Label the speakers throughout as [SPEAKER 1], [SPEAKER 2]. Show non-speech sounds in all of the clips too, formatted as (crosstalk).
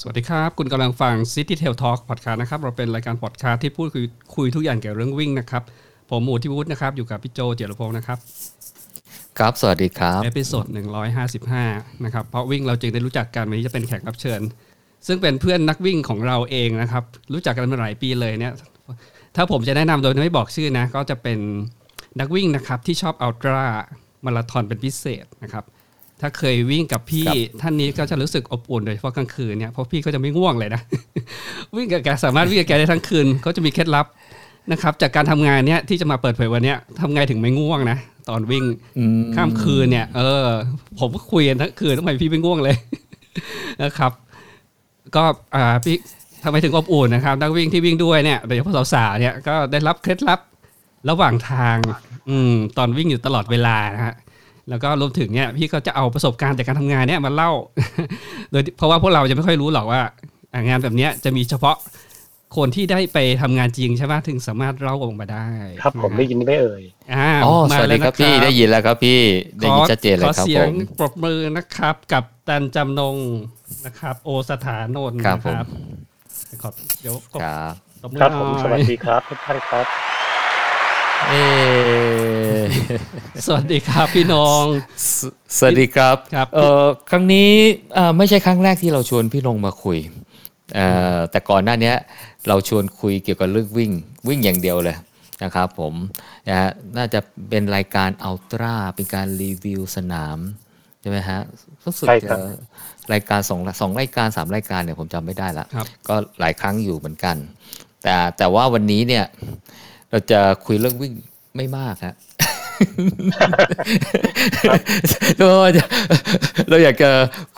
[SPEAKER 1] สวัสดีครับ คุณกำลังฟัง City Tail Talk Podcast นะครับ เราเป็นรายการ podcast ที่พูดคุยคุยทุกอย่างเกี่ยวกับเรื่องวิ่งนะครับ ผมหมูทิวุฒินะครับ อยู่กับพี่โจเจริญพงศ์นะครับ
[SPEAKER 2] ครับ สวัสดีครับ
[SPEAKER 1] เอพิโซด155 นะครับ เพราะวิ่งเราจึงได้รู้จักกันวันนี้จะเป็นแขกรับเชิญ ซึ่งเป็นเพื่อนนักวิ่งของเราเองนะครับ รู้จักกันมาหลายปีเลยเนี่ย ถ้าผมจะแนะนำโดยไม่บอกชื่อนะ ก็จะเป็นนักวิ่งนะครับที่ชอบอัลตร้ามาราธอนเป็นพิเศษนะครับ ถ้าเคยวิ่งกับพี่
[SPEAKER 2] ครับ
[SPEAKER 1] ท่านนี้ก็จะรู้สึกอบอุ่นโดยเฉพาะกลางคืนเนี่ยเพราะพี่ก็จะไม่ง่วงเลยนะ (laughs) วิ่งกับแกสามารถวิ่งกับแกได้ทั้งคืนเขาจะมีเคล็ดลับนะครับ จากการทำงานเนี่ยที่จะมาเปิดเผยวันเนี้ยทำไงถึงไม่ง่วงนะ ตอนวิ่ง
[SPEAKER 2] อืม
[SPEAKER 1] ข้ามคืนเนี่ยเออ ผมก็คุยกันทั้งคืนทำไมพี่ไม่ง่วงเลย นะครับ ก็อ่าพี่ทำไมถึงอบอุ่นนะครับ นักวิ่งที่วิ่งด้วยเนี่ยโดยเฉพาะสาวๆเนี่ยก็ได้รับเคล็ดลับระหว่างทาง อืมตอนวิ่งอยู่ตลอดเวลานะฮะแล้วก็รวมถึงเนี่ยพี่ก็จะเอาประสบการณ์จากการทำงานเนี่ยมาเล่า (laughs) โดยที่เพราะว่าพวกเราจะไม่ค่อยรู้หรอกว่าอ่ะงานแบบเนี้ยจะมีเฉพาะคนที่ได้ไปทำงานจริงใช่ไหมถึงสามารถเล่าออกมาได้
[SPEAKER 3] ครับผมได้ยินไหม่เอ่ย
[SPEAKER 1] อ่า
[SPEAKER 2] อ๋อ
[SPEAKER 1] มา
[SPEAKER 2] สวัส
[SPEAKER 1] แล้
[SPEAKER 2] ดี
[SPEAKER 1] วนะครับ
[SPEAKER 2] พี่
[SPEAKER 1] บ
[SPEAKER 2] ได้ยินแล้วครับพี่ ได้ยินชัดเจนเลย
[SPEAKER 1] ขอ
[SPEAKER 2] ครับ
[SPEAKER 1] เสี
[SPEAKER 2] ผ
[SPEAKER 1] ยง
[SPEAKER 2] ม
[SPEAKER 1] ปรบมือนะครับกับตันจำนงนะครับ โอสถานนท์
[SPEAKER 2] ครับ
[SPEAKER 1] นะ
[SPEAKER 2] ผม
[SPEAKER 1] ครับขอบเดี๋ยวขอบ
[SPEAKER 2] ครับ
[SPEAKER 1] ตบมือ
[SPEAKER 3] ครับ
[SPEAKER 1] ห
[SPEAKER 3] ผม
[SPEAKER 1] น่อย
[SPEAKER 3] สวัสดีครับทุกท่านครับ
[SPEAKER 2] เอ่อ
[SPEAKER 1] สวัสดีครับพี่นง
[SPEAKER 2] สสวัสดีครับ
[SPEAKER 1] ครับ
[SPEAKER 2] เอ่อครั้งนี้เอ่อไม่ใช่ครั้งแรกที่เราชวนพี่ลงมาคุยเอ่อแต่ก่อนหน้าเนี้ยเราชวนคุยเกี่ยวกับเรื่องวิ่งวิ่งอย่างเดียวเลยนะครับผมนะฮะน่าจะเป็นรายการอัลตร้าเป็นการรีวิวสนามใช่ไหมฮะรู้สึก
[SPEAKER 3] ใช่ครับ
[SPEAKER 2] จะรายการสองสองรายการสามรายการเนี่ยผมจำไม่ได้ละ
[SPEAKER 1] ครับ
[SPEAKER 2] ก็หลายครั้งอยู่เหมือนกัน แต่แต่ว่าวันนี้เนี่ย เราจะคุยเรื่องวิ่งไม่มากฮะเราจะเราอยากจะ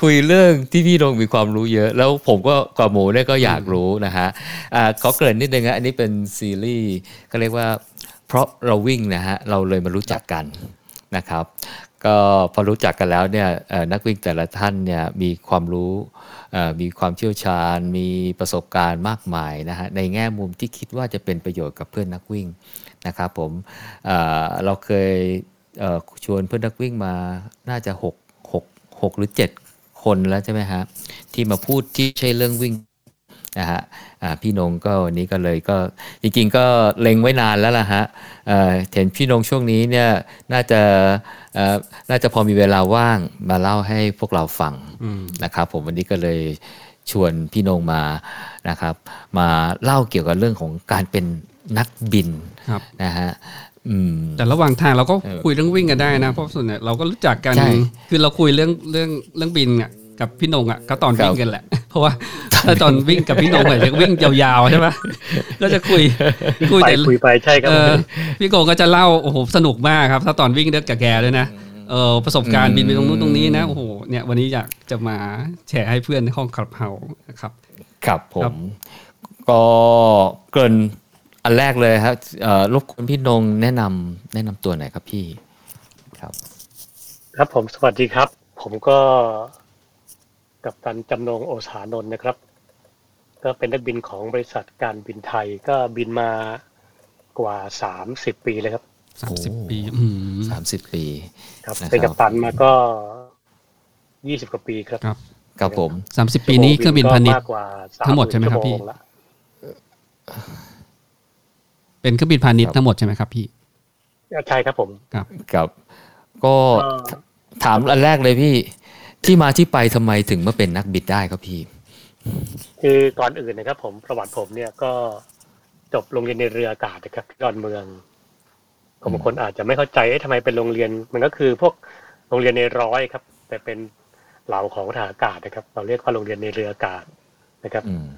[SPEAKER 2] คุยเรื่องที่พี่โดงมีความรู้เยอะ แล้วผมก็กับหมูเนี่ยก็อยากรู้นะฮะอ่าขอเกริ่นนิดนึงฮะอันนี้เป็นซีรีส์ก็เรียกว่า เพราะเราวิ่งนะฮะเราเลยมารู้จักกันนะครับ ก็พอรู้จักกันแล้วเนี่ยเอ่อนักวิ่งแต่ละท่านเนี่ยมีความรู้เอ่อมีความเชี่ยวชาญ มีประสบการณ์มากมายนะฮะในแง่มุมที่คิดว่าจะเป็นประโยชน์กับเพื่อนนักวิ่งนะครับผมเอ่อเราเคยเอ่อชวนเพื่อนนักวิ่งมาน่าจะหกหกหกหรือ 7 คนแล้วใช่ไหมฮะที่มาพูดที่ใช่เรื่องวิ่ง นะฮะอ่าพี่นงก็วันนี้ก็เลยก็จริงๆก็เล็งไว้นานแล้วล่ะฮะเอ่อเห็นพี่นงช่วงนี้เนี่ยน่าจะเอ่อน่าจะพอมีเวลาว่างมาเล่าให้พวกเราฟัง
[SPEAKER 1] อืม
[SPEAKER 2] นะครับผมวันนี้ก็เลยชวนพี่นงมานะครับ มาเล่าเกี่ยวกับเรื่องของการเป็นนักบิน
[SPEAKER 1] ครับ
[SPEAKER 2] นะฮะอืม
[SPEAKER 1] แต่ระหว่างทางเราก็
[SPEAKER 2] เออ
[SPEAKER 1] คุยเรื่องวิ่งกันได้นะเพราะส่วนเนี่ยเราก็รู้จักกัน
[SPEAKER 2] ใช่
[SPEAKER 1] คือเราคุยเรื่องเรื่องเรื่องบินอ่ะกับพี่นงอ่ะก็ตอน
[SPEAKER 2] ครับ
[SPEAKER 1] วิ่ง
[SPEAKER 2] (laughs)
[SPEAKER 1] กันแหละ เพราะว่าถ้าตอนวิ่งกับพี่นงเนี่ยจะ (laughs) วิ่งยาวๆใช่ไหมก็จะคุยคุย
[SPEAKER 3] ไป
[SPEAKER 1] แต่
[SPEAKER 3] คุยไปใช่ครับ
[SPEAKER 1] เออพี่โกก็จะเล่าโอ้โหสนุกมากครับ ถ้าตอนวิ่งเด็กกับแกด้วยนะเออประสบการณ์
[SPEAKER 2] อืม
[SPEAKER 1] บินไปตรงนู้นตรงนี้นะโอ้โหเนี่ยวันนี้อยากจะมาแชร์ให้เพื่อนในห้องขับเฮานะครับ
[SPEAKER 2] ครับผ
[SPEAKER 1] ครั
[SPEAKER 2] ม
[SPEAKER 1] บ
[SPEAKER 2] ก็เกรินอันแรกเลยครับเอ่อรบกวนพี่นงแนะนำแนะนำตัวหน่อยครับพี่ครับ
[SPEAKER 3] ครับผมสวัสดีครับ ผมก็กับตันจำนงโอสานนท์นะครับ ก็เป็นนักบินของบริษัทการบินไทยก็บินมากว่าสามสิบปีเลยครับ
[SPEAKER 1] สามสิบ
[SPEAKER 2] โอ้
[SPEAKER 1] ปีอืม
[SPEAKER 2] สามสิบปี
[SPEAKER 3] ครับ
[SPEAKER 2] นะครับ
[SPEAKER 3] เป็นกัปตันมาก็ยี่สิบกว่าปีครับ
[SPEAKER 1] ครับ
[SPEAKER 2] ครับผม
[SPEAKER 1] สามสิบปีนี้เครื่องบินพาณิชย์
[SPEAKER 3] ก็มากกว่า
[SPEAKER 1] ทั้งหมดใช่ไหมครับพี่
[SPEAKER 3] 30,000ชั่วโงละ
[SPEAKER 1] เป็นเครื่องบินพาณิชย์ทั้งหมดใช่ไหมครับพี่
[SPEAKER 3] ใช่ครับผม
[SPEAKER 2] ครับ ก็
[SPEAKER 3] เอ่อ
[SPEAKER 2] ถถามอันแรกเลยพี่ ที่มาที่ไปทำไมถึงมาเป็นนักบิดได้ครับพี่
[SPEAKER 3] คือก่อนอื่นนะครับผมประวัติผมเนี่ยก็จบโรงเรียนในเรืออากาศนะครับที่ดอนเมืองผมคนอาจจะไม่เข้าใจเอ๊ะทำไมเป็นโรงเรียน มันก็คือพวกโรงเรียนในร้อยครับ แต่เป็นเหล่าของทหารอากาศนะครับ เราเรียกว่าโรงเรียนในเรืออากาศนะครับ
[SPEAKER 2] อืม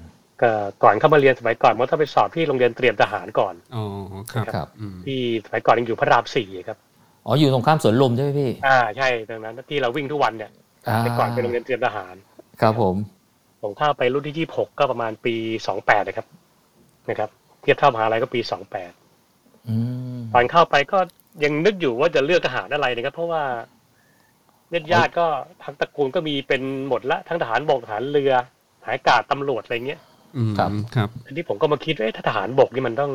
[SPEAKER 3] ก็ก่อนเข้ามาเรียนสมัยก่อนมันต้องไปสอบที่โรงเรียนเตรียมทหารก่อน
[SPEAKER 1] อ๋อครับ
[SPEAKER 2] ครับ
[SPEAKER 1] อืม
[SPEAKER 3] ที่สมัยก่อนยังอยู่พระรามสี่ครับ
[SPEAKER 2] อ๋ออยู่ตรงข้ามสวนลมใช่ไหมพี่
[SPEAKER 3] อ่าใช่ดังนั้นที่เราวิ่งทุกวันเนี่ย
[SPEAKER 2] า
[SPEAKER 3] แต่ก่อนเป็นโรงเรียนเตรียมทหาร
[SPEAKER 2] ครับผม
[SPEAKER 3] ผมเข้าไปรุ่นที่ยี่หกก็ประมาณปีสองแปดนะครับ นะครับ เทียบเท่ามหาลัยก็ปีสองแปด
[SPEAKER 2] อืม
[SPEAKER 3] ตอนเข้าไปก็ยังนึกอยู่ว่าจะเลือกทหารอะไรนะครับ เพราะว่าญาติญาติๆก็ทั้งตระกูลก็มีเป็นหมดละทั้งทหารบกทหารเรือทหารอากาศตำรวจอะไรเงี้ย
[SPEAKER 1] อืม
[SPEAKER 2] ครับ
[SPEAKER 1] ครับ
[SPEAKER 3] ทีนี้ผมก็มาคิดว่าเอ๊ะถ้าทหารบกนี่มันต้อง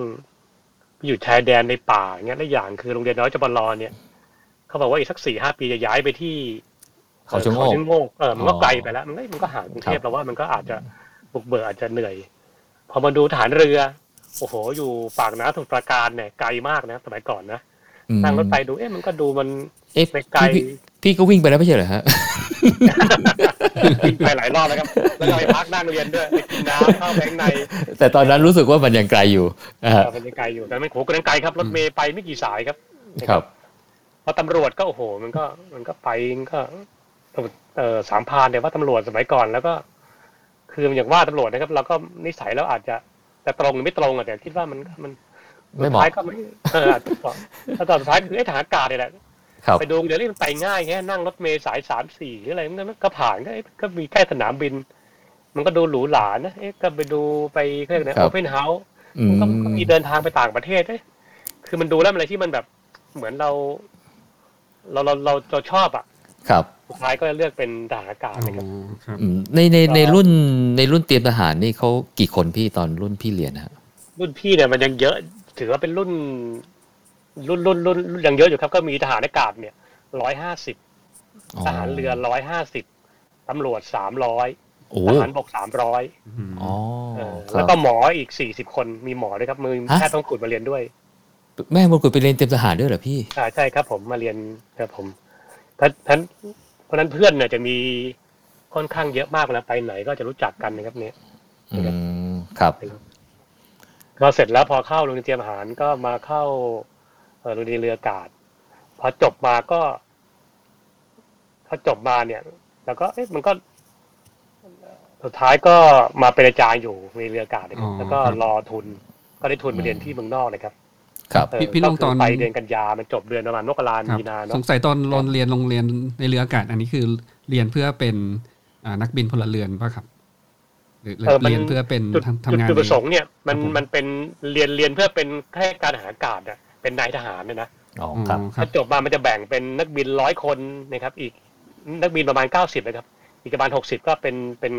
[SPEAKER 3] ไปอยู่ชายแดนในป่าเงี้ยและอย่างคือโรงเรียนน้อยจบลอเนี่ยเขาบอกว่าอีกสักสี่ห้าปีจะย้ายไปที่
[SPEAKER 4] เขาชะโงก
[SPEAKER 3] เขาชะโงกเออมันก็
[SPEAKER 4] อ๋อ
[SPEAKER 3] ไกลไปแล้ว มันก็มันก็ห่างกรุงเท
[SPEAKER 4] ครั
[SPEAKER 3] พ
[SPEAKER 4] บ
[SPEAKER 3] เราว่ามันก็อาจจะบุกเบิกอาจจะเหนื่อย พอมาดูฐานเรือ โอ้โห อยู่ปากน้ำสมุทรปราการเนี่ยไกลมากนะสมัยก่อนนะ
[SPEAKER 4] อืม
[SPEAKER 3] นั่งรถไปดูเอ๊ะมันก็ดูมัน (laughs)
[SPEAKER 4] เอ๊ะ
[SPEAKER 3] ไปไกล
[SPEAKER 4] พี่พี่ก็วิ่งไปแล้วไม่ใช่เหรอฮะ (laughs)
[SPEAKER 3] วิ่งไปหลายรอบแล้วครับ (laughs) แล้วก็ไปพักนั่งเรียนด้วยไปกินน้ำเข้าแบ
[SPEAKER 4] (laughs)
[SPEAKER 3] งค์ใน
[SPEAKER 4] แต่ตอนนั้นรู้สึกว่ามันยังไกลอยู่อ่า
[SPEAKER 3] เออมันยังไกลอยู่แต่ไม่โหก็ยังไกลครับรถเมย์ไปไม่กี่สายครับ
[SPEAKER 4] ครับ
[SPEAKER 3] พอตำรวจก็โอ้โห มันก็มันก็ไปมันก็ตำรวจเอ่อสามพรานเนี่ยว่าตำรวจสมัยก่อนแล้วก็ คืออย่างว่าตำรวจนะครับเราก็นิสัยเราอาจจะแต่ตรงหรือไม่ตรงอะแต่คิดว่ามันมัน
[SPEAKER 4] ไม่เห
[SPEAKER 3] สุด
[SPEAKER 4] มาะ
[SPEAKER 3] ท้ายก็ไม่เอออาจจะบอกแล้วตอนสุดท้ายคือไอ้ทหารอากาศเนี่ยแหละ
[SPEAKER 4] ครับ
[SPEAKER 3] ไปดูเดี๋ยวนี้มันไปง่ายแค่นั่งรถเมล์สายสามสี่หรืออะไรมันก็ผ่านก็เอ๊ะก็มีใกล้สนามบิน มันก็ดูหรูหรานะเอ๊ะก็ไปดูไปเรียกนะ
[SPEAKER 4] ครั
[SPEAKER 3] โอบ เพนเฮาส์
[SPEAKER 4] อืม
[SPEAKER 3] ก็ก็มีเดินทางไปต่างประเทศเอ้ยคือมันดูแล้วมันอะไรที่มันแบบเหมือนเรา เราเราเราเราชอบอ่ะ
[SPEAKER 4] ครับ
[SPEAKER 3] สุดท้ายก็เลือกเป็นทหารอากาศ
[SPEAKER 1] อ๋อ
[SPEAKER 3] นะครับ
[SPEAKER 1] ครับ
[SPEAKER 4] อืมในใน
[SPEAKER 3] ก็
[SPEAKER 4] ในรุ่นในรุ่นเตรียมทหารนี่เขากี่คนพี่ตอนรุ่นพี่เรียนฮะ
[SPEAKER 3] รุ่นพี่เนี่ยมันยังเยอะ ถือว่าเป็นรุ่น รุ่นรุ่นรุ่นรุ่นยังเยอะอยู่ครับ ก็มีทหารอากาศเนี่ยร้อยห้าสิบ
[SPEAKER 4] อ๋อ
[SPEAKER 3] ทหารเรือร้อยห้าสิบตำรวจสามร้อย
[SPEAKER 4] โอ้
[SPEAKER 3] ทหารบกสามร้อย
[SPEAKER 4] อ๋อครั
[SPEAKER 3] แล้ว
[SPEAKER 4] บ
[SPEAKER 3] ก็หมออีกสี่สิบคนมีหมอด้วยครับมือ
[SPEAKER 4] ฮะ
[SPEAKER 3] แพทย์ต้องขุดมาเรียนด้วย
[SPEAKER 4] แม่มงกุฎไปเรียนเตรียมทหารด้วยเหรอพี่
[SPEAKER 3] อ่าใช่ครับผมมาเรียนครับผมเพราะนั้นเพราะฉะนั้นเพื่อนเนี่ยจะมีค่อนข้างเยอะมากเวลาไปไหนก็จะรู้จักกันนะครับเนี่ย
[SPEAKER 4] อืมครับ
[SPEAKER 3] ก็เสร็จแล้วพอเข้าโรงเรียนเตรียมทหารก็มาเข้าเอ่อโรงเรียนเรืออากาศ พอจบมาก็พอจบมาเนี่ยแล้วก็เอ๊ะมันก็ สุดท้ายก็มาเป็นอาจารย์อยู่ในเรืออากาศนะครับ
[SPEAKER 1] อ๋อ
[SPEAKER 3] แล้วก็
[SPEAKER 1] ครับ
[SPEAKER 3] รอทุน ก็ได้ทุนไปเรียนที่เมืองนอกนะครับ
[SPEAKER 4] ครับ
[SPEAKER 3] เอ่อ
[SPEAKER 1] พี่พี่น้อง
[SPEAKER 3] ก็คื
[SPEAKER 1] ตอน
[SPEAKER 3] ไปเดือนกันยามันจบเดือนประมาณมกรา
[SPEAKER 1] ครับ
[SPEAKER 3] มีนา
[SPEAKER 1] ส
[SPEAKER 3] เนาะ
[SPEAKER 1] งสัยตอนรอนเรียนโรงเรียนในเรืออากาศ อันนี้คือเรียนเพื่อเป็นอ่านักบินพลเรือนป่ะครับ หรือหรือ
[SPEAKER 3] เออมัน
[SPEAKER 1] เรียนเพื่อเป็น
[SPEAKER 3] จุด
[SPEAKER 1] ทำทำงาน
[SPEAKER 3] จุดประสงค์เนี่ยมัน
[SPEAKER 1] ครับผม
[SPEAKER 3] มันเป็นเรียนเรียนเพื่อเป็นข้าราชการทหารอากาศอะเป็นนายทหารเนี่ยนะ
[SPEAKER 4] อ๋อ
[SPEAKER 1] อ๋อ
[SPEAKER 4] ครับ
[SPEAKER 1] ครับ
[SPEAKER 3] จบมามันจะแบ่งเป็นนักบินร้อยคนนะครับ อีกนักบินประมาณเก้าสิบนะครับ อีกประมาณหกสิบก็เป็นเป็น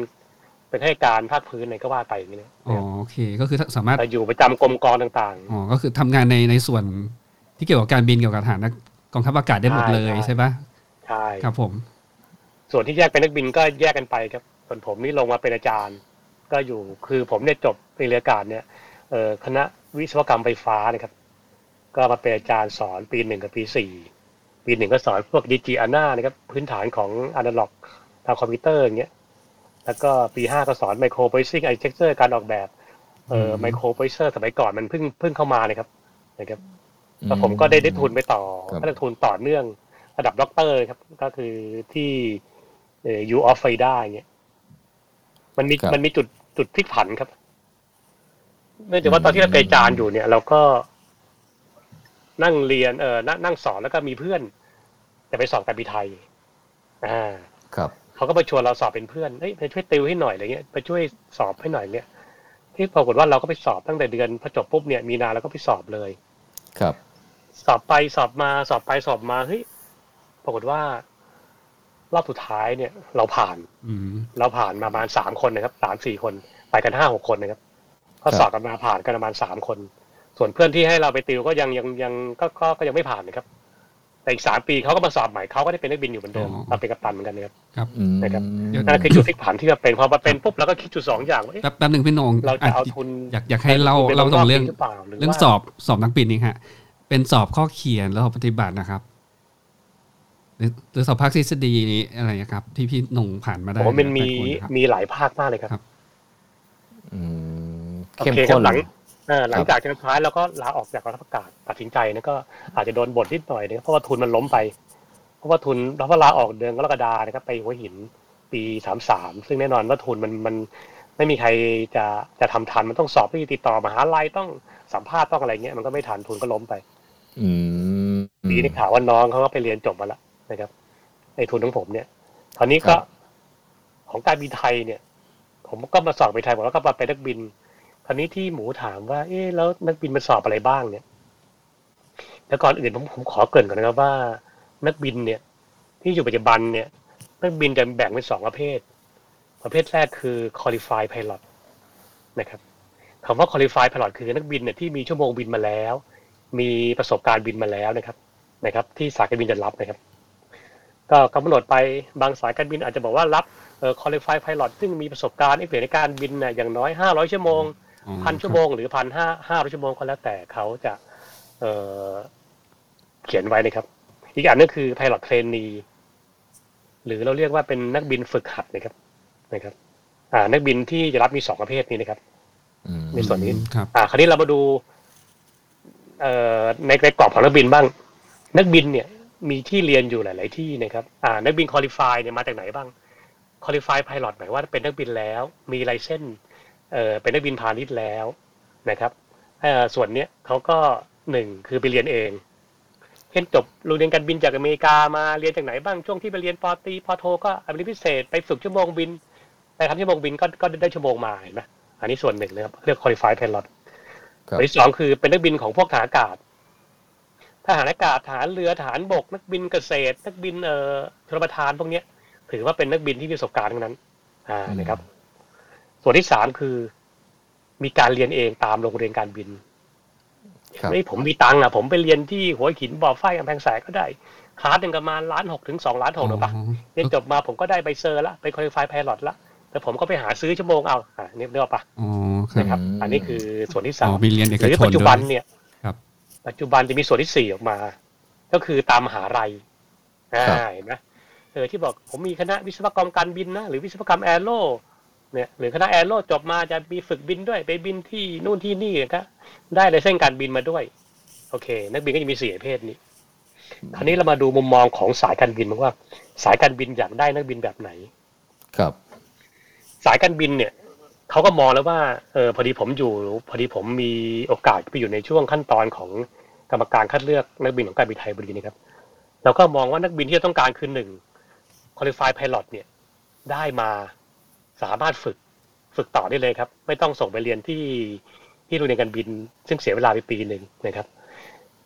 [SPEAKER 3] เป็นข้าราชการภาคพื้นอะไรก็ว่าไปอย่างนี้นะ
[SPEAKER 1] อ๋อโอเค ก็คือสามารถ
[SPEAKER 3] แต่อยู่ประจำกรมกองต่าง
[SPEAKER 1] อ๋อ ก็คือทำงานในในส่วนที่เกี่ยวกับการบินเกี่ยวกับฐานนักกองทัพอากาศได้หมดเลย
[SPEAKER 3] ใช่
[SPEAKER 1] ใช่ปะ
[SPEAKER 3] ๆใช่
[SPEAKER 1] ครับผม
[SPEAKER 3] ส่วนที่แยกเป็นนักบินก็แยกกันไปครับส่วนผมนี่ลงมาเป็นอาจารย์ ก็อยู่คือผมเนี่ยจบในเรืออากาศเนี่ยเอ่อคณะวิศวกรรมไฟฟ้านะครับ ก็มาเป็นอาจารย์สอนปีหนึ่งกับปีสี่ปีหนึ่งก็สอนพวกดิจิอาน่านะครับ พื้นฐานของอนาล็อกทางคอมพิวเตอร์อย่างเงี้ยแล้วก็ปีห้าก็สอนไมโครโพลิซิ่งไอเทคเจอร์การออกแบบเอ่อ
[SPEAKER 1] อืม
[SPEAKER 3] ไมโครโพลิเซอร์สมัยก่อนมันเพิ่งเพิ่งเข้ามานะครับนะครับ แล้วผมก็ได้ได้ทุนไปต่อ
[SPEAKER 4] ครับ
[SPEAKER 3] ก็ได้ทุนต่อเนื่องระดับด็อกเตอร์ครับ ก็คือที่เอ่อ U of Fida อย่างเงี้ยมันมี
[SPEAKER 4] ครับ
[SPEAKER 3] มันมีจุดจุดพลิกผันครับเนื่องจากว่าตอนที่เราไปจานอยู่เนี่ย เราก็นั่งเรียนเออนั่งนั่งสอนแล้วก็มีเพื่อนจะไปสอบการบินไทย อ่า
[SPEAKER 4] ครับ
[SPEAKER 3] เขาก็มาชวนเราสอบเป็นเพื่อนเฮ้ยไปช่วยติวให้หน่อยอะไรเงี้ย ไปช่วยสอบให้หน่อยเนี่ย ที่ปรากฏว่าเราก็ไปสอบตั้งแต่เดือนพอจบปุ๊บเนี่ย มีนาเราก็ไปสอบเลย
[SPEAKER 4] ครับ
[SPEAKER 3] สอบไปสอบมาสอบไปสอบมาเฮ้ยปรากฏว่า รอบสุดท้ายเนี่ย เราผ่าน
[SPEAKER 1] อืม
[SPEAKER 3] เราผ่านมาประมาณสามคนนะครับสามสี่คนไปกันห้าหกคนนะครับก็สอบกันมาผ่านกันประมาณสามคน ส่วนเพื่อนที่ให้เราไปติวก็ยังยังยังก็ก็ก็ยังไม่ผ่านนะครับ แต่อีกสามปีเขาก็มาสอบใหม่เขาก็ได้เป็นนักบินอยู่เหมือนเดิม
[SPEAKER 1] อ๋อ
[SPEAKER 3] เราเป็นกัปตันเหมือนกันนะครับ
[SPEAKER 4] อืม
[SPEAKER 3] นะครับ
[SPEAKER 1] เดี๋ยว
[SPEAKER 3] นั่นคือจุดพลิกผันที่เราเป็นพอมาเป็นปุ๊บเราก็คิดจุดสองอย่างว่าเอ๊ะ
[SPEAKER 1] แป๊บแป๊บหนึ่งพี่โหนง
[SPEAKER 3] เราจะเอา
[SPEAKER 1] ะ
[SPEAKER 3] ทุน
[SPEAKER 1] อยากอยากให้เล่าเล่าตรงเรื่อง
[SPEAKER 3] หรือเปล่าหรือ
[SPEAKER 1] เรื่อง
[SPEAKER 3] ว่า
[SPEAKER 1] สอบสอบนักบินนี่ฮะเป็นสอบข้อเขียนแล้วสอบปฏิบัตินะครับหรือหรือสอบภาคทฤษฎีนี้อะไรนะครับ ที่พี่หนงผ่านมาได้
[SPEAKER 3] ผมว่ามันมี
[SPEAKER 1] แปดคนนะครับ
[SPEAKER 3] มีหลายภาคมากเลยครับ
[SPEAKER 1] ครับ
[SPEAKER 4] อืม
[SPEAKER 3] โอ
[SPEAKER 4] เข้ม
[SPEAKER 3] เคครั
[SPEAKER 4] ข้
[SPEAKER 3] บ
[SPEAKER 4] น
[SPEAKER 3] หลังเอ่อหลั
[SPEAKER 4] ค
[SPEAKER 3] ง
[SPEAKER 4] รับ
[SPEAKER 3] จากที่ท้ายเราก็ลาออกจากกองทัพอากาศตัดสินใจนะก็อาจจะโดนบ่นนิดหน่อยนะครับเพราะว่าทุนมันล้มไป เพราะว่าทุนเราก็ลาออกเดือนกรกฎานะครับไปหัวหินปีสามสามซึ่งแน่นอนว่าทุนมันมันไม่มีใครจะจะทำทันมันต้องสอบที่ติดต่อมหาลัยต้องสัมภาษณ์ต้องอะไรเงี้ยมันก็ไม่ทันทุนก็ล้มไป
[SPEAKER 4] อืม
[SPEAKER 3] ปีนี้ข่าวว่าน้องเขาก็ไปเรียนจบมาแล้วนะครับไอ้ทุนของผมเนี่ยตอนนี้ก็
[SPEAKER 4] ครับ
[SPEAKER 3] ของการบินไทยเนี่ย ผมก็มาสอบไปนไทยผมแล้วก็มาเป็นนักบินคราวนี้ที่หมูถามว่า เอ๊ะแล้วนักบินมันสอบอะไรบ้างเนี่ยแล้วก่อนอื่นผมผมขอเกรินก่อนนะครับว่า นักบินเนี่ย ที่อยู่ปัจจุบันเนี่ย นักบินจะแบ่งเป็นสองประเภท ประเภทแรกคือ qualified pilot นะครับคำว่า qualified pilot คือนักบินเนี่ยที่มีชั่วโมงบินมาแล้ว มีประสบการณ์บินมาแล้วนะครับ นะครับที่สายการบินจะรับนะครับ ก็กำหนดไปบางสายการบินอาจจะบอกว่ารับเอ่อ qualify pilot ซึ่งมีประสบการณ์เอ็กเพในการบินน่ะอย่างน้อย 500 ชั่วโมง
[SPEAKER 1] อ๋อ
[SPEAKER 3] พันชั่วโมงหรือพันห้าห้าร้อยชั่วโมงก็แล้วแต่เขาจะเอ่อเขียนไว้นะครับ อีกอันนึงคือ Pilot Trainee หรือเราเรียกว่าเป็นนักบินฝึกหัดนะครับนะครับ อ่า นักบินที่จะรับมีสองประเภทนี้นะครับ
[SPEAKER 4] อืม
[SPEAKER 3] ในส่วนนี้
[SPEAKER 1] ครับ
[SPEAKER 3] อ่า คราวนี้เรามาดู เอ่อในในกรอบของนักบินบ้าง นักบินเนี่ย มีที่เรียนอยู่หลาย ๆ ที่นะครับ อ่า นักบินคอลิฟายเนี่ยมาจากไหนบ้างคอลิฟายพายลอตหมายว่าเป็นนักบินแล้ว มีไลเซนเอ่อเป็นนักบินพาณิชย์แล้วนะครับเอ่อส่วนเนี้ยเขาก็หนึ่งคือไปเรียนเองเช่นจบโรงเรียนการบินจากอเมริกามาเรียนจากไหนบ้างช่วงที่ไปเรียนปอตรีปอโท ก็อันนี้พิเศษไปฝึกชั่วโมงบินไปทำชั่วโมงบินก็ก็ได้ชั่วโมงมาเห็นไหมอันนี้ส่วนหนึ่งนะครับเรียกคอลิฟายพายลอต
[SPEAKER 4] ครับ
[SPEAKER 3] อันที่สองคือเป็นนักบินของพวกทหารอากาศ ทหารอากาศทหารเรือทหารบก นักบินเกษตร นักบินเอ่อชลประทานพวกเนี้ย ถือว่าเป็นนักบินที่มีประสบการณ์ทั้งนั้น อ่านะครับ ส่วนที่สามคือ มีการเรียนเองตามโรงเรียนการบิน
[SPEAKER 4] ครับ
[SPEAKER 3] ไม่ผมมีตังค์อะผมไปเรียนที่หัวหินบ่อไฟกำแพงแสนก็ได้คลาสหนึ่งประมาณล้านหกถึงสองล้านหกหรือปะ
[SPEAKER 1] อ๋อ
[SPEAKER 3] เรียนจบมาผมก็ได้ใบเซอร์ละเป็นคอลิฟายไพลอตละแต่ผมก็ไปหาซื้อชั่วโมงเอาอ่านี่เรียกว่าปะ
[SPEAKER 1] อ๋อครั
[SPEAKER 3] นะ
[SPEAKER 1] บ
[SPEAKER 3] ครับ อันนี้คือส่วนที่สา
[SPEAKER 1] อ๋อ
[SPEAKER 3] ม
[SPEAKER 1] มีเรียนเอ
[SPEAKER 3] ห
[SPEAKER 1] ก
[SPEAKER 3] รื
[SPEAKER 1] ช
[SPEAKER 3] อปั
[SPEAKER 1] น
[SPEAKER 3] จจุ
[SPEAKER 1] ด้
[SPEAKER 3] บั
[SPEAKER 1] วน ย
[SPEAKER 3] เนี่ย
[SPEAKER 1] ครับ
[SPEAKER 3] ปัจจุบันจะมีส่วนที่สี่ออกมา ก็คือตามมหาลัยอ่า
[SPEAKER 4] ครับ
[SPEAKER 3] เห็นไหมเออที่บอกผมมีคณะวิศวกรรมการบินนะหรือวิศวกรรมแอโร่เนี่ยหรือคณะแอโร่จบมาจะมีฝึกบินด้วยไปบินที่นู่นที่นี่ก็ได้ในเส้นการบินมาด้วย โอเค นักบินก็จะมีสี่ประเภทนี้ คราวนี้เรามาดูมุมมองของสายการบินบ้างว่า สายการบินอยากได้นักบินแบบไหน
[SPEAKER 4] ครับ
[SPEAKER 3] สายการบินเนี่ยเขาก็มองแล้วว่าเออพอดีผมอยู่ พอดีผมมีโอกาสไปอยู่ในช่วงขั้นตอนของกรรมการคัดเลือกนักบินของการบินไทยบุรีนะครับเราก็มองว่านักบินที่จะต้องการคือหนึ่งคอลิฟายพายลอตเนี่ยได้มาสามารถฝึกฝึกต่อได้เลยครับ ไม่ต้องส่งไปเรียนที่ที่โรงเรียนการบิน ซึ่งเสียเวลาไปปีหนึ่งนะครับ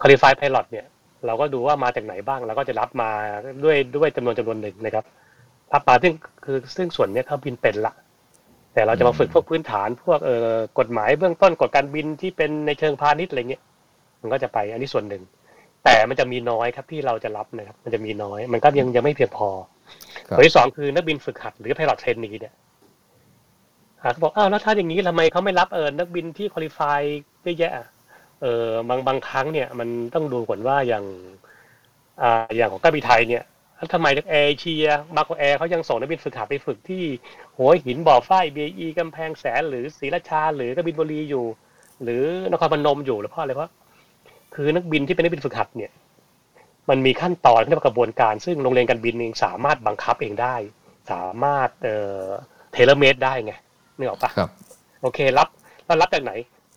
[SPEAKER 3] คอลิฟายพายลอตเนี่ย เราก็ดูว่ามาจากไหนบ้างเราก็จะรับมาด้วยด้วยจำนวนจำนวนหนึ่งนะครับรับมาซึ่งคือซึ่งส่วนเนี้ยเขาบินเป็นละ แต่เราจะมาฝึกพวกพื้นฐานพวกเอ่อกฎหมายเบื้องต้นกฎการบินที่เป็นในเชิงพาณิชย์อะไรเงี้ยมันก็จะไปอันนี้ส่วนหนึ่ง แต่มันจะมีน้อยครับที่เราจะรับนะครับ มันจะมีน้อย มันก็ยังยังไม่เพียงพอ
[SPEAKER 4] ครับ
[SPEAKER 3] ส่วนที่สองคือนักบินฝึกหัดหรือ pilot trainee เนี่ยอ่ะเขาบอกอ้าวแล้วถ้าอย่างนี้ทำไมเขาไม่รับเออนักบินที่คุริฟายเยอะแยะอ่ะเออบางบางครั้งเนี่ย มันต้องดูก่อนว่าอย่าง อ่าอย่างของการบินไทยเนี่ยแล้วทำไมเอเชียมาโกแอร์เขายังส่งนักบินฝึกหัดไปฝึกที่ หัวหินบ่อฝ้ายเบียีกำแพงแสนหรือศรีราชา หรือกบินบุรีอยู่ หรือนครพนมอยู่หรือเพราะอะไรเพราะคือนักบินที่เป็นนักบินฝึกหัดเนี่ย มันมีขั้นตอนในกระบวนการ ซึ่งโรงเรียนการบินเองสามารถบังคับเองได้ สามารถเอ่อเทเลเมตได้ไงนึกออกปะ
[SPEAKER 4] ครับ
[SPEAKER 3] โอเครับแล้วรับจากไหน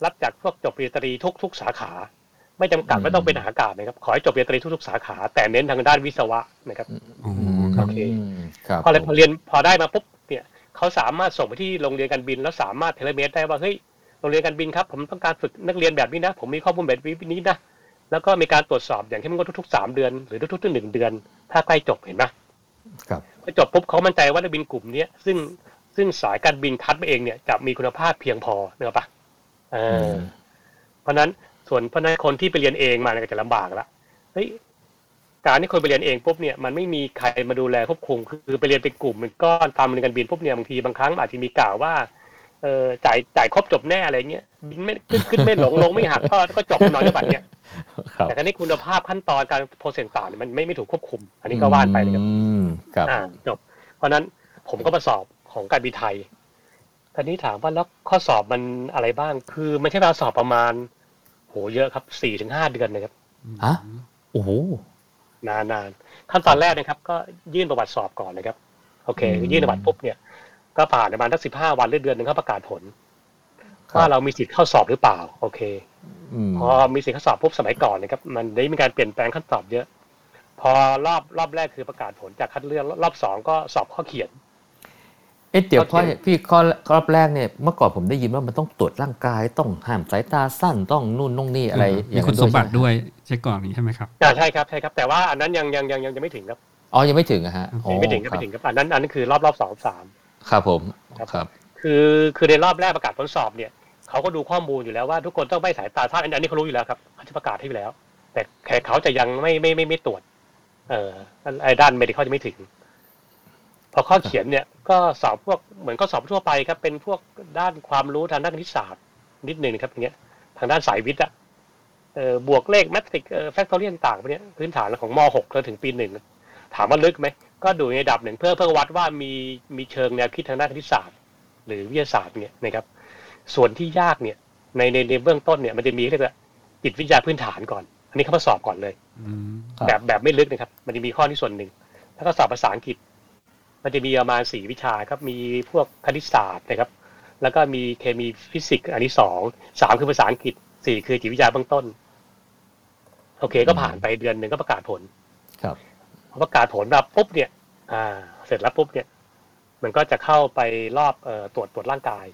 [SPEAKER 3] รับจากพวกจบปริญญาตรีทุกทุกๆสาขา ไม่จำกัด
[SPEAKER 4] อืม
[SPEAKER 3] ไม่ต้องเป็นทหารอากาศนะครับขอให้จบปริญญาตรีทุกๆสาขา แต่เน้นทางด้านวิศวะนะครับ
[SPEAKER 1] อ๋อ
[SPEAKER 4] ม
[SPEAKER 1] ครับ
[SPEAKER 3] โอเค
[SPEAKER 4] ครับ
[SPEAKER 3] พอเรียนพอเรียนพอได้มาปุ๊บเนี่ยเขาสามารถส่งไปที่โรงเรียนการบิน แล้วสามารถเทเลเมตได้ว่าเฮ้ยโรงเรียนการบินครับ ผมต้องการฝึกนักเรียนแบบนี้นะ ผมมีข้อมูลแบบนี้นะแล้วก็มีการตรวจสอบอย่างเข้มงวดทุกๆสามเดือนหรือทุกๆหนึ่งเดือน ถ้าใกล้จบเห็นไหม
[SPEAKER 4] ครับ
[SPEAKER 3] พอจบปุ๊บเขามั่นใจว่านักบินกลุ่มเนี้ยซึ่งซึ่งสายการบินคัดมาเองเนี่ยจะมีคุณภาพเพียงพอเนกอะปะเออ
[SPEAKER 4] ม
[SPEAKER 3] อเพราะฉะนั้นส่วนเพราะฉะนั้นคนที่ไปเรียนเองมาเนี่ยก็จะลำบากละเฮ้ยการที่คนไปเรียนเองปุ๊บเนี่ยมันไม่มีใครมาดูแลควบคุมคือไปเรียนเป็นกลุ่มเป็นก้อนตามโรงเรียนการบินปุ๊บเนี่ยบางทีบางครั้งอาจจะมีกล่าวว่าเออจ่ายจ่ายครบจบแน่อะไรเงี้ยบินไม่ขึ้นขึ้นไม่หลงลงไม่หักก็ก็จบหน่อยเท่านั้นเนี่ย
[SPEAKER 4] ครับ
[SPEAKER 3] แต่การนี้คุณภาพขั้นตอนการโปรเซสต่างๆเนี่ยมันไม่ไม่ถูกควบคุม อันนี้ก็ว่านไปเลยครับ
[SPEAKER 4] อืมครับ
[SPEAKER 3] อ่าจบเพราะฉะนั้นผมก็มาสอบของการบินไทยทีนี้ถามว่าแล้วข้อสอบมันอะไรบ้าง คือมันใช้เวลาสอบประมาณ โหเยอะครับสี่ถึงห้าเดือนนะครับ
[SPEAKER 4] ฮะโอ้โห
[SPEAKER 3] นานๆขั้นตอนแรกนะครับ ก็ยื่นประวัติสอบก่อนนะครับ โอเค
[SPEAKER 4] อืม
[SPEAKER 3] ยื่นประวัติปุ๊บเนี่ย ก็ผ่านประมาณทักสิบห้าวันหรือเดือนหนึ่งเขาประกาศผล
[SPEAKER 4] คบ
[SPEAKER 3] ว่าเรามีสิทธิ์เข้าสอบหรือเปล่า โอเค
[SPEAKER 4] ม
[SPEAKER 3] พอมีสิทธิ์เข้าสอบปุ๊บสมัยก่อนนะครับ มันได้มีการเปลี่ยนแปลงขั้นตอนเยอะ พอรอบรอบแรกคือประกาศผลจากคัดเลือกรอบสองก็สอบข้อเขียน
[SPEAKER 4] เอ๊ะเดี๋ยว
[SPEAKER 3] โอเค
[SPEAKER 4] ข้อพี่ข้อรอบแรกเนี่ยเมื่อก่อนผมได้ยินว่ามันต้องตรวจร่างกายต้องห้ามสายตาสั้นต้องนู่นนู่นนี่อะไรอ
[SPEAKER 1] มี
[SPEAKER 4] ย่าง
[SPEAKER 1] คุณ
[SPEAKER 4] นั้น
[SPEAKER 1] สมบัติ
[SPEAKER 4] ใช่ไห
[SPEAKER 1] ด้วยเช็คก่อนนี้ใช่ไหมครับ
[SPEAKER 3] อ่าใช่ครับใช่ครับ แต่ว่าอันนั้นยังยังยังยังยังไม่ถึงครับ
[SPEAKER 4] อ๋อยังไม่ถึงอะฮะ
[SPEAKER 1] โอ้
[SPEAKER 4] อ๋อ
[SPEAKER 3] ไม่ถึงครับไม่ถึงครับอันนั้นอันนั้นคือรอบรอบสองสาม
[SPEAKER 4] ครับผม
[SPEAKER 3] ครับ
[SPEAKER 4] ครับ
[SPEAKER 3] คือคือในรอบแรกประกาศผลสอบเนี่ยเขาก็ดูข้อมูลอยู่แล้วว่าทุกคนต้องไม่สายตาสั้นอันอันนี้เขารู้อยู่แล้วครับเขาจะประกาศให้อยู่แล้ว แต่แค่เขาจะยังไม่ไม่ไม่ไม่ไม่ตรวจ เอ่อไอ้ด้านเมดิคอลจะไม่ถึง พอข้อเขียนเนี่ย ก็สอบพวกเหมือนก็สอบทั่วไปครับ เป็นพวกด้านความรู้ทางด้านคณิตศาสตร์นิดหนึ่งนะครับอย่างเงี้ย ทางด้านสายวิทย์อะเอ่อบวกเลขแมทริกเอ่อแฟกทอเรียนต่างๆพวกเนี้ยพื้นฐานของม .6 จนถึงปีหนึ่งถามว่าลึกไหม ก็ดูในระดับหนึ่งเพื่อเพื่อวัดว่ามีมีเชิงแนวคิดทางด้านคณิตศาสตร์ หรือวิทยาศาสตร์เนี่ยนะครับ ส่วนที่ยากเนี่ย ในในในเบื้องต้นเนี่ยมันจะมีเรียกว่าจิตวิทยาพื้นฐานก่อน อันนี้เขามาสอบก่อนเลย
[SPEAKER 1] อืม
[SPEAKER 4] ครับ
[SPEAKER 3] แบบแบบไม่ลึกนะครับ มันจะมีข้อที่ส่วนหนึ่ง แล้วก็สอบภาษาอังกฤษ มันจะมีประมาณสี่วิชาครับ มีพวกคณิตศาสตร์นะครับ แล้วก็มีเคมีฟิสิกส์อันที่สอง สามคือภาษาอังกฤษ สี่คือจิตวิทยาเบื้องต้น โอเค ก็ผ่านไปเดือนหนึ่งก็ประกาศผล
[SPEAKER 4] ครับ
[SPEAKER 3] พอประกาศผลมาปุ๊บเนี่ย อ่า เสร็จแล้วปุ๊บเนี่ย มันก็จะเข้าไปรอบเอ่อตรวจตรวจร่างกาย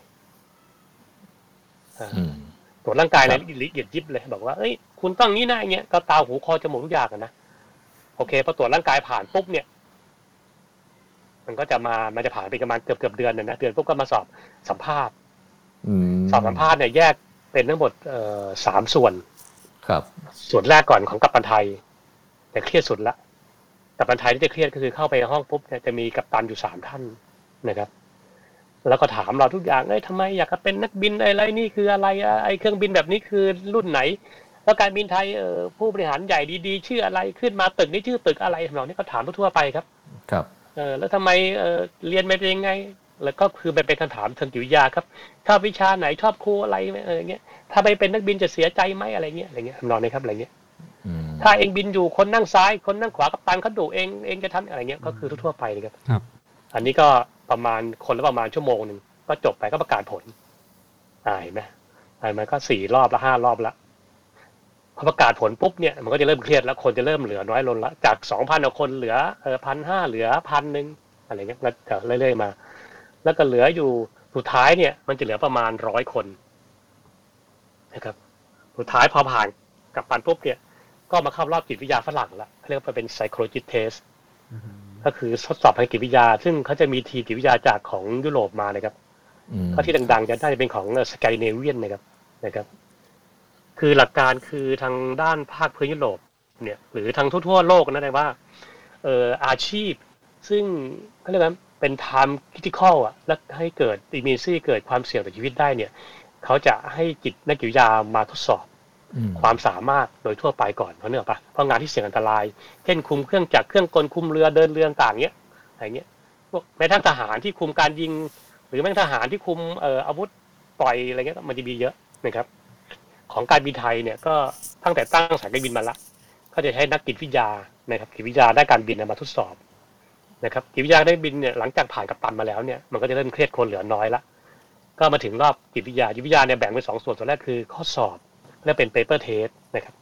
[SPEAKER 3] อ่า
[SPEAKER 4] อืม
[SPEAKER 3] ตรวจร่างกาย
[SPEAKER 4] ครั
[SPEAKER 3] ละ
[SPEAKER 4] บ
[SPEAKER 3] เอียดละเอียดยิบเลย บอกว่าเอ้ยคุณต้องนี้นะอย่างเงี้ยก็ตาหูคอจมูกทุกอย่างอะนะโอเคพอตรวจร่างกายผ่านปุ๊บเนี่ย มันก็จะมามันจะผ่านไปประมาณเกือบเกือบเดือนหนึงนะเดือนปุ๊บก็มาสอบสัมภาษณ์
[SPEAKER 4] อืม
[SPEAKER 3] สอบสัมภาษณ์เนี่ยแยกเป็นทั้งหมดเอ่อสามส่วน
[SPEAKER 4] ครับ
[SPEAKER 3] ส่วนแรกก่อนของกัปตันไทยแต่ยเครียดสุดละกัปตันไทยที่จะเครียดก็คือเข้าไปห้องปุ๊บเนี่ยจะมีกัปตันอยู่สามท่านนะครับ แล้วก็ถามเราทุกอย่างเอ้ยทำไมอยากจะเป็นนักบินอะไรนี่คืออะไรอะไอเครื่องบินแบบนี้คือรุ่นไหน แล้วการบินไทยเออผู้บริหารใหญ่ดีๆ ชื่ออะไรขึ้นมาตึกนี่ชื่อตึกอะไรทำนองนี้ก็ถามทั่วๆไปครับ
[SPEAKER 4] ครับ
[SPEAKER 3] เออแล้วทำไมเออเรียนมาเป็นยังไง แล้วก็คือมันเป็นคำถามทางจิตวิทยาครับชอบวิชาไหนชอบครูอะไรไหมเอออย่างเงี้ยถ้าไปเป็นนักบินจะเสียใจไหมอะไรเงี้ยอะไรเงี้ยทำนองนี้ครับอะไรเงี้ย
[SPEAKER 4] อืม
[SPEAKER 3] ถ้าเองบินอยู่คนนั่งซ้าย คนนั่งขวากับตันเขาดูเองเองจะทำอะไรเงี้ยก็คือทั่วๆไปเลยครับ
[SPEAKER 1] ครับ
[SPEAKER 3] อันนี้ก็ประมาณคนละประมาณชั่วโมงหนึ่งก็จบไปก็ประกาศผลอ่าเห็นไหมอ่ามันก็สี่รอบละห้ารอบละพอประกาศผลปุ๊บเนี่ยมันก็จะเริ่มเครียดแล้วคนจะเริ่มเหลือน้อยลงละจากสองพันคนเหลือเออพันห้าเหลือพันหนึ่งอะไรเงี้ยแล้วก็เรื่อยๆมา แล้วก็เหลืออยู่สุดท้ายเนี่ย มันจะเหลือประมาณร้อยคนนะครับสุดท้ายพอผ่านกลับปันปุ๊บเนี่ย ก็มาเข้ารอบจิตวิทยาฝรั่งละเขาเรียกว่าเป็น psychologist test ก็คือทดสอบทางจิตวิทยา ซึ่งเขาจะมีทีมจิตวิทยาจากของยุโรปมานะครับ
[SPEAKER 4] อืม
[SPEAKER 3] ก็ที่ดังๆ จะได้เป็นของสแกนดิเนเวียนนะครับนะครับ คือหลักการคือทางด้านภาคพื้นยุโรปเนี่ย หรือทางทั่วๆโลกนะนะว่าเอ่ออาชีพ ซึ่งเขาเรียกว่าเป็น time critical อะและให้เกิด emergency เกิดความเสี่ยงต่อชีวิตได้เนี่ย เขาจะให้จิตนักจิตวิทยามาทดสอบ
[SPEAKER 4] อืม
[SPEAKER 3] ความสามารถโดยทั่วไปก่อนเพราะเนื่องปะเพราะงานที่เสี่ยงอันตราย เช่นคุมเครื่องจักรเครื่องกลคุมเรือเดินเรือต่างๆเนี้ยอะไรเงี้ยพวกแม้ทั้งทหารที่คุมการยิง หรือแม้ทั้งทหารที่คุมเอ่ออาวุธปล่อยอะไรเงี้ยมันจะมีเยอะนะครับ ของการบินไทยเนี่ยก็ตั้งแต่ตั้งสายการบินมาละก็จะใช้นักจิตวิทยานะครับจิตวิทยาด้านการบินเนี่ยมาทดสอบนะครับจิตวิทยาด้านบินเนี่ยหลังจากผ่านกัปตันมาแล้วเนี่ยมันก็จะเริ่มเครียดคนเหลือน้อยละก็มาถึงรอบจิตวิทยาจิตวิทยาเนี่ยแบ่งเป็นสองส่วนส่วนแรกคือข้อสอบ และเป็น paper test นะครับ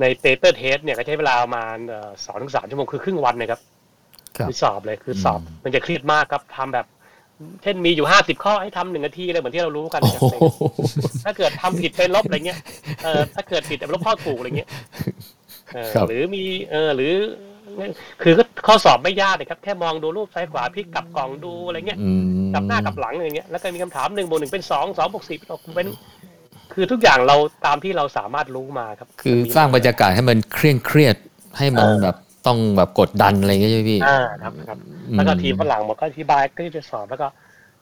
[SPEAKER 3] ใน paper test เนี่ยก็ใช้เวลาประมาณสองถึงสามชั่วโมงคือครึ่งวันนะครับ
[SPEAKER 4] ครับ
[SPEAKER 3] คือสอบเลยคือสอบ
[SPEAKER 4] อืม
[SPEAKER 3] มันจะเครียดมากครับทำแบบ เช่นมีอยู่ห้าสิบข้อให้ทำหนึ่งนาทีเลยเหมือนที่เรารู้กัน
[SPEAKER 4] โอ้
[SPEAKER 3] นะค
[SPEAKER 4] โห
[SPEAKER 3] รับถ้าเกิดทำผิดไปลบอะไรเงี้ยเออถ้าเกิดผิดไปลบข้อถูกอะไรเงี้ยเออหรือมีเออหรือ คือก็ข้อสอบไม่ยากนะครับ แค่มองดูรูปซ้ายขวาพลิกกลับกล่องดูอะไรเงี้ย
[SPEAKER 4] อืม
[SPEAKER 3] กลับหน้ากลับหลังอะไรเงี้ย แล้วก็มีคำถามหนึ่งบวกหนึ่งเป็นสองสองบวกสี่เป็นหกเป็น คือทุกอย่างเราตามที่เราสามารถรู้มาครับ
[SPEAKER 4] คือสร้างบรรยากาศให้มันเคร่งเครียดให้มันแบบต้องแบบกดดันอะไรอย่างเงี้ยใช่ไหมพี่
[SPEAKER 3] อ่าครับครับ
[SPEAKER 4] อื
[SPEAKER 3] แล้วก็ทีมฝรั่งมันก็อธิบายก็จะสอบแล้วก็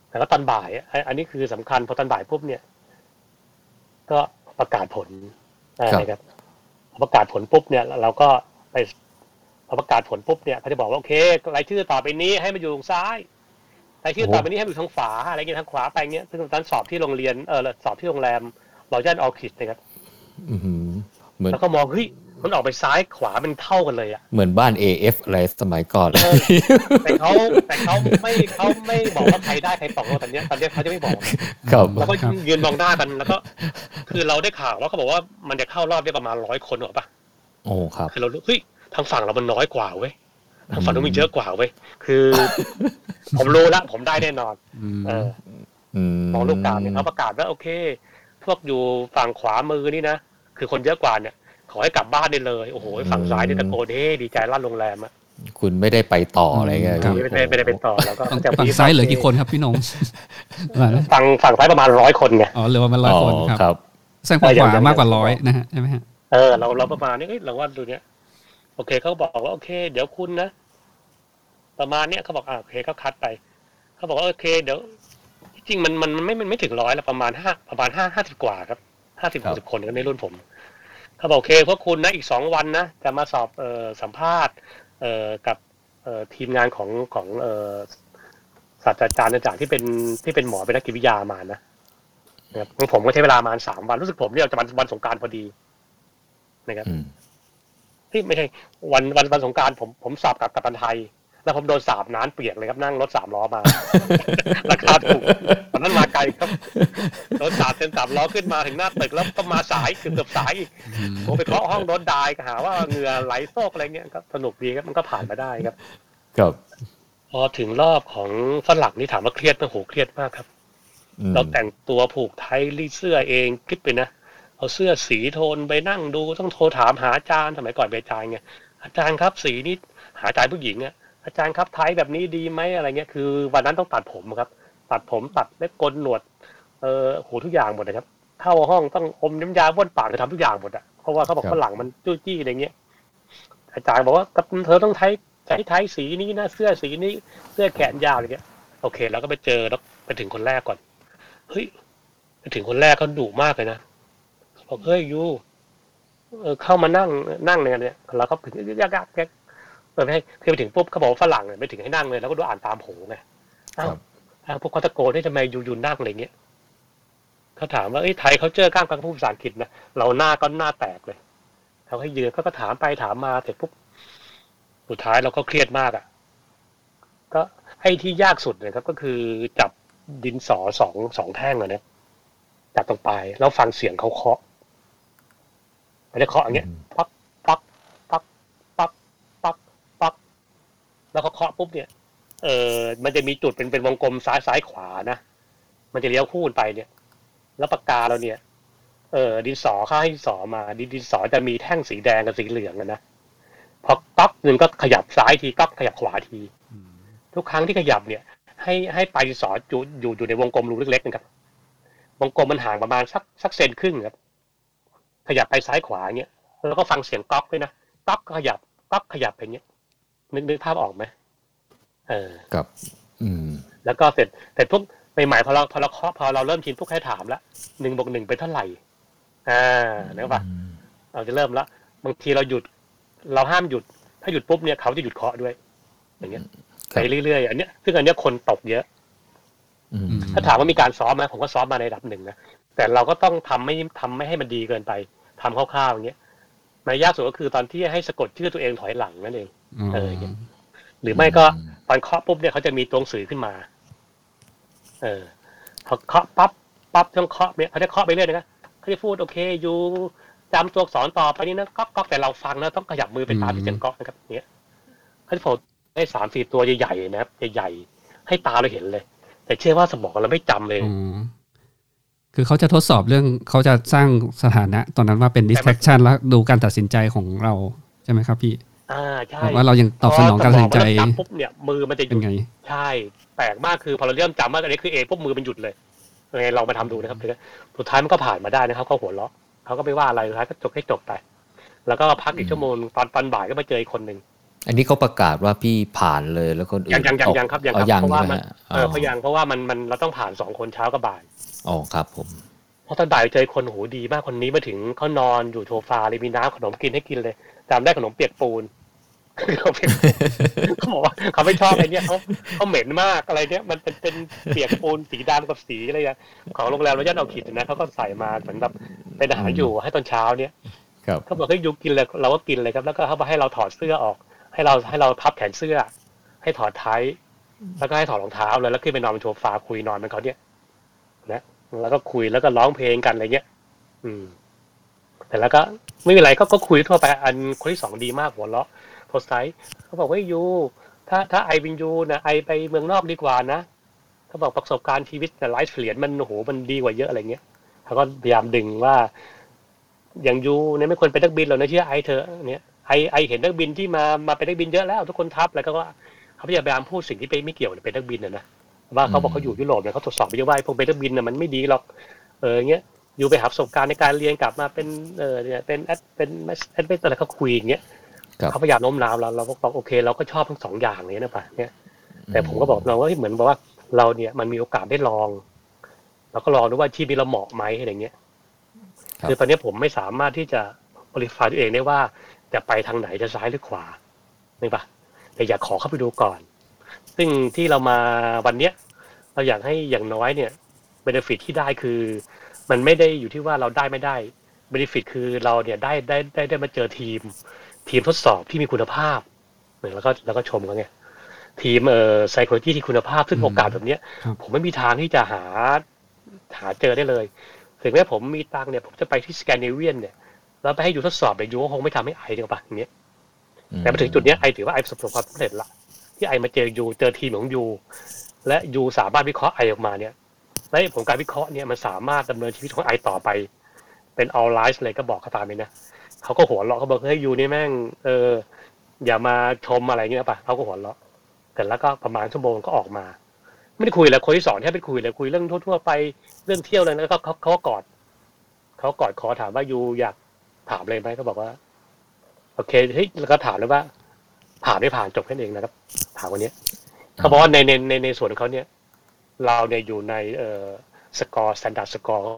[SPEAKER 3] แต่ก็ตอนบ่ายอันอันนี้คือสำคัญพอตอนบ่ายปุ๊บเนี่ย ก็ประกาศผลอ่านะครับพอประกาศผลปุ๊บเนี่ย เราก็ไปพอประกาศผลปุ๊บเนี่ยเขาจะบอกว่าโอเครายชื่อต่อไปนี้ให้มาอยู่ทางซ้ายรายชื่อต่อไปนี้ให้มาอยู่ทางขวาอะไรเงี้ยทางขวาไปเงี้ยซึ่งตอนสอบที่โรงเรียนเออสอบที่โรงแรมรอย่านออคิดนะครับ
[SPEAKER 4] อื้อหือเหมือน
[SPEAKER 3] แล้วก็มองเฮ้ยมันออกไปซ้ายขวามันเท่ากันเลยอะ
[SPEAKER 4] เหมือนบ้าน AF อะไรสมัยก่อนเลย
[SPEAKER 3] เออ แต่เขาแต่เขาไม่เขาไม่บอกว่าใครได้ใครตกตอนเนี้ยตอนเนี้ยเขาจะไม่บอก
[SPEAKER 4] ครับ
[SPEAKER 3] แล้วก็
[SPEAKER 1] ครับ
[SPEAKER 3] ยืนมองหน้ากันแล้วก็ คือเราได้ข่าวว่าเขาบอกว่ามันจะเข้ารอบได้ประมาณร้อยคนหรอปะ
[SPEAKER 4] โอ้ครับ
[SPEAKER 3] คือเรารู้เฮ้ยทางฝั่งเรามันน้อยกว่าเว้ยทางฝั่งนู้นมันเยอะกว่าเว้ยคือ
[SPEAKER 1] (laughs)
[SPEAKER 3] ผมรู้ละผมได้แน่นอน
[SPEAKER 1] อืม
[SPEAKER 3] เออ
[SPEAKER 4] อืม
[SPEAKER 3] มองลูกกาเนี่ยเขาประกาศว่าโอเค พวกอยู่ฝั่งขวามือนี่นะคือคนเยอะกว่าเนี่ย ขอให้กลับบ้านได้เลยโอ้โหฝั่งซ้ายเนี่ยตะโกนเฮ้ดีใจลั่นโรงแรมอ่ะ
[SPEAKER 4] คุณไม่ได้ไปต่ออะไรเงี้ย
[SPEAKER 3] ไม่ได้ไม่ได้ไปต่อแล้วก็
[SPEAKER 1] ฝั่ง
[SPEAKER 3] จะมี
[SPEAKER 1] ฝั่งซ้ายเหลือกี่คนครับพี่ห
[SPEAKER 3] (laughs)
[SPEAKER 1] นงว่านะ
[SPEAKER 3] ฝั่งฝั่งซ้ายประมาณร้อยคนไง
[SPEAKER 1] อ๋อเหลือประมาณร้
[SPEAKER 4] อ๋
[SPEAKER 1] อย
[SPEAKER 4] อ
[SPEAKER 1] คนครับ
[SPEAKER 4] ครับ
[SPEAKER 1] แซงฝั่งข
[SPEAKER 3] เอออย่าง
[SPEAKER 1] วา
[SPEAKER 3] นั้น
[SPEAKER 1] มากกว่าร้อยนะฮะใช่ไหมฮะ
[SPEAKER 3] เออเราเราประมาณนี้เอ้ยเราว่าดูเนี้ย โอเคเขาก็บอกว่าโอเค เดี๋ยวคุณนะ ประมาณเนี้ยเขาบอกอ่าโอเคเขาคัดไปเขาบอกว่าโอเค เดี๋ยวที่จริงมันมันมันไม่มันไม่ถึงร้อยละประมาณห้าประมาณห้าห้าสิบกว่าครับห้าสิบ
[SPEAKER 4] ครั
[SPEAKER 3] หก
[SPEAKER 4] บ
[SPEAKER 3] สิบคนก็ในรุ่นผมเขาบอกโอเคพวกคุณนะอีกสองวันนะจะมาสอบเอ่อสัมภาษณ์ เอ่อกับเอ่อทีมงานของของเอ่อศาสตราจารย์อาจารย์ที่เป็นที่เป็นหมอเป็นนักกิจวิทยามานะนะครับของผมก็ใช้เวลาประมาณสามวันรู้สึกผมเนี่ยจะวันวันสงกรารพอดีนะครับ
[SPEAKER 4] อืม
[SPEAKER 3] ที่ไม่ใช่วันวันวันสงกรารผมผมสอบกลับกับปันไทย แล้วผมโดนสาบน้ำเปียกเลยครับนั่งรถสามล้อมา (laughs) ราคาถูกตอนนั้นมาไกลครับรถสาบเต็มสามล้อขึ้นมาถึงหน้าตึกแล้วก็มาสายเกือบเกือบสายอีกผมไปเคาะห้องรถดายก็หาว่าเหงื่อไหลโซกอะไรเงี้ยก็สนุกดีครับมันก็ผ่านมาได้ครับ
[SPEAKER 4] ครับ
[SPEAKER 3] พอถึงรอบของฝรั่งนี่ถามว่าเครียดไหมโหเครียดมากครับ
[SPEAKER 4] อืม
[SPEAKER 3] เราแต่งตัวผูกไทยรีดเสื้อเองคิดไปนะเอาเสื้อสีโทนไปนั่งดูต้องโทรถามหาอาจารย์สมัยก่อนเป็นอาจารย์ไงอาจารย์ครับสีนี้หาอาจารย์ผู้หญิงอะอาจารย์ครับไทยแบบนี้ดีไหมอะไรเงี้ยคือ วันนั้นต้องตัดผมครับ ตัดผมตัดเล็บกลหนวด เออโหทุกอย่างหมดเลยครับเข้าห้องต้องอมน้ำยาบ้วนปากคือทำทุกอย่างหมดอะเพราะว่าเขาบอกฝรั่งมันจู้จี้อะไรเงี้ยอาจารย์บอกว่าเธอต้องใช้ใช้ไทยสีนี้นะเสื้อสีนี้เสื้อแขนยาวอะไรเงี้ยโอเค แล้วก็ไปเจอแล้วไปถึงคนแรกก่อน เฮ้ยไปถึงคนแรกเขาดุมากเลยนะบอกเฮ้ยยูเออเข้ามานั่งนั่งเลยกันเนี่ยแล้วก็ถึงยักยักยักเปิดไปให้คือไปถึงปุ๊บเขาบอกว่าฝรั่งเนี่ยไปถึงให้นั่งเลยแล้วก็ดูอ่านตามโผงไงอ้าวอ้าวพวกเขาตะโกนให้ทำไมยูยูนั่งอะไรเงี้ยเขาถามว่าเอ้ยไทยเขาเจอก้ามกันพูดภาษาอังกฤษนะเราหน้าก็หน้าแตกเลยเขาให้ยืนเขาก็ถามไปถามมาเสร็จปุ๊บสุดท้ายเราก็เครียดมากอ่ะ ก็ไอ้ที่ยากสุดนะครับ ก็คือจับดินสอสองสองแท่งอะนะจับตรงปลายแล้วฟังเสียงเขาเคาะไม่ได้เคาะอย่างเงี้ยปักปักปักปักปักปักแล้วเขาเคาะปุ๊บเนี่ย เออมันจะมีจุดเป็นเป็นวงกลมซ้ายซ้ายขวานะมันจะเลี้ยวคู่กันไปเนี่ย แล้วปากกาเราเนี่ย เออดินสอเข้าให้ดินสอมา ดินดินสอจะมีแท่งสีแดงกับสีเหลืองอะนะพอก๊อกหนึ่งก็ขยับซ้ายทีก๊อกขยับขวาที ทุกครั้งที่ขยับเนี่ย ให้ให้ปลายดินสออยู่อยู่อยู่ในวงกลมรูเล็กๆนะครับ วงกลมมันห่างประมาณสักสักเซนครึ่งครับ ขยับไปซ้ายขวาเนี่ยแล้วก็ฟังเสียงก๊อกด้วยนะก๊อกขยับก๊อกขยับไปเงี้ยนึกนึกภาพออกไหมเออ
[SPEAKER 4] ครับอืม
[SPEAKER 3] แล้วก็เสร็จเสร็จปุ๊บใหม่ๆพอเราพอเราเคาะพอเราเริ่มชินพวกให้ถามละหนึ่งบวกหนึ่งเป็นเท่าไหร่ อ่าเนกอะปะเราจะเริ่มละบางทีเราหยุด เราห้ามหยุด ถ้าหยุดปุ๊บเนี่ยเขาจะหยุดเคาะด้วย อย่างเงี้ยไปเรื่อยๆอันเนี้ยซึ่งอันเนี้ยคนตกเยอะ
[SPEAKER 4] อืม
[SPEAKER 3] ถ้าถามว่ามีการซ้อมไหมผมก็ซ้อมมาในระดับหนึ่งนะแต่เราก็ต้องทำไม่ทำไม่ให้มันดีเกินไปทำคร่าวๆอย่างเงี้ยมายากสุดก็คือตอนที่ให้สะกดชื่อตัวเองถอยหลังนั่นเอง เออ หรือไม่ก็ตอนเคาะปุ๊บเนี่ยเขาจะมีตัวหนังสือขึ้นมา เออพอเคาะปั๊บปั๊บต้องเคาะเนี่ยเขาจะเคาะไปเรื่อยนะเขาจะพูดโอเคอยู่จำตัวอักษรต่อไปนี้นะก๊อกก๊อกแต่เราฟังนะต้องขยับมือไปตามที่เสียงก๊อกนะครับเนี่ยเขาจะโผล่ได้สามสี่ตัวใหญ่ๆนะครับใหญ่ๆให้ตาเราเห็นเลย แต่เชื่อว่าสมองเราไม่จำเลย
[SPEAKER 1] อ๋อคือเขาจะทดสอบเรื่องเขาจะสร้างสถานะ ตอนนั้นว่าเป็น distraction แล้วดูการตัดสินใจของเราใช่ไหมครับพี่
[SPEAKER 3] อ่าใช่
[SPEAKER 1] ว่าเรายังตอบสนองการตัดสินใจ
[SPEAKER 3] พอเราจับปุ๊บเนี่ยมือมันจะห
[SPEAKER 1] เป็
[SPEAKER 3] ยุ
[SPEAKER 1] น
[SPEAKER 3] ด
[SPEAKER 1] ไง
[SPEAKER 3] ใช่แปลกมากคือพอเราเริ่มจำว่าอันนี้คือเอปุ๊บมือมันหยุดเลยยังไงลองมาทำดูนะครับสุดท้ายมันก็ผ่านมาได้นะครับเขาหัวเราะเขาก็ไม่ว่าอะไรสุดท้ายก็จบให้จบไป แล้วก็พักอีกชั่วโมงตอนตอนบ่ายก็มาเจออีกคนหนึ่ง
[SPEAKER 4] อันนี้เขาประกาศว่าพี่ผ่านเลยแล้วคนอื่น
[SPEAKER 3] ยังยังยังยังครับยังครับ
[SPEAKER 4] เอายัง
[SPEAKER 3] เพราะว่า
[SPEAKER 4] ใช่ไห
[SPEAKER 3] มั
[SPEAKER 4] ม
[SPEAKER 3] น
[SPEAKER 4] ฮะ
[SPEAKER 3] เออเพราะยังเพราะว่ามันมันเราต้องผ่านสองคนเช้ากับบ่าย
[SPEAKER 4] อ๋อครับผม
[SPEAKER 3] พอตอนบ่ายเจอคนโหดีมากคนนี้มาถึงเขานอนอยู่โซฟาเลยมีน้ำขนมกินให้กินเลยจำได้ขนมเปียกปูน (laughs) เขาเปียกปูนเขาบอกว่าเขาไม่ชอบไอ้เนี่ยเขาเขาเหม็นมากอะไรเนี่ยมันเป็นเป็นเปียกปูนสีดำกับสีอะไรอย่างของโรงแรมรถยันเอาขิดนะเขาก็ใส่มาเหมือนแบบเป็นอาหารอยู่ให้ตอนเช้าเนี่ย
[SPEAKER 4] ครับ
[SPEAKER 3] เขาบอกให้ยูกินเลยเราก็กินเลยครับ แล้วก็เขาบอกให้เราถอดเสื้อออก ให้เราให้เราพับแขนเสื้อ ให้ถอดไทยแล้วก็ให้ถอดรองเท้าเลยแล้วขึ้นไปนอนบนโซฟาคุยนอนเป็นเขาเนี่ย นะแล้วก็คุยแล้วก็ร้องเพลงกันอะไรเงี้ย อืม แต่แล้วก็ไม่เป็นไรก็ก็คุยทั่วไปอันคนที่สองดีมากหัวเราะโพสไซเขาบอกว่ายูถ้าถ้าไอวินยูนะไอไปเมืองนอกดีกว่านะเขาบอกประสบการณ์ชีวิตแต่ไลฟ์เปลี่ยนมันโอ้โหมันดีกว่าเยอะอะไรเงี้ยเขาก็พยายามดึงว่า อย่างยูเนี่ยไม่ควรเป็นนักบินหรอกนะเชื่อไอเธอะเนี่ยไอไอเห็นนักบินที่มามาเป็นนักบินเยอะแล้วทุกคนทับแล้วก็ว่าเขาพยายามพูดสิ่งที่ไปไม่เกี่ยวกับเป็นนักบินนะนะว่าเขาบอกเขาอยู่ยุโรปเนี่ยเขาตรวจสอบไปเยอะว่าไอ้พวกเป็นนักบินน่ะมันไม่ดีหรอก เออเงี้ยอยู่ไปหาประสบการณ์ในการเรียนกลับมาเป็นเออเนี่ยเป็นแอดเป็นแอดเวนเจอร์อะไรเขาคุยอย่างเงี้ย
[SPEAKER 4] ครับ
[SPEAKER 3] เขาพยายามโน้มน้าวเราเราก็บอกโอเค เราก็ชอบทั้งสองอย่างเลยนะป่ะเนี่ย แต่ผมก็บอกน้องว่าเฮ้ยเหมือนแบบว่าเราเนี่ยมันมีโอกาสได้ลอง เราก็ลองดูว่าอาชีพนี้เราเหมาะไหมอะไรเงี้ย
[SPEAKER 4] ครับ
[SPEAKER 3] คือตอนเนี้ยผมไม่สามารถที่จะบริฟายตัวเองได้ว่าจะไปทางไหนจะซ้ายหรือขวานึกปะแต่อยากขอเข้าไปดูก่อน ซึ่งที่เรามาวันเนี้ย เราอยากให้อย่างน้อยเนี่ยเบนฟิตที่ได้คือ มันไม่ได้อยู่ที่ว่าเราได้ไม่ได้เบนฟิตคือเราเนี่ยได้ได้ได้ได้มาเจอทีม ทีมทดสอบที่มีคุณภาพเหมือนแล้วก็แล้วก็ชมเขาไงทีมเอ่อไซโคโลจีที่คุณภาพซึ่ง
[SPEAKER 1] อืม
[SPEAKER 3] โอกาสแบบเนี้ย
[SPEAKER 1] ครับ
[SPEAKER 3] ผมไม่มีทางที่จะหาหาเจอได้เลยถึงแม้ผมมีตังค์เนี่ยผมจะไปที่สแกนดิเนเวียนเนี่ยแล้วไปให้อยู่ทดสอบเนี่ยยูก็คงไม่ทำให้ไอเดียวปะอย่างเงี้ย แต่มาถึงจุดเนี้ยไอถือว่าไอประสบความสำเร็จละที่ไอมาเจอยูเจอทีมของยูและยูสามารถวิเคราะห์ไอออกมาเนี่ยและผลการวิเคราะห์เนี่ยมันสามารถดำเนินชีวิตของไอต่อไป เป็นออ l ไลฟ์เลยก็บอกเขาตามเลยนะเขาก็หัวเราะเขาบอกเฮ้ยยูนี่แม่งเอออย่ามาชมอะไรเงี้ยป่ะเขาก็หัวเราะแต่แล้วก็ประมาณชั่วโมงก็ออกมา ไม่ได้คุยแล้วคนที่สอนแทบไม่คุยเลยคุยเรื่องทั่วๆไปเรื่องเที่ยวเลยแล้วก็เขาเขาก็กอดเขากอดคอถามว่ายูอยากถามเลยไหมก็บอกว่า โอเคเฮ้ยแล้วก็ถามเลยว่า ผ่านไม่ผ่านจบแค่นั้นเองนะครับ ถามวันเนี้ยเขาบอกว่าในในในในส่วนของเขาเนี่ย เราเนี่ยอยู่ในเอ่อสกอร์สแตนดาร์ดสกอร์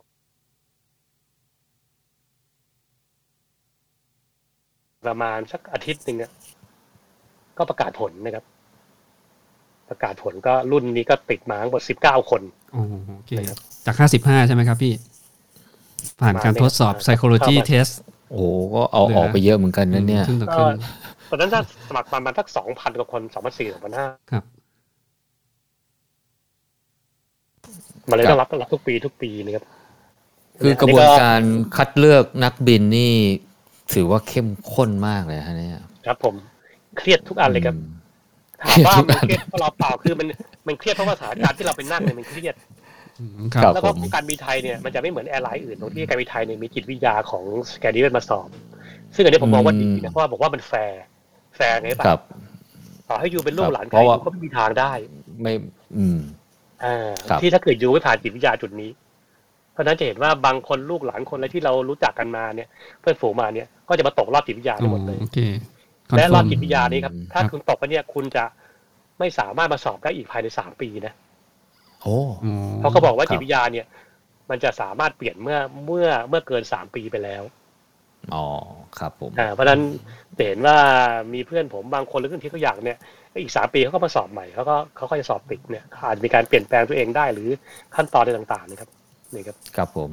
[SPEAKER 3] ประมาณสักอาทิตย์หนึ่งเนี่ยก็ประกาศผลนะครับ ประกาศผลก็รุ่นนี้ก็ติดมาทั้งหมดสิบเก้าคน
[SPEAKER 1] โอ้โอเคจาก 55 ใช่ไหมครับพี่ ผ่านการทดสอบ psychology
[SPEAKER 3] ครับ
[SPEAKER 1] test
[SPEAKER 4] โอ้โหก็เอาออกไปเยอะเหมือนกันนะเนี่ย
[SPEAKER 1] ครึ่งต่อครึ่ง
[SPEAKER 3] ตอนนั้นถ้าสมัครประมาณสักสองพันกว่าคนสองพันสี่สองพันห้า
[SPEAKER 1] ครับ
[SPEAKER 3] มันเลย
[SPEAKER 4] ครับ
[SPEAKER 3] ต้องรับต้องรับทุกปีทุกปีนะครับ
[SPEAKER 4] คือกระบวนการคัดเลือกนักบินนี่ ถือว่าเข้มข้นมากเลยฮะเนี่ย
[SPEAKER 3] ครับผมเครียดทุกอันเลยครับ
[SPEAKER 4] อืม
[SPEAKER 3] ถามว่ามัน
[SPEAKER 4] เครี
[SPEAKER 3] เครี
[SPEAKER 4] ย
[SPEAKER 3] ย
[SPEAKER 4] ด
[SPEAKER 3] ด
[SPEAKER 4] ทุก
[SPEAKER 3] เพ
[SPEAKER 4] อัน
[SPEAKER 3] ราะเราเปล่าคือมันมันเครียดเพราะว่าสถานการณ์ที่เราเป็นนั่งเนี่ยมันเครียด
[SPEAKER 1] อืมครับ
[SPEAKER 4] ครับ
[SPEAKER 3] แล้วก็
[SPEAKER 4] ผม
[SPEAKER 3] การบินไทยเนี่ยมันจะไม่เหมือนแอร์ไลน์อื่นตรงที่การบินไทยเนี่ยมีจิตวิทยาของสแกนดิเนเวียนมาสอบ ซึ่งอันนี้ผมมองว่าดีนะเพราะว่าบอกว่ามันแฟร์แฟร์ไงป่ะ
[SPEAKER 4] ครับ
[SPEAKER 3] ต่อให้อยู่เป็นลูกหลาน
[SPEAKER 4] ครับเพ
[SPEAKER 3] ใคร
[SPEAKER 4] ราะว่า
[SPEAKER 3] ก็ไม่มีทางได้
[SPEAKER 4] ไม่อืม
[SPEAKER 3] อ่า
[SPEAKER 4] ครับ
[SPEAKER 3] ที่ถ้าเกิดยูไม่ผ่านจิตวิทยาจุดนี้ เพราะฉะนั้นจะเห็นว่าบางคนลูกหลานคนอะไรที่เรารู้จักกันมาเนี่ย เพื่อนฝูงมาเนี่ย ก็จะมาตกรอบจิตวิทยาทั้งหมดเลย
[SPEAKER 1] โอเค
[SPEAKER 3] และรอบ
[SPEAKER 1] confirm
[SPEAKER 3] จิตวิทยานี้ครับ
[SPEAKER 4] อืม
[SPEAKER 3] ถ้า
[SPEAKER 1] ครับ
[SPEAKER 3] คุณตกไปเนี่ยคุณจะไม่สามารถมาสอบได้อีกภายในสามปีนะ
[SPEAKER 4] โอ้
[SPEAKER 1] อ๋อ
[SPEAKER 3] เพราะเขาบอกว่า
[SPEAKER 4] ครับ
[SPEAKER 3] จิตวิทยาเนี่ย มันจะสามารถเปลี่ยนเมื่อเมื่อเมื่อเกินสามปีไปแล้ว
[SPEAKER 4] อ๋อครับผม
[SPEAKER 3] อ่าเพราะฉะนั้นจะเห็นว่ามีเพื่อนผมบางคนหรือเพื่อนที่เขาอยากเนี่ยอีกสามปีเขาก็มาสอบใหม่เขาก็เขาก็จะสอบติดเนี่ยอาจจะมีการเปลี่ยนแปลงตัวเองได้หรือขั้นตอนอะไรต่างๆนะครับนี่ครับ
[SPEAKER 4] ครับผม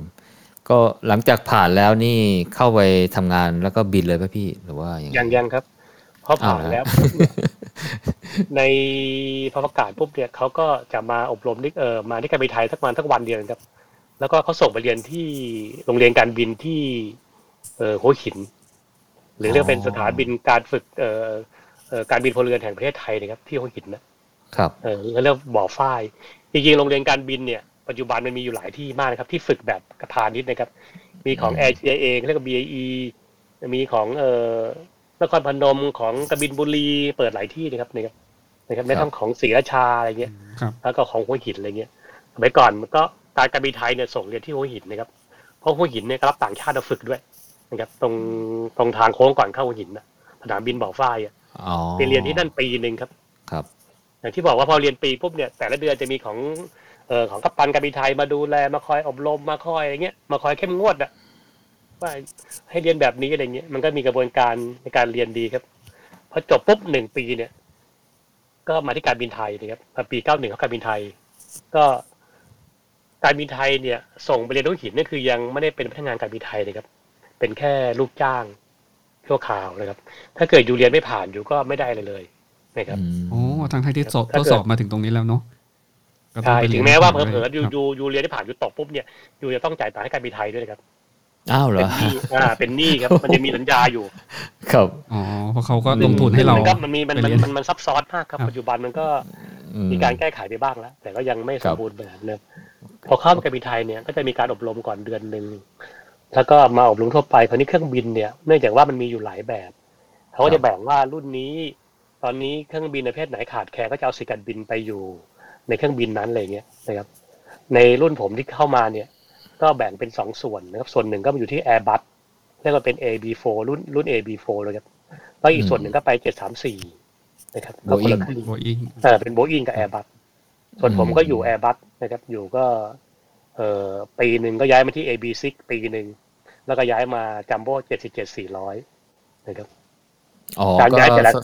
[SPEAKER 4] ก็หลังจากผ่านแล้วนี่เข้าไปทำงานแล้วก็บินเลยป่ะพี่หรือว่ายังไง
[SPEAKER 3] ยังยังครับเพราะผ่าน
[SPEAKER 4] อ่า (laughs)
[SPEAKER 3] แล้วปุ๊บเนี่ยในพอประกาศปุ๊บเนี่ยเขาก็จะมาอบรมนี่เออมาที่การบินไทยสักวันสักวันเดียวครับ แล้วก็เขาส่งไปเรียนที่โรงเรียนการบินที่ เออหัวหิน หรือเรียกเป็นสถานบินการฝึกเออเอ่อการบินพลเรือนแห่งประเทศไทยนะครับ ที่หัวหินนะครับ เออเขาเรียกบ่อฝ้ายจริงๆโรงเรียนการบินเนี่ยปัจจุบันมันมีอยู่หลายที่มากนะครับ ที่ฝึกแบบกระพานิดนะครับ มีของ
[SPEAKER 4] อืม
[SPEAKER 3] Air CIA เรียกว่า BAE มีของเอ่อนครพนมของกบินบุรีเปิดหลายที่นะครับนะครับนะครับแม้ทั้งของศรีราชาอะไรเงี้ย
[SPEAKER 1] ครับ
[SPEAKER 3] แล้วก็ของหัวหินอะไรเงี้ยสมัยก่อนมันก็การการบินไทยเนี่ยส่งเรียนที่หัวหินนะครับเพราะหัวหินเนี่ยก็รับต่างชาติมาฝึกด้วยนะครับตรงตรงทางโค้งก่อนเข้าหัวหินนะสนามบินบ่อฟ้ายอะ
[SPEAKER 4] อ๋อ
[SPEAKER 3] ไปเรียนที่นั่นปีหนึ่งครับ
[SPEAKER 4] ครับ
[SPEAKER 3] อย่างที่บอกว่าพอเรียนปีปุ๊บเนี่ยแต่ละเดือนจะมีของเอ่อของกัปตันกัปบินไทยมาดูแลมาคอยอบรมมาคอยอะไรเงี้ยมาคอยเข้มงวดอะว่าให้เรียนแบบนี้อะไรเงี้ยมันก็มีกระบวนการในการเรียนดีครับพอจบปุ๊บหนึ่งปีเนี่ย ก็มาที่การบินไทยนะครับพอปีเก้าหนึ่งเขาการบินไทย ก็การบินไทยเนี่ย ส่งไปเรียนหัวหินนี่คือยังไม่ได้เป็นพนักงานการบินไทยเลยครับ เป็นแค่ลูกจ้างชั่วคราวนะครับ ถ้าเกิดอยู่เรียนไม่ผ่านอยู่ก็ไม่ได้อะไรเลยนะครับ
[SPEAKER 4] อืม
[SPEAKER 1] โอ้ทางไทยที่สอบ
[SPEAKER 3] ถ้า
[SPEAKER 1] ท
[SPEAKER 3] เกิ
[SPEAKER 1] ด
[SPEAKER 3] ด
[SPEAKER 1] สอบมาถึงตรงนี้แล้วเนาะก็ต้อ
[SPEAKER 3] ใช่
[SPEAKER 1] ไปรี
[SPEAKER 3] ถึ
[SPEAKER 1] ยน
[SPEAKER 3] งแม้ว่า
[SPEAKER 1] ต่
[SPEAKER 3] เผลอ
[SPEAKER 1] ด้วย
[SPEAKER 3] ๆยู
[SPEAKER 1] ครับ
[SPEAKER 3] ยูยูเรียนที่ผ่านยูตกปุ๊บเนี่ยยูจะต้องจ่ายตังค์ให้การบินไทยด้วยนะครับ
[SPEAKER 4] อ้าวเหร
[SPEAKER 3] เป็
[SPEAKER 4] อ
[SPEAKER 3] นห
[SPEAKER 1] (laughs)
[SPEAKER 3] นี้อ่าเป็นหนี้ครับ มันจะมีสัญญาอยู่
[SPEAKER 4] ครับ
[SPEAKER 1] อ๋อเพราะเขาก็ลงทุนให้เรา
[SPEAKER 3] มันก็มันมีมัน
[SPEAKER 1] ไป
[SPEAKER 3] มัน
[SPEAKER 1] เรียน
[SPEAKER 3] มันมันซับซ้อนมากครับ
[SPEAKER 1] ครับ
[SPEAKER 3] ปัจจุบันมันก็
[SPEAKER 4] อื
[SPEAKER 3] มีการแก้ไขไปบ้างแล้ว แต่ก็ยังไม่
[SPEAKER 4] ค
[SPEAKER 3] ส
[SPEAKER 4] รั
[SPEAKER 3] ม
[SPEAKER 4] บ
[SPEAKER 3] บูรณ์แบบนะพอเข้ามาการบินไทยเนี่ยก็จะมีการอบรมก่อนเดือนหนึ่งแล้วก็มาอบรมทั่วไปคราวนี้เครื่องบินเนี่ยเนื่องจากว่ามันมีอยู่หลายแบบเขาก็จะแบ่งว่ารุ่นนี้ ตอนนี้เครื่องบินประเภทไหนขาดแคลนก็จะเอาสิทธิ์การบินไปอยู่ ในเครื่องบินนั้นอะไรเงี้ยนะครับ ในรุ่นผมที่เข้ามาเนี่ย ก็แบ่งเป็นสองส่วนนะครับ ส่วนหนึ่งก็มาอยู่ที่ Airbus เรียกว่าเป็น AB4 รุ่นรุ่น AB4 เลยครับ แล้วอีกส่วนหนึ่งก็ไปเจ็ดสามสี่นะครับก็คนละครึ่ง
[SPEAKER 1] โบอิง
[SPEAKER 3] เออเป็นโบอิงกับแอร์บัสส่วนผมก็อยู่แอร์บัสนะครับ อยู่ก็ เออปีหนึ่งก็ย้ายมาที่ AB6 ปีหนึ่งแล้วก็ย้ายมาจัมโบ้เจ็ดสิบเจ็ดสี่ร้อยนะครับ
[SPEAKER 4] อ๋อ
[SPEAKER 3] การ
[SPEAKER 4] ก็
[SPEAKER 3] ย้ายแต่ละ
[SPEAKER 4] ส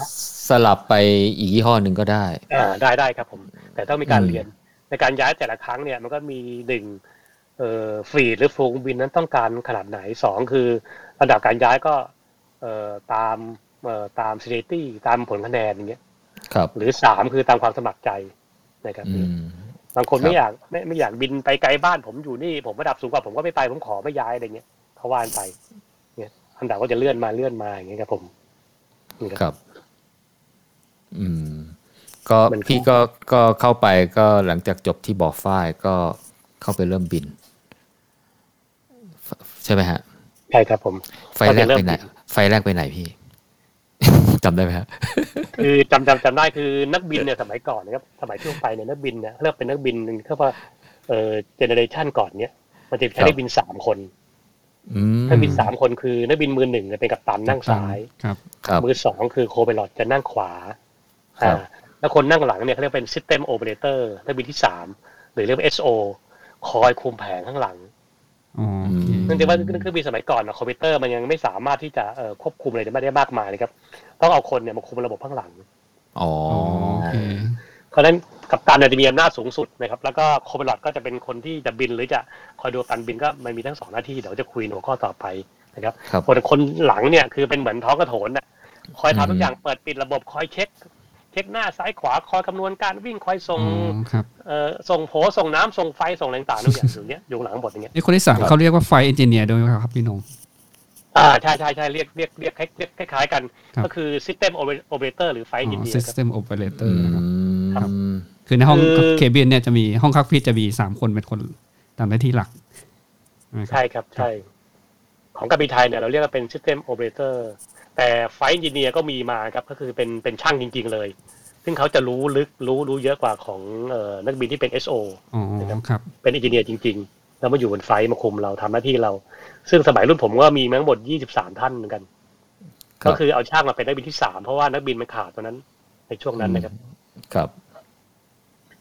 [SPEAKER 4] สลับไปอีกยี่ห้อหนึ่งก็ได้
[SPEAKER 3] อ่าได้ได้ครับผม แต่ต้องมีการ
[SPEAKER 4] อืม
[SPEAKER 3] เรียน ในการย้ายแต่ละครั้งเนี่ย มันก็มีหนึ่งเอ่อฟีดหรือฝูงบินนั้นต้องการขนาดไหนสองคือ ระดับการย้ายก็เอ่อตามเอ่อตามสถิติตามผลคะแนนอย่างเงี้ย
[SPEAKER 4] ครับ
[SPEAKER 3] หรือสามคือตามความสมัครใจนะครับ
[SPEAKER 4] อืม
[SPEAKER 3] บางคน
[SPEAKER 4] ครับ
[SPEAKER 3] ไม่อยากไม่ไม่อยากบินไปไกลบ้านผมอยู่นี่ ผมระดับสูงกว่าผมก็ไม่ไปผมขอไม่ย้ายอะไรเงี้ยเขาว่านไปเนี่ยอันดับก็จะเลื่อนมาเลื่อนมาอย่างเงี้ยครับผมนี่ครับ
[SPEAKER 4] ครับ อืม ก็
[SPEAKER 3] มันก็
[SPEAKER 4] พี่ก็ก็เข้าไปก็หลังจากจบที่บ่อฝ้ายก็เข้าไปเริ่มบิน ใช่ไหมฮะ
[SPEAKER 3] ใช่ครับผม
[SPEAKER 4] ไฟแรกไปไหน
[SPEAKER 3] ก็จะเริ่มบิน
[SPEAKER 4] ไฟแรกไปไหน
[SPEAKER 3] (laughs)
[SPEAKER 4] พี่ จำได้ไหมฮะ
[SPEAKER 3] คือจำจำจำได้คือนักบินเนี่ยสมัยก่อนนะครับสมัยช่วงไปเนี่ยนักบินเนี่ยเรียกเป็นนักบินหนึ่งเขาว่าเออเจเนอเรชันก่อนเนี่ยมันจะใช้
[SPEAKER 4] ครับ
[SPEAKER 3] นักบินสามคน
[SPEAKER 4] อืม
[SPEAKER 3] นักบินสามคนคือนักบินมือหนึ่งเนี่ยเป็นกัปตันนั่งซ้าย
[SPEAKER 1] ครับ
[SPEAKER 4] ครับ
[SPEAKER 3] มือสองคือโคไพลอตจะนั่งขวา
[SPEAKER 4] ครับ
[SPEAKER 3] อ่าแล้วคนนั่งหลังเนี่ยเขาเรียกเป็น System Operator นักบินที่สามหรือเรียกว่า SO คอยคุมแผงข้างหลัง
[SPEAKER 1] อ๋อโอเค
[SPEAKER 4] อืม
[SPEAKER 3] เนื่องจากว่าเครื่องบินสมัยก่อนนะคอมพิวเตอร์มันยังไม่สามารถที่จะเอ่อควบคุมอะไรได้มากมายนะครับต้องเอาคนเนี่ยมาคุมระบบข้างหลัง
[SPEAKER 4] อ๋อ
[SPEAKER 1] อ๋อโอเค
[SPEAKER 3] เพราะฉะนั้นกัปตันเนี่ยจะมีอำนาจสูงสุดนะครับ แล้วก็โคพลอตก็จะเป็นคนที่จะบินหรือจะคอยดูการบินก็มันมีทั้งสองหน้าที่เดี๋ยวจะคุยในหัวข้อต่อไปนะครับ
[SPEAKER 4] ครับ
[SPEAKER 3] คนคนหลังเนี่ยคือเป็นเหมือนท้องกระโถนน่ะคอย
[SPEAKER 4] อืม
[SPEAKER 3] ทำทุกอย่างเปิดปิดระบบคอยเช็ค เช็คหน้าซ้ายขวาคอยคำนวณการวิ่งคอย
[SPEAKER 1] อ๋
[SPEAKER 3] ส่ง
[SPEAKER 1] อครับ
[SPEAKER 3] เอ่อส่งโผส่งน้ำส่งไฟส่งอะไรต่างๆทุกอย่างอยู่เนี้ยอยู่หลังบทอย่างเงี้ย
[SPEAKER 1] นี่คนที่สามเขาเรียกว่าไฟเอนจิเนียร์ด้วยไหมครับพี่หนง
[SPEAKER 3] อ่าใช่ใช่ใช่เรียกเรียกเรียกคล้ายเรียกคล้ายๆกัน
[SPEAKER 1] ครับ
[SPEAKER 3] ก็คือ System Operator หรือ Flight
[SPEAKER 1] อ๋อ
[SPEAKER 3] Engineer ครับ
[SPEAKER 1] system operator นะครับ
[SPEAKER 3] ครับ
[SPEAKER 4] อืม
[SPEAKER 1] คือในห้อง
[SPEAKER 3] คือ
[SPEAKER 1] เคบินเนี่ยจะมีห้องคักพิทจะมีสามคนเป็นคนตามหน้าที่หลักนะครับ
[SPEAKER 3] ใช่ครับ ใช่ ของการบินไทยเนี่ยเราเรียกว่าเป็น System Operator แต่ Flight Engineer ก็มีมาครับ ก็คือเป็นเป็นช่างจริง ๆ เลย ซึ่งเขาจะรู้ลึกรู้รู้เยอะกว่าของเอ่อนักบินที่เป็น SO
[SPEAKER 1] อ๋อครับ
[SPEAKER 3] เป็น Engineer จริง ๆ แล้วมาอยู่บนไฟล์มาคุมเราทำหน้าที่เรา ซึ่งสมัยรุ่นผมก็มีมาทั้งหมด 23 ท่านเหมือนกัน
[SPEAKER 4] ครับ
[SPEAKER 3] ก็คือเอาช่างมาเป็นนักบินที่ 3 เพราะว่านักบินมันขาดตอนนั้นในช่วงนั้นนะครับ
[SPEAKER 4] ครับ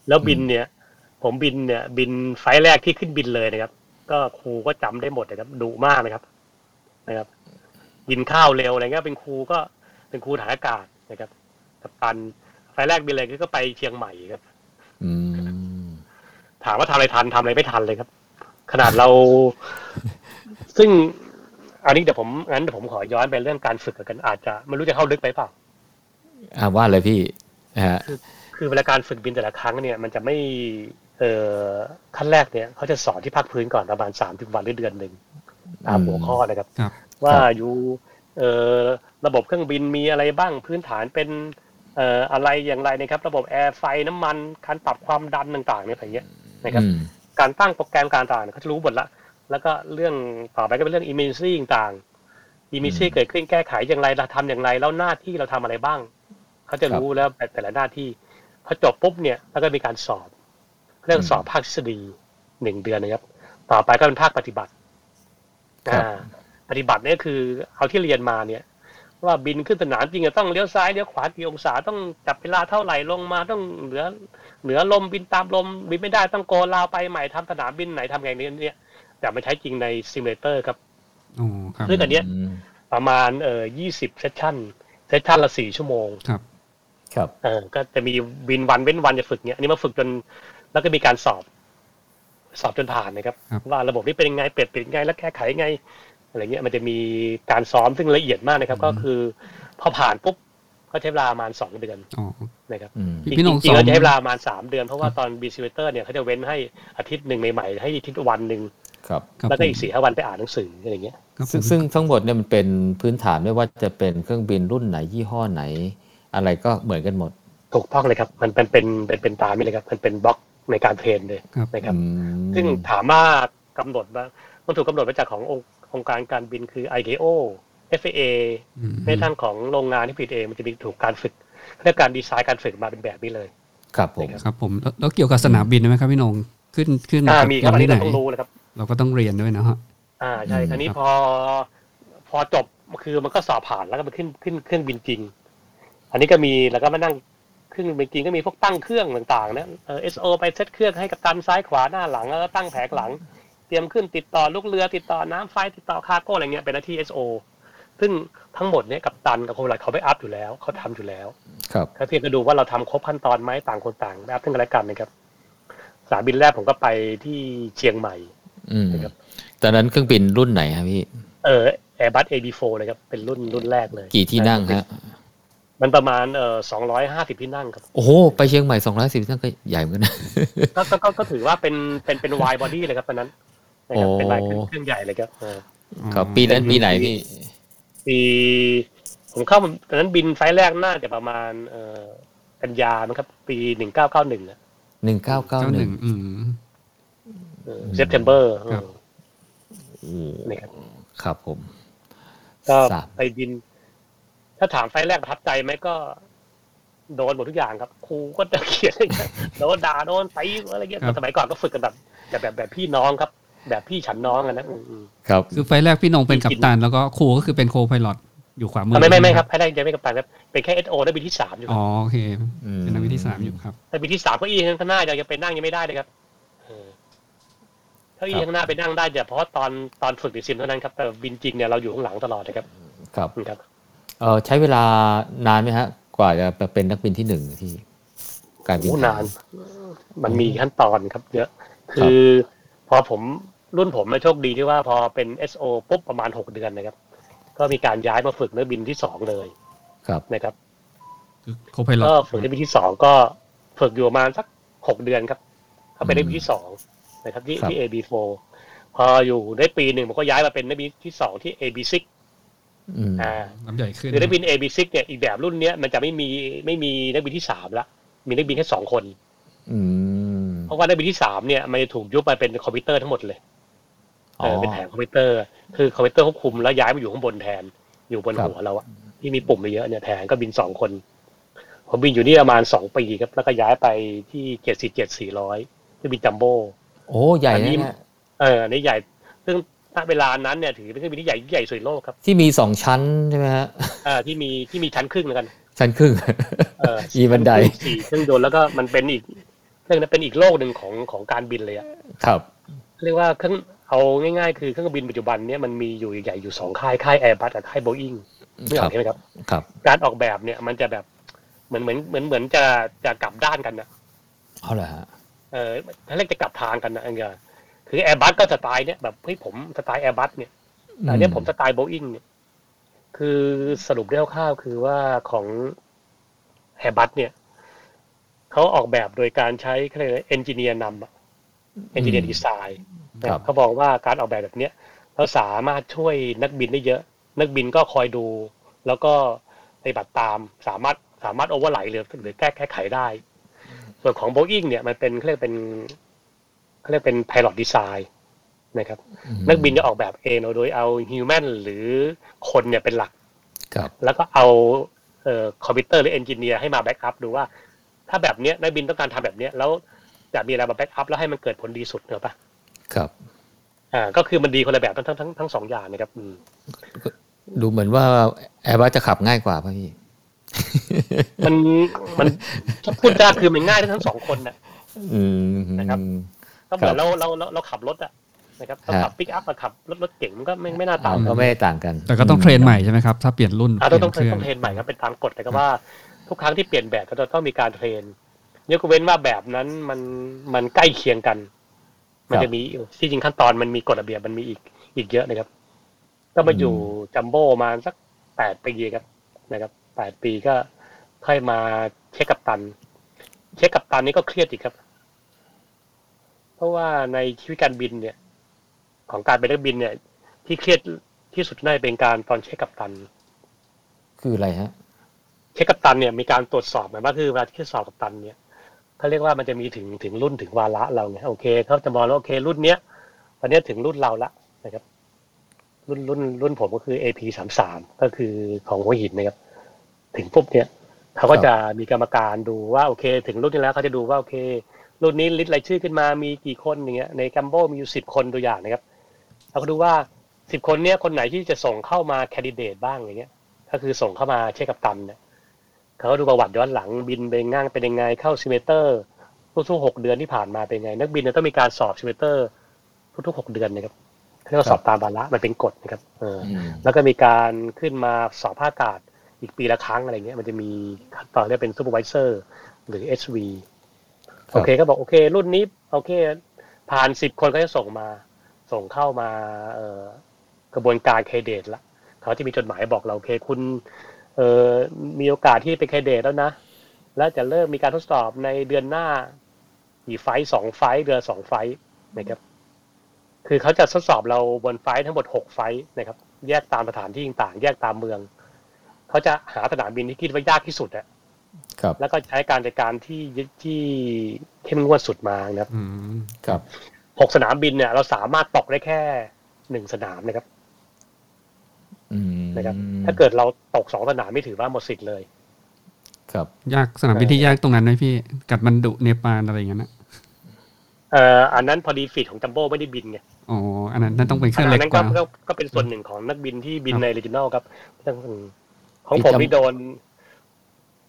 [SPEAKER 3] แล้วบินเนี่ย ผมบินเนี่ยบินไฟล์แรกที่ขึ้นบินเลยนะครับ ก็ครูก็จำได้หมดนะครับดุมากนะครับ นะครับ กินข้าวเร็วอะไรเงี้ยเป็นครูก็เป็นครูฐานอากาศนะครับกับตันไฟล์แรกบินเลยก็ไปเชียงใหม่ครับ
[SPEAKER 4] อืม
[SPEAKER 3] ถามว่าทำอะไรทันทำอะไรไม่ทันเลยครับ ขนาดเรา ซึ่งอันนี้เดี๋ยวผมงั้นเดี๋ยวผมขอย้อนไปเรื่องการฝึกกันอาจจะไม่รู้จะเข้าลึกไปเปล่า
[SPEAKER 4] อ่าว่าเลยพี่นะฮะ
[SPEAKER 3] คือเวลาการฝึกบินแต่ละครั้งเนี่ยมันจะไม่เอ่อขั้นแรกเนี่ยเขาจะสอนที่ภาคพื้นก่อนประมาณสามถึงวันหรือเดือนหนึ่งตาม
[SPEAKER 4] อืม
[SPEAKER 3] หัวข้อนะครับ
[SPEAKER 1] ครับ
[SPEAKER 3] ว่าอยู่เอ่อระบบเครื่องบินมีอะไรบ้างพื้นฐานเป็นเอ่ออะไรอย่างไรนะครับ ระบบแอร์ไฟน้ำมันการปรับความดันต่างๆเนี่ยอะไรเงี้ยนะครับ
[SPEAKER 4] อืม
[SPEAKER 3] การตั้งโปรแกรมการต่างๆเนี่ยเขาจะรู้หมดละ แล้วก็เรื่องต่อไปก็เป็นเรื่อง emergency ต่างๆ emergency เกิดขึ้นแก้ไขอย่างไรเราทำอย่างไรแล้วหน้าที่เราทำอะไรบ้าง เขาจะรู้แล้วแต่แต่ละหน้าที่พอจบปุ๊บเนี่ยแล้วก็มีการสอบ เรื่อง
[SPEAKER 4] อืม
[SPEAKER 3] สอบภาคทฤษฎีหนึ่งเดือนนะครับ ต่อไปก็เป็นภาคปฏิบัติ
[SPEAKER 4] ครับ
[SPEAKER 3] อ่าปฏิบัติเนี่ยคือเอาที่เรียนมาเนี่ย ว่าบินขึ้นสนามจริงจะต้องเลี้ยวซ้ายเลี้ยวขวากี่องศาต้องจับเวลาเท่าไหร่ลงมาต้องเหนือเหนือลมบินตามลมบินไม่ได้ต้องโกลาวไปใหม่ทำสนามบินไหนทำไงเนี่ยเนี่ยแต่มาใช้จริงในซิมูเลเตอร์ครับ
[SPEAKER 1] อ๋อครับ
[SPEAKER 3] ซึ่งอันเนี้ย
[SPEAKER 4] อืม
[SPEAKER 3] ประมาณเอ่อยี่สิบเซสชั่นเซสชั่นละสี่ชั่วโมง
[SPEAKER 4] ครับ
[SPEAKER 3] เออก็จะมีวินวันเว้นวันจะฝึกเนี้ยอันนี้มาฝึกจนแล้วก็มีการสอบ สอบจนผ่านนะครับ
[SPEAKER 1] ครับ
[SPEAKER 3] ว่าระบบนี้เป็นยังไงเปลี่ยนเปลี่ยนยังไงแล้วแก้ไขยังไงอะไรเงี้ยมันจะมีการซ้อมซึ่งละเอียดมากนะครับ
[SPEAKER 4] อืม
[SPEAKER 3] ก็คือ พอผ่านปุ๊บก็ใช้เวลาประมาณสองเดือน
[SPEAKER 1] อ๋อ
[SPEAKER 3] นะครับ
[SPEAKER 4] อืม
[SPEAKER 1] พี่
[SPEAKER 3] จริง
[SPEAKER 1] พี่หนุ่ม
[SPEAKER 3] จริงๆแล้ว
[SPEAKER 1] สอน
[SPEAKER 3] จะใช้เวลาประมาณสามเดือนเพราะว่าตอนบีซิเวเตอร์เนี่ยเขาจะเว้นให้อาทิตย์หนึ่งใหม่ๆให้อาทิตย์วันหนึ่ง
[SPEAKER 4] ครับ
[SPEAKER 1] ครับ
[SPEAKER 3] แล้วก็อีก
[SPEAKER 1] ผม
[SPEAKER 3] สี่ห้าวันไปอ่านหนังสืออะไรเงี้ย
[SPEAKER 1] ครับผ
[SPEAKER 4] ซึ่ง
[SPEAKER 1] ม
[SPEAKER 4] ซึ่งทั้งหมดเนี่ยมันเป็นพื้นฐานไม่ว่าจะเป็นเครื่องบินรุ่นไหนยี่ห้อไหน อะไรก็เหมือนกันหมด
[SPEAKER 3] ถูกต้องเลยครับ มันเป็นเป็นเป็นเป็นตามนี่เลยครับ มันเป็นบล็อกในการเทรนเลย
[SPEAKER 1] ครับ
[SPEAKER 3] นะครับ
[SPEAKER 4] อืม
[SPEAKER 3] ซึ่งถามว่ากำหนดว่ามันถูกกำหนดมาจากขององค์องค์การการบินคือ ICAO FAA
[SPEAKER 1] อืม
[SPEAKER 3] แม้ทั้งของโรงงานที่ผลิตเองมันจะมีถูกการฝึกเรื่องการดีไซน์การฝึกมาเป็นแบบนี้เลย
[SPEAKER 4] ครับผม
[SPEAKER 1] ครับผมแล้วแล้วเกี่ยวกับสนามบินไหมครับพี่หนงขึ้นขึ้น
[SPEAKER 3] อ่า
[SPEAKER 1] กับ
[SPEAKER 3] มีครับอันนี้
[SPEAKER 1] ที่ไหน
[SPEAKER 3] เราต้องรู้นะครับ
[SPEAKER 1] เราก็ต้องเรียนด้วยนะฮะ
[SPEAKER 3] อ่าใช่
[SPEAKER 4] อืม
[SPEAKER 3] คราวนี้
[SPEAKER 1] ครับ
[SPEAKER 3] พอพอจบ คือมันก็สอบผ่านแล้วก็ไปขึ้นขึ้นเครื่องบินจริง อันนี้ก็มีแล้วก็มานั่งเครื่องบินจริงก็มีพวกตั้งเครื่องต่างๆนะเอสโอ SO ไปเซตเครื่องให้กับตันซ้ายขวาหน้าหลังแล้วก็ตั้งแผงหลัง เตรียมขึ้นติดต่อลูกเรือติดต่อน้ำไฟติดต่อคาร์โก้อะไรเงี้ยเป็นหน้าที่ SO ซึ่งทั้งหมดเนี่ยกับตันกับคนหลักเขาไปอัพอยู่แล้วเขาทำอยู่แล้ว
[SPEAKER 4] ครับ
[SPEAKER 3] ก็เพียงก็ดูว่าเราทำครบขั้นตอนไหมต่างคนต่างแบบซึ่งกันและกันนะครับสนามบินแรกผมก็ไปที่เชียงใหม่
[SPEAKER 4] อืม
[SPEAKER 3] ครับ
[SPEAKER 4] ตอนนั้นเครื่องบินรุ่นไหนครับพี่
[SPEAKER 3] เออ Airbus AB4 นะครับเป็นรุ่นรุ่นแรกเลย
[SPEAKER 4] กี่ที่นั่งฮะ
[SPEAKER 3] มันประมาณเออ250 ที่นั่งครับ
[SPEAKER 4] โอ้โห ไปเชียงใหม่ 210ที่นั่งก็ใหญ่เหมือนกันนะ
[SPEAKER 3] ก็ก็ก็ก็ถือว่าเป็นเป็นเป็นวายบอดี้เลยครับตอนนั้นนะครับ
[SPEAKER 4] โอ้
[SPEAKER 3] เป็นลายเครื่องเครื่องใหญ่เลยครับเออ
[SPEAKER 4] ครับ ปีนั้นปีไหนพี่
[SPEAKER 3] ปีผมเข้าตอนนั้นบินไฟล์แรกน่าจะประมาณเออกันยามั้งครับ ปี 1991นะ
[SPEAKER 1] เก้าหนึ่ง
[SPEAKER 4] 1991
[SPEAKER 1] อืม
[SPEAKER 3] เซปเทมเบอร์
[SPEAKER 1] ครับ
[SPEAKER 4] โอ้โห
[SPEAKER 3] นะครับ
[SPEAKER 4] ครับผม
[SPEAKER 3] ก็
[SPEAKER 4] สาม
[SPEAKER 3] ไปบิน ถ้าถามไฟล์แรกประทับใจไหมก็ โดนหมดทุกอย่างครับครูก็จะเขียนอะไรเงี้
[SPEAKER 1] (laughs)
[SPEAKER 3] ยโดนด่าโดนตีอะไรเงี้ย
[SPEAKER 1] ครับ
[SPEAKER 3] สมัยก่อนก็ฝึกกันแบบแบบแบบแบบพี่น้องครับ แบบพี่ฉันน้องกันนะอืมอืม
[SPEAKER 4] ครับ
[SPEAKER 1] คือไฟล์แรกพี่นงเป็นกัปตัน แล้วก็ครูก็คือเป็นโคไพลอตอยู่ขวามือ
[SPEAKER 3] ไม่ไม่ไม่ครับไฟล์แรกยังไม่กับตันครับเป็นแค่เอสโอได้บินที่สามอยู่ค
[SPEAKER 1] อ๋
[SPEAKER 3] รับ
[SPEAKER 1] อโอเค
[SPEAKER 4] อืม
[SPEAKER 1] เป็นนักวิทยาศาสตร์อยู่ครับ
[SPEAKER 3] แต่บินที่สามเก็อีข้างหน้ายังจะไปนั่งยังไม่ได้เลยครับเออเก้าอี้ข้างหน้าไปนั่งได้แต่เพราะตอนตอนฝึกดิซิมเท่านั้นครับแต่บินจริงเนี่ยเราอยู่ข้างหลังตลอดนะครับ
[SPEAKER 4] ครับ
[SPEAKER 3] อืมครับ
[SPEAKER 4] เออใช้เวลานานไหมฮะ กว่าจะไปเป็นนักบินที่หนึ่งที่การบิน
[SPEAKER 3] โอ้
[SPEAKER 4] ไทย
[SPEAKER 3] นาน มันมีขั้นตอนครับเยอะ คือพอผมรุ่นผมเนี่ยโชคดีที่ว่าพอเป็น SO ปุ๊บประมาณ 6 เดือนนะครับ ก็มีการย้ายมาฝึกนักบินที่ 2 เลย
[SPEAKER 4] ครับ
[SPEAKER 3] นะครับ
[SPEAKER 1] คือโคไพลอ
[SPEAKER 3] ก็
[SPEAKER 1] ต
[SPEAKER 3] ฝึกนักบินที่ 2 ก็ฝึกอยู่ประมาณสัก 6 เดือนครับก็เป็นนักบินที่ 2 นะครับที่
[SPEAKER 4] ครับ
[SPEAKER 3] ที่ AB4 พออยู่ได้ปีหนึ่งผมก็ย้ายมาเป็นนักบินที่ 2 ที่ AB6
[SPEAKER 4] อืม
[SPEAKER 3] อ่า
[SPEAKER 1] ลำใหญ่ขึ้น
[SPEAKER 3] คือนักบิน AB6 เนี่ยอีกแบบรุ่นเนี้ยมันจะไม่มีไม่มีนักบินที่สามละมีนักบินแค่สองคน
[SPEAKER 4] อืม
[SPEAKER 3] เพราะว่าในปีที่สามเนี่ยมันจะถูกยุบมาเป็นคอมพิวเตอร์ทั้งหมดเลยเออเป็นแผงคอมพิวเตอร์ คือคอมพิวเตอร์ควบคุมแล้วย้ายมาอยู่ข้างบนแทน อยู่บนหัวเราอะที่มีปุ่มเยอะๆเนี่ยแทนก็บินสองคน ผมบินอยู่นี่ประมาณสองปีครับ แล้วก็ย้ายไปที่เจ็ดสี่เจ็ดสี่ร้อยที่บินจัมโบ้
[SPEAKER 4] โอ้ใหญ่
[SPEAKER 3] อันนี้
[SPEAKER 4] นะเนี่ย
[SPEAKER 3] เอออันนี้ใหญ่ ซึ่งณเวลานั้นเนี่ยถือเป็นเครื่องบินที่ใหญ่ที่ใหญ่สุดในโลกครับ
[SPEAKER 4] ที่มีสองชั้นใช่ไหมฮะ (laughs)
[SPEAKER 3] เออที่มีที่มีชั้นครึ่งแล้วกัน
[SPEAKER 4] ชั้นครึ่ง (laughs)
[SPEAKER 3] เออ
[SPEAKER 4] มีบันได
[SPEAKER 3] สี่เครื่องยนต์แล้วก็มันเป็นอีกเรื่องนั้นเป็นอีกโลกหนึ่งของของการบินเลยอะ
[SPEAKER 4] ครับ
[SPEAKER 3] เรียกว่าเครื่องเอาง่ายๆ คือเครื่องบินปัจจุบันเนี่ยมันมีอยู่ใหญ่ๆอยู่สองค่ายค่ายแอร์บัสกับค่ายโบอิงไม่ออกใช่ไหมครับ
[SPEAKER 4] ครับ
[SPEAKER 3] การออกแบบเนี่ยมันจะแบบเหมือนเหมือนเหมือนเหมือนจะจะกลับด้านกันนะ
[SPEAKER 4] เอาเหรอฮะ
[SPEAKER 3] เออถ้าเรียกจะกลับทางกันนะอันเนี้ยคือแอร์บัสก็สไตล์เนี่ยแบบเฮ้ยผมสไตล์แอร์บัสเนี่ยแต่อันเนี้ยผมสไตล์โบอิงเนี่ยคือสรุปเรียคร่าวๆคือว่าของแอร์บัสเนี่ยเขาออกแบบโดยการใช้เขาเรียกเอนจิเนียร์นำอะเอนจิเนียร์ดีไซน์
[SPEAKER 4] ครับ
[SPEAKER 3] เขาบอกว่าการออกแบบแบบเนี้ยเราสามารถช่วยนักบินได้เยอะ นักบินก็คอยดู แล้วก็ปฏิบัติตามสามารถสามารถโอเวอร์ไลหรือหรือแก้แก้ไขได้ ส่วนของโบอิงเนี่ยมันเป็นเขาเรียกเป็นเขาเรียกเป็นพาย o t ดีไซน์นะครับ
[SPEAKER 4] อืม
[SPEAKER 3] นักบินจะออกแบบเองโดยเอาฮิวแมนหรือคนเนี่ยเป็นหลัก
[SPEAKER 4] ครับ
[SPEAKER 3] แล้วก็เอาเอ่อคอมพิวเตอร์หรือเอนจิเนียร์ให้มาแบ็กอัพดูว่า ถ้าแบบเนี้ยนักบินต้องการทำแบบเนี้ยแล้วจะมีอะไรมาแบ็กอัพแล้วให้มันเกิดผลดีสุดเหรอปะ
[SPEAKER 4] ครับ
[SPEAKER 3] อ่าก็คือมันดีคนละแบบทั้งทั้งทั้งทั้งสองอย่างนะครับอืม
[SPEAKER 4] ดูเหมือนว่าแอร์บัสจะขับง่ายกว่าป่ะพี่
[SPEAKER 3] มันมันถ้าพูดยากคือมันง่ายทั้งสองคนนะ
[SPEAKER 4] อืม
[SPEAKER 3] นะครับ ก็เหมือนเราเราเราเราขับรถอะนะครับเราขับปิกอัพกับขับรถรถเก๋งมันก็ไม่ไม่น่าต่าง
[SPEAKER 4] ก็
[SPEAKER 3] กัน
[SPEAKER 4] ไม่ได้ต่างกัน
[SPEAKER 1] แต่ก็ต้องเทรนใหม่ใช่ไหมครับ ถ้าเปลี่ยนรุ่น
[SPEAKER 3] อ่าต้องต้อง
[SPEAKER 1] เปลี่ยน
[SPEAKER 3] ต้องเท
[SPEAKER 1] เค
[SPEAKER 3] ร
[SPEAKER 1] รื่อน
[SPEAKER 3] ใหม่ครับเป็นตามกฎแต่ก็ว่า ทุกครั้งที่เปลี่ยนแบบก็จะต้องมีการเทรนยกเว้นว่าแบบนั้นมันมันใกล้เคียงกัน มันจะมีที่จริงขั้นตอนมันมีกฎระเบียบมันมีอีกอีกเยอะนะครับ ก็มาอยู่จัมโบ้มาสักแปดปีครับนะครับแปดปีก็ค่อยมาเช็คกับตัน เช็คกับตันนี่ก็เครียดอีกครับ เพราะว่าในชีวิตการบินเนี่ย ของการเป็นนักบินเนี่ย ที่เครียดที่สุดน่าจะเป็นการตอนเช็คกับตัน
[SPEAKER 4] คืออะไรฮะ
[SPEAKER 3] เช็คกับตันเนี่ยมีการตรวจสอบหมายว่าคือเวลาที่สอบกับตันเนี่ยเขาเรียกว่ามันจะมีถึงถึงรุ่นถึงวาระเราไงโอเคเขาจะมองแล้วโอเค รุ่นเนี้ยตอนเนี้ยถึงรุ่นเราละนะครับ รุ่นรุ่นรุ่นผมก็คือ AP สามสามก็คือของหัวหินนะครับ ถึงปุ๊บเนี่ยเขาก็
[SPEAKER 4] ครับ
[SPEAKER 3] จะมีกรรมการดูว่าโอเค ถึงรุ่นนี้แล้วเขาจะดูว่าโอเค รุ่นนี้ลิสต์รายชื่อขึ้นมามีกี่คนอย่างเงี้ยในกัมโบมีอยู่สิบคนตัวอย่างนะครับเขาก็ดูว่า สิบคนเนี่ยคนไหนที่จะส่งเข้ามาแคนดิเดตบ้างอะไรเงี้ย ก็คือส่งเข้ามาเช็คกับตันเนี่ยเขาก็ดูประวัติย้อนหลังบินเป็นง่างเป็นยังไงเข้าซิมเตอร์ ทุกๆหกเดือนที่ผ่านมาเป็นไง นักบินเนี่ยต้องมีการสอบซิมเตอร์ ทุกๆหกเดือนนะครับเขาเรียกว่าสอบตามวาระมันเป็นกฎนะครับเออ
[SPEAKER 4] อืม
[SPEAKER 3] แล้วก็มีการขึ้นมาสอบภาคอากาศอีกปีละครั้งอะไรเงี้ยมันจะมีขั้นตอนเรียกเป็นซูเปอร์วิเซอร์หรือ SV โอเคก็บอกโอเค รุ่นนี้โอเค ผ่านสิบคนก็จะส่งมา ส่งเข้ามาเอ่อกระบวนการเครดิตละเขาจะมีจดหมายบอกเราโอเคคุณเอ่อมีโอกาสที่เป็นเครดิตแล้วนะ แล้วจะเริ่มมีการทดสอบในเดือนหน้ากี่ไฟล์สองไฟล์เดือนสองไฟล์นะครับ คือเขาจะทดสอบเราบนไฟล์ทั้งหมดหกไฟล์นะครับ แยกตามสถานที่ต่างๆ แยกตามเมือง เขาจะหาสนามบินที่คิดว่ายากที่สุดอะ
[SPEAKER 4] ครับ
[SPEAKER 3] แล้วก็ใช้การจัดการที่ที่เข้มงวดสุดมานะครับ
[SPEAKER 1] อืม
[SPEAKER 4] ครับ
[SPEAKER 3] หกสนามบินเนี่ยเราสามารถตกได้แค่หนึ่งสนามนะครับ
[SPEAKER 4] อืม
[SPEAKER 3] นะครับ ถ้าเกิดเราตกสองสนามไม่ถือว่าหมดสิทธิ์เลย
[SPEAKER 4] ครับ
[SPEAKER 1] ยากสนามบินที่ยากตรงนั้นไหมพี่ กัดมันดุเนปาลอะไรอย่างนั้นอะ
[SPEAKER 3] เอ่ออันนั้นพอดีฟีดของจัมโบ้ไม่ได้บินไง
[SPEAKER 1] อ๋ออันนั้นนั่นต้องเป็นเครื่อง
[SPEAKER 3] อั
[SPEAKER 1] เล็ก
[SPEAKER 3] นั้น
[SPEAKER 1] ก
[SPEAKER 3] ก็
[SPEAKER 1] ว่า
[SPEAKER 3] ก็ก็เป็นส่วนหนึ่งของนักบินที่บิน
[SPEAKER 1] ครับ
[SPEAKER 3] ในริจินอลครับต้องของผมนี่โดน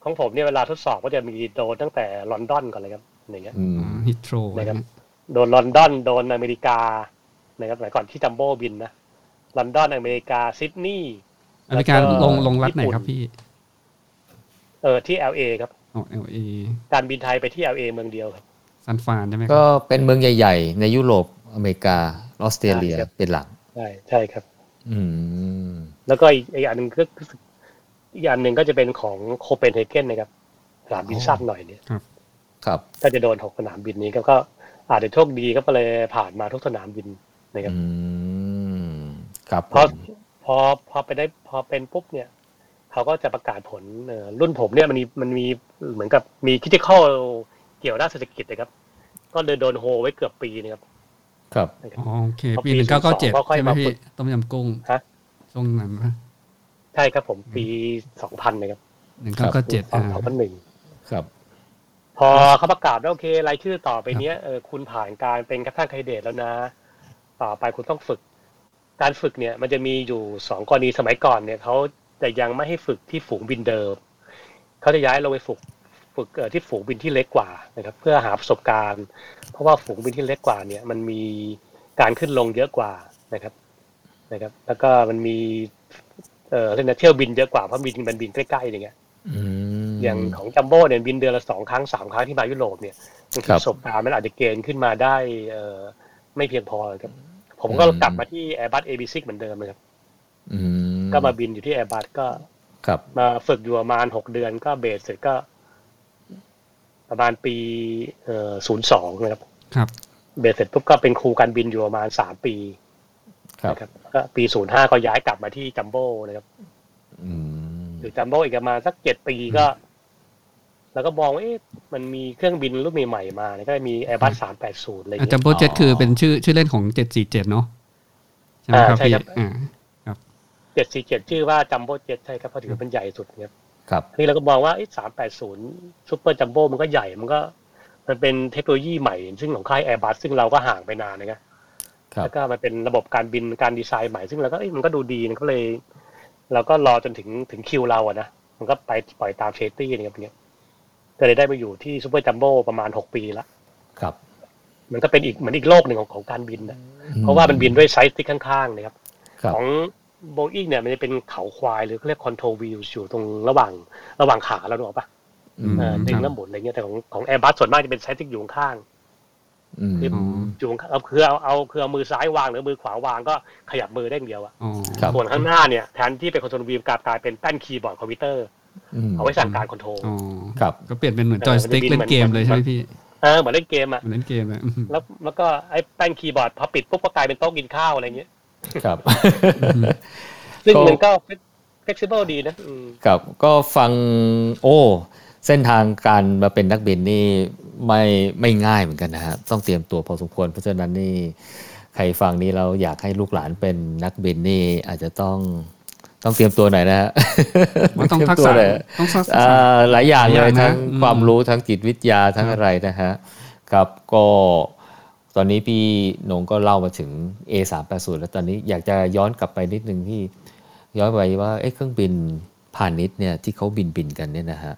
[SPEAKER 3] ของผมเนี่ยเวลาทดสอบก็จะมีโดนตั้งแต่ลอนดอนก่อนเลยครับอย่างเงี้ย
[SPEAKER 4] อืม
[SPEAKER 1] ฮิตโตร
[SPEAKER 3] นะครับ โดนลอนดอน โดนอเมริกานะครับสมัยก่อนที่จัมโบ้บินนะลอนดอนอเมริกาซิดนีย์
[SPEAKER 1] อเมริกา
[SPEAKER 3] แล้วก็
[SPEAKER 1] ลงลงรัฐไหน
[SPEAKER 3] ญี่ปุ่น
[SPEAKER 1] ครับพี่
[SPEAKER 3] เออที่ LA ครับ
[SPEAKER 1] อ๋อเอลเอ
[SPEAKER 3] การบินไทยไปที่ LA เมืองเดียวครับ
[SPEAKER 1] ซันฟานใช่ไหมครับ
[SPEAKER 4] ก็เป็นเมืองใหญ่ ๆ ในยุโรปอเมริกาออสเตรเลีย
[SPEAKER 3] ใช่ครับ
[SPEAKER 4] เป็นหลัก
[SPEAKER 3] ใช่ใช่ครับ
[SPEAKER 4] อืม
[SPEAKER 3] แล้วก็อีกอีกอันหนึ่งก็คืออีกอันหนึ่งก็จะเป็นของโคเปนเฮเกนนะครับสนามบินสั้นหน่อยเนี่ย
[SPEAKER 4] ครับ
[SPEAKER 3] ก็จะโดนหกสนามบินนี้ก็ก็อาจจะโชคดีก็เลยผ่านมาทุกสนามบินนะครับ
[SPEAKER 4] อืมครับ
[SPEAKER 3] พอ
[SPEAKER 4] ผม
[SPEAKER 3] พอพอไปได้พอเป็นปุ๊บเนี่ยเขาก็จะประกาศผลเอ่อรุ่นผมเนี่ยมันมีมันมีเหมือนกับมีคิดเข้าเกี่ยวด้านเศรษฐกิจนะครับ ก็เลยโดนโฮไว้เกือบปีนะครับ
[SPEAKER 4] ครับ
[SPEAKER 1] อ๋อโอเค
[SPEAKER 3] พอปี
[SPEAKER 1] ปีหนึ่งเก้าเก้าเจ็ด
[SPEAKER 3] 02ก็ค่อย
[SPEAKER 1] ใช่ไหม
[SPEAKER 3] มา
[SPEAKER 1] พี่
[SPEAKER 3] ฝึก
[SPEAKER 1] ต้มยำกุ้ง
[SPEAKER 3] ฮะ
[SPEAKER 1] ช่วงนั้นปะ
[SPEAKER 3] ใช่ครับผมปีสองพันนะครับ
[SPEAKER 1] หนึ่ง
[SPEAKER 4] ครับ
[SPEAKER 1] เก้าเก้าเจ็ด
[SPEAKER 3] สอ
[SPEAKER 1] อ่าง
[SPEAKER 3] พันหนึ่ง
[SPEAKER 4] ครับ
[SPEAKER 3] พอเขาประกาศว่าโอเครายชื่อต่อไปเนี้ยเออคุณผ่านการเป็นกระทั่งไคเดตแล้วนะ ต่อไปคุณต้องฝึก การฝึกเนี่ย มันจะมีอยู่สองกรณีสมัยก่อนเนี่ยเขาจะยังไม่ให้ฝึกที่ฝูงบินเดิมเขาจะย้ายลงไปฝึกฝึกเอ่อที่ฝูงบินที่เล็กกว่านะครับ เพื่อหาประสบการณ์ เพราะว่าฝูงบินที่เล็กกว่าเนี่ย มันมีการขึ้นลงเยอะกว่านะครับ นะครับ แล้วก็มันมีเอ่อเรื่องนะเที่ยวบินเยอะกว่าเพราะบินมันบินใกล้ๆอย่างเงี้ย
[SPEAKER 4] อืม
[SPEAKER 3] อย่างของจัมโบ้เนี่ยบินเดือนละสองครั้งสามครั้งที่มายุโรปเนี่ยบางที
[SPEAKER 4] ครับ
[SPEAKER 3] ประสบการณ์มันอาจจะเกณฑ์ขึ้นมาได้เอ่อไม่เพียงพอครับผมก็
[SPEAKER 4] อืม
[SPEAKER 3] กลับมาที่ Airbus AB6 เหมือนเดิมนะครับ
[SPEAKER 4] อืม
[SPEAKER 3] ก็มาบินอยู่ที่ Airbus ก็
[SPEAKER 4] ครับ
[SPEAKER 3] มาฝึกอยู่ประมาณหกเดือนก็เบสเสร็จก็ ประมาณปีเอ่อศูนย์สองนะครับ
[SPEAKER 1] ครับ
[SPEAKER 3] เบสเสร็จปุ๊บก็เป็นครูการบินอยู่ประมาณสามปี
[SPEAKER 4] ครับ
[SPEAKER 3] นะครับก็ปีศูนย์ห้าก็ย้ายกลับมาที่จัมโบ้นะครับ
[SPEAKER 4] อืม
[SPEAKER 3] หรือจัมโบ้อีกประมาณสักเจ็ดปีก็ แล้วก็มองว่าเอ๊ะมันมีเครื่องบินรุ่นใหม่ๆมาเนี่ยก็มี Airbus 380อะไรอย่าง
[SPEAKER 1] อาจาร
[SPEAKER 3] เงี้
[SPEAKER 1] ย์
[SPEAKER 3] ย
[SPEAKER 1] โปรเจกต์คือเป็นชื่อชื่อเล่นของเจ็ดสี่เจ็ดเนาะใช่ไหมครับ
[SPEAKER 3] อ่าใช่
[SPEAKER 1] พี่
[SPEAKER 3] ครับ
[SPEAKER 1] อ่า
[SPEAKER 3] เจ็ดสี่เจ็ดชื่อว่าจัมโบ้เจ็ตใช่ครับเพราะถือว่าเป็นใหญ่สุดครับ
[SPEAKER 4] ครับ
[SPEAKER 3] นี่เราก็มองว่าไอ้สามแปดศูนย์ซูเปอร์จัมโบ้มันก็ใหญ่มันก็ มันเป็นเทคโนโลยีใหม่ ซึ่งของค่าย Airbus ซึ่งเราก็ห่างไปนานนะครับ
[SPEAKER 4] ครับ
[SPEAKER 3] แล้วก็มันเป็นระบบการบินการดีไซน์ใหม่ซึ่งเราก็เอ้ยมันก็ดูดีนะก็เลย เราก็รอจนถึงถึงคิวเราอะนะมันก็ไปปล่อยตามเชตี้นะครับเนี่ยก็เลยได้มาอยู่ที่ซูเปอร์จัมโบ้ประมาณหกปีละ
[SPEAKER 4] ครับ
[SPEAKER 3] มันก็เป็นอีกเหมือนอีกโลกหนึ่งของของการบินนะเพราะว่ามันบินด้วยไซส์ที่ข้างๆนะครับ
[SPEAKER 4] ครับ
[SPEAKER 3] ของโบอิงเนี่ยมันจะเป็นเขาควายหรือเขาเรียกคอนโทรวิวอยู่ตรงระหว่างระหว่างขาเราหรอกปะ
[SPEAKER 4] อืม
[SPEAKER 3] เออ
[SPEAKER 1] ม
[SPEAKER 3] ดึงแล้วหมุนอะไรเงี้ยแต่ของของแอร์บัสส่วนมากจะเป็นไซส์ที่อยู่ข้าง
[SPEAKER 4] อืม
[SPEAKER 1] อ๋อ
[SPEAKER 3] ๆอยู่ข้างเอาคือเอาเอาคือเอามือซ้ายวางหรือมือขวาวางก็ขยับมือได้อย่างเดียวอะ
[SPEAKER 1] อ๋อ
[SPEAKER 4] ครับ
[SPEAKER 3] ส่วนข้างหน้าเนี่ยแทนที่เป็นคอนโทรวิวกลายกลายเป็นแป้นคีย์บอร์ดคอมพิวเตอร์เอาไว้สั่งการคอนโทรล
[SPEAKER 1] อ๋อ
[SPEAKER 4] ครับ
[SPEAKER 1] ก็เปลี่ยนเป็นเหมือน
[SPEAKER 3] เออ
[SPEAKER 1] จอยสติ๊ก
[SPEAKER 3] มั
[SPEAKER 1] เล่
[SPEAKER 3] น
[SPEAKER 1] น
[SPEAKER 3] จะบิน
[SPEAKER 1] เกม
[SPEAKER 3] เหมือน
[SPEAKER 1] เลยใช่ไหมพี่
[SPEAKER 3] เออเหมือนเล่นเกมอะ
[SPEAKER 1] เหมือนเล่นเกมเลย
[SPEAKER 3] แล้วแล้วก็ไอ้แป้นคีย์บอร์ดพอปิดปุ๊บก็กลายเป็นโต๊ะกินข้าวอะไรเงี้ย
[SPEAKER 4] ครับ
[SPEAKER 3] ซึ่ง
[SPEAKER 4] ก็
[SPEAKER 3] มันก็ flexible ดีนะอืม
[SPEAKER 4] ครับก็ฟังโอ้เส้นทางการมาเป็นนักบินนี่ไม่ไม่ง่ายเหมือนกันนะฮะต้องเตรียมตัวพอสมควร เพราะฉะนั้นนี่ใครฟังนี้เราอยากให้ลูกหลานเป็นนักบินนี่อาจจะต้องต้องเตรียมตัวหน่อยนะฮะ
[SPEAKER 1] มันต้องทักษะ
[SPEAKER 4] เตรียมวหน่อย
[SPEAKER 1] ต้องทักษะ
[SPEAKER 4] อ่าหลายอย่าง
[SPEAKER 1] ห
[SPEAKER 4] เล
[SPEAKER 1] ลา
[SPEAKER 4] ย
[SPEAKER 1] ยอย่างนะ
[SPEAKER 4] ทั้ง
[SPEAKER 1] อืม
[SPEAKER 4] ความรู้ทั้งจิตวิทยาทั้ง
[SPEAKER 1] ครับ
[SPEAKER 4] อะไรนะฮะครับก็
[SPEAKER 2] ตอนนี้พี่โหนงก็เล่ามาถึง A380 แล้วตอนนี้อยากจะย้อนกลับไปนิดนึงที่ ย้อนไปว่าเอ๊ะเครื่องบินพาณิชย์เนี่ยที่เขาบินบินกันเนี่ยนะฮะ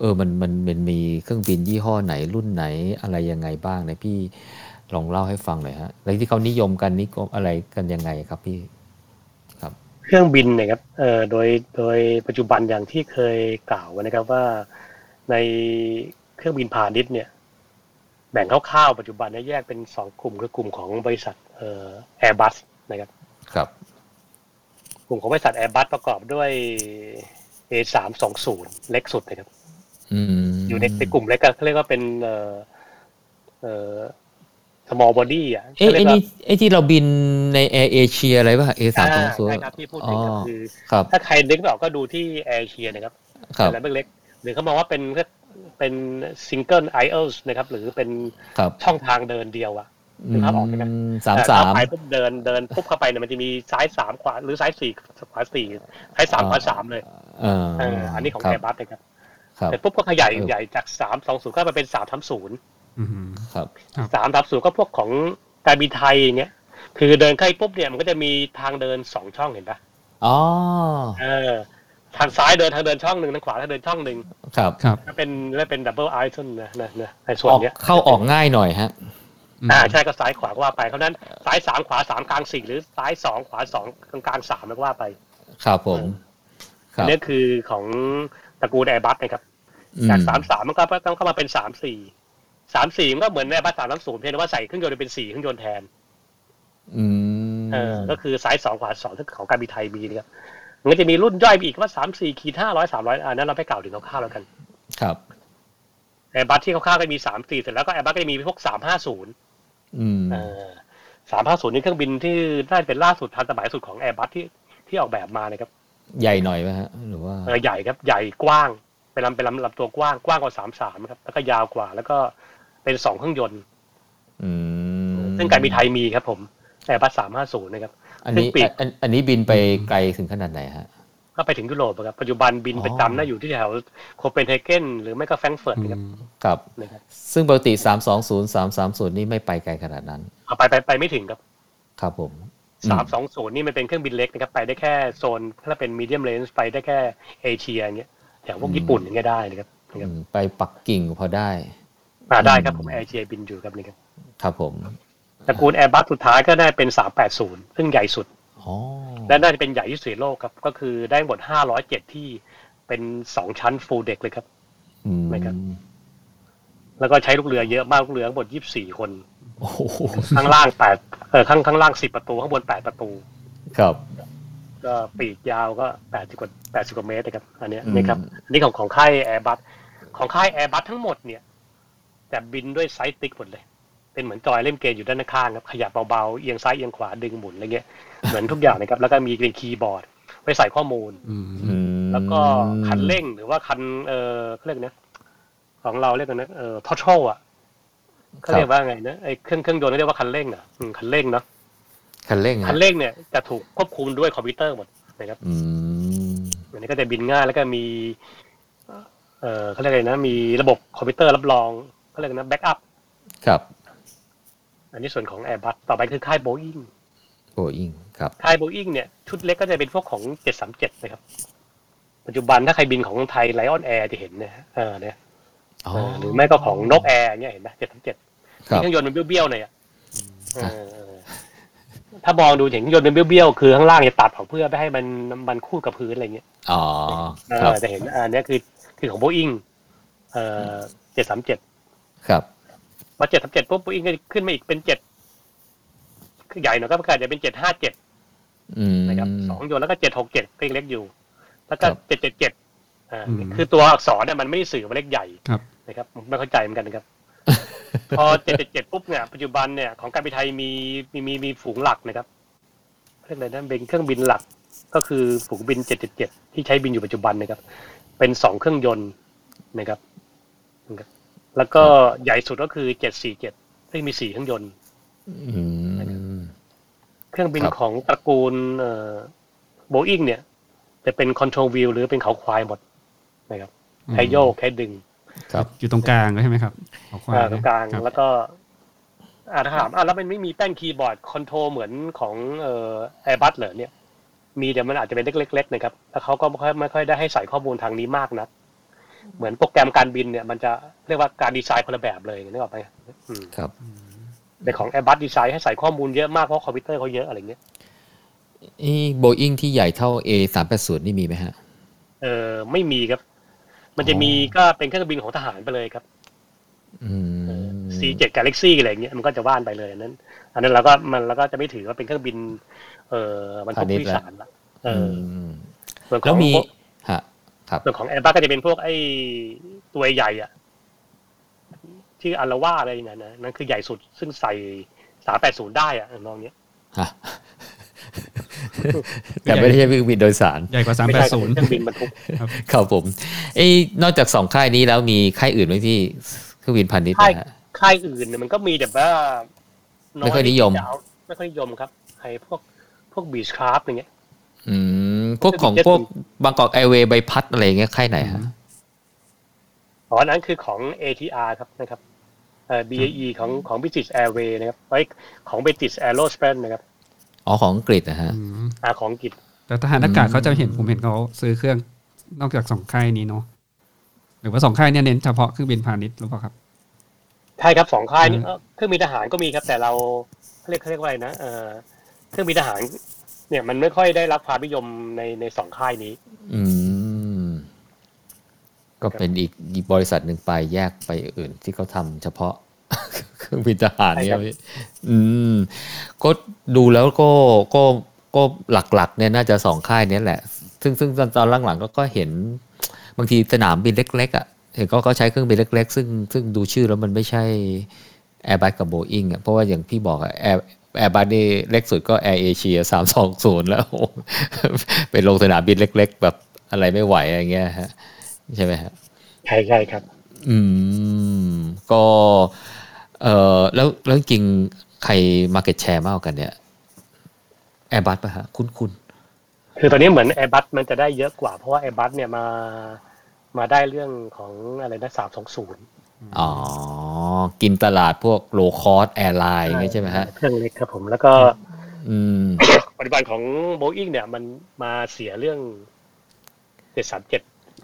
[SPEAKER 2] เออมันมันมันมีเครื่องบินยี่ห้อไหนรุ่นไหนอะไรยังไงบ้างนะพี่ลองเล่าให้ฟังหน่อยฮะแล้วที่เขานิยมกันนิยมอะไรกันยังไงครับพี่
[SPEAKER 3] เครื่องบินเนะครับเอ่อโดยโดยปัจจุบันอย่างที่เคยกล่าวไว้นะครับว่าในเครื่องบินพาณิชย์เนี่ยแบ่งคร่าวๆปัจจุบันเนี่ยแยกเป็นสองกลุ่มคือกลุ่มของบริษัทเอ่อแอร์บัสนะครับ
[SPEAKER 2] ครับ
[SPEAKER 3] กลุ่มของบริษัทแอร์บัสประกอบด้วย A320 เล็กสุดนะครับ
[SPEAKER 2] อืม
[SPEAKER 3] อยู่ในในกลุ่มเล็กก็เขาเรียกว่าเป็นเอ่อเอ่อ small body อ่ะ
[SPEAKER 2] เอ๊ะ
[SPEAKER 3] ขารี
[SPEAKER 2] ไอ้
[SPEAKER 3] ยกว่า
[SPEAKER 2] นี่ไอ้ที่เราบินในแอร์เอเชียอะไรป่ะ A320
[SPEAKER 3] ใช่ครับที่พูดถึงก็คือ
[SPEAKER 2] ครับ
[SPEAKER 3] ถ้าใครนึกไม่ออกก็ดูที่แอร์เชียนะครับ
[SPEAKER 2] ครับ
[SPEAKER 3] แต่ละเล็กๆหรือเขามองว่าเป็นเป็นซิงเกิลไอเอลส์นะครับ หรือเป็น
[SPEAKER 2] ครับ
[SPEAKER 3] ช่องทางเดินเดียวอะ นึกภาพออกใช่ไหม
[SPEAKER 2] อืมสามสา
[SPEAKER 3] เอ่อ
[SPEAKER 2] ม
[SPEAKER 3] เข้ไปปุ๊บเดินเดินปุ๊บเข้าไปเนี่ยมันจะมีซ้ายสามขวาหรือซ้ายสี่ขวาสี่ซ้ายสาม
[SPEAKER 2] อ่า
[SPEAKER 3] ขวาสามเลย
[SPEAKER 2] เออ
[SPEAKER 3] เอออันนี้ของ
[SPEAKER 2] ครั
[SPEAKER 3] แอร์บัสนะครับ
[SPEAKER 2] ครับ
[SPEAKER 3] เสร็จปุ๊บก็ขยาย
[SPEAKER 2] เออ
[SPEAKER 3] ใหญ่จากสามสองศูนย์ก็มาเป็นสามสามศูนย์
[SPEAKER 1] อือหือ
[SPEAKER 2] ครับ
[SPEAKER 1] ครับ
[SPEAKER 3] สามสามศูนย์ก็พวกของการบินไทยอย่างเงี้ยคือเดินเข้าไปปุ๊บเนี่ยมันก็จะมีทางเดินสองช่องเห็นปะ
[SPEAKER 2] อ๋อ
[SPEAKER 3] เออทางซ้ายเดินทางเดินช่องหนึ่งทางขวาทางเดินช่องหนึ่ง
[SPEAKER 2] ครับ
[SPEAKER 1] ครับ
[SPEAKER 3] ก็เป็นและเป็นดับเบิลไอซ์นะนะนะในส่ว
[SPEAKER 2] อน อก
[SPEAKER 3] เนี้ย
[SPEAKER 2] เข้าออกง่ายหน่อยฮะ
[SPEAKER 3] อ่าใช่ก็ซ้ายขวาก็ว่าไปเพราะฉะนั้นซ้ายสามขวาสามกลางสี่หรือซ้ายสองขวาสองกลางกลางสามแล้วก็ว่าไป
[SPEAKER 2] ครับผม ค
[SPEAKER 3] อั
[SPEAKER 2] รั
[SPEAKER 3] น
[SPEAKER 2] บ
[SPEAKER 3] นี้คือของตระกูลแอร์บัสนะครับจากสามสามมันก็ต้องเข้ามาเป็นสามสี่สามสี่มันก็เหมือนแอร์บัสสามศูนย์เพียงแต่ว่าใส่เครื่องยนต์เป็นสี่เครื่องยนต์แทน
[SPEAKER 2] อืม
[SPEAKER 3] เออก็คือซ้ายสองขวาสองที่ของการบินไทยมีนะครับมันก็จะมีรุ่นย่อยไปอีกว่าสามสี่ขีดห้าร้อยสามร้อยอันนั้นเราไปกล่าวถึงคร่าวๆแล้วกัน
[SPEAKER 2] ครับ
[SPEAKER 3] แอร์บัสที่คร่าวๆก็มีสามสี่เสร็จแล้วก็แอร์บัสก็จะมีพวกสามห้าศูนย์
[SPEAKER 2] อืม
[SPEAKER 3] สามห้าศูนย์นี่เครื่องบินที่น่าจะเป็นล่าสุดทันสมัยสุดของแอร์บัสที่ที่ออกแบบมานะครับ
[SPEAKER 2] ใหญ่หน่อยไหมฮะ หรือว่า
[SPEAKER 3] เออใหญ่ครับใหญ่กว้างเป็นลำเป็นลำลำตัวกว้างกว้างกว่าสามสามครับแล้วก็ยาวกว่าแล้วก็เป็นสองเครื่องยนต์
[SPEAKER 2] อืม
[SPEAKER 3] ซึ่งการบินไทยมีครับผมแอร์บัสสามห้าศูนย์นะครับ
[SPEAKER 2] อันนี้
[SPEAKER 3] ซึ่งปีก
[SPEAKER 2] อันอันนี้บินไปไกลถึงขนาดไหนฮะ
[SPEAKER 3] ก็ไปถึงยุโรปครับปัจจุบันบินประจำน่าอยู่ที่แถวโคเปนเฮเกนหรือไม่ก็แฟรงก์เฟิร์ตนะครับ
[SPEAKER 2] ครับ
[SPEAKER 3] นะครับ
[SPEAKER 2] ซึ่งปกติสามสองศูนย์สามสามศูนย์นี่ไม่ไปไกลขนาดนั้น
[SPEAKER 3] เอาไปไปไปไม่ถึงครับ
[SPEAKER 2] ครับผม
[SPEAKER 3] สามสองศูนย์นี่มันเป็นเครื่องบินเล็กนะครับไปได้แค่โซนถ้าเป็นมีเดียมเลนส์ไปได้แค่เอเชียอย่างเงี้ยแถวพวกญี่ปุ่นอย่างเงี้ยได้นะครับ
[SPEAKER 2] อืมไปปักกิ่งพอได้
[SPEAKER 3] อ่าได้ครับผมแอร์เชียบินอยู่ครับนี่ครับ
[SPEAKER 2] ครับผม
[SPEAKER 3] ตระกูลแอร์บัสสุดท้ายก็ได้เป็น 380 ซึ่งใหญ่สุด
[SPEAKER 2] อ๋อ
[SPEAKER 3] และน่าจะเป็นใหญ่ที่สุดในโลกครับ ก็คือได้หมด 507 ที่เป็น 2 ชั้น full deck เลยครับ
[SPEAKER 2] อืม
[SPEAKER 3] นะครับ แล้วก็ใช้ลูกเรือเยอะมากลูกเรือทั้งหมด 24 คน (laughs)
[SPEAKER 2] โอ้โห
[SPEAKER 3] ข้างล่าง 8 เออข้างข้างล่าง 10 ประตู ข้างบน 8 ประตู
[SPEAKER 2] ครับ
[SPEAKER 3] ก็ปีกยาวก็ 80 กว่า 80 กว่าเมตรนะครับ อันเนี้ย
[SPEAKER 2] อืม
[SPEAKER 3] นะครับอันนี่ของของค่ายแอร์บัสของค่ายแอร์บัสทั้งหมดเนี่ยแต่บินด้วยไซส์ติ๊กหมดเลย เป็นเหมือนจอยเล่นเกมอยู่ด้านข้างครับขยับเบาๆเอียงซ้ายเอียงขวาดึงหมุนอะไรเงี้ยเหมือนทุกอย่างนะครับ แล้วก็มีเป็นคีย์บอร์ดไว้ใส่ข้อมูล
[SPEAKER 1] อืม
[SPEAKER 2] อืม
[SPEAKER 3] แล้วก็คันเร่งหรือว่าคันเออเขาเรียกนะของเราเรียกกันนะเออทอชอ่ะเขาเรียกว่าไงนะไอเครื่องเครื่องยนต์เขาเรียกว่าคันเร่งนะอืมคันเร่งเนาะ
[SPEAKER 2] คันเร่งฮะ
[SPEAKER 3] คันเร่งเนี่ยจะถูกควบคุมด้วยคอมพิวเตอร์หมดนะครับ
[SPEAKER 2] อืม
[SPEAKER 3] อันนี้ก็จะบินง่ายแล้วก็มี เอ่อเขาเรียกอะไรนะ มีระบบคอมพิวเตอร์รับรองเขาเรียกนะแบ็กอัพ
[SPEAKER 2] ครับ
[SPEAKER 3] อันนี้ส่วนของ Airbus ต่อไปคือค่ายโบอิ n ง
[SPEAKER 2] โออิงครับ
[SPEAKER 3] ค่ายโบอิ n งเนี่ย ชุดเล็กก็จะเป็นพวกของ 737 นะครับ ปัจจุบันถ้าใครบินของไทยไลออนแอร์จะเห็นนะฮะเออเนี่ย
[SPEAKER 2] อ๋อ
[SPEAKER 3] เออหรือไม่ก็ของนกแอร์เนี่ยเห็นไหม737
[SPEAKER 2] ครับ
[SPEAKER 3] เครื่องยนต์มันเบี้ยวๆหน่อยอ่ะเออเออถ้ามองดูเห็นเครื่องยนต์มันเบี้ยวๆคือข้างล่างจะตัดออกเพื่อไม่ให้มันมันคู่กับพื้นอะไรเงี้ย
[SPEAKER 2] อ๋อ
[SPEAKER 3] เอ
[SPEAKER 2] ครับ
[SPEAKER 3] อแต่เห็นอันเนี้ยคือคือของโบอิงเอ่อเจ็ดสามเจ็ด
[SPEAKER 2] ครับ
[SPEAKER 3] พอเจ็ดสามเจ็ดปุ๊บโบอิงก็ขึ้นมาอีกเป็นเจ็ดใหญ่หน่อยก็ประกาศจะเป็นเจ็ดห้าเจ็ด
[SPEAKER 2] อืม
[SPEAKER 3] นะครับสองยนต์แล้วก็เจ็ดหกเจ็ดก็ยังเล็กอยู่ แล้วก็
[SPEAKER 2] ครับ
[SPEAKER 3] เจ็ดเจ็ดเจ็ดอ่า
[SPEAKER 1] อืม
[SPEAKER 3] คือตัวอักษรเนี่ยมันไม่ได้สื่อว่าเล็กใหญ่
[SPEAKER 1] ครับ
[SPEAKER 3] นะครับผมไม่เข้าใจเหมือนกัน (laughs) นะครับ พอเจ็ดเจ็ดเจ็ดปุ๊บเนี่ยปัจจุบันเนี่ยของการบินไทยมีมีมีมีฝูงหลักนะครับเรียกอะไรนะเป็นเครื่องบินหลัก ก็คือฝูงบินเจ็ดเจ็ดเจ็ดที่ใช้บินอยู่ปัจจุบันนะครับ เป็นสองเครื่องยนต์นะครับนะครับ แล้วก็ใหญ่สุดก็คือเจ็ดสี่เจ็ดซึ่งมีสี่เครื่องยนต์
[SPEAKER 2] อืม
[SPEAKER 3] เครื่องบิน
[SPEAKER 2] ครับ
[SPEAKER 3] ของตระกูลโบอิงเนี่ย จะเป็นคอนโทรลวิวหรือเป็นเขาควายหมดนะครับใช้โยกใช้ดึง
[SPEAKER 2] ครับ
[SPEAKER 1] อยู่ตรงกลางใช่ไหมครับขวา
[SPEAKER 3] อ่าตรงกลาง
[SPEAKER 1] ครับ
[SPEAKER 3] แล้วก็ อ่าถามอ่ะแล้วมันไม่มีแป้นคีย์บอร์ดคอนโทรเหมือนของเอ่อไอบัสเหรอเนี่ย มีแต่มันอาจจะเป็นเล็กๆนะครับแล้วเขาก็ไม่ค่อยไม่ค่อยได้ให้ใส่ข้อมูลทางนี้มากนะเหมือนโปรแกรมการบินเนี่ยมันจะเรียกว่าการดีไซน์คนละแบบเลยนึกออกไหมอืม
[SPEAKER 2] ครับ
[SPEAKER 3] แต่ของไอบัสดีไซน์ให้ใส่ข้อมูลเยอะมากเพราะคอมพิวเตอร์เขาเยอะอะไรเงี้ย
[SPEAKER 2] นี่โบอิงที่ใหญ่เท่า A 3 8 0นี่มีไหมฮะ
[SPEAKER 3] เออไม่มีครับ มันจะมีก็เป็นเครื่องบินของทหารไปเลยครับ
[SPEAKER 2] อืม
[SPEAKER 3] C7 Galaxy อะไรอย่างเงี้ยมันก็จะว่านไปเลยอันนั้น อันนั้นเราก็มันเราก็จะไม่ถือว่าเป็นเครื่องบิน เอ่อมันทุกที่สารละเอออ
[SPEAKER 2] ม
[SPEAKER 3] ส่วนข
[SPEAKER 2] แล้
[SPEAKER 3] อ
[SPEAKER 2] ว
[SPEAKER 3] ง
[SPEAKER 2] มีฮะครับ
[SPEAKER 3] ส่วนของแอร์บัสก็จะเป็นพวกไอ้ตัวใหญ่อะชื่ออาราว่าอะไรอย่างเงี้ยนะนั่นคือใหญ่สุดซึ่งใส่สามแปดศูนย์ได้อะน้องเนี้ย (laughs)
[SPEAKER 2] ฮะ แต่ไม่ได้ใช่เครื่องบินโดยสาร
[SPEAKER 1] ใหญ่กว่า
[SPEAKER 3] ไม่ใช่เป็นเครื่องบิน
[SPEAKER 1] 380
[SPEAKER 3] บรรทุก
[SPEAKER 2] ครับผมเอ้ยนอกจากสองค่ายนี้แล้วมีค่ายอื่นไหมพี่เครื่องบินพาณิชย์
[SPEAKER 3] ค่าย
[SPEAKER 2] นะฮะ
[SPEAKER 3] ค่ายอื่นเนี่ยมันก็มีแต่ว่า
[SPEAKER 2] ไม่ค่อยนิยม
[SPEAKER 3] จะเอาไม่ค่อยนิยมครับไอ้พวกพวกบีชคราฟอย่างเงี้ย
[SPEAKER 2] อืมพวกของ
[SPEAKER 3] เครื่องบิ
[SPEAKER 2] พวก
[SPEAKER 3] น
[SPEAKER 2] บางกอกไอเวย์ใบพัดอะไรอย่างเงี้ยค่ายไหนฮะ
[SPEAKER 3] อ๋ออันนั้นคือของ ATR ครับนะครับเอ่อ BAE ของของ British Airways นะครับไว้ของ British Aerospace นะครับ
[SPEAKER 2] อ๋อของอังกฤษนะฮะ
[SPEAKER 1] อืม
[SPEAKER 3] อาของอังกฤษ
[SPEAKER 1] แต่ทหารอากาศเขาจะเห็นผมเห็นเขาซื้อเครื่องนอกจากสองค่ายนี้เนาะหรือว่าสองค่ายเนี่ยเน้นเฉพาะเครื่องบินพาณิชย์หรือเปล่าครับ
[SPEAKER 3] ใช่ครับสองค่ายนี้
[SPEAKER 1] อืม
[SPEAKER 3] เอ่อเครื่องบินทหารก็มีครับ แต่เราเขาเรียกเขาเรียกว่าอะไรนะเอ่อเครื่องบินทหารเนี่ยมันไม่ค่อยได้รับความนิยมในในสองค่ายนี้
[SPEAKER 2] อืม ก็เป็นอีกอีกบริษัทหนึ่งไปแยกไปอื่นที่เขาทำเฉพาะ (laughs) เครื่องบินทหารเนี่
[SPEAKER 3] ใช่ครั
[SPEAKER 2] ย
[SPEAKER 3] บ
[SPEAKER 2] พี่อืม ก็ดูแล้วก็ก็ก็หลักๆ เนี่ยน่าจะสองค่ายเนี้ยแหละ ซึ่งซึ่งตอนตอนหลังๆก็ก็เห็น บางทีสนามบินเล็ก ๆ อ่ะเห็นก็ก็ใช้เครื่องบินเล็ก ๆ ซึ่งซึ่งดูชื่อแล้วมันไม่ใช่ Airbus กับ Boeing อ่ะเพราะว่าอย่างพี่บอกอ่ะ Air Airbus นี่เล็กสุดก็ Air Asia 320 แล้ว (laughs) เป็นโรงสนามบินเล็ก ๆ แบบอะไรไม่ไหวอะไรเงี้ยฮะใช่ไหมฮะ
[SPEAKER 3] ใช่ใช่ครับ
[SPEAKER 2] อืม ก็เออแล้วแล้วจริงๆใคร Market Share มากกว่ากันเนี่ย Airbus ป่ะฮะ คุ้นๆ
[SPEAKER 3] คือตอนนี้เหมือน Airbus มันจะได้เยอะกว่า เพราะว่า Airbus เนี่ยมามาได้เรื่องของอะไรนะสามสองศูนย์
[SPEAKER 2] อ๋อ กินตลาดพวกโลคอสแอร์ไลน์อย่างเงี้ยใช่ไหมฮะ
[SPEAKER 3] เครื่องเล็กครับผมแล้วก็
[SPEAKER 2] อืม
[SPEAKER 3] ปัจจุบันของ Boeing เนี่ยมันมาเสียเรื่อง 737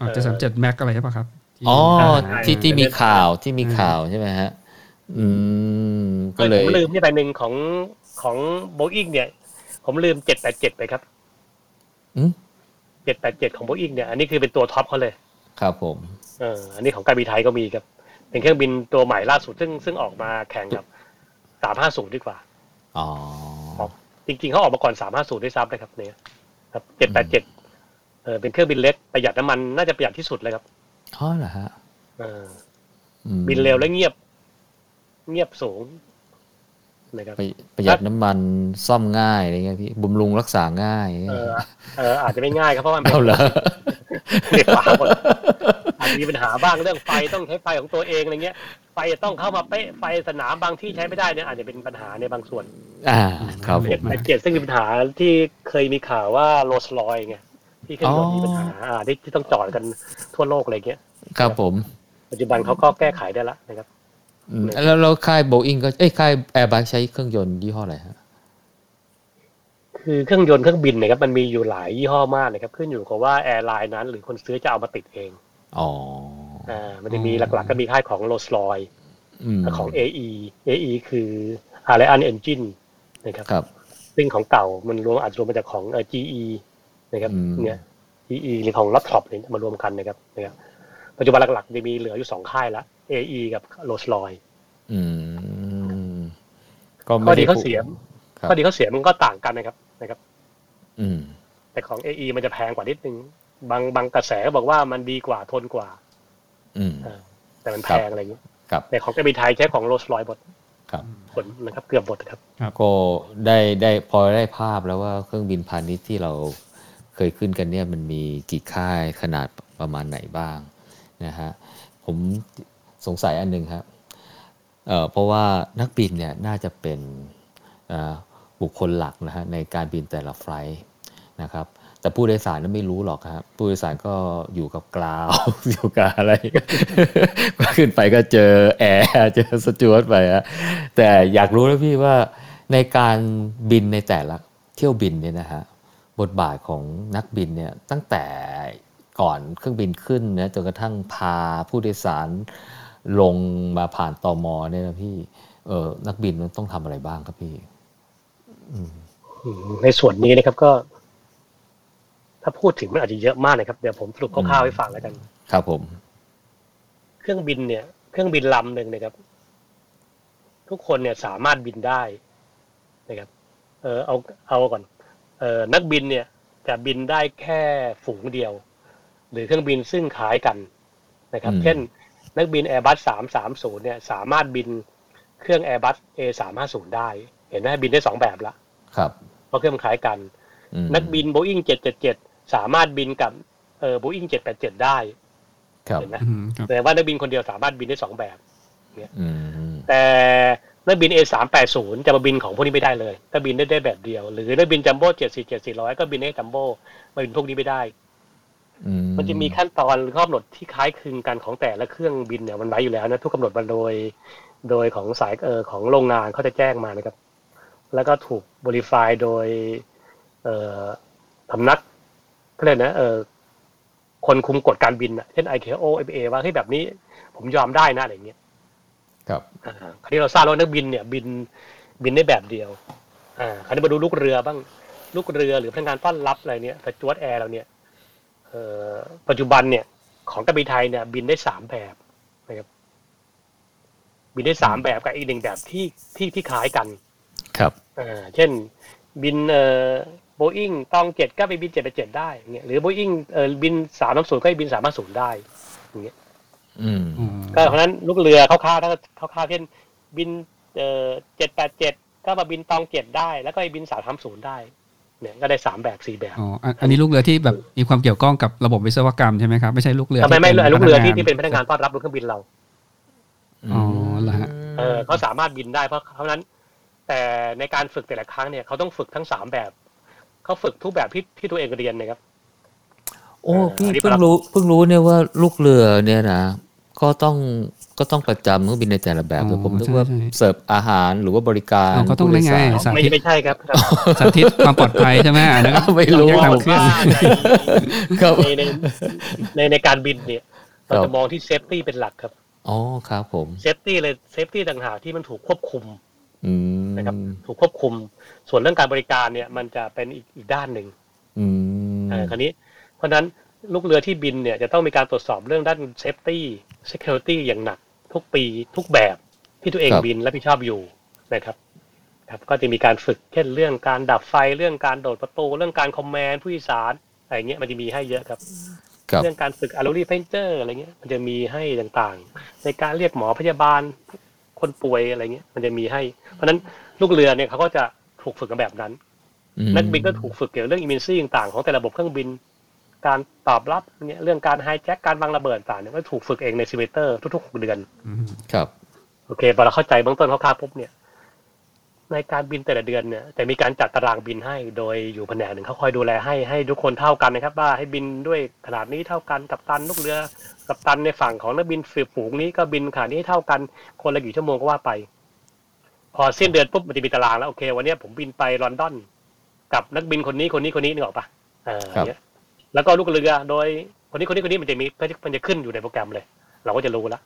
[SPEAKER 1] อ๋อจะสามเจ็ดแม็กอะไรใช่ปะครับที่
[SPEAKER 2] อ๋อ
[SPEAKER 1] อ่า
[SPEAKER 2] ที่ที่มีข่าวที่มีข่าวใช่ไหมฮะ อืม ก็เลย
[SPEAKER 3] ผมลืมนี่ไปหนึ่งของของ Boeing เนี่ย ผมลืม 787 ไปครับ
[SPEAKER 2] อืม
[SPEAKER 3] 787 ของ Boeing เนี่ย อันนี้คือเป็นตัวท็อปเขาเลย
[SPEAKER 2] ครับผม
[SPEAKER 3] เออ อันนี้ของการบินไทยก็มีครับ เป็นเครื่องบินตัวใหม่ล่าสุดซึ่งซึ่งออกมาแข่งกับ 350 ดีกว่า
[SPEAKER 2] อ๋อ
[SPEAKER 3] จริงๆเขาออกมาก่อน 350 ด้วยซ้ำนะครับเนี่ยครับ 787 เออเป็นเครื่องบินเล็กประหยัดน้ำมันน่าจะประหยัดที่สุดเลยครับ
[SPEAKER 2] อ๋อเหรอฮะ
[SPEAKER 3] เออ
[SPEAKER 2] อืม
[SPEAKER 3] บินเร็วและเงียบ เงียบสูงนะครับ
[SPEAKER 2] ปรประหยัดน้ำมันซ่อมง่ายอะไรเงี้ยพี่บำรุงรักษาง่าย
[SPEAKER 3] เออเอออาจจะไม่ง่ายครับเพราะมันเป็น
[SPEAKER 2] เอาเหรอ
[SPEAKER 3] เด็กว่าคนอาจจะมีปัญหาบ้างเรื่องไฟต้องใช้ไฟของตัวเองอะไรเงี้ยไฟจะต้องเข้ามาเป๊ะไฟสนามบางที่ใช้ไม่ได้เนี่ยอาจจะเป็นปัญหาในบางส่วน
[SPEAKER 2] อ่า ครับผม
[SPEAKER 3] แต่เจ็ดซึ่งมีปัญหาที่เคยมีข่าวว่าโรสลอยไงที่เครื่องยนต์มีปัญหาอ่าที่ที่ต้องจอดกันทั่วโลกอะไรเงี้ย
[SPEAKER 2] ครับผม
[SPEAKER 3] ปัจจุบันเขาก็แก้ไขได้ละนะครับ
[SPEAKER 2] อืมแล้วแล้วค่ายโบอิงก็ เอ้ย ค่ายแอร์บัสใช้เครื่องยนต์ยี่ห้ออะไรฮะ
[SPEAKER 3] คือเครื่องยนต์เครื่องบินนะครับมันมีอยู่หลายยี่ห้อมากนะครับขึ้นอยู่กับว่าแอร์ไลน์นั้น หรือคนซื้อจะเอามาติดเอง
[SPEAKER 2] อ๋อ
[SPEAKER 3] อ่ามันจะมีหลักๆก็มีค่ายของโรสลอย
[SPEAKER 2] อืม
[SPEAKER 3] ของ AE AE คือ Ariane Engine นะครับ
[SPEAKER 2] ครับ
[SPEAKER 3] ซึ่งของเก่ามันรวมอาจจะรวมมาจากของเอ่อ GE นะครับ
[SPEAKER 2] อืม
[SPEAKER 3] เนี่ย GE หรือของ Laptop เนี่ยมารวมกันนะครับนะครับปัจจุบันหลักๆจะมีเหลืออยู่สองค่ายละ AE กับโรสลอย
[SPEAKER 2] อืม ก็
[SPEAKER 3] ข้
[SPEAKER 2] ไม่
[SPEAKER 3] อดี
[SPEAKER 2] ได้
[SPEAKER 3] ข้อเสียม
[SPEAKER 2] ครับ
[SPEAKER 3] ข้อดีข้อเสียมันก็ต่างกันนะครับนะครับ
[SPEAKER 2] อืม
[SPEAKER 3] แต่ของ AE มันจะแพงกว่านิดนึง บางบางกระแสก็บอกว่ามันดีกว่าทนกว่า
[SPEAKER 2] อืม
[SPEAKER 3] อ่าแต่มันแพงอะไรอย่างเงี้ย
[SPEAKER 2] ครับ
[SPEAKER 3] แต่ของการบินไทยใช้ของโรสลอยหมด
[SPEAKER 2] ครับ
[SPEAKER 3] ผลนะครับเกือบหมดนะครับ
[SPEAKER 2] ก็ได้ได้พอได้ภาพแล้วว่าเครื่องบินพาณิชย์ที่เราเคยขึ้นกันเนี่ยมันมีกี่ค่ายขนาดประมาณไหนบ้างนะฮะผมสงสัยอันหนึ่งครับเอ่อเพราะว่านักบินเนี่ยน่าจะเป็นเอ่อบุคคลหลักนะฮะในการบินแต่ละไฟลท์นะครับ แต่ผู้โดยสารนั้นไม่รู้หรอกครับผู้โดยสารก็อยู่กับกลาว (laughs) อยู่กับอะไร ก็ขึ้นไปก็เจอแอร์ (laughs) เจอสจวตไปฮะแต่อยากรู้นะพี่ว่าในการบินในแต่ละเที่ยวบินเนี่ยนะฮะบทบาทของนักบินเนี่ยตั้งแต่ก่อนเครื่องบินขึ้นนะจนกระทั่งพาผู้โดยสารลงมาผ่านตอมอเนี่ยนะพี่เออนักบินมันต้องทำอะไรบ้างครับพี่
[SPEAKER 3] อืมในส่วนนี้นะครับก็ ถ้าพูดถึงมันอาจจะเยอะมากเลยครับเดี๋ยวผมสรุปคร่าวๆให้ฟังแล้วกัน
[SPEAKER 2] ครับผม
[SPEAKER 3] เครื่องบินเนี่ย เครื่องบินลำหนึ่งนะครับ ทุกคนเนี่ยสามารถบินได้นะครับ เออเอาเอาก่อน เออนักบินเนี่ยจะบินได้แค่ฝูงเดียว หรือเครื่องบินซึ่งขายกันนะครับ เช่น นักบิน Airbus 330เนี่ย สามารถบินเครื่อง Airbus A350 ได้ เห็นไหมบินได้สองแบบละ
[SPEAKER 2] ครับ
[SPEAKER 3] เพราะเครื่องมันขายกัน
[SPEAKER 2] อืม
[SPEAKER 3] นักบิน Boeing 777 สามารถบินกับเออ Boeing 787 ได้
[SPEAKER 2] ครับ
[SPEAKER 3] เห็นไหม
[SPEAKER 1] อืมครับ
[SPEAKER 3] แต่ว่านักบินคนเดียวสามารถบินได้สองแบบ
[SPEAKER 2] อืม
[SPEAKER 3] แต่นักบิน A380 จะมาบินของพวกนี้ไม่ได้เลยถ้าบินได้ได้แบบเดียว หรือนักบินจัมโบ้747 400 ก็บินให้จัมโบ้มาบินพวกนี้ไม่ได้
[SPEAKER 2] อื
[SPEAKER 3] มันจะมีขั้นตอนข้อกำหนดที่คล้ายคลึงกันของแต่ละเครื่องบินเนี่ยมันไว้อยู่แล้วนะทุกกำหนดมาโดย โดยของสายเออของโรงงานเขาจะแจ้งมานะครับ แล้วก็ถูกบริฟายโดยเอ่อสำนักเขาเรียกนะเออคนคุมกฎการบินน่ะเช่น ICAO FAA ว่าเฮ้ยแบบนี้ผมยอมได้นะอะไรอย่างเงี้ย
[SPEAKER 2] ครับ
[SPEAKER 3] อ่าคราวนี้เราทราบแล้ววานักบินเนี่ยบินบินได้แบบเดียว อ่าคราวนี้มาดูลูกเรือบ้าง ลูกเรือหรือพนักงานต้อนรับอะไรเนี่ยสจวตแอร์เราเนี่ยเอ่อปัจจุบันเนี่ยของการบินไทยเนี่ยบินได้สามแบบนะครับบินได้สามแบบกับอีกหนึ่งแบบที่ที่ที่คล้ายกัน
[SPEAKER 2] ครับ
[SPEAKER 3] อ่าเช่นบินเอ่อโบอิงตองเจ็ดก็ไปบินเจ็ดไปเจ็ดได้อย่างเงี้ยหรือโบอิงเอ่อบินสามศูนย์ก็ไปบินสามศูนย์ได้
[SPEAKER 2] อืม
[SPEAKER 1] อืม
[SPEAKER 3] ก็เพราะฉะนั้นลูกเรือคร่าวๆถ้าคร่าวๆเช่นบินเอ่อจ็ดแปดเจ็ดก็มาบินตองเจ็ดได้ แล้วก็ไปบินสามสามศูนย์ได้ เนี่ยก็ได้สามแบบสี่แบบ
[SPEAKER 1] อ๋ออันอันนี้ลูกเรือที่แบบมีความเกี่ยวข้องกับระบบวิศวกรรมใช่ไหมครับ ไม่ใช่ลูกเรือ
[SPEAKER 3] ทำไมไม่
[SPEAKER 1] ป็น
[SPEAKER 3] ลูกเรือที่
[SPEAKER 1] พ
[SPEAKER 3] ที่เป็นพนักงานต้อนรับบนเครื่องบินเรา
[SPEAKER 1] อ๋อเหรอฮะ
[SPEAKER 3] เออเขาสามารถบินได้เพราะเพราะฉะนั้น แต่ในการฝึกแต่ละครั้งเนี่ยเขาต้องฝึกทั้งสามแบบเขาฝึกทุกแบบที่ที่ตัวเองเรียนนะครับ
[SPEAKER 2] โอ้พี่
[SPEAKER 3] อันนี้
[SPEAKER 2] เพิ่งรู้เพิ่งรู้เนี่ยว่าลูกเรือเนี่ยนะก็ต้องก็ต้องประจำเครื่องบินในแต่ละแบบแต่ผมนึกว่าเสิร์ฟอาหารหรือว่าบริการ
[SPEAKER 1] เขาต้องได้ไงสา
[SPEAKER 3] ไม่
[SPEAKER 1] ธิต
[SPEAKER 3] ไม่ใช่ครับครับ
[SPEAKER 1] สาธิตความปลอดภัยใช่ไหมอันนั้นก็
[SPEAKER 2] ไม่รู้
[SPEAKER 1] ต้
[SPEAKER 3] เพ
[SPEAKER 1] อง
[SPEAKER 3] ราะ
[SPEAKER 1] แยก
[SPEAKER 3] ว่า
[SPEAKER 1] ทำเครื่อง
[SPEAKER 2] ครับ
[SPEAKER 3] ในในในในการบินเนี่ยเรา
[SPEAKER 2] ครั
[SPEAKER 3] จะ
[SPEAKER 2] บ
[SPEAKER 3] มองที่เซฟตี้เป็นหลักครับ
[SPEAKER 2] อ๋อครับผม
[SPEAKER 3] เซฟตี้เลยเซฟตี้ต่างหากที่มันถูกควบคุม
[SPEAKER 2] อืม
[SPEAKER 3] นะครับถูกควบคุมส่วนเรื่องการบริการเนี่ยมันจะเป็นอีกอีกด้านหนึ่ง
[SPEAKER 2] อืม
[SPEAKER 3] เอ่อคราวนี้เพราะฉะนั้นลูกเรือที่บินเนี่ยจะต้องมีการตรวจสอบเรื่องด้าน safety security อย่างหนัก ทุกปีทุกแบบที่ตัวเองบินรับผิดชอบอยู่นะครับครับก็จะมีการฝึกเช่นเรื่องการดับไฟเรื่องการโดดประตูเรื่องการคอมแมนด์ผู้โดยสารอะไรเงี้ยมันจะมีให้เยอะครับ
[SPEAKER 2] ครับ
[SPEAKER 3] เรื่องการฝึกอารูรีเฟนเจอร์อะไรเงี้ยมันจะมีให้ต่างๆ ในการเรียกหมอพยาบาลคนป่วยอะไรเงี้ยมันจะมีให้ เพราะฉะนั้นลูกเรือเนี่ยเขาก็จะถูกฝึกกันแบบนั้น
[SPEAKER 2] อืม
[SPEAKER 3] นักบินก็ถูกฝึกเกี่ยวเรื่องอิมเมนซี่ต่างๆของแต่ระบบเครื่องบิน การตอบรับเนี่ยเรื่องการไฮแจ็คการวางระเบิดต่างๆเนี่ยก็ถูกฝึกเองในซิมูเลเตอร์ทุกๆหกเดือน
[SPEAKER 1] อืม
[SPEAKER 2] ครับ
[SPEAKER 3] โอเคพอเราเข้าใจเบื้องต้นคร่าวๆปุ๊บเนี่ย ในการบินแต่ละเดือนเนี่ยแต่มีการจัดตารางบินให้โดยอยู่แผนกหนึ่งเขาคอยดูแลให้ให้ทุกคนเท่ากันนะครับ ว่าให้บินด้วยขนาดนี้เท่ากันกับตันลูกเรือกับตันในฝั่งของนักบินฝึกฝูงนี้ก็บินขนาดนี้เท่ากันคนละกี่ชั่วโมงก็ว่าไป พอสิ้นเดือนปุ๊บมันจะมีตารางแล้วโอเควันเนี้ยผมบินไปลอนดอน กับนักบินคนนี้คนนี้คนนี้นึกออกปะเอออย่างเงี้ยแล้วก็ลูกเรือโดยคนนี้คนนี้คนนี้มันจะมีมันจะขึ้นอยู่ในโปรแกรมเลย เราก็จะรู้ละ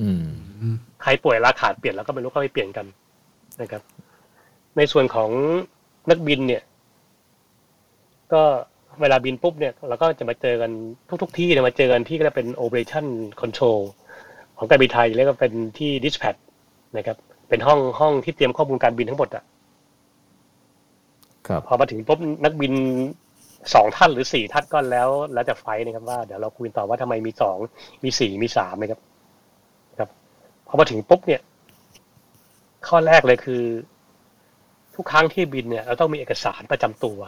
[SPEAKER 2] อืม
[SPEAKER 1] อืม
[SPEAKER 3] ใครป่วยลาขาดเปลี่ยนแล้วก็ไม่รู้ก็ไปเปลี่ยนกันนะครับ ในส่วนของนักบินเนี่ย ก็เวลาบินปุ๊บเนี่ยเราก็จะมาเจอกันทุก ๆ ที่เนี่ยมาเจอกันที่ก็จะเป็น operation control ของการบินไทยเรียกว่าเป็นที่ dispatch นะครับ เป็นห้องห้องที่เตรียมข้อมูลการบินทั้งหมดอะ
[SPEAKER 2] ครับ
[SPEAKER 3] พอมาถึงปุ๊บนักบินสองท่านหรือสี่ท่านก็แล้ว แล้วแต่ไฟล์นะครับว่าเดี๋ยวเราคุยต่อว่าทำไมมีสองมีสี่มีสามนะครับ ครับพอมาถึงปุ๊บเนี่ย ข้อแรกเลยคือ ทุกครั้งที่บินเนี่ย เราต้องมีเอกสารประจำตัว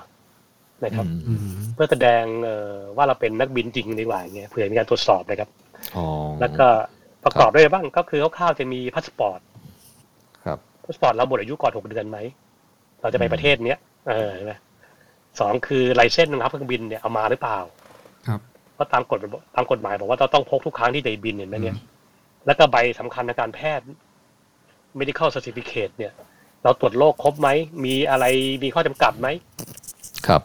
[SPEAKER 3] นะครับ
[SPEAKER 2] อื
[SPEAKER 1] อื
[SPEAKER 2] ม
[SPEAKER 1] ม
[SPEAKER 3] เพื่อแสดงเอ่อว่าเราเป็นนักบินจริงดีกว่าอย่างเงี้ยเผื่อมีการตรวจสอบนะครับ
[SPEAKER 2] อ๋อ
[SPEAKER 3] แล้วก็ประกอบด้วยอะไรบ้างก็คือคร่าวๆจะมีพาสปอร์ต
[SPEAKER 2] ครับ
[SPEAKER 3] พาสปอร์ตเราหมดอายุก่อนหกเดือนไหม เราจะไปประเทศเนี้ย เออใช่ไหม สองคือไลเซนส์นะครับเครื่องบินเนี่ยเอามาหรือเปล่า
[SPEAKER 1] ครับ
[SPEAKER 3] เพราะตามกฎตามกฎหมายบอกว่าเราต้องพกทุกครั้งที่จะบินเห็นไหมเนี่ย แล้วก็ใบสำคัญทางการแพทย์ medical certificate เนี่ย เราตรวจโรคครบไหม มีอะไรมีข้อจำกัดไหม
[SPEAKER 4] ครับ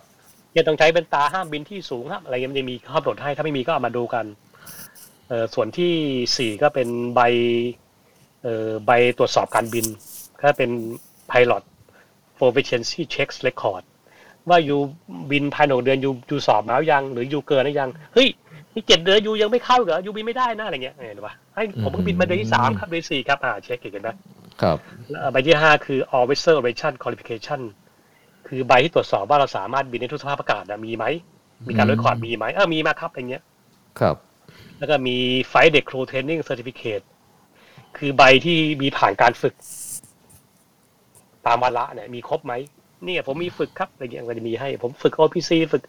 [SPEAKER 3] เนี่ยต้องใช้เป็นตาห้ามบินที่สูงห้ามอะไรเงี้ยมันจะมีข้อกำหนดให้ถ้าไม่มีก็เอามาดูกันเออส่วนที่สี่ก็เป็นใบเออใบตรวจสอบการบินก็เป็น pilot proficiency checks record ว่าอยู่บินภายในหกเดือนอยู่อยู่สอบมาแล้วยังหรืออยู่เกินหรือยังเฮ้ยนี่เจ็ดเดือนอยู่ยังไม่เข้าเหรออยู่บินไม่ได้นะอะไรเงี้ยเห็นปะให้ผมเพิ่งบินมาเดือนที่สามครับเดือนที่สี่ครับอ่าเช็คอีกกันนะ
[SPEAKER 4] ครับ
[SPEAKER 3] เอ่อใบที่ห้าคือ all weather operation qualification คือใบที่ตรวจสอบว่าเราสามารถบินในทุกสภาพอากาศนะมีไหม มีการ
[SPEAKER 4] อืม
[SPEAKER 3] รีคอร์ดมีไหมเออมีมาครับอย่างเงี้ย
[SPEAKER 4] ครับ
[SPEAKER 3] แล้วก็มี flight deck crew training certificate คือใบที่มีผ่านการฝึก ตามวาระเนี่ยมีครบไหมเนี่ยผมมีฝึกครับอะไรเงี้ยมันจะมีให้ ผมฝึก OPC ฝึก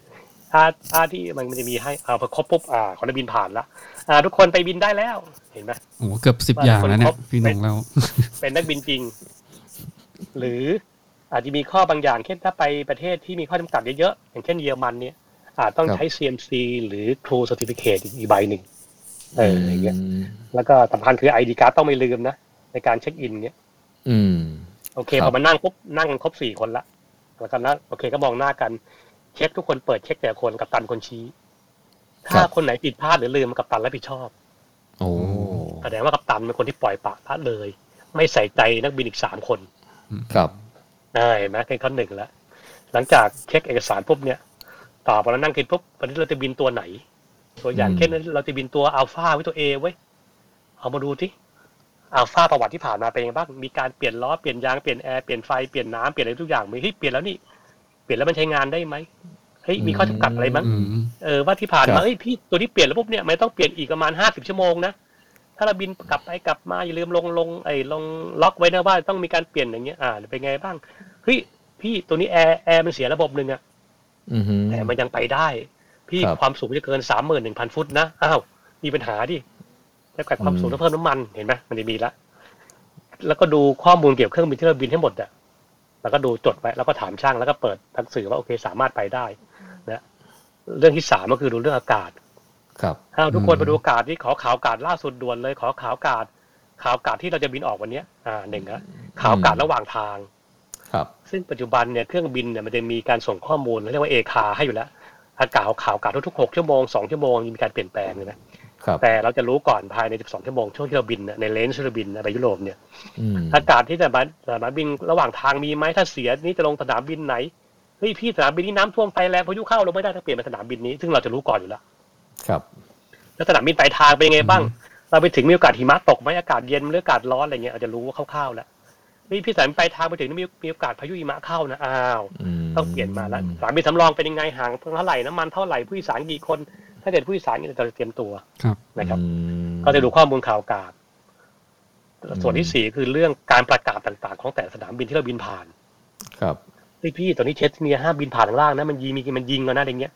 [SPEAKER 3] R R ที่มันมันจะมีให้เอาพอครบปุ๊บอ่าขอได้บินผ่านละอ่า ทุกคนไปบินได้แล้วเห็นไหม
[SPEAKER 1] โอ้โหเกือบสิบอย่างแล้วเนี่ยพี่หนงเรา
[SPEAKER 3] เป็นนักบินจริง หรืออาจจะมีข้อบางอย่างเช่นถ้าไปประเทศที่มีข้อจำกัดเยอะๆ อย่างเช่นเยอรมันเนี่ยอาจต้อง
[SPEAKER 4] ครับ
[SPEAKER 3] ใช้ CMC หรือ True Certificate อีกใบหนึ่งเอออย่างเงี้ย
[SPEAKER 4] ม
[SPEAKER 3] แล้วก็สำคัญคือ ID card ต้องไม่ลืมนะ ในการเช็คอินเนี่ย
[SPEAKER 4] อืม
[SPEAKER 3] โอเค
[SPEAKER 4] ครับ
[SPEAKER 3] พอมานั่งปุ๊บนั่งกันครบสี่คนละแล้วกันนะโอเคก็มองหน้ากัน เช็คทุกคนเปิดเช็คแต่ละคนกับตันคนชี้ ถ้าคนไหนผิดพลาดหรือลืมกับตันรับผิดชอบ
[SPEAKER 4] โอ้
[SPEAKER 3] แสดงว่ากับตันเป็นคนที่ปล่อยปละละเลย ไม่ใส่ใจนักบินอีกสามคน
[SPEAKER 4] ครับ
[SPEAKER 3] อ่าเห็นไหมเป็นข้อหนึ่งแล้ว หลังจากเช็คเอกสารปุ๊บเนี่ย ต่อไปแล้วนั่งคิดปุ๊บวันนี้เราจะบินตัวไหน ตัวอย่าง
[SPEAKER 4] อืม
[SPEAKER 3] เช่นเราจะบินตัวอัลฟาไว้ตัวเอไว้ยเอามาดูที่อัลฟาประวัติที่ผ่านมาเป็นยังไงบ้างมีการเปลี่ยนล้อเปลี่ยนยางเปลี่ยนแอร์เปลี่ยนไฟเปลี่ยนน้ำเปลี่ยนอะไรทุกอย่างมีเฮ้ยเปลี่ยนแล้วนี่เปลี่ยนแล้วมันใช้งานได้ไหมเฮ้ยมีข้อจำกัดอะไรมั้ง
[SPEAKER 1] อืม
[SPEAKER 3] เออว่าที่ผ่าน
[SPEAKER 4] ครั
[SPEAKER 3] มา
[SPEAKER 4] บ
[SPEAKER 3] เอ้ยพี่ตัวที่เปลี่ยนแล้วปุ๊บเนี่ยมันต้องเปลี่ยนอีกประมาณห้าสิบชั่วโมงนะถ้าเราบินกลับไปกลับมาอย่าลืมลงลงไอ้ลงล็อกไว้นะว่าต้องมีการเปลี่ยนอย่างเงี้ยอ่าเป็นไงบ้างเฮ้ยพี่ตัวนี้แอร์แอร์มันเสียระบบหนึ่งอะ
[SPEAKER 4] อือหือ
[SPEAKER 3] แต่มันยังไปได้ พี่
[SPEAKER 4] ครับ
[SPEAKER 3] ความสูงจะเกินสามหมื่นหนึ่งพันฟุตนะอ้าวมีปัญหาดิแล้วกัดความสูง
[SPEAKER 4] อืม
[SPEAKER 3] ต้องเพิ่มน้ำมันเห็นไหมมันจะมีละแล้วก็ดูข้อมูลเกี่ยวกับเครื่องบินที่เราบินให้หมดอะแล้วก็ดูจดไว้แล้วก็ถามช่างแล้วก็เปิดทางสื่อว่าโอเคสามารถไปได้นะเรื่องที่สามก็คือดูเรื่องอากาศ
[SPEAKER 4] ครับ
[SPEAKER 3] อ้าวทุกคน
[SPEAKER 4] อืม
[SPEAKER 3] มาดูอากาศที่ขอข่าวอากาศล่าสุดด่วนเลย ขอข่าวอากาศข่าวอากาศที่เราจะบินออกวันเนี้ยอ่าหนึ่งนะข่าวอากาศระหว่างทาง
[SPEAKER 4] ครับ
[SPEAKER 3] ซึ่งปัจจุบันเนี่ยเครื่องบินเนี่ยมันจะมีการส่งข้อมูลเรียกว่าเอคาให้อยู่แล้วอากาศข่าวอากาศทุกๆหกชั่วโมงสองชั่วโมงมีการเปลี่ยนแปลงเลยนะครับ แต่เราจะรู้ก่อนภายใน12ชั่วโมงช่วงที่เราบินน่ะในเลนส์ที่เราบินน่ะไปยุโรปเนี่ย
[SPEAKER 4] อืม
[SPEAKER 3] อากาศที่สนามสนามบินระหว่างทางมีไหมถ้าเสียนี่จะลงสนามบินไหนเฮ้ยพี่สนามบินนี้น้ำท่วมไฟแรงพายุเข้าเราไม่ได้ถ้าเปลี่ยนเป็นสนามบินนี้ซึ่งเราจะรู้ก่อนอยู่แล้ว
[SPEAKER 4] ครับ
[SPEAKER 3] แล้วสนามบินปลายทางเป็นยังไงบ้าง
[SPEAKER 1] อืม
[SPEAKER 3] เราไปถึงมีโอกาสหิมะตกไหมอากาศเย็นหรืออากาศร้อนอะไรเงี้ยอาจจะรู้ว่าคร่าวๆแล้วนี่พี่สนามบินปลายทางไปถึงนี่มีมีโอกาสพายุหิมะเข้านะอ้าว
[SPEAKER 4] อืม
[SPEAKER 3] ต้องเปลี่ยนมาแล้วสนามบินสำรองเป็นยังไงห่างเท่าไหร่น้ำมันเท่าไหร่ผู้โดยสารกี่คน ถ้าเกิดผู้โดยสารเนี่ยเราจะเตรียมตัว
[SPEAKER 1] ครับ
[SPEAKER 3] นะครับ
[SPEAKER 4] อืม
[SPEAKER 3] ก็จะดูข้อมูลข่าวอากาศ ส่วน
[SPEAKER 4] อื
[SPEAKER 3] ที่
[SPEAKER 4] ม
[SPEAKER 3] สี่คือเรื่องการประกาศต่างๆ ของแต่ละสนามบินที่เราบินผ่าน
[SPEAKER 4] ครับ
[SPEAKER 3] เฮ้ยพี่ตอนนี้เชสเนียห้ามบินผ่านข้างล่างนะมันยิงมีมันยิงแล้วนะอะไรเงี้ย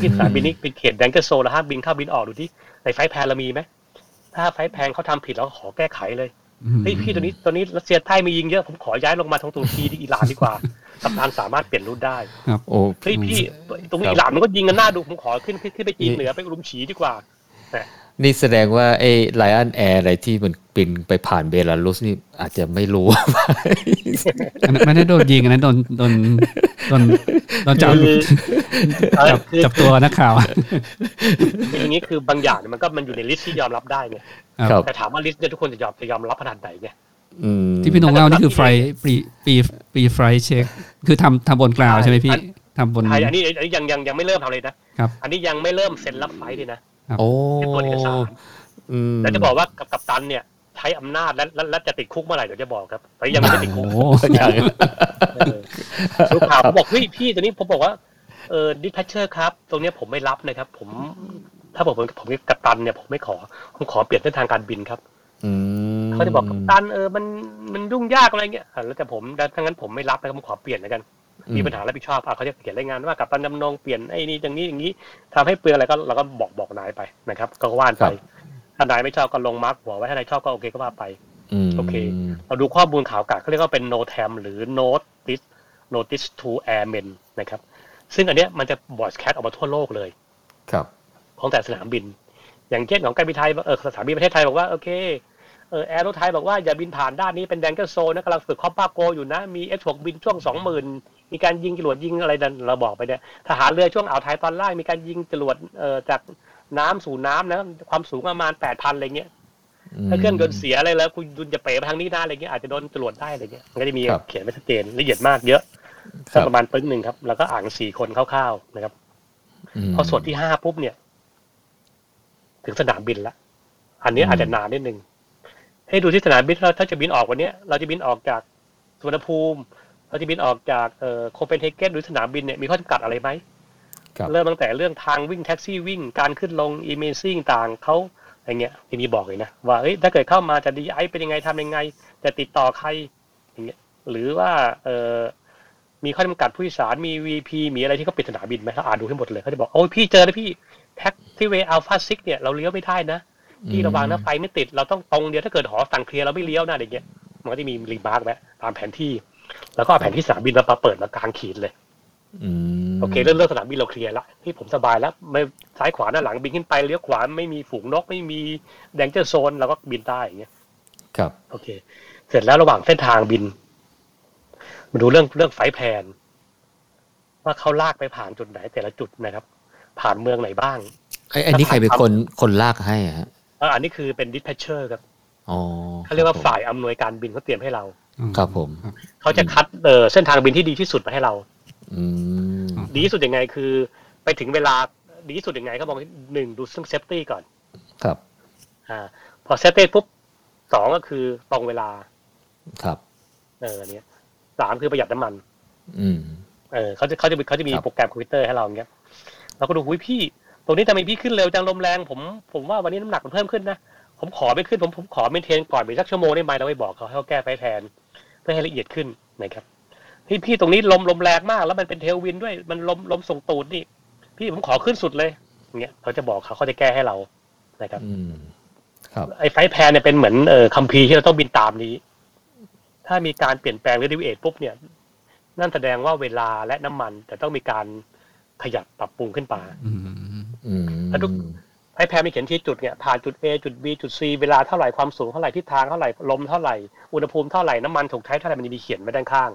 [SPEAKER 3] พี่สนามบินนี้เป็น (laughs) เขตแดงเกอร์โซนแล้วห้ามบินเข้าบินออกดูที่ในไฟล์แพนเรามีไหมถ้าไฟล์แพนเขาทำผิดเราก็ขอแก้ไขเลย
[SPEAKER 1] อืม
[SPEAKER 3] เฮ้ยพี่ตอนนี้ตอนนี้รัสเซียใต้มียิงเยอะผมขอย้ายลงมาทางตุรกีที่อิหร่านดีกว่า (laughs) กัปตันสามารถเปลี่ยนรูทได้
[SPEAKER 4] โอ้
[SPEAKER 3] เฮ้ยพี่ตรงนี้
[SPEAKER 4] ครับ
[SPEAKER 3] อิหร่านมันก็ยิงกันหน้าดูผมขอขึ้นขึ้นขึ้นไปจีนเหนือไปอุลุมฉีดีกว่า
[SPEAKER 4] นี่แสดงว่าไอ้ไลออนแอร์อะไรที่มันบินไปผ่านเบลารุสนี่อาจจะไม่รู้
[SPEAKER 1] อันนั้นไม่ได้โดนยิงอันนั้นโดนโดนโดนโดนจับ
[SPEAKER 3] คือเออ (laughs)
[SPEAKER 1] จับ
[SPEAKER 3] คือ
[SPEAKER 1] จับตัวนักข่าว (laughs)
[SPEAKER 3] คืออย่างนี้คือบางอย่างเนี่ยมันก็มันอยู่ในลิสต์ที่ยอมรับได้ไง
[SPEAKER 4] ครับ
[SPEAKER 3] แต่ถามว่าลิสต์เนี่ยทุกคนจะยอมจะยอมรับขนาดไหนไง
[SPEAKER 4] อืม
[SPEAKER 1] ที่พี่หนงเล่านี่คือไฟปีปีปีไฟเช็ค คือทำทำบนกล่าวใช่ไหมพี่ทำบน
[SPEAKER 3] ใช่อันนี้อันนี้ยังยังยังไม่เริ่มทำเลยนะครับ อันนี้ยังไม่เริ่มเซ็นรับไฟล์เลยนะ
[SPEAKER 4] โอ้
[SPEAKER 3] แค่ตัวเอกสาร
[SPEAKER 4] อืม
[SPEAKER 3] แล้วจะบอกว่ากับกัปตันเนี่ยใช้อำนาจและและและจะติดคุกเมื่อไหร่เดี๋ยวจะบอกครับตอนนี้ยังไม่ได้ติดคุ
[SPEAKER 1] โอ้
[SPEAKER 3] ก
[SPEAKER 1] โห
[SPEAKER 4] สักอย่าง
[SPEAKER 3] เออรู้ข่าวผมบอกเฮ้ยพี่ตอนนี้ผมบอกว่าเออดิพัชเชอร์ครับ ตรงเนี้ยผมไม่รับนะครับ ผม ถ้าผมผมผมกัปตันเนี่ยผมไม่ขอผมขอเปลี่ยนเส้นทางการบินครับ
[SPEAKER 4] อืม
[SPEAKER 3] เขาจะบอกกัปตันเออมันมันยุ่งยากอะไรเงี้ยอ่ะแล้วแต่ผมดังนั้นผมไม่รับนะครับผมขอเปลี่ยนแล้วกัน มีปัญหารับผิดชอบอ่ะเขาจะเขียนรายงานว่ากับตันดำนงเปลี่ยนไอ้นี่อย่างนี้อย่างนี้ทำให้เปลืองอะไรก็เราก็บอกบอกนายไปนะครับ ก็ว่านไปถ้านายไม่ชอบก็ลงมาร์กหัวไว้ถ้านายชอบก็โอเคก็ว่าไป
[SPEAKER 4] ม
[SPEAKER 3] โอเค เราดูข้อมูลข่าวอากาศเขาเรียกว่าเป็น no t a m หรือ notice notice to airmen นะครับ ซึ่งอันเนี้ยมันจะบอดแคสต์ออกมาทั่วโลกเลย
[SPEAKER 4] ครับ
[SPEAKER 3] ของแต่สนามบิน อย่างเช่นของการบินไทยเออสนามบินประเทศไทยบอกว่าโอเคเออแอร์โรไทยบอกว่าอย่าบินผ่านด้านนี้เป็นแดนเกอร์โซนนะกำลังฝึกคอปปาโกอยู่นะ มี F6 บินช่วงสองหมื่นมีการยิงจรวดยิงอะไรดันเราบอกไปเนี่ยทหารเรือช่วงอ่าวไทยตอนล่างมีการยิงจรวดเออจากน้ำสู่น้ำนะความสูงประมาณแปดพันอะไรเงี้ยถ้าเครื่องยนต์เสียอะไรแล้ว คุณยุนจะเป๋ไปทางนี้ได้อะไรเงี้ยอาจจะโดนจรวดได้อะไรเงี้ยมันก็จะมี
[SPEAKER 4] ครับ
[SPEAKER 3] เขียนไว้ชัดเจนละเอียดมากเยอะ
[SPEAKER 4] ครับ
[SPEAKER 3] ประมาณปึ้งหนึ่งครับแล้วก็อ่านสี่คนคร่าวๆนะครับ
[SPEAKER 4] ม
[SPEAKER 3] พอส่วนที่ห้าปุ๊บเนี่ย ถึงสนามบินละอันนี้อาจจะนานนิดนึงให้ดูที่สนามบินเราถ้าจะบินออกวันเนี้ยเราจะบินออกจากสุวรรณภูมิ เราจะบินออกจากเอ่อโคเปนเฮเกนหรือสนามบินเนี่ยมีข้อจำกัดอะไรไหม
[SPEAKER 4] ครับ
[SPEAKER 3] เริ่มตั้งแต่เรื่องทางวิ่งแท็กซี่วิ่งการขึ้นลงอีเมซิ่งต่างเขาอะไรเงี้ยที่มีบอกเลยนะว่าเอ้ยถ้าเกิดเข้ามาจะดีไอเป็นยังไงทำยังไง จะติดต่อใครอย่างเงี้ยหรือว่าเอ่อ มีข้อจำกัดผู้โดยสารมี VP มีอะไรที่เขาปิดสนามบินไหมเราอ่านดูให้หมดเลยเขาจะบอก โอ้ยพี่เจอแล้วพี่แท็กซี่เวย์อัลฟาซิกเนี่ยเราเลี้ยวไม่ได้นะ พี่ระวังนะไฟไม่ติด เราต้องตรงเดียวถ้าเกิดหอสั่งเคลียร์เราไม่เลี้ยวนะอะไรเงี้ยมันก็จะมีรีมาร์กไว้ตามแผนที่ แล้วก็เอาแผนที่สนามบินมาเปิดมากลางขีดเลย
[SPEAKER 4] อืม
[SPEAKER 3] โอเคเรื่องเรื่องสนามบินเราเคลียร์ละที่ผมสบายแล้วไม่ซ้ายขวาหน้าหลังบินขึ้นไปเลี้ยวขวาไม่มีฝูงนกไม่มีแดงเจอร์โซนเราก็บินได้อย่างเงี้ย
[SPEAKER 4] ครับ
[SPEAKER 3] โอเค เสร็จแล้วระหว่างเส้นทางบิน มาดูเรื่องเรื่องไฟล์แผน ว่าเขาลากไปผ่านจุดไหนแต่ละจุดนะครับ ผ่านเมืองไหนบ้าง
[SPEAKER 4] ไอ้ไอ้นี่ใครเป็นคนคนลากให้อะฮะ
[SPEAKER 3] เอ่ออันนี้คือเป็นดิสแพชเชอร์ครับ
[SPEAKER 4] อ๋อ
[SPEAKER 3] เขาเรียกว่า
[SPEAKER 4] คบผม
[SPEAKER 3] ฝ่ายอำนวยการบินเขาเตรียมให้เรา
[SPEAKER 4] ครับผม
[SPEAKER 3] เขาจะคัดเอ่อเส้นทางบินที่ดีที่สุดมาให้เรา
[SPEAKER 4] อืม
[SPEAKER 3] ดีที่สุดยังไงคือ ไปถึงเวลาดีที่สุดยังไงเขาบอกหนึ่งดูซึ่องเซฟตี้ก่อน
[SPEAKER 4] ครับ
[SPEAKER 3] อ่า พอเซฟตี้ปุ๊บสองก็คือตรงเวลา
[SPEAKER 4] ครับ
[SPEAKER 3] เอออนเนี้ยสามคือประหยัดน้ำมัน
[SPEAKER 4] อืม
[SPEAKER 3] เออเขาจะเขาจะมีเขาจะมี
[SPEAKER 4] ครับ
[SPEAKER 3] โปรแกรมคอมพิวเตอร์ให้เราอย่างเงี้ยเราก็ดูหุ้ยพี่ ตรงนี้ทำไมพี่ขึ้นเร็วจังลมแรงผมผมว่าวันนี้น้ำหนักมันเพิ่มขึ้นนะ ผมขอไม่ขึ้นผมผมขอเมนเทนก่อนไปสักชั่วโมงได้ไหมเราไปบอกเขาให้เขาแก้ไฟแทน เพื่อให้ละเอียดขึ้นนะครับพี่พี่ตรงนี้ลมลมแรงมาก แล้วมันเป็นเทลวินด้วยมันลมลมส่งตูดนี่ พี่ผมขอขึ้นสุดเลยอย่างเงี้ยเขาจะบอกเขาเขาจะแก้ให้เรานะครับ
[SPEAKER 4] อืมครับ
[SPEAKER 3] ไอ้ไฟแพนเนี่ยเป็นเหมือนเออคัมภีร์ที่เราต้องบินตามนี้ ถ้ามีการเปลี่ยนแปลงหรือดีเอทปุ๊บเนี่ย นั่นแสดงว่าเวลาและน้ำมันจะต้องมีการขยับปรับปรุงขึ้นไป
[SPEAKER 1] อืม
[SPEAKER 4] อืม
[SPEAKER 3] แล้วทุก ให้แพรมีเขียนที่จุดเนี่ยผ่านจุด A จุด B จุด C เวลาเท่าไหร่ความสูงเท่าไหร่ทิศทางเท่าไหร่ลมเท่าไหร่อุณหภูมิเท่าไหร่น้ำมันถูกใช้เท่าไหร่มันจะมีเขียนไว้ด้านข้าง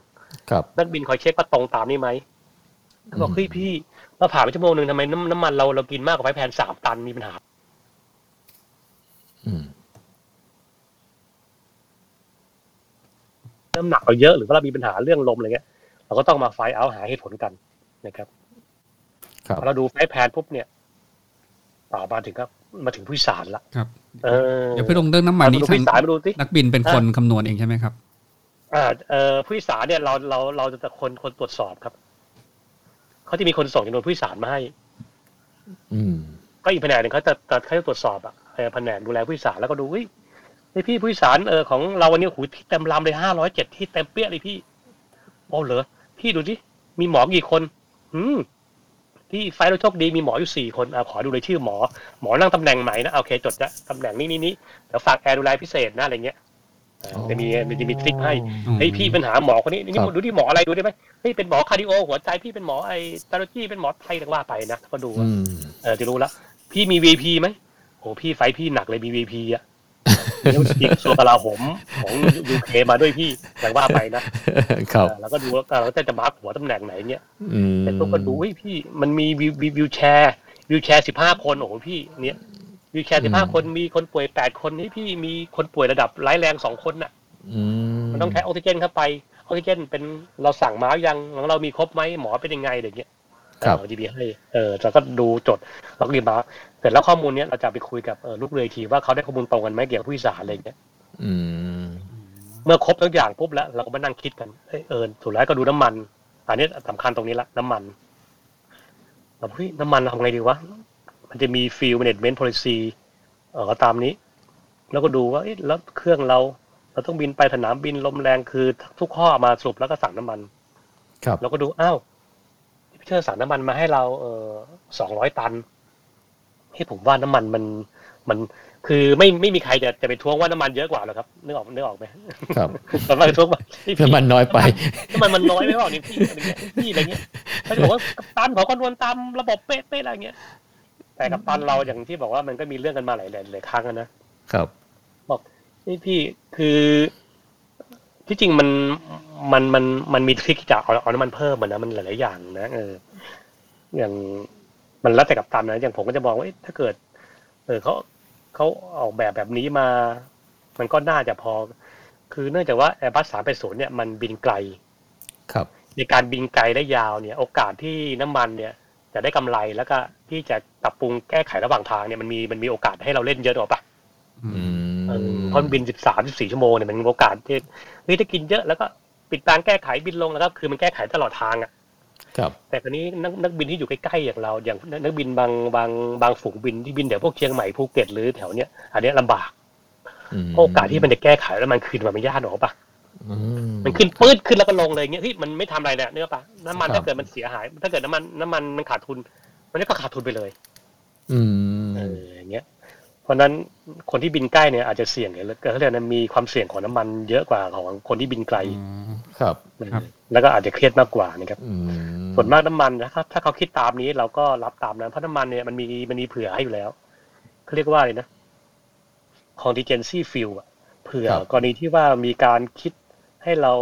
[SPEAKER 4] ครับ
[SPEAKER 3] นักบินคอยเช็คว่าตรงตามนี้ไหมเขาบอกเฮ้ยพี่เราผ่านไปชั่วโมงหนึ่งทำไมน้ำน้ำมันเราเรากินมากกว่าไฟแพนสามตันมีปัญหา
[SPEAKER 4] อืม
[SPEAKER 3] น้ำหนักเราเยอะหรือว่าเรามีปัญหาเรื่องลมอะไรเงี้ยเราก็ต้องมาไฟเอาหาเหตุผลกันนะครับ
[SPEAKER 4] ครับ
[SPEAKER 3] พอเราดูไฟล์แพนปุ๊บเนี่ยต่อมาถึงก็มาถึงผู้โดยสารละ
[SPEAKER 1] ครับ
[SPEAKER 3] เออ
[SPEAKER 1] เดี๋ยวพี่ลงเรื่องน้ำมัน
[SPEAKER 3] มาดู
[SPEAKER 1] นี่
[SPEAKER 3] ผู้
[SPEAKER 1] ทา
[SPEAKER 3] โดยสารง มาดูสิ
[SPEAKER 1] นักบินเป็นคนคำนวณเองใช่ไหมครับ
[SPEAKER 3] อ่าเออผู้โดยสารเนี่ยเราเราเราจะคนคนตรวจสอบครับเขาจะมีคนส่งจำนวนผู้โดยสารมาให้
[SPEAKER 4] อืม
[SPEAKER 3] ก็อีกแผนกหนึ่งเขาจะจะเขาจะตรวจสอบอ่ะเออแผนกดูแลผู้โดยสารแล้วก็ดูเฮ้ยไอพี่ผู้โดยสารเออของเราวันนี้โอ้โหูที่เต็มลำเลยห้าร้อยเจ็ดที่เต็มเปี้ยเลยพี่โอ้เหรอพี่ดูสิมีหมอกี่คน อืมพี่ไฟล์เราโชคดีมีหมออยู่สี่คนอ่ะขอดูเลยชื่อหมอ หมอนั่งตำแหน่งไหนนะโอเคจดละตำแหน่งนี้นี่นี่เดี๋ยวฝากแอร์ดูแลพิเศษนะอะไรเงี้ยเออจะมีมันจะมีทริคให้
[SPEAKER 1] อืม
[SPEAKER 3] เฮ้ยพี่ปัญหาหมอคนนี้นี่
[SPEAKER 4] ครับ
[SPEAKER 3] ดูที่หมออะไรดูได้ไหมเฮ้ยเป็นหมอคาร์ดิโอหัวใจพี่เป็นหมอไอตาโลจีเป็นหมอไทยต่างว่าไปนะก็ดูว่า
[SPEAKER 4] อืม
[SPEAKER 3] เออจะรู้ละพี่มี VP ไหมโหพี่ไฟท์พี่หนักเลยมี VP อ่ะเดี๋ยวอีกโซกลาโหมของยูเคมาด้วยพี่อย่างว่าไปนะ
[SPEAKER 4] ครั
[SPEAKER 3] เอบ อแล้วก็ดูว่าเราจะจะมาร์คหัวตำแหน่งไหนเนี่ย
[SPEAKER 4] อืม
[SPEAKER 3] แต่พวกก็ดูเฮ้ยพี่มันมีวิววิววิวแชร์วิวแชร์สิบห้าคนโอ้โหพี่เนี่ยวิวแชร์สิบห้าคนมีคนป่วยแปดคนนี่พี่มีคนป่วยระดับร้ายแรงสองคนน่ะ
[SPEAKER 4] อืม
[SPEAKER 3] มันต้องใช้ออกซิเจนเข้าไปออกซิเจนเป็นเราสั่งมาหรือยังของเรามีครบไหมหมอเป็นยังไงอะไรอย่างเงี้ย
[SPEAKER 4] ครับ
[SPEAKER 3] ดีบีให้เออเราก็ดูจดเราก็รีบมาเสร็จแล้วข้อมูลเนี้ยเราจะไปคุยกับเอ่อลูกเรืออีกทีว่าเขาได้ข้อมูลตรงกันไหมเกี่ยวกับผู้โดยสารอะไรอย่างเงี้ย
[SPEAKER 4] อืม
[SPEAKER 3] เมื่อครบทุกอย่างปุ๊บแล้วเราก็มานั่งคิดกันเอ้ยเออสุดท้ายก็ดูน้ำมัน อันนี้สำคัญตรงนี้ละน้ำมันเราเฮ้ยน้ำมันเราทำไงดีวะมันจะมีฟิลเมนเมนต์โพลิซีเออตามนี้ แล้วก็ดูว่าเอ๊ะแล้วเครื่องเรา เราต้องบินไปสนามบินลมแรงคือทุกข้อมาสรุปแล้วก็สั่งน้ำมัน
[SPEAKER 4] ครับ
[SPEAKER 3] เราก็ดู อ้าวพี่เชอร์สั่งน้ำมันมาให้เราเออสองร้อยตันให้ผมว่าน้ำมันมันมัน คือไม่ไม่มีใครจะจะไปท้วงว่าน้ำมันเยอะกว่าหรอกครับนึกออกนึกออกไหม
[SPEAKER 4] ครับ
[SPEAKER 3] สำหรับท้วงว่าพี่
[SPEAKER 4] น้ำมันน้อยไป
[SPEAKER 3] น้ำมันมันน้อยไหมวะเนี่ยพี่อะไรเงี้ยพี่อะไรเงี้ย เขาจะบอกว่ากัปตันขอคำนวณตามระบบเป๊ะๆอะไรเงี้ย แต่กัปตันเราอย่างที่บอกว่ามันก็มีเรื่องกันมาหลายๆหลายครั้งอะนะ
[SPEAKER 4] ครับ
[SPEAKER 3] นี่พี่คือที่จริงมันมันมันมันมีทริคที่จะเอาเอาน้ำมันเพิ่มมันนะมันหลายๆอย่างนะเอออย่างมันแล้วแต่กับตามนะอย่างผมก็จะมองว่าเอ๊ะถ้าเกิด เออเขาเขาออกแบบแบบนี้มา มันก็น่าจะพอ คือเนื่องจากว่าแอร์บัสสามปศูนย์เนี่ยมันบินไกล
[SPEAKER 4] ครับ
[SPEAKER 3] ในการบินไกลและยาวเนี่ย โอกาสที่น้ำมันเนี่ยจะได้กำไรแล้วก็ที่จะปรับปรุงแก้ไขระหว่างทางเนี่ยมันมีมันมีโอกาสให้เราเล่นเยอะหรอกปะ
[SPEAKER 4] อืม
[SPEAKER 3] เออเพราะมันบิน 13 14 ชั่วโมงเนี่ยมันมีโอกาสที่เฮ้ยถ้ากินเยอะแล้วก็ปิดตางแก้ไขบินลงแล้วก็คือมันแก้ไขตลอดทางอ่ะ
[SPEAKER 4] ครับ
[SPEAKER 3] แต่คราวนี้นักนักบินที่อยู่ใกล้ๆอย่างเราอย่างนักนักบินบางบางบางฝูงบินที่บินแถวพวกเชียงใหม่ภูเก็ตหรือแถวเนี้ยอันเนี้ยลำบากเพราะโอกาสที่มันจะแก้ไขแล้วมันคืนมาไม่ยากหรอกปะ
[SPEAKER 4] อื
[SPEAKER 3] มันขึ้นปื๊ดขึ้นแล้วก็ลงเลยเงี้ยเฮ้ยมันไม่ทำอะไรเนี่ยเนื้อปะน้ำมันถ้าเกิดมันเสียหาย ถ้าเกิดน้ำมันน้ำมันมันขาดทุน มันก็ขาดทุนไปเลย
[SPEAKER 4] อืม
[SPEAKER 3] เอออย่างเงี้ย เพราะฉะนั้นคนที่บินใกล้เนี่ยอาจจะเสี่ยงเลยก็เรียกนะมีความเสี่ยงของน้ำมันเยอะกว่าของคนที่บินไกล
[SPEAKER 4] ครับ
[SPEAKER 1] ครับ
[SPEAKER 3] แล้วก็อาจจะเครียดมากกว่านะครับ
[SPEAKER 4] อืม
[SPEAKER 3] ส่วนมากน้ำมันนะครับ ถ้าเขาคิดตามนี้เราก็รับตามนั้นเพราะน้ำมันเนี่ยมันมีมันมีเผื่อให้อยู่แล้วเขาเรียกว่าอะไรนะ contingency fuel อะเผื่อกรณีที่ว่ามีการคิดให้เรา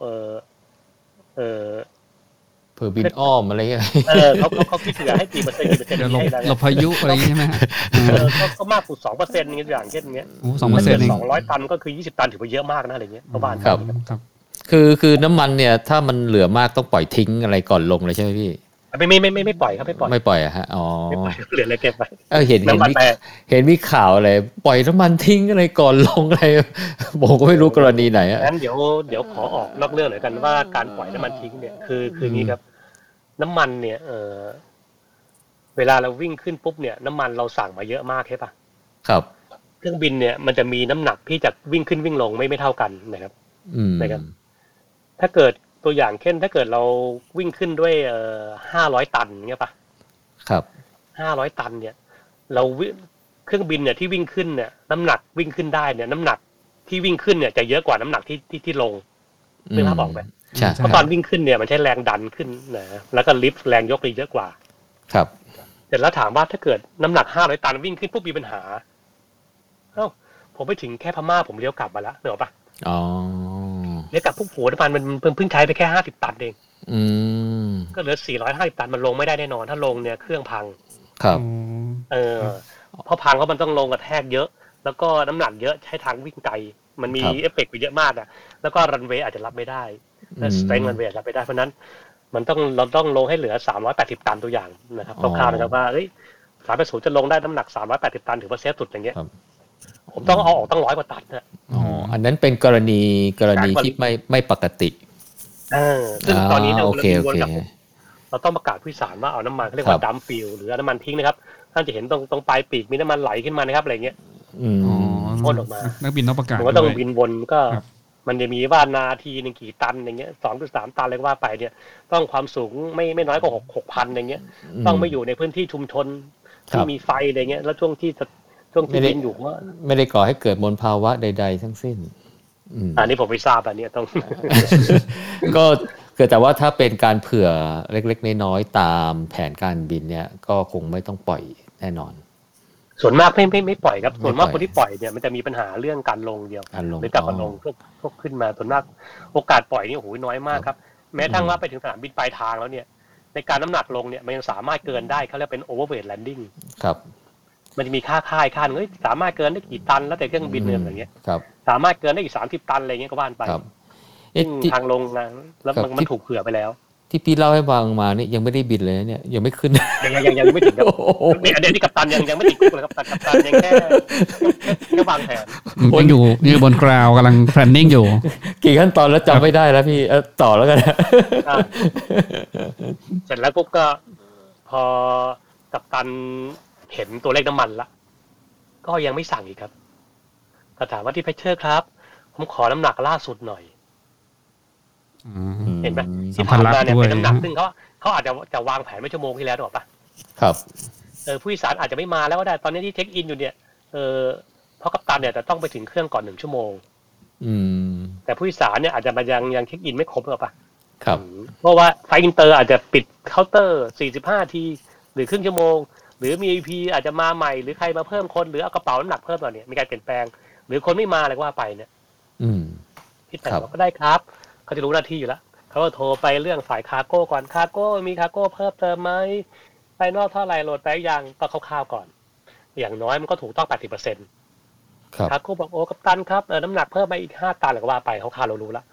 [SPEAKER 3] เออเออ
[SPEAKER 4] เผื่อบินอ้อมอะไรเงี้ย
[SPEAKER 3] เออเขาเขาเขาคิดเผื่อให้กี่เปอร์เซ็นต์กี่เปอร์เซ็นต์
[SPEAKER 1] เดี๋ยวหลบ
[SPEAKER 3] ให้แล้ว
[SPEAKER 1] หล
[SPEAKER 3] เนี่ย
[SPEAKER 1] บพายุอะไรอย่างงี้ใช่ไหมฮะ
[SPEAKER 3] เออเขาเขามากกว่าสองเปอร์เซ็นต์อย่างเช่นเงี้ย
[SPEAKER 1] สองเปอร์เซ็นต์เอง
[SPEAKER 3] สองร้อยตันก็คือยี่สิบตันถือว่าเยอะมากนะอะไรเงี้ยประมาณ
[SPEAKER 1] ครับครับ
[SPEAKER 4] คือคือน้ำมันเนี่ย ถ้ามันเหลือมากต้องปล่อยทิ้งอะไรก่อนลงเลยใช่ไหมพี่
[SPEAKER 3] ไม่ไม่ไม่ไม่ไม่ปล่อยครับไม่ปล่อย
[SPEAKER 4] ไม่ปล่อยอะฮะ อ๋อ
[SPEAKER 3] ไม่ปล่อยเหลืออะไรเก็บไป
[SPEAKER 4] เออเห็นเห็น
[SPEAKER 3] น้ำมัน
[SPEAKER 4] มี
[SPEAKER 3] แต่
[SPEAKER 4] เห็นมีข่าวอะไรปล่อยน้ำมันทิ้งอะไรก่อนลงอะไร (laughs) ผมก็ไม่รู้กรณีไหนอะ
[SPEAKER 3] งั้นเดี๋ยวเดี๋ยวขอออกนอกเรื่องหน่อยกันว่าการปล่อยน้ำมันทิ้งเนี่ยคือคืออย่างนี้ครับ น้ำมันเนี่ยเออเวลาเราวิ่งขึ้นปุ๊บเนี่ย น้ำมันเราสั่งมาเยอะมากใช่ปะ
[SPEAKER 4] ครับ
[SPEAKER 3] เครื่องบินเนี่ยมันจะมีน้ำหนักที่จะวิ่งขึ้นวิ่งลงไม่ไม่เท่ากันนะครับ
[SPEAKER 4] อืม
[SPEAKER 3] นะครับ ถ้าเกิดตัวอย่างเช่น ถ้าเกิดเราวิ่งขึ้นด้วยเอ่อห้าร้อยตันเงี้ยปะ
[SPEAKER 4] ครับ
[SPEAKER 3] ห้าร้อยตันเนี่ย เราวิ่งเครื่องบินเนี่ยที่วิ่งขึ้นเนี่ยน้ำหนักวิ่งขึ้นได้เนี่ย น้ำหนักที่วิ่งขึ้นเนี่ยจะเยอะกว่าน้ำหนักที่ที่ที่ลง นึกภาพออกไหม
[SPEAKER 4] ใช่
[SPEAKER 3] เพราะตอนวิ่งขึ้นเนี่ยมันใช้แรงดันขึ้นนะแล้วก็ลิฟต์แรงยกเลยเยอะกว่า
[SPEAKER 4] ครับ
[SPEAKER 3] เสร็จแล้วถามว่าถ้าเกิดน้ำหนักห้าร้อยตันวิ่งขึ้นปุ๊บมีปัญหาเอ้าผมไปถึงแค่พม่าผมเลี้ยวกลับมาแล้วเหรอปะ
[SPEAKER 4] อ๋อ
[SPEAKER 3] เลี้ยวกลับปุ๊บโหัวน้ำมันมันเพิ่งเพิ่งใช้ไปแค่ห้าสิบตันเอง
[SPEAKER 4] อืม
[SPEAKER 3] ก็เหลือสี่ร้อยห้าสิบตันมันลงไม่ได้แน่นอน ถ้าลงเนี่ยเครื่องพัง
[SPEAKER 4] ครับ
[SPEAKER 1] อืม
[SPEAKER 3] เออเพราะพังก็มันต้องลงกระแทกเยอะ แล้วก็น้ำหนักเยอะใช้ทางวิ่งไกล มันมี
[SPEAKER 4] ครับ
[SPEAKER 3] เอฟเฟกต์ไปเยอะมากอ่ะ แล้วก็รันเวย์อาจจะรับไม่ได้และสเตรนจ์รันเวย์รับไม่ได้เพราะฉะนั้น มันต้องเราต้องลงให้เหลือ 380 ตันตัวอย่างนะครับค
[SPEAKER 4] อ๋อ
[SPEAKER 3] ร่าวๆนะครับว่าเอ้ยสามไปศูนย์จะลงได้น้ำหนัก 380 ตันถือว่าเซฟสุดอย่างเงี้ย
[SPEAKER 4] ครับ
[SPEAKER 3] ผมต้องเอาออกตั้งร้อยกว่าตันนะ
[SPEAKER 4] อ๋อ อันนั้นเป็นกรณีกรณี
[SPEAKER 3] การปล่อย
[SPEAKER 4] ที่ไม่ไม่ปกติ
[SPEAKER 3] เออซึ่งตอนนี้เนี่ย
[SPEAKER 4] าโอ
[SPEAKER 3] เรา
[SPEAKER 4] เคโอ
[SPEAKER 3] วน
[SPEAKER 4] เค
[SPEAKER 3] กลับเราต้องประกาศผู้โดยสารว่าเอาน้ำมันเขาเรียก
[SPEAKER 4] ครั
[SPEAKER 3] ว่า
[SPEAKER 4] บ
[SPEAKER 3] ดัมฟิลหรือเอาน้ำมันทิ้งนะครับท่านจะเห็นตรงตรงปลายปีกมีน้ำมันไหลขึ้นมานะครับอะไรเงี้ย
[SPEAKER 4] อืม
[SPEAKER 1] อ๋อ
[SPEAKER 3] พ่นออกมา
[SPEAKER 1] นักบินนอกอากาศ
[SPEAKER 3] ผมก็ต้อง
[SPEAKER 1] ด้วย
[SPEAKER 3] บินวนก็
[SPEAKER 1] ครับ
[SPEAKER 3] มันจะมีว่านาทีหนึ่งกี่ตันอย่างเงี้ยสองถึงสามตันอะไรก็ว่าไปเนี่ย ต้องความสูงไม่ไม่น้อยกว่าหกหกพันอย่างเงี้ย ต้องไม่อยู่ในพื้นที่ชุมชน
[SPEAKER 4] ค
[SPEAKER 3] ที่
[SPEAKER 4] รับ
[SPEAKER 3] มีไฟอะไรเงี้ยแล้วช่วงที่จะช่วงที่
[SPEAKER 4] ไม่ได้
[SPEAKER 3] บินอยู่ว่า
[SPEAKER 4] ไม่ได้ก่อให้เกิดมลภาวะใด ๆ ทั้งสิ้น อืม
[SPEAKER 3] อันนี้ผมไม่ทราบอันเนี้ยต้อง
[SPEAKER 4] (laughs) ก็เกิดแต่ว่าถ้าเป็นการเผื่อเล็กๆ น้อยๆตามแผนการบินเนี่ย ก็คงไม่ต้องปล่อยแน่นอน
[SPEAKER 3] ส่วนมากไม่ไม่ไม่ปล่อยครับ ส่วนมาก
[SPEAKER 4] ไม่ปล่อย
[SPEAKER 3] คนที่ปล่อยเนี่ยมันจะมีปัญหาเรื่องการลงเดียว
[SPEAKER 4] การลง
[SPEAKER 3] หรือกลับมาลงพวกพวกขึ้นมาส่วนมากโอกาสปล่อยนี่โอ้โหน้อยมากครับ แม้ทั้งว่าไปถึงสนามบินปลายทางแล้วเนี่ย ในการน้ำหนักลงเนี่ยมันยังสามารถเกินได้เขาเรียกเป็นโอเวอร์เวทแลนดิ้ง
[SPEAKER 4] ครับ
[SPEAKER 3] มันจะมีค่าค่ายค่าหนึ่งเอ้ยสามารถเกินได้กี่ตันแล้วแต่เครื่องบินเนี่ยอะไรเงี้ย
[SPEAKER 4] ครับ
[SPEAKER 3] สามารถเกินได้อีกสามสิบตันอะไรเงี้ยก็ว่านไป
[SPEAKER 4] ครับเอ๊ะ
[SPEAKER 3] ซึ่ง
[SPEAKER 4] ที่
[SPEAKER 3] ทางลงนะแล้ว
[SPEAKER 4] ครั
[SPEAKER 3] มัน
[SPEAKER 4] บ
[SPEAKER 3] มันถูกเผื่อไปแล้ว
[SPEAKER 4] ที่พี่เล่าให้ฟังมาเนี่ยยังไม่ได้บินเลยนะเนี่ยยังไม่ขึ้น
[SPEAKER 3] ยังยังยัง (laughs) ยังไม่ถึงครับ
[SPEAKER 4] โอ้โห
[SPEAKER 3] นี่อันเดียวนี่กัปตันยังยังไม่ติดคุกเลยครับกัปตันกัปตันยังแค่ (laughs) แค่วางแผน
[SPEAKER 1] ยังอยู่ยังอยู่บนกราวกำลัง planning อยู่
[SPEAKER 4] กี่ขั้นตอนแล้วจำไม่ได้แล้วพี่เออต่อแล้วกันนะ
[SPEAKER 3] อ่ะเสร็จแล้วปุ๊บก็ พอกัปตันเห็นตัวเลขน้ำมันละก็ยังไม่สั่งอีกครับก็ถามว่าที่เพชเชอร์ครับ ผมขอน้ำหนักล่าสุดหน่อย เห็นไหมที่ผ่านมาเนี่ย
[SPEAKER 1] สัมภาระด้วย
[SPEAKER 3] เป็นน้ำหนักซึ่งเขาเขาอาจจะจะวางแผนไว้ชั่วโมงที่แล้วหรอกปะ
[SPEAKER 4] ครับ
[SPEAKER 3] เออผู้โดยสารอาจจะไม่มาแล้วก็ได้ตอนนี้ที่เช็คอินอยู่เนี่ยเออเพราะกัปตันเนี่ยจะต้องไปถึงเครื่องก่อนหนึ่งชั่วโมง
[SPEAKER 4] อืม
[SPEAKER 3] แต่ผู้โดยสารเนี่ยอาจจะมายังยังเช็คอินไม่ครบหรอกปะ
[SPEAKER 4] ครับ
[SPEAKER 3] เพราะว่าไฟล์อินเตอร์อาจจะปิดเคาน์เตอร์ 45 ที หรือครึ่งชั่วโมง หรือมี EP อาจจะมาใหม่ หรือใครมาเพิ่มคน หรือเอากระเป๋าน้ำหนักเพิ่มเราเนี่ยมีการเปลี่ยนแปลง หรือคนไม่มาอะไรก็ว่าไปเนี่ย
[SPEAKER 4] อืม
[SPEAKER 3] พี่แต่
[SPEAKER 4] ครับ
[SPEAKER 3] บอกก็ได้ครับ เขาจะรู้หน้าที่อยู่แล้วเขาก็โทรไปเรื่องฝ่ายคาร์โก้ก่อนคาร์โก้มีคาร์โก้เพิ่มเติมไหมไฟนอลเท่าไหร่โหลดไปหรือยังก็คร่าวๆก่อน อย่างน้อยมันก็ถูกต้อง 80%เ
[SPEAKER 4] ครับ
[SPEAKER 3] ครับกูบอกโอ้กัปตันครับเออน้ำหนักเพิ่มไปอีกห้าตันหรือก็ว่าไปเขาคาเรารู้ละ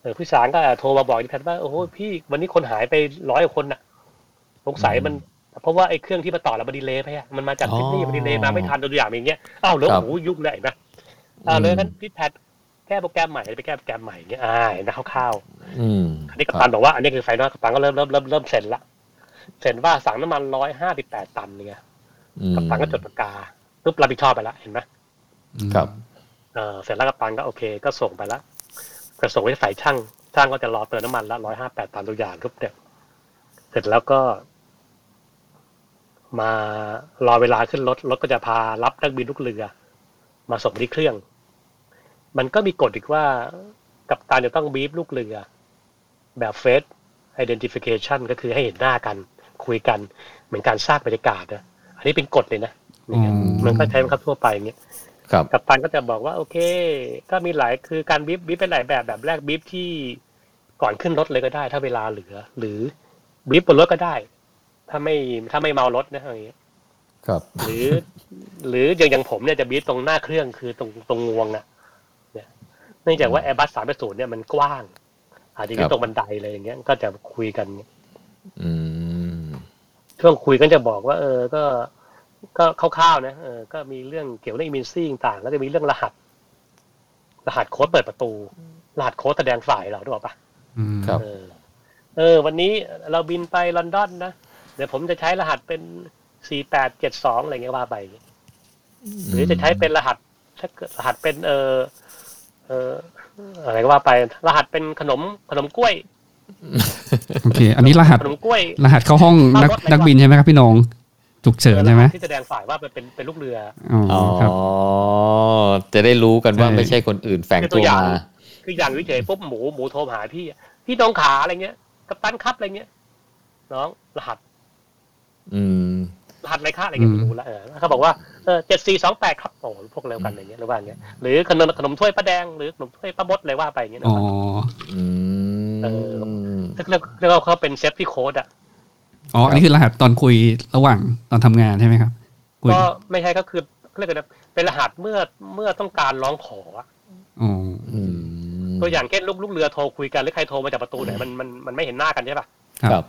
[SPEAKER 3] เออผู้สารก็โทรมาบอกดิฉันว่าโอ้โหพี่วันนี้คนหายไปร้อยคนน่ะสงสัยมัน เพราะว่าไอ้เครื่องที่มาต่อแล้วมันดีเลย์ไปอะมันมาจาก
[SPEAKER 4] อ๋อ
[SPEAKER 3] ซิดนีย์มันดีเลย์มาไม่ทันตัวอย่างอย่างเงี้ยอ้าวแล้ว
[SPEAKER 4] ครับ
[SPEAKER 3] โอ้โหยุ่งเลยเห็นะอ้าวเลยงั้นพี่แพทแก้โปรแกรมใหม่ไปแก้โปรแกรมใหม่เงี้ยอ่าเห็นนะคร่าวๆ
[SPEAKER 4] อืม
[SPEAKER 3] อันนี้กัป
[SPEAKER 4] ค
[SPEAKER 3] ตั
[SPEAKER 4] รับ
[SPEAKER 3] นบอกว่าอันนี้คือไฟนอลกัปตันก็เริ่มเริ่มเริ่มเริ่มเซ็นละเซ็นว่าสั่งน้ำมันร้อยห้าสิบแปดตันเนี่ย
[SPEAKER 4] อืม
[SPEAKER 3] กัปตันก็จดปากกาปุ๊บรับผิดชอบไปละเห็นไหม
[SPEAKER 4] ครับ
[SPEAKER 3] เออเสร็จแล้วกัปตันก็โอเค ก็ส่งไปละก็ส่งไปที่ฝ่ายช่างช่างก็จะรอเติมน้ำมันละร้อยห้าแปดตันตัวอย่างปุ๊บเนี่ยเสร็จแล้วก็ มารอเวลาขึ้นรถรถก็จะพารับนักบินลูกเรือ มาส่งที่เครื่อง มันก็มีกฎอีกว่า กัปตันจะต้องบีฟลูกเรือ แบบเฟส identification ก็คือให้เห็นหน้ากัน คุยกัน เหมือนการสร้างบรรยากาศนะอันนี้เป็นกฎเลยนะนี่ไง
[SPEAKER 1] อืม
[SPEAKER 3] มันก็ใช้บังคับทั่วไปอย่างเงี้ย
[SPEAKER 4] ครับ
[SPEAKER 3] กัปตันก็จะบอกว่า โอเค ก็มีหลายคือการบีฟบีฟเป็นหลายแบบแบบแรกบีฟที่ก่อนขึ้นรถเลยก็ได้ ถ้าเวลาเหลือ หรือบีฟบนรถก็ได้ ถ้าไม่ถ้าไม่เมารถนะอะไรอย่างเงี้ย
[SPEAKER 4] ครับ
[SPEAKER 3] หรือหรืออย่างอย่างผมเนี่ยจะบีบตรงหน้าเครื่องคือตรงตรงงวงอะเนี่ยเนื่องจากว่า Airbus 3 8 0เนี่ยมันกว้าง อาจจะ
[SPEAKER 4] ค
[SPEAKER 3] บี
[SPEAKER 4] รั
[SPEAKER 3] บบ ตรงบันไดเลยอย่างเงี้ยก็จะคุยกันเนี่ย
[SPEAKER 4] อืม
[SPEAKER 3] ช่วงคุยก็จะบอกว่า เออก็ก็คร่าวๆนะเออก็มีเรื่องเกี่ยวกับอิมินซี่ต่างๆแล้วจะมีเรื่องรหัส รหัสโค้ดเปิดประตู รหัสโค้ดแสดงฝ่ายเราด้วยป่ะ
[SPEAKER 4] ครับ
[SPEAKER 3] เออเออ วันนี้เราบินไปลอนดอนนะ เดี๋ยวผมจะใช้รหัสเป็น 4872 อะไรเงี้ยว่าไป หรือจะใช้เป็นรหัสถ้าเกิดรหัสเป็นเออเอออะไรก็ว่าไป รหัสเป็นขนมขนมกล้วย
[SPEAKER 1] โอเค อันนี้รหัส
[SPEAKER 3] ขนมกล้วย
[SPEAKER 1] รหัสเข้าห้องนักนักบินใช่ไหมครับพี่นงฉุกเฉินใช่ไหม
[SPEAKER 3] รหัสที่แสดงฝ่ายว่าเป็นเป็นเป็นลูกเรือ
[SPEAKER 1] อ๋อ
[SPEAKER 4] อ๋อ
[SPEAKER 1] ครับ
[SPEAKER 4] จะได้รู้กันว่า
[SPEAKER 1] ใช่
[SPEAKER 4] ไม่ใช่คนอื่นแฝง
[SPEAKER 3] คือ
[SPEAKER 4] ตัว
[SPEAKER 3] อย่าง
[SPEAKER 4] มา
[SPEAKER 3] คืออย่างวิเฉยปุ๊บหมูหมูโทรมาหาพี่อะพี่น้องขาอะไรเงี้ยกัปตันครับอะไรเงี้ยน้องรหัส
[SPEAKER 4] อืม
[SPEAKER 3] รหัสอะไรคะอะไรเงี้ย
[SPEAKER 1] อืม
[SPEAKER 3] ไม่รู้ละเออเขาบอกว่าเออเจ็ดสี่สองแปดครับโอ้โหพวกเร็วกันอะไรเงี้ยหรือว่าอย่างเงี้ยหรือขนมขนมถ้วยป้าแดงหรือขนมถ้วยป้ามดอะไรว่าไปอย่างเงี้ยนะ
[SPEAKER 1] อ๋อ
[SPEAKER 3] ครับ
[SPEAKER 4] อื
[SPEAKER 3] เอ
[SPEAKER 4] ม
[SPEAKER 3] เรียกเรียกว่าเขาเป็นเซฟที่โค้ดอะ
[SPEAKER 1] อ๋ออันนี้คือรหัสตอนคุยระหว่างตอนทำงานใช่ไหมครับคุย
[SPEAKER 3] ก็ไม่ใช่ก็คือเรียกกันนะเป็นรหัสเมื่อเมื่อต้องการร้องขออะ
[SPEAKER 1] อ๋อ
[SPEAKER 4] อืม
[SPEAKER 3] ตัวอย่างเช่นลูกลูกเรือโทรคุยกันหรือใครโทรมาจากประตูไหนมันมันมันไม่เห็นหน้ากันใช่ป่ะ
[SPEAKER 4] ครับ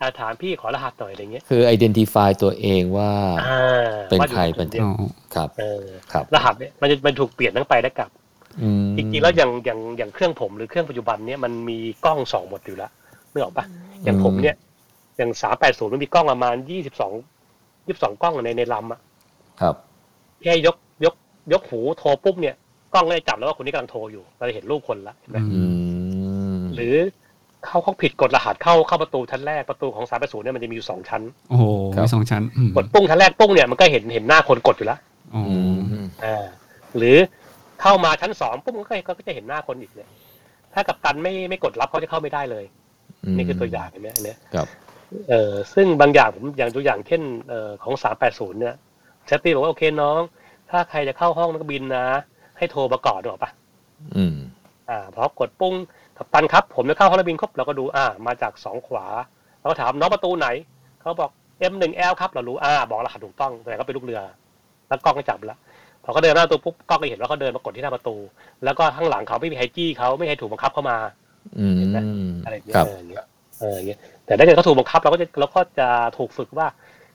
[SPEAKER 3] อ่าถามพี่ขอรหัสหน่อยอะไรเงี้ย
[SPEAKER 4] คือ identify ตัวเองว่า
[SPEAKER 3] อ่า
[SPEAKER 4] เป็น
[SPEAKER 3] ว่าอยู่
[SPEAKER 4] ใครเป็นใคร
[SPEAKER 1] อ๋อ
[SPEAKER 4] ครับ
[SPEAKER 3] เออ
[SPEAKER 4] ครับ
[SPEAKER 3] รหัสเนี่ยมันจะมันถูกเปลี่ยนทั้งไปและกลับ
[SPEAKER 4] อืม
[SPEAKER 3] จริงๆแล้วอย่างอย่างอย่างเครื่องผมหรือเครื่องปัจจุบันเนี่ยมันมีกล้องสองหมดอยู่แล้วนึกออกปะอย่างผมเนี่ย อย่างสามแปดศูนย์มันมีกล้องประมาณยี่สิบสองยี่สิบสองกล้องในในลำอะ
[SPEAKER 4] ครับ
[SPEAKER 3] แค่ยกยกยกหูโทรปุ๊บเนี่ยกล้องก็จะจับแล้วว่าคนนี้กำลังโทรอยู่เราจะเห็นรูปคนละเห็นไหม
[SPEAKER 4] อืม
[SPEAKER 3] หรือเข้าห้องผิดกดรหัสเข้าเข้าประตูชั้นแรกประตูของสามประตูเนี่ยมันจะมีอยู่สองชั้น
[SPEAKER 1] โอ้โหมีสองชั้นอืม
[SPEAKER 3] กดปุ้งชั้นแรกปุ้งเนี่ยมันก็เห็นเห็นหน้าคนกดอยู่แล้ว
[SPEAKER 1] อ๋อ
[SPEAKER 4] อืม
[SPEAKER 3] อ่าหรือเข้ามาชั้นสองปุ้งก็ก็จะเห็นหน้าคนอีกเนี่ยถ้ากับตันไม่ไม่กดรับเขาจะเข้าไม่ได้เลย นี่คือตัวอย่างเห็นไหมอันเนี้ย
[SPEAKER 4] ครับ
[SPEAKER 3] เออซึ่งบางอย่างผมอย่างตัวอย่างเช่นเอ่อของสามแปดศูนย์เนี่ยเซฟตี้บอกว่าโอเคน้อง ถ้าใครจะเข้าห้องนักบินนะ ให้โทรมาก่อนหรอกปะ
[SPEAKER 4] อืม
[SPEAKER 3] อ่าพอกดปุ้งกัปตันครับ ผมจะเข้าฮอลลบินครับเราก็ดูอ่า มาจากสองขวาเราก็ถามน้องประตูไหน เขาบอก M1L ครับเรารู้อ่า บอกรหัสถูกต้องแต่ก็เป็นลูกเรือ แล้วกล้องก็จับแล้วพอเขาเดินหน้าประตูปุ๊บกล้องก็เห็นว่าเขาเดินมากดที่หน้าประตู แล้วก็ข้างหลังเขาไม่มีใครจี้เขาไม่มีใครถูกบังคับเข้ามา
[SPEAKER 4] อืม
[SPEAKER 3] เห็นไหม อะไรอย่างเงี้
[SPEAKER 4] ค
[SPEAKER 3] ย
[SPEAKER 4] รับ
[SPEAKER 3] เอออย่างเงี้ยเอออย่างเงี้ยแต่ถ้าเกิดเขาถูกบังคับเราก็จะเราก็จะถูกฝึกว่า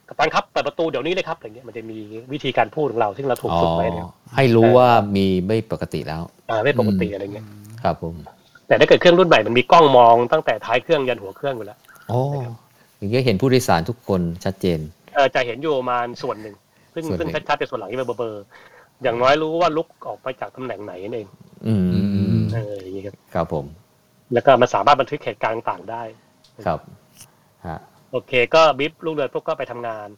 [SPEAKER 3] กัปตันครับเปิดประตูเดี๋ยวนี้เลยครับอย่างเงี้ยมันจะมีวิธีการพูดของเราซึ่งเราถูก
[SPEAKER 4] อ๋อ
[SPEAKER 3] ฝึกไว้แล้ว
[SPEAKER 4] ให้รู้ว่ามีไม่ปกติแล้ว
[SPEAKER 3] อ่าไม่ปกติอะไรเงี้ย
[SPEAKER 4] ครับผม
[SPEAKER 3] แต่ถ้าเกิดเครื่องรุ่นใหม่มันมีกล้องมองตั้งแต่ท้ายเครื่องยันหัวเครื่องอยู่แล้ว
[SPEAKER 4] โอ้อย่างเงี้ยเห็นผู้โดยสารทุกคนชัดเจน
[SPEAKER 3] เออจะเห็นอยู่ประมาณส่วนหนึ่ง ซึ่ง
[SPEAKER 4] ส่วนหนึ่
[SPEAKER 3] ซึ่ง
[SPEAKER 4] ง
[SPEAKER 3] ชัดๆเป็นส่วนหลังที่เป็นเบอร์ๆอย่างน้อยรู้ว่าลุกออกไปจากตำแหน่งไหนนั่นเอง
[SPEAKER 4] อืมอืม
[SPEAKER 3] เอออย่างนี้ครับ
[SPEAKER 4] ครับผม
[SPEAKER 3] แล้วก็มันสามารถบันทึกเหตุการณ์ต่างๆได้
[SPEAKER 4] ครับฮะ
[SPEAKER 3] โอเค ก็บิ๊บลูกเรือปุ๊บก็ไปทำงาน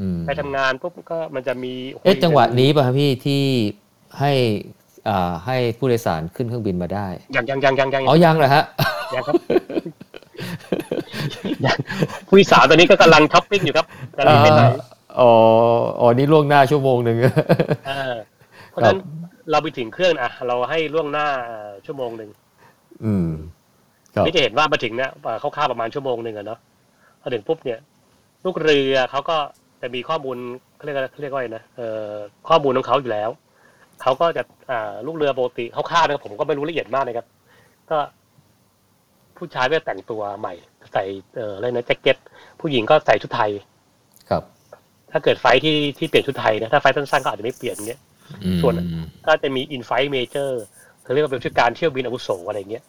[SPEAKER 4] อืม
[SPEAKER 3] ไปทำงานปุ๊บก็มันจะมี
[SPEAKER 4] เอ๊ะจังหวะนี้ป่ะครับพี่ที่ให้อ่าให้ผู้โดยสารขึ้นเครื่องบินมาได้
[SPEAKER 3] ยังยังยังยังยัง
[SPEAKER 4] อ๋อยังเหรอฮะ
[SPEAKER 3] ยังครับ (laughs) ยังผู้สาวตอนนี้ก็กำลังช้อปปิ้งอยู่ครับกำลังไปไหน
[SPEAKER 4] อ๋ออ๋อนี่ล่วงหน้าชั่วโมงหนึ่ง
[SPEAKER 3] เออเพราะฉะนั้นเราไปถึงเครื่องอ่ะเราให้ล่วงหน้าชั่วโมงหนึ่ง
[SPEAKER 4] อืม ครับ
[SPEAKER 3] นี่จะเห็นว่ามาถึงเนี่ยเอ่อเข้าๆประมาณชั่วโมงหนึ่งอะเนาะพอถึงปุ๊บเนี่ย ลูกเรือเขาก็จะมีข้อมูลเขาเรียกว่าเขาเรียกว่าอะไรนะเอ่อข้อมูลของเขาอยู่แล้วเขาก็จะอ่าลูกเรือปกติเขาคาดนะครับผมก็ไม่รู้ละเอียดมากนะครับ ก็ ผู้ชายก็แต่งตัวใหม่ ใส่เอ่ออะไรนะแจ็คเก็ต ผู้หญิงก็ใส่ชุดไทย
[SPEAKER 4] ครับ
[SPEAKER 3] ถ้าเกิดไฟท์ที่ที่เปลี่ยนชุดไทยนะถ้าไฟท์สั้นๆก็อาจจะไม่เปลี่ยนเนี่ย
[SPEAKER 4] อืม
[SPEAKER 3] ส่วน ก็จะมีอินไฟเมเจอร์เขาเรียกว่าเป็นชุดการเที่ยวบินอาวุโสอะไรเงี้ย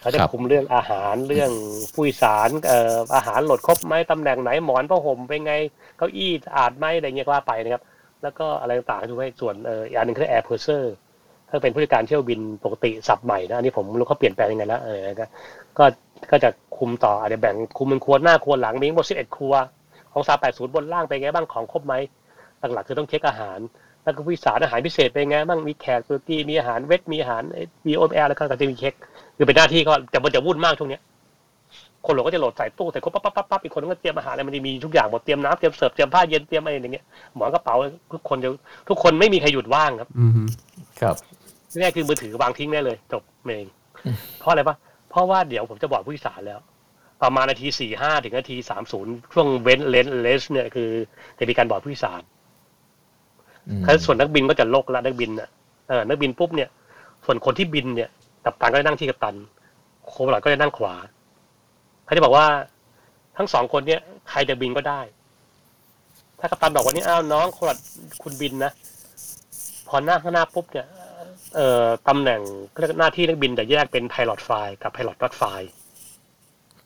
[SPEAKER 3] เขาจะคุมเรื่องอาหารเรื่องผู้โดยสารเอ่ออาหารหลดครบไหมตำแหน่งไหนหมอนผ้าห่มเป็นไงเก้าอี้สะอาดไหมอะไรเงี้ยก็ว่าไปนะครับ แล้วก็อะไรต่างๆดูให้ส่วนเอ่ออีกอันหนึ่งคือแอร์เพอร์เซอร์ก็เป็นผู้จัดการเที่ยวบินปกติสับใหม่นะอันนี้ผมไม่รู้เขาเปลี่ยนแปลงยังไงแล้วเออก็ก็ก็จะคุมต่ออาจจะแบ่งคุมเป็นครัวหน้าครัวหลังมีทั้งหมด11ครัว ของซา80บนล่างเป็นไงบ้างของครบไหมหลักๆคือต้องเช็คอาหาร แล้วก็ผู้สารอาหารพิเศษเป็นไงบ้างมีแขกตุรกีมีอาหารเวทมีอาหารมีโอแอลแล้วก็จะมีเค้กคือเป็นหน้าที่ก็แต่มันจะวุ่นมากช่วงเนี้ยคนหลงก็จะโหลดใส่ตู้แต่ครบปั๊บปั๊บปั๊บปั๊บอีกคนก็เตรียมอาหารอะไรมันจะมีทุกอย่างหมดเตรียมน้ำเตรียมเสิร์ฟเตรียมผ้าเย็นเตรียมอะไรอย่างเงี้ยหมอนกระเป๋าทุกคนจะทุกคนไม่มีใครหยุดว่างครับ
[SPEAKER 1] อืมฮึ
[SPEAKER 4] ครับ
[SPEAKER 3] แน่คือมือถือวางทิ้งได้เลย จบเองเพราะอะไรปะเพราะว่าเดี๋ยวผมจะบอกผู้โดยสารแล้ว ประมาณนาทีสี่ห้าถึงนาทีสามศูนย์ช่วงเว้นเลนเลสเนี่ยคือจะมีการบอกผู้โดยสาร
[SPEAKER 4] อืม
[SPEAKER 3] ถ้าส่วนนักบินก็จะโลกละนักบินน่ะเออนักบินปุ๊บเนี่ย ส่วนคนที่บินเนี่ย กัปตันก็จะนั่งที่กัปตัน โคบลอดก็จะนั่งขวาเขาจะบอกว่าทั้งสองคนเนี่ยใครจะบินก็ได้ ถ้ากัปตันบอกว่านี่อ้าวน้องโคบลอดคุณบินนะ พอหน้าข้างหน้าปุ๊บเนี่ย เอ่อตำแหน่งเขาเรียกหน้าที่นักบินจะแยกเป็นไพลอตไฟล์กับไพลอตดอทไฟล์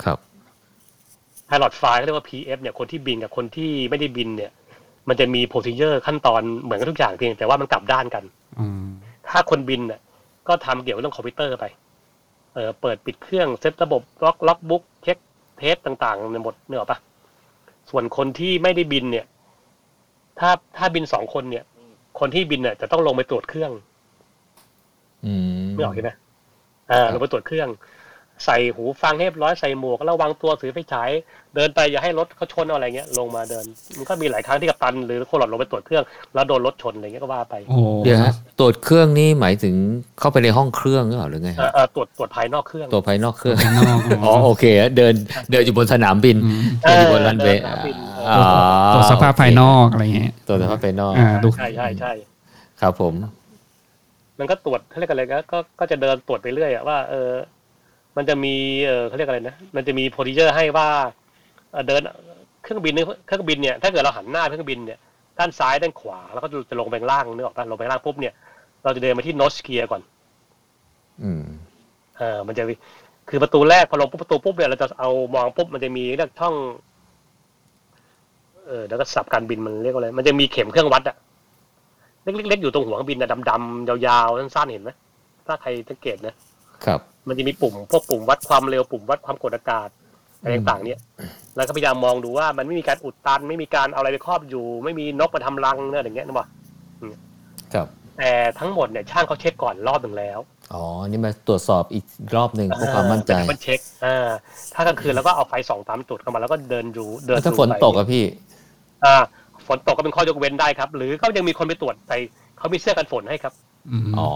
[SPEAKER 4] ครับ
[SPEAKER 3] ไพลอตไฟล์เขาเรียกว่า PF เนี่ยคนที่บินกับคนที่ไม่ได้บินเนี่ย มันจะมีโปรซีเจอร์ขั้นตอนเหมือนกันทุกอย่างเพียงแต่ว่ามันกลับด้านกัน
[SPEAKER 1] อืม
[SPEAKER 3] ถ้าคนบินน่ะก็ทำเกี่ยวกับเรื่องคอมพิวเตอร์ไป เออเปิดปิดเครื่องเซตระบบล็อกล็อกบุ๊กเช็คเทสต่างๆในยหมดเนยหรอะปะส่วนคนที่ไม่ได้บินเนี่ย ถ้าถ้าบินสองคนเนี่ย คนที่บินเนี่ยจะต้องลงไปตรวจเครื่อง
[SPEAKER 4] อืม
[SPEAKER 3] ไม่ออกใช่ไหมอ่า
[SPEAKER 4] ครับ
[SPEAKER 3] ลงไปตรวจเครื่อง ใส่หูฟังให้เรียบร้อยใส่หมวกระวังตัวถือไฟฉายเดินไปอย่าให้รถเขาชนเอาอะไรเงี้ยลงมาเดิน มันก็มีหลายครั้งที่กัปตัน หรือคนหลอดลงไปตรวจเครื่อง แล้วโดนรถชนอะไรเงี้ยก็ว่าไป
[SPEAKER 1] โอ้โห
[SPEAKER 4] เดี๋ยวฮะตรวจเครื่องนี่หมายถึงเข้าไปในห้องเครื่องหรือเปล่าหรือไง
[SPEAKER 3] เอ
[SPEAKER 4] ฮะ
[SPEAKER 3] อเอ่อตรวจตรวจภายนอกเครื่อง
[SPEAKER 4] ตัวภายนอกเครื่อง
[SPEAKER 1] นอก
[SPEAKER 4] อ๋อโอเคฮะเดินเดินอยู่บนสนามบิน
[SPEAKER 1] อืม
[SPEAKER 3] เอ
[SPEAKER 4] เดินอ
[SPEAKER 3] อ
[SPEAKER 4] ยู่บนรันเวย์
[SPEAKER 3] เดินสนามบิน
[SPEAKER 4] อ่า
[SPEAKER 1] ตรวจสภาพภายนอกอะไรเงี้ย
[SPEAKER 4] ตรวจสภาพภายนอก
[SPEAKER 1] อ่าดู
[SPEAKER 3] ใช่ใช่ใช่
[SPEAKER 4] ครับผม
[SPEAKER 3] มันก็ตรวจเขาเรียกอะไรก็ก็ก็จะเดินตรวจไปเรื่อยอะว่า เออ มันจะมีเออเขาเรียกอะไรนะมันจะมีโปรดิเจอร์ให้ว่าเอ่อเดินเครื่องบินนึงเครื่องบินเนี่ยถ้าเกิดเราหันหน้าไปเครื่องบินเนี่ยด้านซ้ายด้านขวาแล้วก็จะลงไปข้างล่างนึกออกป่ะลงไปข้างล่างปุ๊บเนี่ยเราจะเดินไปที่นอสเกียก่อน
[SPEAKER 4] อืม
[SPEAKER 3] เออมันจะมีคือประตูแรกพอลงปุ๊บประตูปุ๊บเนี่ยเราจะเอามองปุ๊บมันจะมีเรียกช่อง เออแล้วก็สับการบินมันเรียกว่าอะไรมันจะมีเข็มเครื่องวัดอะเล็กๆๆอยู่ตรงหัวเครื่องบินนะดำๆยาวๆสั้นๆเห็นไหมถ้าใครสังเกตนะ
[SPEAKER 4] ครับ
[SPEAKER 3] มันจะมีปุ่มพวกปุ่มวัดความเร็วปุ่มวัดความกดอากาศอะไรต่างๆ เนี่ย แล้วก็พยายามมองดูว่ามันไม่มีการอุดตัน ไม่มีการเอาอะไรไปครอบอยู่ ไม่มีนกมาทำรังเนี่ยอย่างเงี้ยนะบ่
[SPEAKER 4] ครับ
[SPEAKER 3] แต่ทั้งหมดเนี่ยช่างเขาเช็คก่อนรอบหนึ่งแล้ว
[SPEAKER 4] อ๋อนี่มาตรวจสอบอีกรอบหนึ่งเพื่อความมั่นใจ
[SPEAKER 3] เออเป็นคนเช็คอ่าถ้ากลางคืนแล้วก็เอาไฟส่องตามจุดเข้ามาแล้วก็เดินดูเดิน
[SPEAKER 4] แล้วถ้า
[SPEAKER 3] ดู
[SPEAKER 4] ฝน
[SPEAKER 3] ไป
[SPEAKER 4] ตกอะพี่
[SPEAKER 3] อ่าฝนตกก็เป็นข้อยกเว้นได้ครับ หรือก็ยังมีคนไปตรวจใส่เขามีเสื้อกันฝนให้ครับ
[SPEAKER 1] อืม
[SPEAKER 4] อ๋อ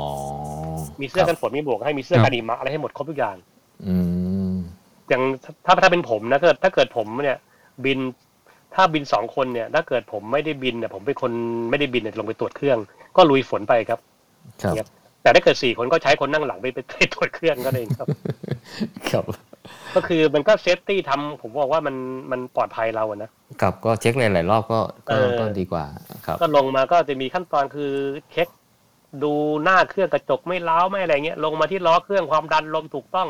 [SPEAKER 3] มีเสื้อกั
[SPEAKER 4] ค
[SPEAKER 3] น
[SPEAKER 4] รับ
[SPEAKER 3] ฝนมีหมวกให้มีเสื้อกันหิมะอะไรให้หมดครบทุกอย่าง
[SPEAKER 4] อืม
[SPEAKER 3] อย่างถ้าถ้าเป็นผมนะถ้าเกิดถ้าเกิดผมเนี่ย บินถ้าบินสองคนเนี่ย ถ้าเกิดผมไม่ได้บินเนี่ยผมเป็นคนไม่ได้บินเนี่ยลงไปตรวจเครื่อง ก็ลุยฝนไปครับ
[SPEAKER 4] ครับ
[SPEAKER 3] เนี่ย แต่ถ้าเกิดสี่คนก็ใช้คนนั่งหลังไปไปไปตรวจเครื่องก็เองครับ
[SPEAKER 4] ครับ
[SPEAKER 3] ก็คือมันก็เซฟตี้ทำผมบอกว่ามันมันปลอดภัยเราอะนะ
[SPEAKER 4] ครับก็เช็คหลายๆรอบก็ก็
[SPEAKER 3] เออ
[SPEAKER 4] ก็ดีกว่าครับ
[SPEAKER 3] ก็ลงมาก็จะมีขั้นตอนคือเช็คดูหน้าเครื่องกระจกไม่ล้าวไม่อะไรเงี้ยลงมาที่ล้อเครื่องความดันลมถูกต้อง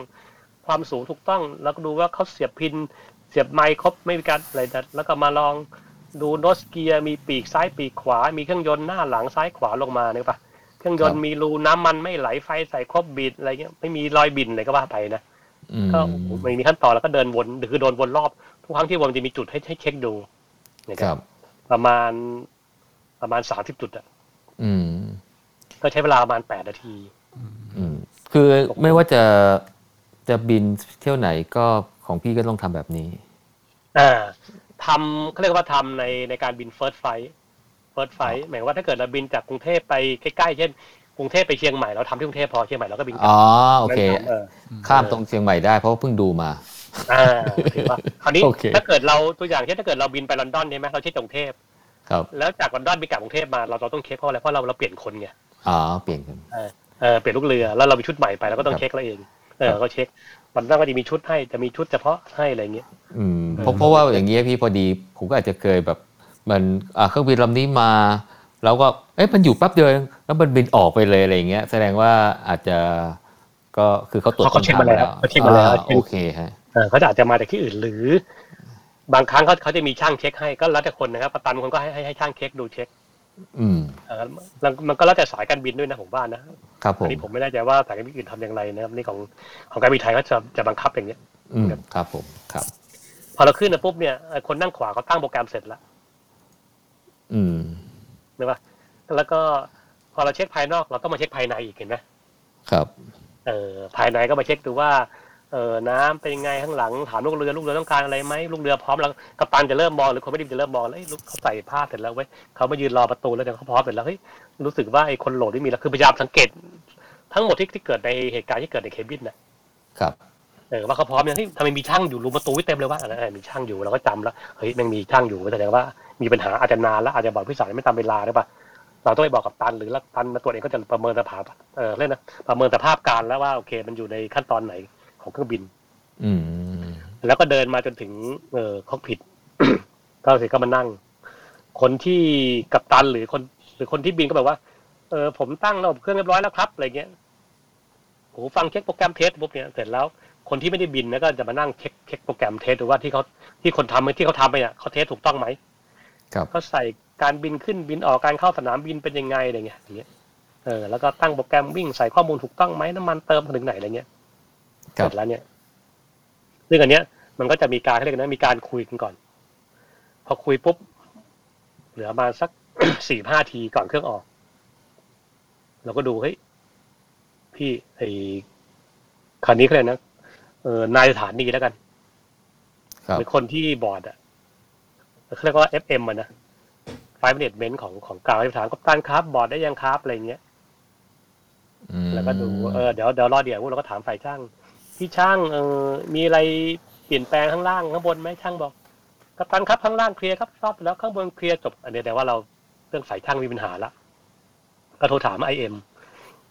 [SPEAKER 3] ความสูงถูกต้อง แล้วก็ดูว่าเขาเสียบพิน เสียบไมค์ครบไม่มีการอะไรดัดแล้วก็มาลองดูโนสเกียร์มีปีกซ้ายปีกขวา มีเครื่องยนต์หน้าหลังซ้ายขวาลงมาเนี่ยปะเครื่องย
[SPEAKER 4] ค
[SPEAKER 3] น
[SPEAKER 4] รั
[SPEAKER 3] ต์
[SPEAKER 4] บ
[SPEAKER 3] มีรูน้ำมันไม่ไหลไฟใส่ครบบิดอะไรเงี้ยไม่มีรอยบินอะไรก็ว่าไปนะ
[SPEAKER 4] อืม
[SPEAKER 3] ก็โอ้โหมันมีขั้นตอนแล้วก็เดินวนคือโดนวนรอบทุกครั้งที่วนมันจะมีจุดให้ให้เช็คดูนะค
[SPEAKER 4] ครับ รับ
[SPEAKER 3] ประมาณประมาณสามสิบจุดอะ
[SPEAKER 4] อืม
[SPEAKER 3] ก็ใช้เวลาประมาณแปดนาที
[SPEAKER 4] อืมคือไม่ว่าจะจะ จะบินเที่ยวไหนก็ของพี่ก็ต้องทำแบบนี้
[SPEAKER 3] อ่าทำเขาเรียกว่าทำในในการบิน first flight first flight หมายความว่าถ้าเกิดเราบินจากกรุงเทพไปใกล้ๆเช่นกรุงเทพไปเชียงใหม่เราทำที่กรุงเทพพอเชียงใหม่เราก็บินกลับ
[SPEAKER 4] อ๋อ โอเค
[SPEAKER 3] นั่นเออ
[SPEAKER 4] ข้ามตรงเชียงใหม่ได้เพราะว่าเพิ่งดูมา
[SPEAKER 3] อ่าถือว่าคราวนี้
[SPEAKER 4] โอเค
[SPEAKER 3] ถ้าเกิดเราตัวอย่างเช่นถ้าเกิดเราบินไปลอนดอนใช่ไหมเราเช็คกรุงเทพ
[SPEAKER 4] ครับ
[SPEAKER 3] แล้วจากลอนดอนไปกลับกรุงเทพมาเราเราต้องเช็คเพราะอะไรเพราะเราเราเปลี่ยนคนไง
[SPEAKER 4] อ๋อ เปลี่ยนกัน
[SPEAKER 3] เออเปลี่ยนลูกเรือแล้วเรามีชุดใหม่ไปเราก็ต้อง
[SPEAKER 4] ครับ
[SPEAKER 3] เช็คเราเองเอ
[SPEAKER 4] ครั
[SPEAKER 3] อบ ก็เช็คลอนดอนก็จะมีชุดให้จะมีชุดเฉพาะให้อะไรอย่างเงี้ย
[SPEAKER 4] อืมเพ
[SPEAKER 3] อื
[SPEAKER 4] ราะ
[SPEAKER 3] ม
[SPEAKER 4] เพราะว่าอย่างเงี้ยพี่พอดีผมก็อาจจะเคยแบบมันอ่ะเครื่องบินลำนี้มา แล้วก็เอ๊ะมันอยู่แป๊บเดียวเองแล้วมันบินออกไปเลยอะไรอย่างเงี้ย แสดงว่าอาจจะก็คือเขาตรวจ
[SPEAKER 3] เขาเขาเช็คมาแล้วเขาเช็คมาแล้ว
[SPEAKER 4] อ่
[SPEAKER 3] เช็ค
[SPEAKER 4] โอเคฮะ
[SPEAKER 3] เออเขาอาจจะมาจากที่อื่นหรือ บางครั้งเขาเขาจะมีช่างเช็คให้ก็แล้วแต่คนนะครับประตันคนก็ให้ให้ให้ช่างเช็คดูเช็ค
[SPEAKER 4] อืม
[SPEAKER 3] เออแล้วมันก็แล้วแต่สายการบินด้วยนะผมว่านะครับ
[SPEAKER 4] ผ
[SPEAKER 3] อัน
[SPEAKER 4] ม
[SPEAKER 3] นี้ผมไม่แน่ใจว่าสายการบินอื่นทำอย่างไรนะครับนี่ของของการบินไทยเขาจะจะบังคับอย่างเงี้ย
[SPEAKER 4] อืม ครับผม ครับ
[SPEAKER 3] พอเราขึ้นนะปุ๊บเนี่ยเอ่อคนนั่งขวาเขาตั้งโปรแกรมเสร็จแล้ว
[SPEAKER 4] อืม
[SPEAKER 3] ใช่ปะแล้วก็พอเราเช็คภายนอกเราต้องมาเช็คภายในอีกเห็นไหม
[SPEAKER 4] ครับ
[SPEAKER 3] เออภายในก็มาเช็คดูว่าเออน้ำเป็นยังไงข้างหลังถามลูกเรือลูกเรือต้องการอะไรไหมลูกเรือพร้อมแล้วกัปตันจะเริ่มมองหรือคนไม่ไดีจะเริ่มมองแล้วเอ้ยลูกเขาใส่ผ้าเสร็จแล้วเว้ยเขามายืนรอประตูแล้วเดี๋ยวเขาพร้อมเสร็จแล้วเฮ้ยรู้สึกว่าไอ้คนโหลดที่มีแล้วคือพยายามสังเกต ทั้งหมดที่ที่เกิดในเหตุการณ์ที่เกิดในเคบินน่ะ
[SPEAKER 4] ครับ
[SPEAKER 3] เออว่าเขาพร้อมยังที่ทำไมมีช่างอยู่รูประตูไว้เต็มเลยว่าอะไรมีช่างอยู่เราก็จำแล้วเฮ้ยแมันมีช่างอยู่แสดงว่ามีปัญหาอาจจะนานแล้วอาจจะบอกพี่สาวยังไม่ตามเวลาหรือเปล่า เราต้องไปบอกกับตันหรือแล้วตันมาตรวจเองก็จะประเมินสภาพเออเล่นนะประเมินสภาพการแล้วว่าโอเคมันอยู่ในขั้นตอนไหนของเครื่องบิน
[SPEAKER 4] อืม
[SPEAKER 3] แล้วก็เดินมาจนถึงเออคอกพิท (coughs) ก็เสร็จก็มานั่ง คนที่กับตันหรือคน หรือคนที่บินก็แบบว่าเออผมตั้งระบบเครื่องเรียบร้อยแล้วครับอะไรเงี้ยโหฟังเช็คโปรแกรมเทสปุ๊บเนี่ยเสร็จแล้วคนที่ไม่ได้บินนะก็จะมานั่งเช็คเช็คโปรแกรมเทสดูว่าที่เขาที่คนทำที่เขาทำไปเนี่ยเขาเทสถูกต้องไหม
[SPEAKER 4] ครับ
[SPEAKER 3] เขาใส่การบินขึ้นบินออกการเข้าสนามบินเป็นยังไงอะไรเงี้ยอย่างเงี้ยเออแล้วก็ตั้งโปรแกรมวิ่งใส่ข้อมูลถูกต้องไหมน้ำมันเติมถึงไหนอะไรเงี้ย
[SPEAKER 4] ครับ
[SPEAKER 3] เสร็จแล้วเนี่ยซึ่งอันเนี้ยมันก็จะมีการเขาเรียกนะมีการคุยกันก่อน พอคุยปุ๊บเหลือมาสัก (coughs) สี่ห้าทีก่อนเครื่องออก เราก็ดูเฮ้ยพี่ไอ้คันนี้เขาเรียกนะเออนายสถานีแล้วกัน
[SPEAKER 4] ครับ
[SPEAKER 3] หรือคนที่บอร์ดอะเขาเรียกว่า FM อ่ะนะ Five Minute m e n t ของของกลางที่ถามกัปตันครับบอร์ดได้ยังครับอะไรอย่างเงี้ย
[SPEAKER 4] อืม
[SPEAKER 3] แล้วก็ดูเออเดี๋ยวเดี๋ยวรอเดี๋ยวพวกเราก็ถามฝ่ายช่างพี่ช่างเออมีอะไรเปลี่ยนแปลงข้างล่างข้างบนไหมช่างบอกกัปตันครับข้างล่างเคลียร์ครับรอบแล้วข้างบนเคลียร์จบอันเนี้ยแต่ว่าเราเรื่องฝ่ายช่างมีปัญหาละก็โทรถามไอเอ็ม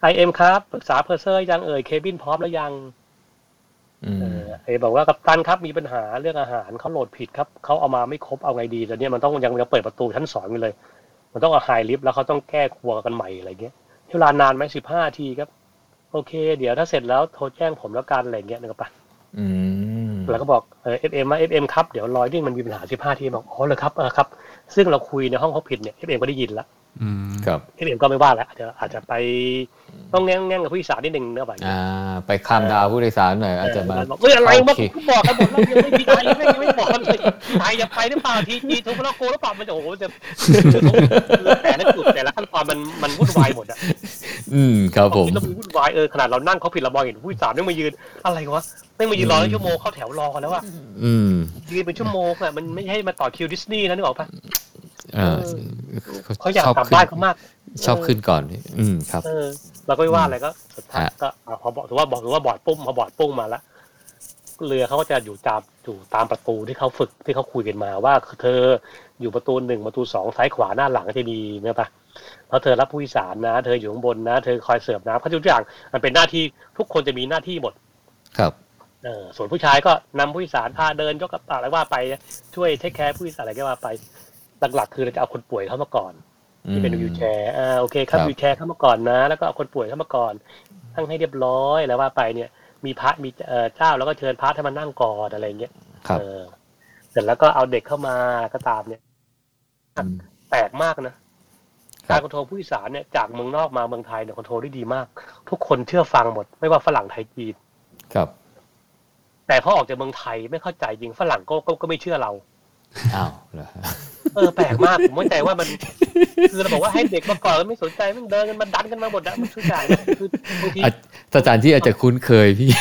[SPEAKER 3] ไอเอ็มครับปรึกษาเพอร์เซอร์ยังเอ่ยเคบินพร้อมแล้วยัง
[SPEAKER 4] อื
[SPEAKER 3] เอ
[SPEAKER 4] ม
[SPEAKER 3] อไอบอกว่ากัปตันครับมีปัญหาเรื่องอาหารเขาโหลดผิดครับเขาเอามาไม่ครบเอาไงดีแต่เนี้ยมันต้องยังยังเปิดประตูชั้นสองอยู่เลย มันต้องเอาไฮลิฟต์แล้วเขาต้องแก้ครัวกันใหม่อะไรเงี้ย ใช้เวลานานไหมสิบห้าทีครับ โอเค เดี๋ยวถ้าเสร็จแล้วโทรแจ้งผมแล้วกันอะไรเงี้ยนะครับปะ
[SPEAKER 4] อืม
[SPEAKER 3] แล้วก็บอกเออฟเอ็มมาเอฟเอ็มครับ เดี๋ยวรอยดิ้งมันมีปัญหาสิบห้าทีบอกอ๋อเลยครับเออครับ ซึ่งเราคุยในห้องเขาผิดเนี่ยเอฟเอ็มก็ได้ยินละ
[SPEAKER 1] อืม
[SPEAKER 4] ครับ
[SPEAKER 3] เอฟเอ็มก็ไม่ว่าแล้วอาจจะอาจจะไปต้องแง่งแง่งกับผู้โดยสารนิดนึงนะบ่าย
[SPEAKER 4] อ่า ไปข้ามดาวผู้โดยสารหน่อยอาจจะมา
[SPEAKER 3] บอกเอยอะไรมา
[SPEAKER 4] โอเค
[SPEAKER 3] บอกกันหมดแล้วยังไม่มีใครยังไม่ยังไม่บอกกันเลยใครจะไปหรือเปล่าทีทีทุกแล้วโกหรือเปล่ามันจะโอ้โหจะแต่ละจุดแต่ละขั้นตอนมันมันวุ่นวายหมดอะ
[SPEAKER 4] อืม ครับผม
[SPEAKER 3] เราวุ่นวายเออขนาดเรานั่งเขาผิดเรามองเห็นผู้โดยสารไม่งมายืนอะไรวะไม่งมายืนรอแล้วชั่วโมงเข้าแถวรอกันแล้วอะ
[SPEAKER 4] อืม
[SPEAKER 3] ยืนเป็นชั่วโมงอะมันไม่ใช่มาต่อคิวดิสนีย์นะนึกออกปะ
[SPEAKER 4] เออ
[SPEAKER 3] เขาอยาก
[SPEAKER 4] ชอบ
[SPEAKER 3] กลับ
[SPEAKER 4] ขึ้
[SPEAKER 3] บ้าน นเขามาก
[SPEAKER 4] ชอบขึ้นก่อน อืม ครับ
[SPEAKER 3] เออเราก็ไม่ว่าอะไรก็สุดท้าย
[SPEAKER 4] ฮะ
[SPEAKER 3] ก็อ่ะพอบอกถือว่าบอกถือว่าบอดปุ้มพอบอดปุ้มมาละเรือเขาก็จะอยู่ตามอยู่ตามประตูที่เขาฝึกที่เขาคุยกันมาว่าเธออยู่ประตูหนึ่งประตูสองซ้ายขวาหน้าหลังจะดีเนอะปะแล้วเธอรับผู้โดยสารนะ เธออยู่ข้างบนนะ เธอคอยเสิร์ฟน้ำเขาทุกอย่างมันเป็นหน้าที่ทุกคนจะมีหน้าที่หมด
[SPEAKER 4] ครับ
[SPEAKER 3] เออส่วนผู้ชายก็นำผู้โดยสารพาเดินยกกระเป๋าอะไรว่าไปช่วยเทคแคร์ผู้โดยสารอะไรก็ว่าไปหลักๆคือเราจะเอาคนป่วยเข้ามาก่อนที่เป็นวิวแชร์อ่าโอเคครับ
[SPEAKER 4] ครับ
[SPEAKER 3] วิวแชร์เข้ามาก่อนนะ แล้วก็เอาคนป่วยเข้ามาก่อนตั้งให้เรียบร้อยแล้วว่าไปเนี่ย มีพระมีเอ่อเจ้าแล้วก็เชิญพระให้มานั่งก่อนอะไรอย่างเงี้ย
[SPEAKER 4] ครับ
[SPEAKER 3] เออเสร็จแล้วก็เอาเด็กเข้ามาก็ตามเนี่ย
[SPEAKER 4] อืม
[SPEAKER 3] แปลกมากนะครับ การคอนโทรลผู้โดยสารเนี่ยจากเมืองนอกมาเมืองไทยเนี่ยคอนโทรลได้ดีมาก ทุกคนเชื่อฟังหมด ไม่ว่าฝรั่งไทยจีน
[SPEAKER 4] ครับ
[SPEAKER 3] แต่พอออกจากเมืองไทยไม่เข้าใจจริงฝรั่งก็ก็ก็ไม่เชื่อเรา
[SPEAKER 4] อ้าวเหรอฮะ
[SPEAKER 3] เออแปลกมากผมไม่ใจว่า (laughs) มัน คือเราบอกว่าให้เด็กมาก่อนแล้วไม่สนใจมันเดินกันมาดันกันมาหมดอะมันทุกอย่างเนี่ยคือบางที
[SPEAKER 4] อ่ะสถานที่อาจจะคุ้นเคยพี่ (laughs)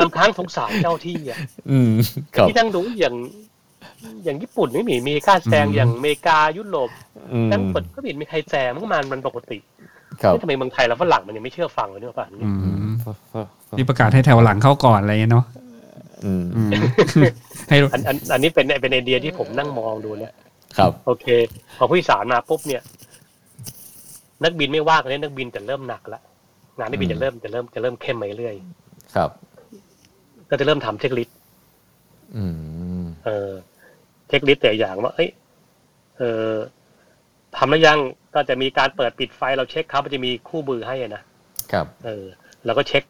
[SPEAKER 3] บางครั้งสงสารเจ้าที่อะ
[SPEAKER 4] อืมครับ
[SPEAKER 3] ที่ทั้งดูอย่าง อย่างญี่ปุ่นไม่มีมีกล้าแซง
[SPEAKER 4] อืม
[SPEAKER 3] อย่างอเมริกายุโรป
[SPEAKER 4] อืม
[SPEAKER 3] นั่งกดก็ไม่เห็นมีใครแซงมันก็มันมันปกติ
[SPEAKER 4] ครับ
[SPEAKER 3] แล้วทำไมเมืองไทยเราฝรั่งมันยังไม่เชื่อฟังเลยเนกอะป่ะ
[SPEAKER 4] อืม
[SPEAKER 1] ที่ประกาศให้แถวหลังเข้าก่อนอะไรเงี้ยเนาะ
[SPEAKER 4] อืม
[SPEAKER 1] อืมให้
[SPEAKER 3] อันอันอันนี้เป็นเป็นไอเดียที่ผมนั่งมองดูเนี่ย
[SPEAKER 4] ครับ
[SPEAKER 3] โอเค พอผู้โดยสารมาปุ๊บเนี่ย นักบินไม่ว่างเลยนักบินจะเริ่มหนักละงานนักบิน
[SPEAKER 4] อืม
[SPEAKER 3] จะเริ่มจะเริ่มจะเริ่มเข้มไปเรื่อย
[SPEAKER 4] ครับ
[SPEAKER 3] ก็จะเริ่มทำเช็คลิสต์
[SPEAKER 4] อืม
[SPEAKER 3] เออเช็คลิสต์แต่ละอย่างว่าเอ้ยเออทำแล้วยังก็จะมีการเปิดปิดไฟเราเช็คครับมันจะมีคู่มือให้อะนะครับ เออเราก็เช็ค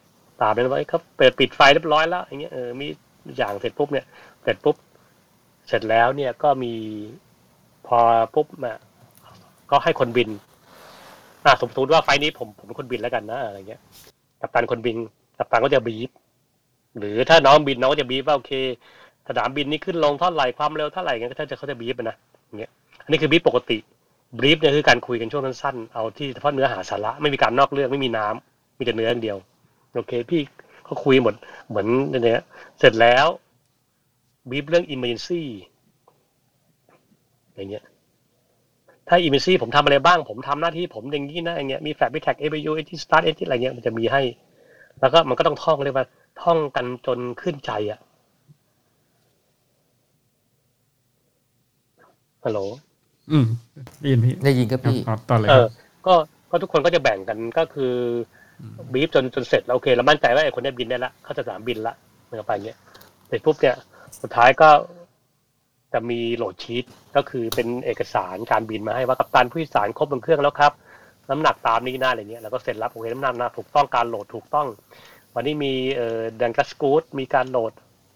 [SPEAKER 3] ตามนั้นว่าเอ้ยเขาเปิดปิดไฟเรียบร้อยแล้วอย่างเงี้ยเออมีอย่างเสร็จปุ๊บเนี่ยเสร็จปุ๊บเสร็จแล้วเนี่ยก็มีพอปุ๊บมาก็ให้คนบิน อ่ะสมมติว่าไฟล์นี้ผมผมเป็นคนบินแล้วกันนะอะไรเงี้ย กัปตันคนบิน กัปตันก็จะบีฟหรือถ้าน้องบินน้องก็จะบีฟว่าโอเค สนามบินนี่ขึ้นลงเท่าไหร่ความเร็วเท่าไหร่เงี้ยก็ถ้าจะเขาจะบีฟอะนะอย่างเงี้ยอันนี้คือบีฟปกติบีฟเนี่ยคือการคุยกันช่วงสั้นๆเอาที่เฉพาะเนื้อหาสาระไม่มีการนอกเรื่องไม่มีน้ำมีแต่เนื้ออย่างเดียว โอเค พี่ก็คุยหมดเหมือนเนี้ยเสร็จแล้วบีฟเรื่อง emergency อย่างเงี้ย ถ้า emergency ผมทำอะไรบ้าง ผมทำหน้าที่ผมอย่างนี้นะอย่างเงี้ยมีแฟลชมีแท็ก APU a g start a g อะไรเงี้ยมันจะมีให้ แล้วก็มันก็ต้องท่องเรียกว่า ท่องกันจนขึ้นใจอะฮัลโหล
[SPEAKER 1] อืมได้ยินพี่
[SPEAKER 4] ได้ยินครับพี่
[SPEAKER 1] ครับตอนเลย
[SPEAKER 3] เอ
[SPEAKER 1] ครั
[SPEAKER 3] อบ ก็ก็ทุกคนก็จะแบ่งกันก็คือบีฟจนจนเสร็จแล้วโอเคเรามั่นใจว่าไอ้คนได้บินได้ละเข้าจะสนามบินละเมื่อไปเงี้ยเสร็จปุ๊บเนี่ยสุดท้ายก็จะมีโหลดชีตก็คือเป็นเอกสารการบินมาให้ว่ากัปตันผู้โดยสารครบบนเครื่องแล้วครับ น้ำหนักตามนี้หน้าอะไรเงี้ยแล้วก็เซ็นรับโอเคน้ำหนักนะถูกต้องการโหลดถูกต้อง วันนี้มีเอ่อดังกัสกูดมีการโหลด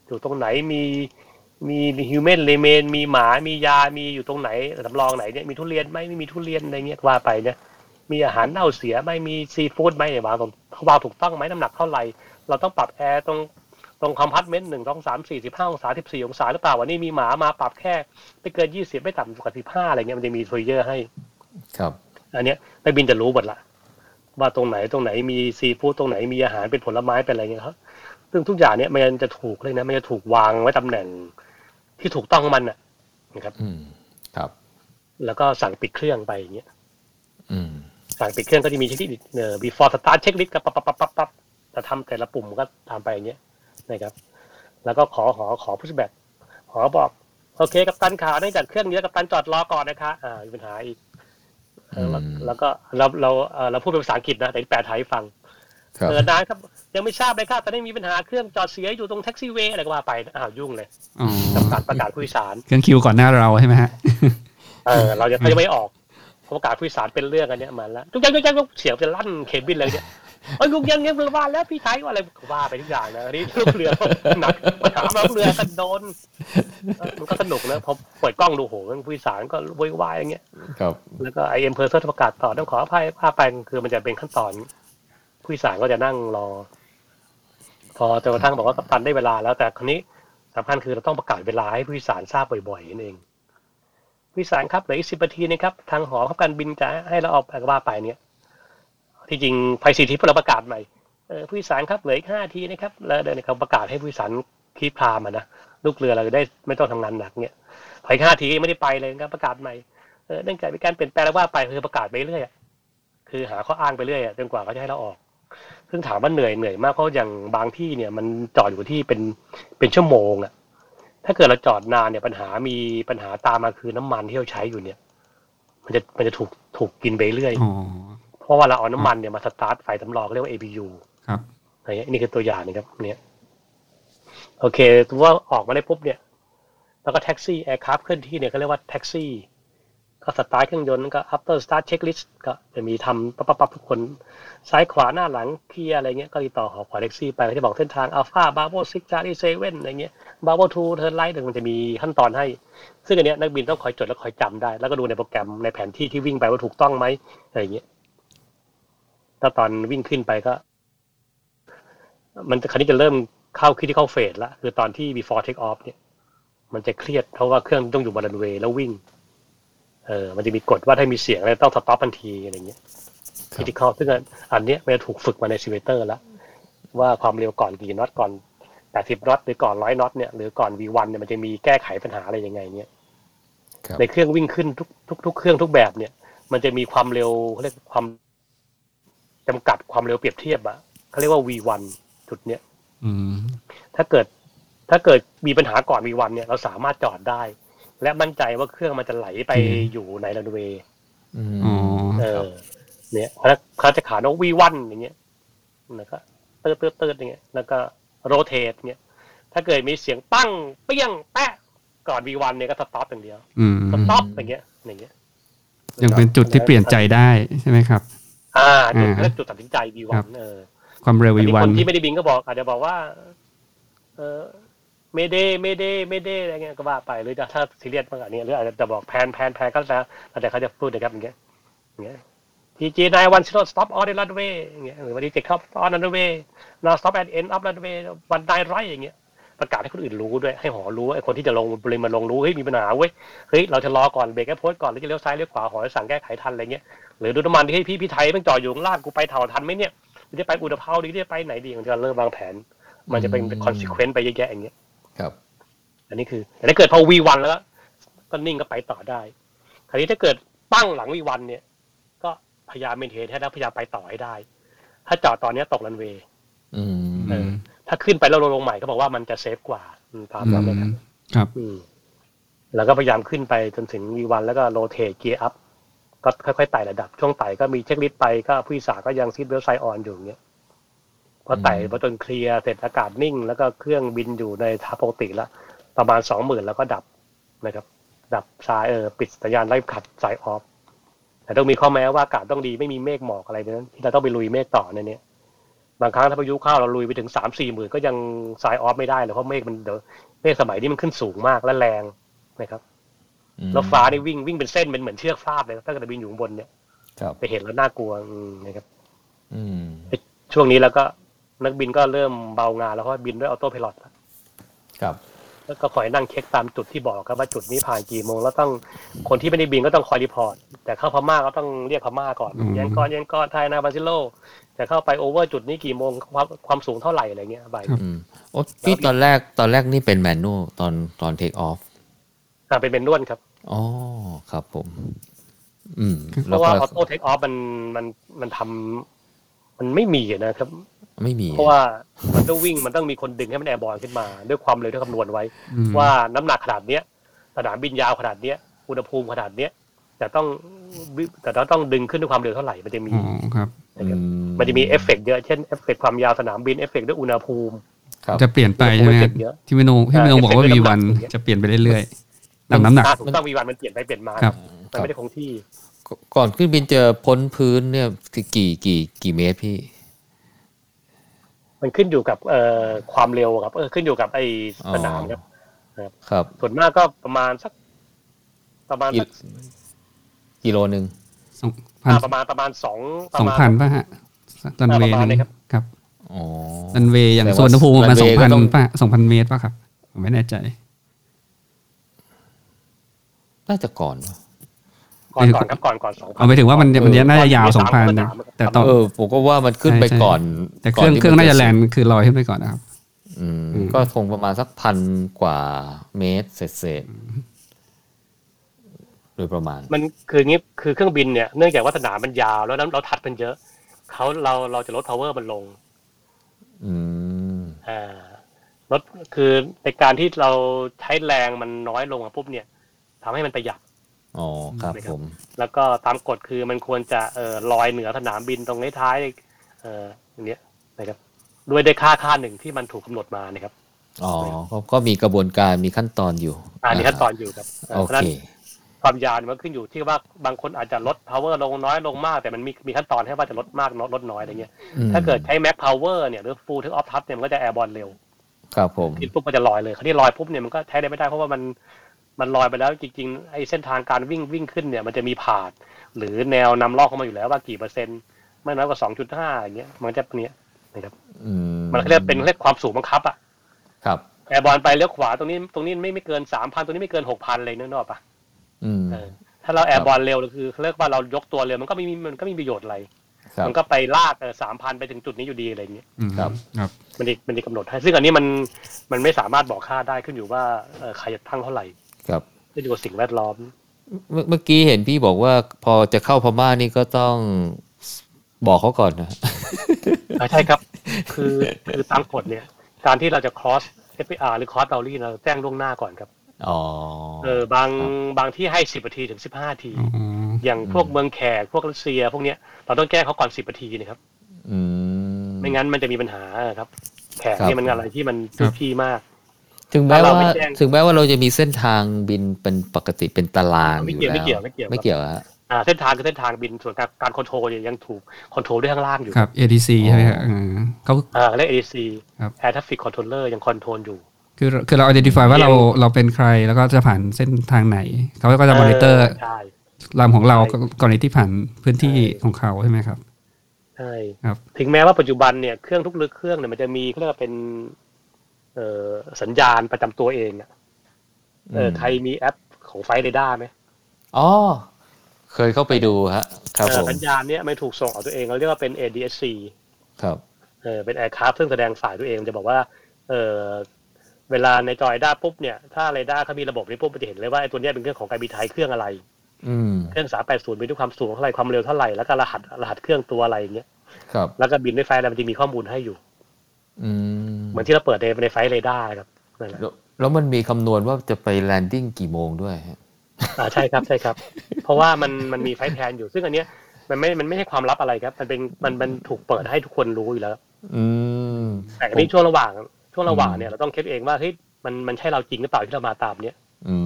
[SPEAKER 3] อยู่ตรงไหนมีมีฮิวแมนเลเมนมีหมามียามีอยู่ตรงไหนสำรองไหนเนี่ยมีทุเรียนไหมไม่มีทุเรียนอะไรเงี้ยว่าไปเนี่ย มีอาหารเน่าเสียไหม่มีซีฟู้ดไหมเนี่ยวางตรงวางถูกต้องไหมน้ำหนักเท่าไหร่ เราต้องปรับแอร์ตรงตรงคอมพัตเมนต์หนึ่งสองสามสี่สิบห้าองศาสิบสี่องศาหรือเปล่าวันนี้มีหมามาปรับแค่ไม่เกินยี่สิบไม่ต่ำกว่าสิบห้าอะไรเงี้ยมันจะมีทรเยอร์ให้
[SPEAKER 4] ครับ
[SPEAKER 3] อันเนี้ยนักบินจะรู้หมดละว่าตรงไหนตรงไหนมีซีฟู้ดตรงไหนมีอาหารเป็นผลไม้เป็นอะไรเงี้ยครับซึ่งทุกอย่างเนี้ยมันจะถูกเลยนะมันจะถูกวางไว้ตำแหน่งที่ถูกต้องของมันน่ะนะครับ
[SPEAKER 4] อืมครับ
[SPEAKER 3] แล้วก็สั่งปิดเครื่องไปอย่างเงี้ย
[SPEAKER 4] อืม
[SPEAKER 3] สั่งปิดเครื่องก็จะมีเช็คลิสต์เอ่อ before start checklist ก็ปั๊บปั๊บปั๊บปั๊บปั๊บแต่ทำแต่ละปุ่มก็ทำไปอย่างเงี้ยนะครับ แล้วก็ขอหอขอ pushback หอบอก โอเคกัปตันขาเนื่องจากเครื่องนี้กัปตันจอดรอก่อนนะคะอ่ามีปัญหาอีก เออแล้วแล้วก็เราเราเอ่อเราพูดเป็นภาษาอังกฤษนะแต่แปลไทยให้ฟัง
[SPEAKER 4] ครับ
[SPEAKER 3] เออนายครับ ยังไม่ทราบเลยครับตอนนี้มีปัญหาเครื่องจอดเสียอยู่ตรงแท็กซี่เวย์อะไรก็ว่าไปอ้าวยุ่งเลย
[SPEAKER 1] อ๋อ
[SPEAKER 3] กับการประกาศผู้โดยสาร
[SPEAKER 1] เครื่องคิวก่อนหน้าเราใช่ไหมฮะ
[SPEAKER 3] เออเราจะยังไม่ออกเพราะประกาศผู้โดยสารเป็นเรื่องอันเนี้ยมาแล้วยุกยักยุกยักยุกเสียงจะลั่นเคบินเลยเนี่ยเอ้ยยุกยักเงี้ยบว่าแล้วพี่ไทยว่าอะไรก็ว่าไปทุกอย่างนะอันนี่ลูกเรือหนักมาถามลูกเรือกันโดนเออมันก็สนุกนะพอเปิดกล้องดูโหผู้โดยสารก็วุ่นวายอย่างเงี้ย
[SPEAKER 4] ครับ
[SPEAKER 3] แล้วก็ไอเอ็มเพอร์เซอร์ประกาศต่อต้องขออภัยภาพไปคือมันจะเป็นขั้นตอน ผู้โดยสารก็จะนั่งรอ พอจนกระทั่งบอกว่ากัปตันได้เวลาแล้วแต่คนนี้สำคัญคือเราต้องประกาศเวลาให้ผู้โดยสารทราบบ่อยๆนั่นเองผู้โดยสารครับเหลืออีกสิบนาทีนะครับ ทางหอพักการบินจะให้เราออกว่าไปเนี่ย ที่จริงภายสิทธิพวกเราประกาศใหม่เออผู้โดยสารครับเหลืออีกห้านาทีนะครับ แล้วเดี๋ยวเขาประกาศให้ผู้โดยสารคีพรามอะนะลูกเรือเราจะได้ไม่ต้องทำงานหนักเนี่ยพออีกห้านาทีก็ยังไม่ได้ไปเลยนะครับประกาศใหม่ เออเนื่องจากมีการเปลี่ยนแปลงแล้วว่าไปคือประกาศไปเรื่อยอะคือหาข้ออ้างไปเรื่อยอะจนกว่าเขาจะให้เราออก ซึ่งถามว่าเหนื่อยเหนื่อยมากเพราะอย่างบางที่เนี่ย มันจอดอยู่ที่เป็นเป็นชั่วโมงอะถ้าเกิดเราจอดนานเนี่ยปัญหามีปัญหาตามมาคือน้ำมันที่เราใช้อยู่เนี่ย มันจะมันจะถูกถูกกินไปเรื่อย
[SPEAKER 1] อ๋อ
[SPEAKER 3] เพราะว่าเราเอาน้ำมันเนี่ยมาสตาร์ทไฟสำรองเรียกว่า APU
[SPEAKER 1] ครับ
[SPEAKER 3] อะไรเงี้ยนี่คือตัวอย่างนะครับเนี่ยโอเคถือว่าออกมาได้ปุ๊บเนี่ย แล้วก็แท็กซี่แอร์คราฟเคลื่อนที่เนี่ยเขาเรียกว่าแท็กซี่ ก็สตาร์ทเครื่องยนต์ก็ after start checklist ก็จะมีทำปั๊บปั๊บปั๊บทุกคน ซ้ายขวาหน้าหลังเคลียร์อะไรเงี้ยก็ติดต่อหอขวาแท็กซี่ไปก็จะบอกเส้นทางอัลฟาบาโบซิกจารีเซเว่นอะไรเงี้ยบาโบทูเทิร์นไลท์หนึ่งมันจะมีขั้นตอนให้ ซึ่งอันเนี้ยนักบินต้องคอยจดและคอยจำได้ แล้วก็ดูในโปรแกรมในแผนที่ที่วิ่งไปว่าถูกต้องไหมอะไรเงี้ยถ้าตอนวิ่งขึ้นไปก็ มันจะคราวนี้จะเริ่มเข้าคิดที่เข้าเฟสละคือตอนที่ before take off เนี่ย มันจะเครียดเพราะว่าเครื่องต้องอยู่บนรันเวย์แล้ววิ่ง เออมันจะมีกฎว่าถ้ามีเสียงอะไรต้องสต็อปทันทีอะไรอย่างเงี้ย
[SPEAKER 4] ครับ
[SPEAKER 3] คิติคอซึ่งอันเนี้ยมันจะถูกฝึกมาในซีเวเตอร์แล้วว่าความเร็วก่อนกี่น็อตก่อน80น็อตหรือก่อน100น็อตเนี่ยหรือก่อน V1 เนี่ยมันจะมีแก้ไขปัญหาอะไรยังไงเนี่ย
[SPEAKER 4] ครับ
[SPEAKER 3] ในเครื่องวิ่งขึ้นทุกทุกทุกเครื่องทุกแบบเนี่ย มันจะมีความเร็วเขาเรียกความจำกัดความเร็วเปรียบเทียบอะเขาเรียกว่า V1 จุดเนี้ย
[SPEAKER 1] อืม
[SPEAKER 3] ถ้าเกิด ถ้าเกิดมีปัญหาก่อน V1 เนี่ยเราสามารถจอดได้ และมั่นใจว่าเครื่องมันจะไหลไปอยู่ในรันเวย์
[SPEAKER 4] อืม
[SPEAKER 1] อ๋อ
[SPEAKER 3] เออ เนี่ยแล้วเขาจะขานว่า V1 อย่างเงี้ยแล้วก็เติร์ดเติร์ดเติร์ดอย่างเงี้ยแล้วก็โรเตทเนี่ย ถ้าเกิดมีเสียงปั้งเปี้ยงแปะก่อน V1 เนี่ยก็สต็อปอย่างเดียว
[SPEAKER 1] อืม
[SPEAKER 3] สต็อปอย่างเงี้ยอย่างเงี้ย
[SPEAKER 1] ยังเป็นจุดที่เปลี่ยนใจได้ใช่ไหมครับ
[SPEAKER 3] อ่าจุด
[SPEAKER 1] อ่า
[SPEAKER 3] เลือกจุดตัดสินใจ V1
[SPEAKER 1] ครับ
[SPEAKER 3] เออ
[SPEAKER 1] ความเร็ว
[SPEAKER 3] แต่
[SPEAKER 1] วี
[SPEAKER 3] มี
[SPEAKER 1] วั
[SPEAKER 3] คน นที่ไม่ได้บินก็บอก อาจจะบอกว่า เออไม่ได้ไม่ได้ไม่ได้อะไรเงี้ยก็ว่าไปหรือจะถ้าซีเรียสมากกว่านี้หรืออาจจะบอกแพนแพนแพนก็แล้วแต่เขาจะพูดนะครับอย่างเงี้ยอย่างเงี้ยทีจีนายวันชิโร่สต็อปออเดนรันเวย์อย่างเงี้ยหรือวันนี้เจ็ดเข้าออนรันเวย์นอนสต็อปแอนด์เอ็นออฟรันเวย์วันนายร้อยอย่างเงี้ยประกาศให้คนอื่นรู้ด้วยให้หอรู้ว่าไอ้คนที่จะลงบริมาลงรู้เฮ้ยมีปัญหาเว้ยเฮ้ยเราจะรอก่อนเบรกแอปโพสก่อนหรือจะเลี้ยวซ้ายเลี้ยวขวาหอให้สั่งแก้ไขทันอะไรเงี้ยหรือดูน้ำมันที่ให้พี่พี่ไทยแม่งจ่ออยู่ข้างล่างกูไปเถ่าทันไหมเนี่ยหรือจะไปอุตภาวดีหรือจะไปไหนดีของจะเริ่มวางแผน มันจะเป็นคอนซิเควนต์ไปเยอะแยะอย่างเงี้ย
[SPEAKER 4] ครับ
[SPEAKER 3] อันนี้คือแต่ถ้าเกิดพอวีวันแล้วก็ก็นิ่งก็ไปต่อได้ คราวนี้ถ้าเกิดปั้งหลังวีวันเนี่ย ก็พยายามเมนเทนให้ได้พยายามไปต่อให้ได้ ถ้าจอดตอนเนี้ยตกรันเวย์
[SPEAKER 4] อืม
[SPEAKER 1] อืม
[SPEAKER 3] ถ้าขึ้นไปแล้วลงใหม่ก็บอกว่ามันจะเซฟกว่าอืมตามนั้นเลยครับ
[SPEAKER 1] ครับ
[SPEAKER 3] อืมแล้วก็พยายามขึ้นไปจนถึงวีวันแล้วก็โรเทเกียร์อัพก็ค่อยๆไต่ระดับ ช่วงไต่ก็มีเช็คลิสต์ไปก็ผู้อิสาก็ยังซีดเบลไซออนอยู่อย่างเงี้ยพอไต่พอจนเคลียร์เสร็จอากาศนิ่ง แล้วก็เครื่องบินอยู่ในท่าปกติแล้ว ประมาณสองหมื่นแล้วก็ดับนะครับ ดับสายเออปิดสัญญาณไล่ขัดสายออฟ แต่ต้องมีข้อแม้ว่าอากาศต้องดีไม่มีเมฆหมอกอะไรดังนั้นที่เราต้องไปลุยเมฆต่อในเนี้ยบางครั้งถ้าพายุเข้าเราลุยไปถึงสามสี่หมื่นก็ยังสายออฟไม่ได้เลยเพราะเมฆมันเดี๋ยวเมฆสมัยนี้มันขึ้นสูงมากและแรงนะครับ
[SPEAKER 4] อืม
[SPEAKER 3] แล้วฟ้านี่วิ่งวิ่งเป็นเส้นเป็นเหมือนเชือกฟาดเลยถ้าเกิดบินอยู่ข้างบนเนี่ย
[SPEAKER 4] ครับ
[SPEAKER 3] ไปเห็นแล้วน่ากลัวอืมนะครับ
[SPEAKER 4] อืม
[SPEAKER 3] ช่วงนี้แล้วก็นักบินก็เริ่มเบางานแล้วเพราะว่าบินด้วยออโต้ไพลอต
[SPEAKER 4] ครับ
[SPEAKER 3] แล้วก็คอยนั่งเช็คตามจุดที่บอกครับว่าจุดนี้ผ่านกี่โมงแล้วต้องคนที่ไม่ได้บินก็ต้องคอยรีพอร์ตแต่เข้าพม่าก็ต้องเรียกพม่าก่อน
[SPEAKER 1] อืม
[SPEAKER 3] เย็นก่อนเย็นก่อนไทยนาบราซิโลจะเข้าไปโอเวอร์จุดนี้กี่โมงความความสูงเท่าไหร่อะไรเงี้ยไป
[SPEAKER 4] อืมโอ้ที่ตอนแรกตอนแรกนี่เป็นแมนนวลตอนตอนเทคออฟ
[SPEAKER 3] อ่าเป็นเป็นนวดครับ
[SPEAKER 4] อ๋อครับผม อืม
[SPEAKER 3] เพ
[SPEAKER 4] แล้ว
[SPEAKER 3] ราะ
[SPEAKER 4] ก็
[SPEAKER 3] ว่าออโต้เทคออฟมันมันมันทำมันไม่มีนะครับ
[SPEAKER 4] ไม่มี
[SPEAKER 3] เพราะว่ามันต้องวิ่งมันต้องมีคนดึงให้มันแอร์บอลขึ้นมา ด้วยความเร็วที่คำนวณไว้
[SPEAKER 1] อืม
[SPEAKER 3] ว่าน้ำหนักขนาดเนี้ยสนามบินยาวขนาดเนี้ยอุณหภูมิขนาดเนี้ยแต่ต้องวิ่งแต่เราต้องดึงขึ้นด้วยความเร็วเท่าไหร่มันจะมี
[SPEAKER 1] อ๋อครับ
[SPEAKER 3] นะครับ มันจะมีเอฟเฟกต์เยอะ เช่นเอฟเฟกต์ความยาวสนามบินเอฟเฟกต์ด้วยอุณหภูมิ
[SPEAKER 4] ครับ
[SPEAKER 1] จะเปลี่ยนไปใช่ไหม
[SPEAKER 3] เปลี่ยนเยอะ
[SPEAKER 1] ที่พี่โนงที่พี่โนงบอกว่า
[SPEAKER 3] เปลี่
[SPEAKER 1] วี
[SPEAKER 3] ยนไป
[SPEAKER 1] วัน
[SPEAKER 3] น้ำหนัก
[SPEAKER 1] จะเปลี่ยนไปเรื่อยๆตามน้ำหนัก
[SPEAKER 3] อ่าถูกต้องวีวันมันเปลี่ยนไปเปลี่ยนมา
[SPEAKER 1] ครับ
[SPEAKER 3] มันไม่ได้คงที่
[SPEAKER 4] ก่อนขึ้นบินจะพ้นพื้นเนี่ยคือกี่กี่กี่เมตรพี่
[SPEAKER 3] มันขึ้นอยู่กับเอ่อความเร็วครับเออขึ้นอยู่กับไอ้สนามครับ
[SPEAKER 4] ครับ
[SPEAKER 3] ส่วนมากก็ประมาณสัก ประมาณสัก
[SPEAKER 4] กิโลหนึ่ง
[SPEAKER 1] สองพัน
[SPEAKER 3] อ่าประมาณประมาณสองป
[SPEAKER 1] สอ
[SPEAKER 3] ระ
[SPEAKER 1] ง
[SPEAKER 3] มาณ
[SPEAKER 1] พันป่ะฮะรันเวย์
[SPEAKER 3] ประมาณ
[SPEAKER 1] ห
[SPEAKER 3] นี้
[SPEAKER 1] นึ่ง
[SPEAKER 3] ครับ
[SPEAKER 1] ครับ
[SPEAKER 4] อ๋อ
[SPEAKER 1] รันเวย์อย่าง
[SPEAKER 4] แต่
[SPEAKER 1] โซ
[SPEAKER 4] ว่าน
[SPEAKER 1] อุณหภูมิประมาณสองพั
[SPEAKER 4] runway
[SPEAKER 1] น
[SPEAKER 4] ก็ต้อง
[SPEAKER 1] ป่ะสองพันเมตรป่ะครับผมไม่แน่ใจ
[SPEAKER 4] น่าจะก่อนวะ
[SPEAKER 3] ก่อนก่อนครับก่อนก่อนสอง
[SPEAKER 1] เอาไปถึงว่ามัน
[SPEAKER 4] เออ
[SPEAKER 1] มันจะน่าจะยาว
[SPEAKER 3] ก่
[SPEAKER 1] สองพัน
[SPEAKER 3] สาม
[SPEAKER 1] แต่ตอน
[SPEAKER 4] เออผมก็ว่ามันขึ้นไป
[SPEAKER 1] ใช่ใช่
[SPEAKER 4] ก่อน
[SPEAKER 1] แต่เครื่อง
[SPEAKER 4] ก่ที่
[SPEAKER 1] เครื่อง
[SPEAKER 4] มั
[SPEAKER 1] น่าจะ
[SPEAKER 4] สู
[SPEAKER 1] แลนด์คือลอยขึ้นไปก่อนนะครับ
[SPEAKER 4] อืม
[SPEAKER 1] อืม
[SPEAKER 4] ก็คงประมาณสักพันกว่าเมตรเศษๆโดยประมาณ
[SPEAKER 3] มันคืองี้คือเครื่องบินเนี่ยเนื่องจากว่าสนามมันยาวแล้วน้ำเราทัดมันเยอะเขาเราเราจะลด power มันลง
[SPEAKER 4] อืม
[SPEAKER 3] อ่ารถคือในการที่เราใช้แรงมันน้อยลงอะปุ๊บเนี่ยทำให้มันประหยัด
[SPEAKER 4] อ๋อครับผม
[SPEAKER 3] แล้วก็ตามกฎคือมันควรจะเอ่อลอยเหนือสนามบินตรงท้ายๆเอ่ออย่างเนี้ยนะครับด้วยได้ค่าค่าหนึ่งที่มันถูกกำหนดมานะครับ
[SPEAKER 4] อ๋อก็ก็มีกระบวนการมีขั้นตอนอยู่
[SPEAKER 3] อ่านี่ขั้นตอนอยู่ครับเอ่อ
[SPEAKER 4] โอ
[SPEAKER 3] เพราะฉะนั้
[SPEAKER 4] เคน
[SPEAKER 3] ความยาวมันขึ้นอยู่ที่ว่าบางคนอาจจะลด power ลงน้อยลงมาก แต่มันมีมีขั้นตอนให้ว่าจะลดมากลดน้อยอะไรเงี้ย
[SPEAKER 4] อืม
[SPEAKER 3] ถ้าเกิดใช้ max power เนี่ยหรือ full take off thrust เนี่ยมันก็จะ air borne เร็ว
[SPEAKER 4] ครับผม
[SPEAKER 3] ขึ้นปุ๊บมันจะลอยเลยคราวนี้ลอยปุ๊บเนี่ยมันก็ใช้ได้ไม่ได้เพราะว่ามันมันลอยไปแล้วจริงๆไอ้เส้นทางการวิ่งวิ่งขึ้นเนี่ยมันจะมีผาด หรือแนวนำลอกเข้ามาอยู่แล้วว่ากี่เปอร์เซ็นต์ไม่น้อยกว่าสองจุดห้าอย่างเงี้ยมันจะเนี้ยนะครับ
[SPEAKER 4] อืม
[SPEAKER 3] มันเรียกเป็นเรียกความสูงบังคับอ่ะ
[SPEAKER 4] ครับ
[SPEAKER 3] แอร์บอลไปเลี้ยวขวาตรงนี้ตรงนี้ไม่ไม่เกินสามพันตรงนี้ไม่เกินหกพันเลยนึกออกปะ
[SPEAKER 2] อืม
[SPEAKER 3] เออถ้าเราแอร์บอลเร็วคือเรียกว่าเรายกตัวเร็วมันก็ไม่มีมันก็ไม่มีประโยชน์อะไร
[SPEAKER 2] ครับ
[SPEAKER 3] มันก็ไปลากสามพันไปถึงจุดนี้อยู่ดีอะไรอย่างเงี้ย
[SPEAKER 1] อืม
[SPEAKER 2] ครับ
[SPEAKER 1] ครับ
[SPEAKER 3] มันดีมันดีกำหนดให้ซึ่งอันนี้มันมันไม่สามารถบอกค่าได้ขึ้นอยู่ว่าเอ่อใครจะตั้งเท่าไหร่
[SPEAKER 2] ครับ
[SPEAKER 3] ขึ้นอยู่กับสิ่งแวดล้อม
[SPEAKER 2] เมื่อเมื่อกี้เห็นพี่บอกว่าพอจะเข้าพม่านี่ก็ต้องบอกเขาก่อนนะ
[SPEAKER 3] อ่าใช่ครับ คือคือตามกฎเนี่ย การที่เราจะ cross FPR หรือ cross boundary เราแจ้งล่วงหน้าก่อนครับ
[SPEAKER 2] อ๋อ
[SPEAKER 3] เออบางบางที่ให้ 10นาทีถึง 15นาที อย่างพวกเมืองแขก พวกรัสเซีย พวกเนี้ยเราต้องแจ้งเขาก่อน 10นาทีนะครับ
[SPEAKER 2] อืม
[SPEAKER 3] ไม่งั้นมันจะมีปัญหาครับ แขก
[SPEAKER 2] ครับ
[SPEAKER 3] เนี่ยมันอะไรที่มัน
[SPEAKER 1] ครั
[SPEAKER 3] พื้
[SPEAKER 1] บ
[SPEAKER 3] นที่มาก
[SPEAKER 2] ถึงแม้ว่า
[SPEAKER 3] ถ้าเราไม่แจ้ง
[SPEAKER 2] ถึงแม้ว่าเราจะมีเส้นทางบินเป็นปกติเป็นตาราง
[SPEAKER 3] ไม่
[SPEAKER 2] อยู่
[SPEAKER 3] เกี่ยว
[SPEAKER 2] แล้ว
[SPEAKER 3] ไม่เกี่ยวไม่เกี่ยว
[SPEAKER 2] ไม่เกี่ยวฮะ
[SPEAKER 3] อ่าเส้นทางคือเส้นทางบินส่วนการการคอนโทรลเนี่ยยังถูกคอนโทรลด้วยข้างล่างอยู่
[SPEAKER 1] ครับ ADC ใช่ไหมฮะ
[SPEAKER 2] อ๋อ
[SPEAKER 1] เออเขา
[SPEAKER 3] อ่าและ ADC
[SPEAKER 1] ครับ
[SPEAKER 3] Air Traffic Controller ยังคอนโทรลอยู่
[SPEAKER 1] คือคือเรา identify ว่า
[SPEAKER 3] เรียน
[SPEAKER 1] เราเราเป็นใครแล้วก็จะผ่านเส้นทางไหน เขาก็จะ monitor
[SPEAKER 3] ใช่
[SPEAKER 1] ลำของเรา
[SPEAKER 3] ใช่
[SPEAKER 1] ก่อนที่ผ่านพื้นที่
[SPEAKER 3] ใช่
[SPEAKER 1] ของเขาใช่ไหมครับ
[SPEAKER 3] ใช่
[SPEAKER 1] ครับ
[SPEAKER 3] ถึงแม้ว่าปัจจุบันเนี่ยเครื่องทุกเครื่องเนี่ยมันจะมีเขาเรียกว่าเป็นเอ่อสัญญาณประจำตัวเองอะเออ
[SPEAKER 2] ม
[SPEAKER 3] ใครมีแอปของไฟเรดาร์ไหม
[SPEAKER 2] อ๋อ เคยเข้าไปดูฮะ ครับ
[SPEAKER 3] เอ
[SPEAKER 2] ผ
[SPEAKER 3] อ
[SPEAKER 2] ม
[SPEAKER 3] สัญญาณเนี่ยมันถูกส่งออกตัวเองเราเรียกว่าเป็น ADSC
[SPEAKER 2] ครับ
[SPEAKER 3] เออเป็นแอร์คราฟซึ่งแสดงสายตัวเองจะบอกว่าเออเวลาในจอเรดาร์ปุ๊บเนี่ยถ้าเรดาร์เขามีระบบนี้ปุ๊บมันจะเห็นเลยว่าไอ้ตัวเนี้ยเป็นเครื่องของการบินไทยเครื่องอะไร
[SPEAKER 2] อืม
[SPEAKER 3] เครื่องสามแปดศูนย์บินด้วยความสูงเท่าไหร่ความเร็วเท่าไหร่แล้วก็รหัสรหัสเครื่องตัวอะไรอย่างเงี้ย
[SPEAKER 2] ครับ
[SPEAKER 3] แล้วก็บินด้วยไฟอะไรมันจะมีข้อมูลให้อยู่
[SPEAKER 2] อืม
[SPEAKER 3] เหมือนที่เราเปิดในในไฟเรดาร์ครับนั่นแหละ
[SPEAKER 2] แล้วแล้วมันมีคำนวณว่าจะไปแลนดิ้งกี่โมงด้วยฮะ
[SPEAKER 3] อ่าใช่ครับใช่ครับ เพราะว่ามันมันมีไฟล์แพลนอยู่ซึ่งอันเนี้ยมันไม่มันไม่ใช่ความลับอะไรครับ มันเป็นมันมันถูกเปิดให้ทุกคนรู้อยู่แล้ว
[SPEAKER 2] อืม
[SPEAKER 3] แต่อันนี้ช่วงระหว่างช่วงระหว่าง
[SPEAKER 2] อืม
[SPEAKER 3] เนี่ยเราต้องคิดเองว่าเฮ้ยมันมันใช่เราจริงหรือเปล่าที่เรามาตามเนี้ย
[SPEAKER 2] อื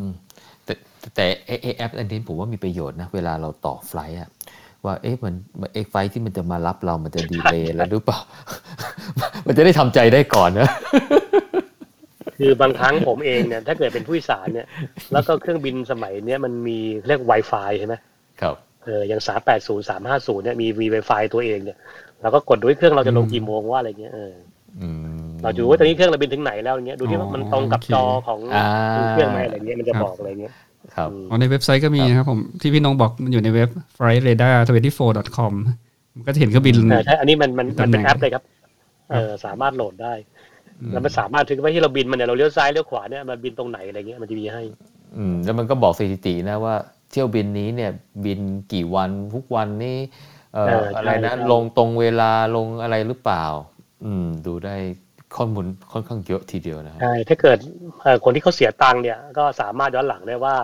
[SPEAKER 2] ม แต่แต่ไอ้ไอ้แอปอันนี้ผมว่ามีประโยชน์นะ เวลาเราต่อไฟล์อะว่าเอ๊ะมันมันไอ้ไฟล์ที่มันจะมารับเรามันจะดีเลย์แล้วหรือเปล่า (laughs) มันจะได้ทำใจได้ก่อนนะ
[SPEAKER 3] คือบางครั้งผมเองเนี่ยถ้าเกิดเป็นผู้โดยสารเนี่ย แล้วก็เครื่องบินสมัยเนี้ยมันมีเรียก Wi-Fi ใช่ไหม
[SPEAKER 2] ครับ
[SPEAKER 3] เอออย่างสามแปดศูนย์สามห้าศูนย์เนี่ยมีวีไวไฟตัวเองเนี่ยเราก็กดด้วยเครื่องเราจะลงกี่โมงว่าอะไรเงี้ยเออ
[SPEAKER 2] อืม
[SPEAKER 3] เราดูว่าตอนนี้เครื่องเราบินถึงไหนแล้วอย่างเงี้ยดูที่ว่ามันตรงกับจอของ
[SPEAKER 2] อ่า
[SPEAKER 3] เครื่องไหมอะไรเงี้ยมันจะบอกอะไรเงี้ย
[SPEAKER 2] ครับ
[SPEAKER 3] อืม
[SPEAKER 1] อ๋อในเว็บไซต์ก็มีนะครับผม ที่พี่น้องบอกมันอยู่ในเว็บ flightradar24.com มันก็จะเห็นเครื่องบิน
[SPEAKER 3] ใช่ใช่อันนี้มันมัน
[SPEAKER 1] ตำ
[SPEAKER 3] มัน
[SPEAKER 1] แหน่
[SPEAKER 3] เป็
[SPEAKER 1] ง
[SPEAKER 3] นแอปเลยครับ เออสามารถโหลดได้ แล้วมันสามารถถึงว่าที่เราบินมันเนี่ยเราเลี้ยวซ้ายเลี้ยวขวาเนี่ยมันบินตรงไหนอะไรเงี้ยมันจะมีให้
[SPEAKER 2] อืมแล้วมันก็บอกสถิตินะว่าเที่ยวบินนี้เนี่ยบินกี่วันทุกวันนี่เอ่อ
[SPEAKER 3] เออใช่
[SPEAKER 2] อะไรนะ
[SPEAKER 3] ใช่
[SPEAKER 2] ลงตรงเวลาลงอะไรหรือเปล่า อืม ดูได้ข้อมูลค่อนข้างเยอะทีเดียวนะฮะ
[SPEAKER 3] ใช่ถ้าเกิดเอ่อคนที่เขาเสียตังค์เนี่ยก็สามารถย้อนหลังได้ว่า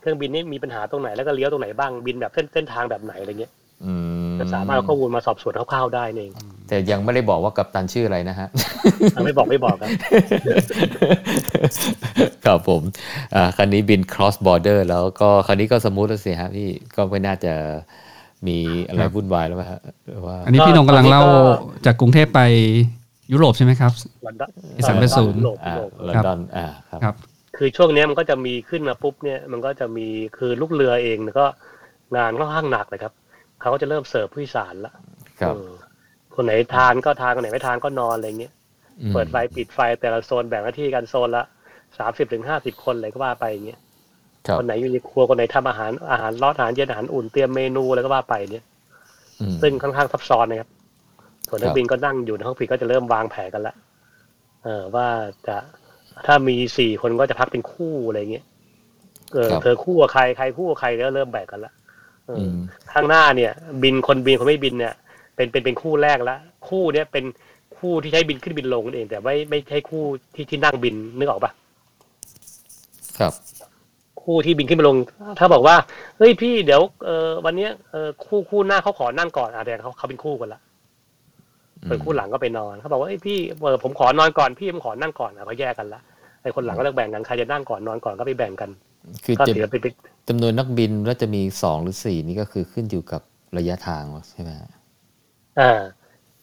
[SPEAKER 3] เครื่องบินนี่มีปัญหาตรงไหนแล้วก็เลี้ยวตรงไหนบ้างบินแบบเส้นเส้นทางแบบไหนอะไรเงี้ย
[SPEAKER 2] อืม
[SPEAKER 3] จะสามารถเอาข้อมูลมาสอบสวนคร่าวๆได้เอง
[SPEAKER 2] แต่ยังไม่ได้บอกว่ากัปตันชื่ออะไรนะฮะ (laughs)
[SPEAKER 3] อ่ะไม่บอกไม่บอกครับ
[SPEAKER 2] ครับผมอ่าคันนี้บิน cross border แล้วก็คันนี้ก็สมูทแล้วสิฮะพี่ก็ไม่น่าจะมีอะไรวุ่นวายแล้วไหมฮะหรือว่า
[SPEAKER 1] อันนี้พี่น้องกำลังเล่า
[SPEAKER 3] ตอนนี้ก็
[SPEAKER 1] จากกรุงเทพไปยุโรปใช่ไหมครับ
[SPEAKER 3] วันละ
[SPEAKER 1] อีสานเป็นศูนย์
[SPEAKER 3] โหลด
[SPEAKER 2] อ่า
[SPEAKER 3] โหลด
[SPEAKER 2] ลอนดอนอ่าครับ
[SPEAKER 1] ครับ
[SPEAKER 3] คือช่วงเนี้ยมันก็จะมีขึ้นมาปุ๊บเนี่ยมันก็จะมีคือลูกเรือเองเนี่ยก็งานค่อนข้างหนักเลยครับเขาก็จะเริ่มเสิร์ฟผู้โดยสารละ
[SPEAKER 2] ครับ
[SPEAKER 3] เออคนไหนทานก็ทานคนไหนไม่ทานก็นอนอะไรเงี้ย
[SPEAKER 2] อืม
[SPEAKER 3] เปิดไฟปิดไฟแต่ละโซนแบ่งหน้าที่กันโซนละสามสิบถึงห้าสิบคนอะไรก็ว่าไปอย่างเงี้ย
[SPEAKER 2] ครับ
[SPEAKER 3] คนไหนอยู่ในครัวคนไหนทำอาหารอาหารร้อนอาหารเย็นอาหารอุ่นเตรียมเมนูอะไรก็ว่าไปเนี่ย
[SPEAKER 2] อืม
[SPEAKER 3] ซึ่งค่อนข้างซับซ้อนนะครับ ส่วน
[SPEAKER 2] ค
[SPEAKER 3] นัก
[SPEAKER 2] รับ
[SPEAKER 3] บินก็นั่งอยู่ในห้องผิดก็จะเริ่มวางแผนกันละ เออว่าจะถ้ามีสี่คนก็จะพักเป็นคู่อะไรเงี้ย เออเธอคู่กับใครใครคู่กับใครแล้วเริ่มแบ่งกันละเอออ
[SPEAKER 2] อืม
[SPEAKER 3] ข้างหน้าเนี่ยบินคนบินคนไม่บินเนี่ยเป็นเป็นเป็นคู่แรกละคู่เนี่ยเป็นคู่ที่ใช้บินขึ้นบินลงนั่นเอง แต่ไม่ไม่ใช่คู่ที่ที่นั่งบินนึกออกปะ
[SPEAKER 2] ครับ
[SPEAKER 3] คู่ที่บินขึ้นบินลง ถ้าบอกว่าเฮ้ยพี่เดี๋ยวเออวันเนี้ยเออคู่คู่หน้าเขาขอนั่งก่อนอ่ะแต่เขาเขาเป็นคู่กันละส่วนคู่หลังก็ไปนอนเขาบอกว่าเอ้ยพี่เออผมขอนอนก่อนพี่ผมขอนั่งก่อนอ่ะเขาแยกกันละไอ้คนหลังก็เลิกแบ่งกันใครจะนั่งก่อนนอนก่อนก็ไปแบ่งกัน
[SPEAKER 2] คือ
[SPEAKER 3] ก็
[SPEAKER 2] จะ
[SPEAKER 3] ถือเป็นเป็น
[SPEAKER 2] จำนวนนักบินว่าจะมีสองหรือสี่นี่ก็คือขึ้นอยู่กับระยะทางใช่ไหมฮะ
[SPEAKER 3] อ่า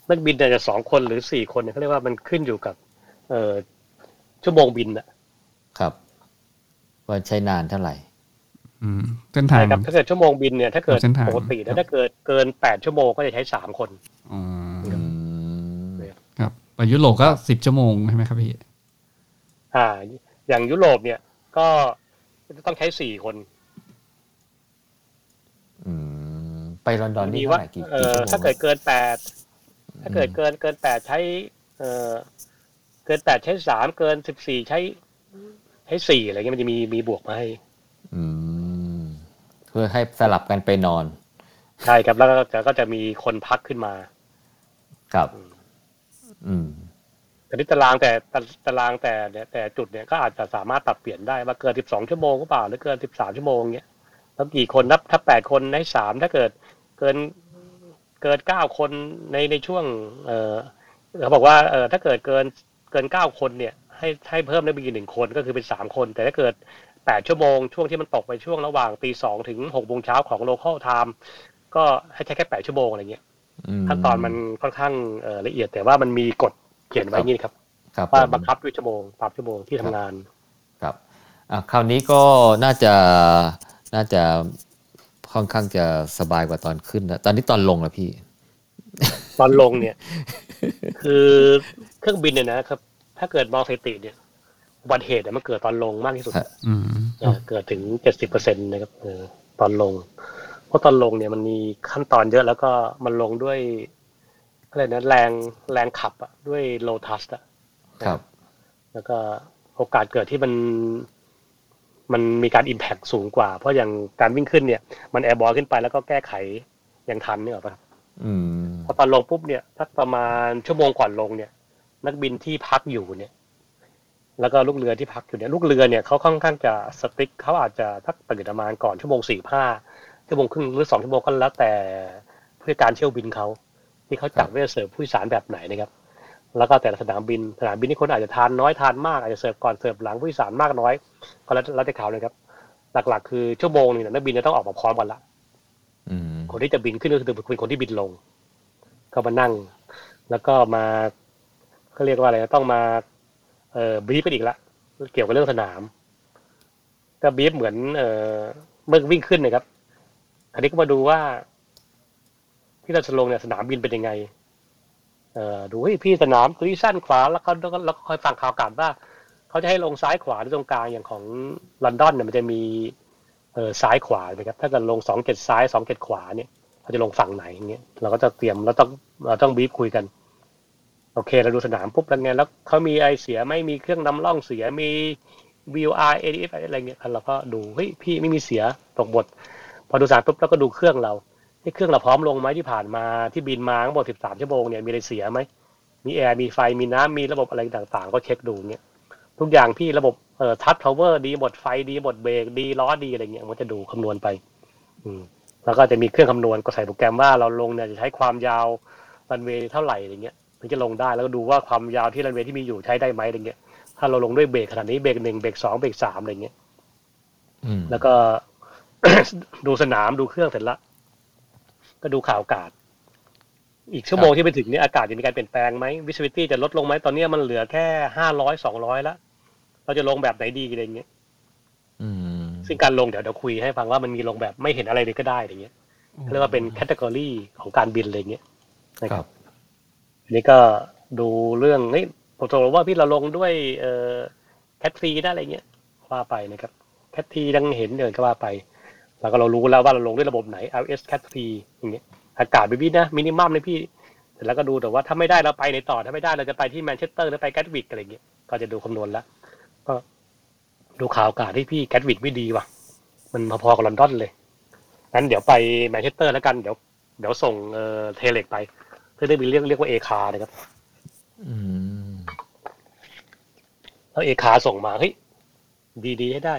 [SPEAKER 3] นักบินเนี่ยจะสองคนหรือสี่คนเนี่ยเขาเรียกว่ามันขึ้นอยู่กับ เออชั่วโมงบินอะ
[SPEAKER 2] ครับ ว่าใช้นานเท่าไหร่
[SPEAKER 1] อืมเส้นทาง
[SPEAKER 3] ใช่ครับถ้าเกิดชั่วโมงบินเนี่ยถ้าเกิด
[SPEAKER 1] เอาเส้นทาง
[SPEAKER 3] ปกติ
[SPEAKER 1] ครั
[SPEAKER 3] นะ
[SPEAKER 1] บ
[SPEAKER 3] ถ้าเกิดเกินแปดชั่วโมงก็จะใช้สามคน
[SPEAKER 1] อ๋อ
[SPEAKER 2] อืม
[SPEAKER 1] ครับไปยุโรปก็สิบชั่วโมงใช่ไหมครับพี่
[SPEAKER 3] อ่า อย่างยุโรปเนี่ย ก็ต้องใช้สี่คน
[SPEAKER 4] อืมไปลอนดอนนี่
[SPEAKER 3] มี
[SPEAKER 4] เท่า
[SPEAKER 3] ว่า
[SPEAKER 4] ไหร่กี่
[SPEAKER 3] เอ
[SPEAKER 4] กี่
[SPEAKER 3] อ
[SPEAKER 4] ชั่วโมง
[SPEAKER 3] ถ้าเกิดเกินแปดถ้าเกิดเกินเกินแปดใช้ เออเกินแปดใช้สามเกินสิบสี่ใช้ใช้สี่อะไรเงี้ยมันจะมีมีบวกมาให้
[SPEAKER 4] อืมเพื่อให้สลับกันไปนอน
[SPEAKER 3] ใช่ครับแล้วก็จะก็จะมีคนพักขึ้นมา
[SPEAKER 4] ครับ อืม
[SPEAKER 3] แต่นี่ตารางแต่ตาตารางแต่เนี่ยแต่จุดเนี่ยก็อาจจะสามารถปรับเปลี่ยนได้ว่าเกิน 12 ชั่วโมงก็เปล่าหรือเกิน 13 ชั่วโมงเนี้ยแล้วกี่คนนับถ้าแปดคนในสามถ้าเกิดเกินเกินเก้าคนในในช่วง เออเขาบอกว่าเออถ้าเกิดเกินเกินเก้าคนเนี่ย ให้ให้เพิ่มได้มีหนึ่งคนก็คือเป็นสามคน แต่ถ้าเกิดแปดชั่วโมงช่วงที่มันตกไปช่วงระหว่างตีสองถึงหกโมงเช้าของ local time ก็ให้ใช้แค่แปดชั่วโมงอะไรเงี้ย ขั้นตอนมันค่อนข้างเอ่อละเอียดแต่ว่ามันมีกฎเขียน
[SPEAKER 4] ค
[SPEAKER 3] ไว้
[SPEAKER 4] รับ
[SPEAKER 3] อย่างนี่ครับ
[SPEAKER 4] ครับ
[SPEAKER 3] ว่า
[SPEAKER 4] ผม
[SPEAKER 3] บังคับด้วยชั่วโมงปรับชั่วโมงที่ทำงาน
[SPEAKER 4] ครับอ่ะคราวนี้ก็น่าจะน่าจะค่อนข้างจะสบายกว่าตอนขึ้นนะตอนนี้ตอนลงแล้วพี่
[SPEAKER 3] ตอนลง
[SPEAKER 4] (laughs)
[SPEAKER 3] เนี่ย คือเครื่องบินเนี่ยนะครับ ถ้าเกิดมองสถิติเนี่ยอุบัติเหตุเนี่ยมันเกิดตอนลงมากที่สุด
[SPEAKER 4] ครับ
[SPEAKER 1] อืม
[SPEAKER 3] เออเกิดถึงเจ็ดสิบเปอร์เซ็นต์นะครับเออตอนลง เพราะตอนลงเนี่ยมันมีขั้นตอนเยอะแล้วก็มันลงด้วยอะไรนะแรงแรงขับอะด้วยโลทัสอะ
[SPEAKER 4] ครับ
[SPEAKER 3] แล้วก็โอกาสเกิดที่มันมันมีการ Impact สูงกว่า เพราะอย่างการวิ่งขึ้นเนี่ย มันแอร์บอลขึ้นไปแล้วก็แก้ไขยังทันเนี่ยหรอกปะ
[SPEAKER 4] อืม
[SPEAKER 3] พอตอนลงปุ๊บเนี่ยสักประมาณชั่วโมงก่อนลงเนี่ย นักบินที่พักอยู่เนี่ย แล้วก็ลูกเรือที่พักอยู่เนี่ยลูกเรือเนี่ยเขาค่อนข้างจะสติ๊กเขาอาจจะทักตื่นประมาณก่อนชั่วโมงสี่ห้าชั่วโมงครึ่งหรือสองชั่วโมงก็แล้วแต่เพื่อการเที่ยวบินเขาที่เขาจัดไว้จะเสิร์ฟผู้โดยสารแบบไหนนะครับ แล้วก็แต่ละสนามบินสนามบินนี่คนอาจจะทานน้อยทานมากอาจจะเสิร์ฟก่อนเสิร์ฟหลังผู้โดยสารมากน้อย ก็แล้วแล้วแต่เขาเลยครับ หลักๆ คือชั่วโมงหนึงเนี่ยนักบินจะต้องออกมาพร้อมกันละ
[SPEAKER 4] อืม
[SPEAKER 3] คนที่จะบินขึ้นก็คือเป็นคนที่บินลง ก็มานั่ง แล้วก็มาเขาเรียกว่าอะไรนะต้องมา เอ่อบรีฟกันอีกละเกี่ยวกับเรื่องสนามก็บรีฟเหมือน เอ่อเมื่อวิ่งขึ้นนะครับอันนี้ก็มาดูว่า ที่เราจะลงเนี่ยสนามบินเป็นยังไง เอ่อดูเฮ้ยพี่สนามตุ้ยสั้นขวาแล้วก็แล้วก็แล้วก็คอยฟังข่าวกลับว่าเขาจะให้ลงซ้ายขวาหรือตรงกลางอย่างของลอนดอนเนี่ยมันจะมี เออซ้ายขวาใช่ไหมครับ ถ้าจะลงสองเจ็ดซ้ายสองเจ็ดขวาเนี่ยเราจะลงฝั่งไหนอย่างเงี้ยเราก็จะเตรียมแล้วต้องเราต้องบีบคุยกัน โอเคเราดูสนามปุ๊บแล้วไงแล้วเขามีไอเสียไหม่มีเครื่องนำร่องเสียมี VOR ADF อะไรเงี้ยเราก็ดูเฮ้ยพี่ไม่มีเสียตกบท พอดูสนามปุ๊บเราก็ดูเครื่องเราที่เครื่องเราพร้อมลงไหมที่ผ่านมาที่บินมาทั้งหมดสิบสามชั่วโมงเนี่ยมีอะไรเสียไหมมีแอร์มีไฟมีน้ำมีระบบอะไรต่างๆ ก็เช็คดูเนี่ย ทุกอย่างพี่ระบบเอ่อทัชพาวเวอร์ดีหมดไฟดีหมดเบรกดีล้อดีอะไรเงี้ยมันจะดูคำนวณไป อืมแล้วก็จะมีเครื่องคำนวณก็ใส่โปรแกรมว่าเราลงเนี่ยจะใช้ความยาวรันเวย์เท่าไหร่อะไรเงี้ยถึงจะลงได้แล้วก็ดูว่าความยาวที่รันเวย์ที่มีอยู่ใช้ได้ไหมอะไรเงี้ยถ้าเราลงด้วยเบรกขนาดนี้เบรกหนึ่งเบรกสองเบรกสามอะไรเงี้ย
[SPEAKER 4] อืม
[SPEAKER 3] แล้วก็ (coughs) ดูสนามดูเครื่องเสร็จละก็ดูข่าวอากาศ อีกชั่วโมงที่ไปถึงเนี่ยอากาศจะมีการเปลี่ยนแปลงไหมวิสิบิตี้จะลดลงไหมตอนเนี้ยมันเหลือแค่ห้าร้อยสองร้อยละเราจะลงแบบไหนดีอะไรเงี้ย
[SPEAKER 4] อืม
[SPEAKER 3] ซึ่งการลงเดี๋ยวเดี๋ยวคุยให้ฟังว่ามันมีลงแบบไม่เห็นอะไรเลยก็ได้อะไรเงี้ยเขาเรียกว่าเป็นแคตตากรีของการบินอะไรเงี้ยนะ
[SPEAKER 4] ค
[SPEAKER 3] ค
[SPEAKER 4] รั
[SPEAKER 3] รั
[SPEAKER 4] บบ
[SPEAKER 3] อันนี้ก็ดูเรื่องเฮ้ยผมตกลงว่าพี่เราลงด้วยเอ่อแคทรีนะอะไรเงี้ยว่าไปนะครับแคทรีดังเห็นเดินก็ว่าไป แล้วก็เรารู้แล้วว่าเราลงด้วยระบบไหน LS แคทรีอย่างเงี้ยอากาศไปพี่นะมินิมัมเลยพี่เสร็จแล้วก็ดูแต่ว่าถ้าไม่ได้เราไปในต่อถ้าไม่ได้เราจะไปที่แมนเชสเตอร์หรือไปแกตวิกอะไรเงี้ยก็จะดูคำนวณแล้วก็ดูข่าวอากาศที่พี่แกตวิกไม่ดีว่ะ มันพอๆกับลอนดอนเลยงั้นเดี๋ยวไปแมนเชสเตอร์แล้วกันเดี๋ยวเดี๋ยวส่งเอ่อเทเลกไป เพื่อได้มีเรียกเรียกว่าเอคานะครับ
[SPEAKER 4] อืม
[SPEAKER 3] แล้วเอคาส่งมาเฮ้ยดีดีให้ได้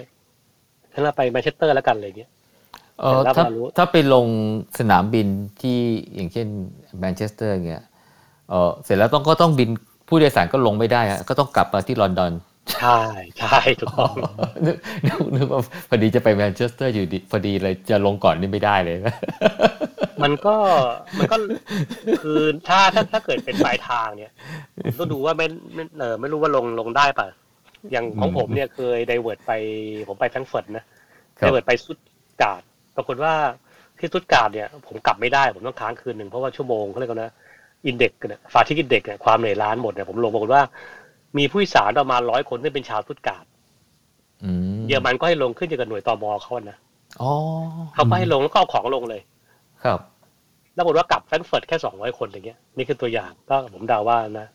[SPEAKER 3] งั้นเราไปแมนเชสเตอร์แล้วกันอะไรเงี้ย
[SPEAKER 4] เออ
[SPEAKER 3] แต่รับ
[SPEAKER 4] ถ้า
[SPEAKER 3] มารู้
[SPEAKER 4] ถ้าไปลงสนามบินที่อย่างเช่นแมนเชสเตอร์เงี้ยเออเสร็จแล้วต้องก็ต้องบินผู้โดยสารก็ลงไม่ได้ฮะก็ต้องกลับมาที่ลอนด (laughs) อน
[SPEAKER 3] ใช่ใช่ถูกต้อง
[SPEAKER 4] นึกนึกนึกว่าพอดีจะไปแมนเชสเตอร์อยู่ดีพอดีเลยจะลงก่อนนี่ไม่ได้เลยนะ
[SPEAKER 3] มันก็มันก็คือถ้าถ้าถ้าเกิดเป็นปลายทางเนี่ยก็ดูว่าไม่ไม่เออไม่รู้ว่าลงลงได้ป่ะ อย่างของผมเนี่ยเคยไดเวิร์ดไป ผมไปแฟรงก์เฟิร์ตนะ
[SPEAKER 4] ค
[SPEAKER 3] ได
[SPEAKER 4] รับ
[SPEAKER 3] เวิร์ดไปสุดการ์ดปรากฏว่าที่สุดการ์ดเนี่ย ผมกลับไม่ได้ ผมต้องค้างคืนหนึ่งเพราะว่าชั่วโมงเขาเรียกว่านะอินเด็กซ์เนี่ยฟาทิกอินเด็กซ์เนี่ยความเหนื่อยล้าหมดเนี่ยผมลงปรากฏว่า มีผู้โดยสารประมาณร้อยคนที่งเป็นชาวพุทธกาด
[SPEAKER 4] อืม
[SPEAKER 3] เยอรมันก็ให้ลงขึ้นอยู่กับหน่วยตมเขาอะนะ
[SPEAKER 4] อ๋อ
[SPEAKER 3] เขาก็ให้ลงแล้วก็เอาของลงเลย
[SPEAKER 4] ครับ
[SPEAKER 3] แล้วปรากฏว่ากลับแฟรงก์เฟิร์ตแค่สองร้อยคนอย่างเงี้ยนี่คือตัวอย่างก็ผมเดาว่านะ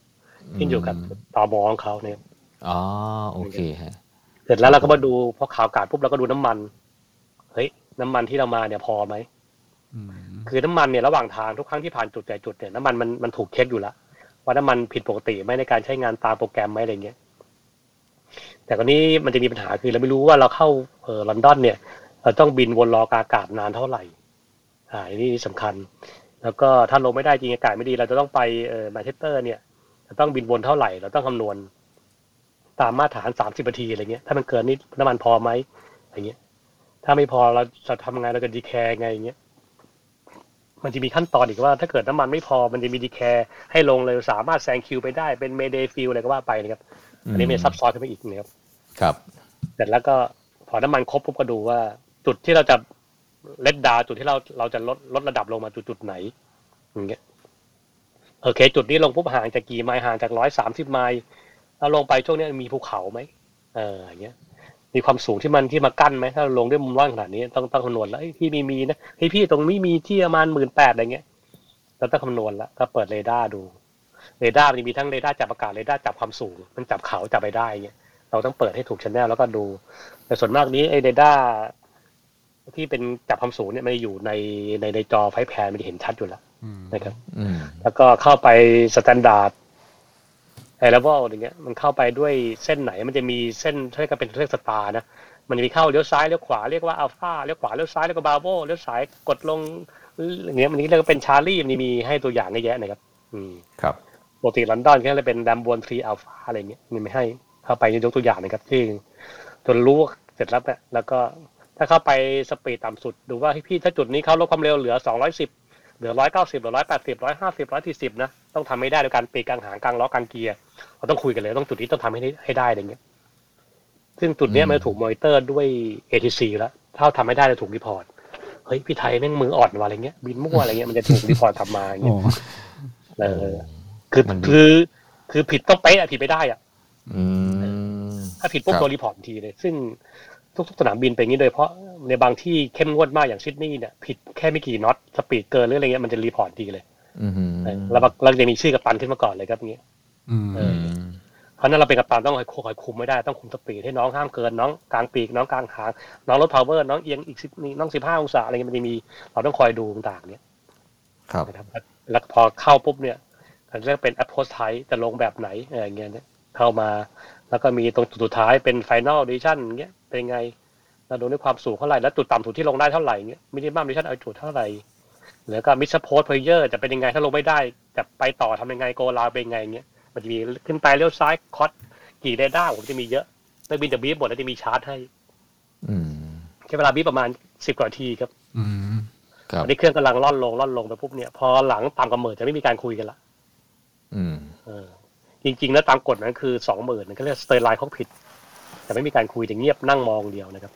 [SPEAKER 3] ขึ้นอยู่กับ
[SPEAKER 4] ม
[SPEAKER 3] ตมของเขาเนี่ย
[SPEAKER 4] อ๋อโอเคฮะ
[SPEAKER 3] เสร็จแล้วเราก็มาดูพอข่าวกาดปุ๊บเราก็ดูน้ำมัน เฮ้ยน้ำมันที่เรามาเนี่ยพอไหม
[SPEAKER 1] อืม
[SPEAKER 3] คือน้ำมันเนี่ยระหว่างทางทุกครั้งที่ผ่านจุดแต่จุดเนี่ยน้ำมันมันมันถูกเช็คอยู่ละว่าน้ำมันผิดปกติไหมในการใช้งานตามโปรแกรมไหมอะไรเงี้ยแต่คนนี้มันจะมีปัญหาคือเราไม่รู้ว่าเราเข้าเออลอนดอนเนี่ยเราต้องบินวนรอกาอากาศนานเท่าไหร่อ่าอันนี่สำคัญ แล้วก็ถ้าลงไม่ได้จริงอากาศไม่ดี เราจะต้องไปเออแมนเชสเตอร์เนี่ยจะต้องบินวนเท่าไหร่ เราต้องคำนวณ ตามมาตรฐานสามสิบนาทีอะไรเงี้ยถ้ามันเกินนี่น้ำมันพอไหมอะไรเงี้ยถ้าไม่พอเราจะทำไงเราจะดีแคร์ไงอย่างเงี้ย มันจะมีขั้นตอนอีกว่าถ้าเกิดน้ำมันไม่พอมันจะมีดีแคร์ให้ลงเลยสามารถแซงคิวไปได้เป็นเมเดฟิลอะไรก็ว่าไปนะครับ อันนี้มันจะซับซ้อนขึ้นไปอีกนะครับ
[SPEAKER 4] ครับ
[SPEAKER 3] เสร็จแล้วก็พอน้ำมันครบปุ๊บก็ดูว่า จุดที่เราจะเลดดาวน์จุดที่เราเราจะลดลดระดับลงมาจุดจุดไหนอย่างเงี้ยโอเค จุดนี้ลงปุ๊บห่างจากกี่ไมล์ห่างจากร้อยสามสิบไมล์แล้วลงไปช่วงเนี้ยมีภูเขาไหมเอออย่างเงี้ย มีความสูงที่มันที่มากั้นไหมถ้าเราลงด้วยมุมว่างขนาดนี้ต้องต้องคำนวณแล้วเอ้ยพี่มีมีนะเฮ้ยพี่ตรงนี้มีที่ประมาณหมื่นแปดอะไรเงี้ยเราต้องคำนวณแล้วก็เปิดเรดาร์ดูเรดาร์มันจะมีทั้งเรดาร์จับอากาศเรดาร์จับความสูง มันจับเขาจับไปได้เงี้ยเราต้องเปิดให้ถูกชั้นแนลแล้วก็ดู แต่ส่วนมากนี้ไอเรดาร์ที่เป็นจับความสูงเนี่ยมันจะอยู่ในในในจอไฟแพนมันจะเห็นชัดอยู่แล้ว
[SPEAKER 1] อืม
[SPEAKER 3] นะครับ
[SPEAKER 4] อืม
[SPEAKER 3] แล้วก็เข้าไปสแตนดาร์ดไอเลเวลอย่างเงี้ยมันเข้าไปด้วยเส้นไหนมันจะมีเส้นเรียกกันเป็นเรียกสตาร์นะ มันจะมีเข้าเลี้ยวซ้ายเลี้ยวขวาเรียกว่าอัลฟาเลี้ยวขวาเลี้ยวซ้ายเรียกว่าบาโวเลี้ยวซ้ายกดลงอย่างเงี้ยมันนี้เรียกว่าเป็นชาร์ลี่มันมีให้ตัวอย่างเยอะแยะนะครับอืม
[SPEAKER 4] ครับ
[SPEAKER 3] ปกติลอนดอนก็เลยเป็นดัมบวนทรีอัลฟาอะไรเงี้ยมันไม่ให้เข้าไปยกตัวอย่างนะครับที่จนรู้ว่าเสร็จแล้วเนี่ยแล้วก็ถ้าเข้าไปสปีดต่ำสุดดูว่าเฮ้ยพี่ถ้าจุดนี้เขาลดความเร็วเหลือ210 เหลือร้อยเก้าสิบเหลือร้อยแปดสิบร้อยห้าสิบร้อยสี่สิบนะ ต้องทำให้ได้โดยการปีกกลางหางกลางล้อกลางเกียร์เราต้องคุยกันเลยต้องจุดนี้ต้องทำให้ได้ให้ได้อะไรเงี้ยซึ่งจุดเนี้ย
[SPEAKER 4] อืม
[SPEAKER 3] มันจะถูกมอนิเตอร์ด้วย ATC แล้วถ้าเราทำไม่ได้จะถูกรีพอร์ตเฮ้ยพี่ไทยแม่งมืออ่อนว่ะอะไรเงี้ยบินมั่วอะไรเงี้ยมันจะถูกรีพอร์ตทำมาอย่าง
[SPEAKER 1] โอ้
[SPEAKER 3] เงี้ยเออคือ
[SPEAKER 4] มันดี
[SPEAKER 3] คือ คือผิดต้องเป๊ะอะผิดไม่ได้อะ
[SPEAKER 4] อืม
[SPEAKER 3] ถ้าผิดปุ๊บ
[SPEAKER 4] ครับ
[SPEAKER 3] โดนรีพอร์ตทันทีเลย ซึ่งทุกๆสนามบินเป็นอย่างนี้โดยเฉพราะในบางที่เข้มงวดมากอย่างซิดนีย์เนี่ยผิดแค่ไม่กี่น็อตสปีดเกินหรืออะไรเงี้ยมันจะรีพอร์ตทันทีเลย
[SPEAKER 4] อืม
[SPEAKER 3] เออเราเราจะมีชื่อกัปตันขึ้นมาก่อนเลยครับอย่างเงี้ย
[SPEAKER 1] อืม
[SPEAKER 3] เอ
[SPEAKER 4] อื
[SPEAKER 3] อ
[SPEAKER 4] ม
[SPEAKER 3] เพราะฉะนั้นเราเป็นกัปตันต้องคอยคอยคุมไม่ได้ต้องคุมสปีดให้น้องห้ามเกินน้องกลางปีกน้องกลางหางน้องลดพาวเวอร์น้องเอียงอีกสิบนี่น้องสิบห้าองศาอะไรเงี้ยมันจะมีเราต้องคอยดูต่างๆเนี่ย
[SPEAKER 4] ครับ
[SPEAKER 3] นะครับแล้วพอเข้าปุ๊บเนี่ยเขาเรียกเป็น approach type จะลงแบบไหนเอออย่างเงี้ยเนี่ยเข้ามาแล้วก็มีตรงจุดสุดท้ายเป็น final decision อย่างเงี้ยเป็นไงเราดูด้วยความสูงเท่าไหร่แล้วจุดต่ำสุดที่ลงได้เท่าไหร่เงี้ย minimum decision altitude เท่าไหร่แล้วก็ mission post player จะเป็นยังไงถ้าลงไม่ได้จะไปต่อทำยังไง go round เป็นยังไงเงี้ย มันจะมีขึ้นไปเลี้ยวซ้ายคอสกี่เรดาร์ผมจะมีเยอะนักบินจะบีบหมดแล้วจะมีชาร์จให้
[SPEAKER 4] อืม
[SPEAKER 3] ใช้เวลาบีบประมาณสิบกว่านาทีครับ
[SPEAKER 1] อืม
[SPEAKER 4] ครับ
[SPEAKER 3] อันนี้เครื่องกำลังล่อนลงล่อนลงไปปุ๊บเนี่ยพอหลังต่ำกว่าหมื่นจะไม่มีการคุยกันละ
[SPEAKER 4] อืม
[SPEAKER 3] เออจริงๆแล้วตามกฎนั้นคือสองหมื่นก็เรียกสเตอร์ไลน์เขาผิดแต่ไม่มีการคุยจะเงียบนั่งมองเดียวนะครับ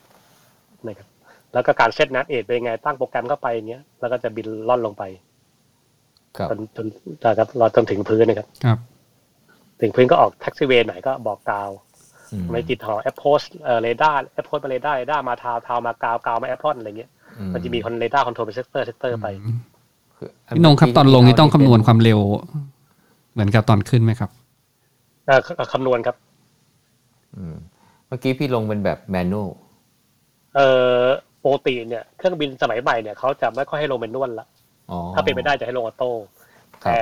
[SPEAKER 3] นะครับ แล้วก็การเซตนัดเอทเป็นยังไงตั้งโปรแกรมเข้าไปอย่างเงี้ยแล้วก็จะบินล่อนลงไป
[SPEAKER 4] ครับ
[SPEAKER 3] จนจนนะครับรอจนถึงพื้นนะครับ
[SPEAKER 1] ครับ
[SPEAKER 3] ถึงพื้นก็ออกแท็กซี่เวย์ไหนก็บอกกล่าว
[SPEAKER 4] อืม
[SPEAKER 3] ในจิตของแอปโพสเรดาร์แอปโพสไปเรดาร์เรดาร์มาทาวทาวมากาวกาวมาแอปพลอนอะไรเงี้ยมันจะมีคอนเรดาร์คอนโทรลไปเซกเตอร์เซกเตอร์ไป
[SPEAKER 4] คือ
[SPEAKER 1] พี่นงครับตอนลงนี่ต้องคำนวณความเร็ว เหมือนกับตอนขึ้นไหมครับ
[SPEAKER 3] เอ่อคำนวณครับ
[SPEAKER 4] อืมเมื่อกี้พี่ลงเป็นแบบแมนนวล
[SPEAKER 3] เอ่อปกติเนี่ยเครื่องบินสมัยใหม่เนี่ยเขาจะไม่ค่อยให้ลงเป็นนวลละ
[SPEAKER 4] อ๋อ
[SPEAKER 3] ถ้าเป็นไปได้จะให้ลงออโต้
[SPEAKER 4] ครับ
[SPEAKER 3] แต่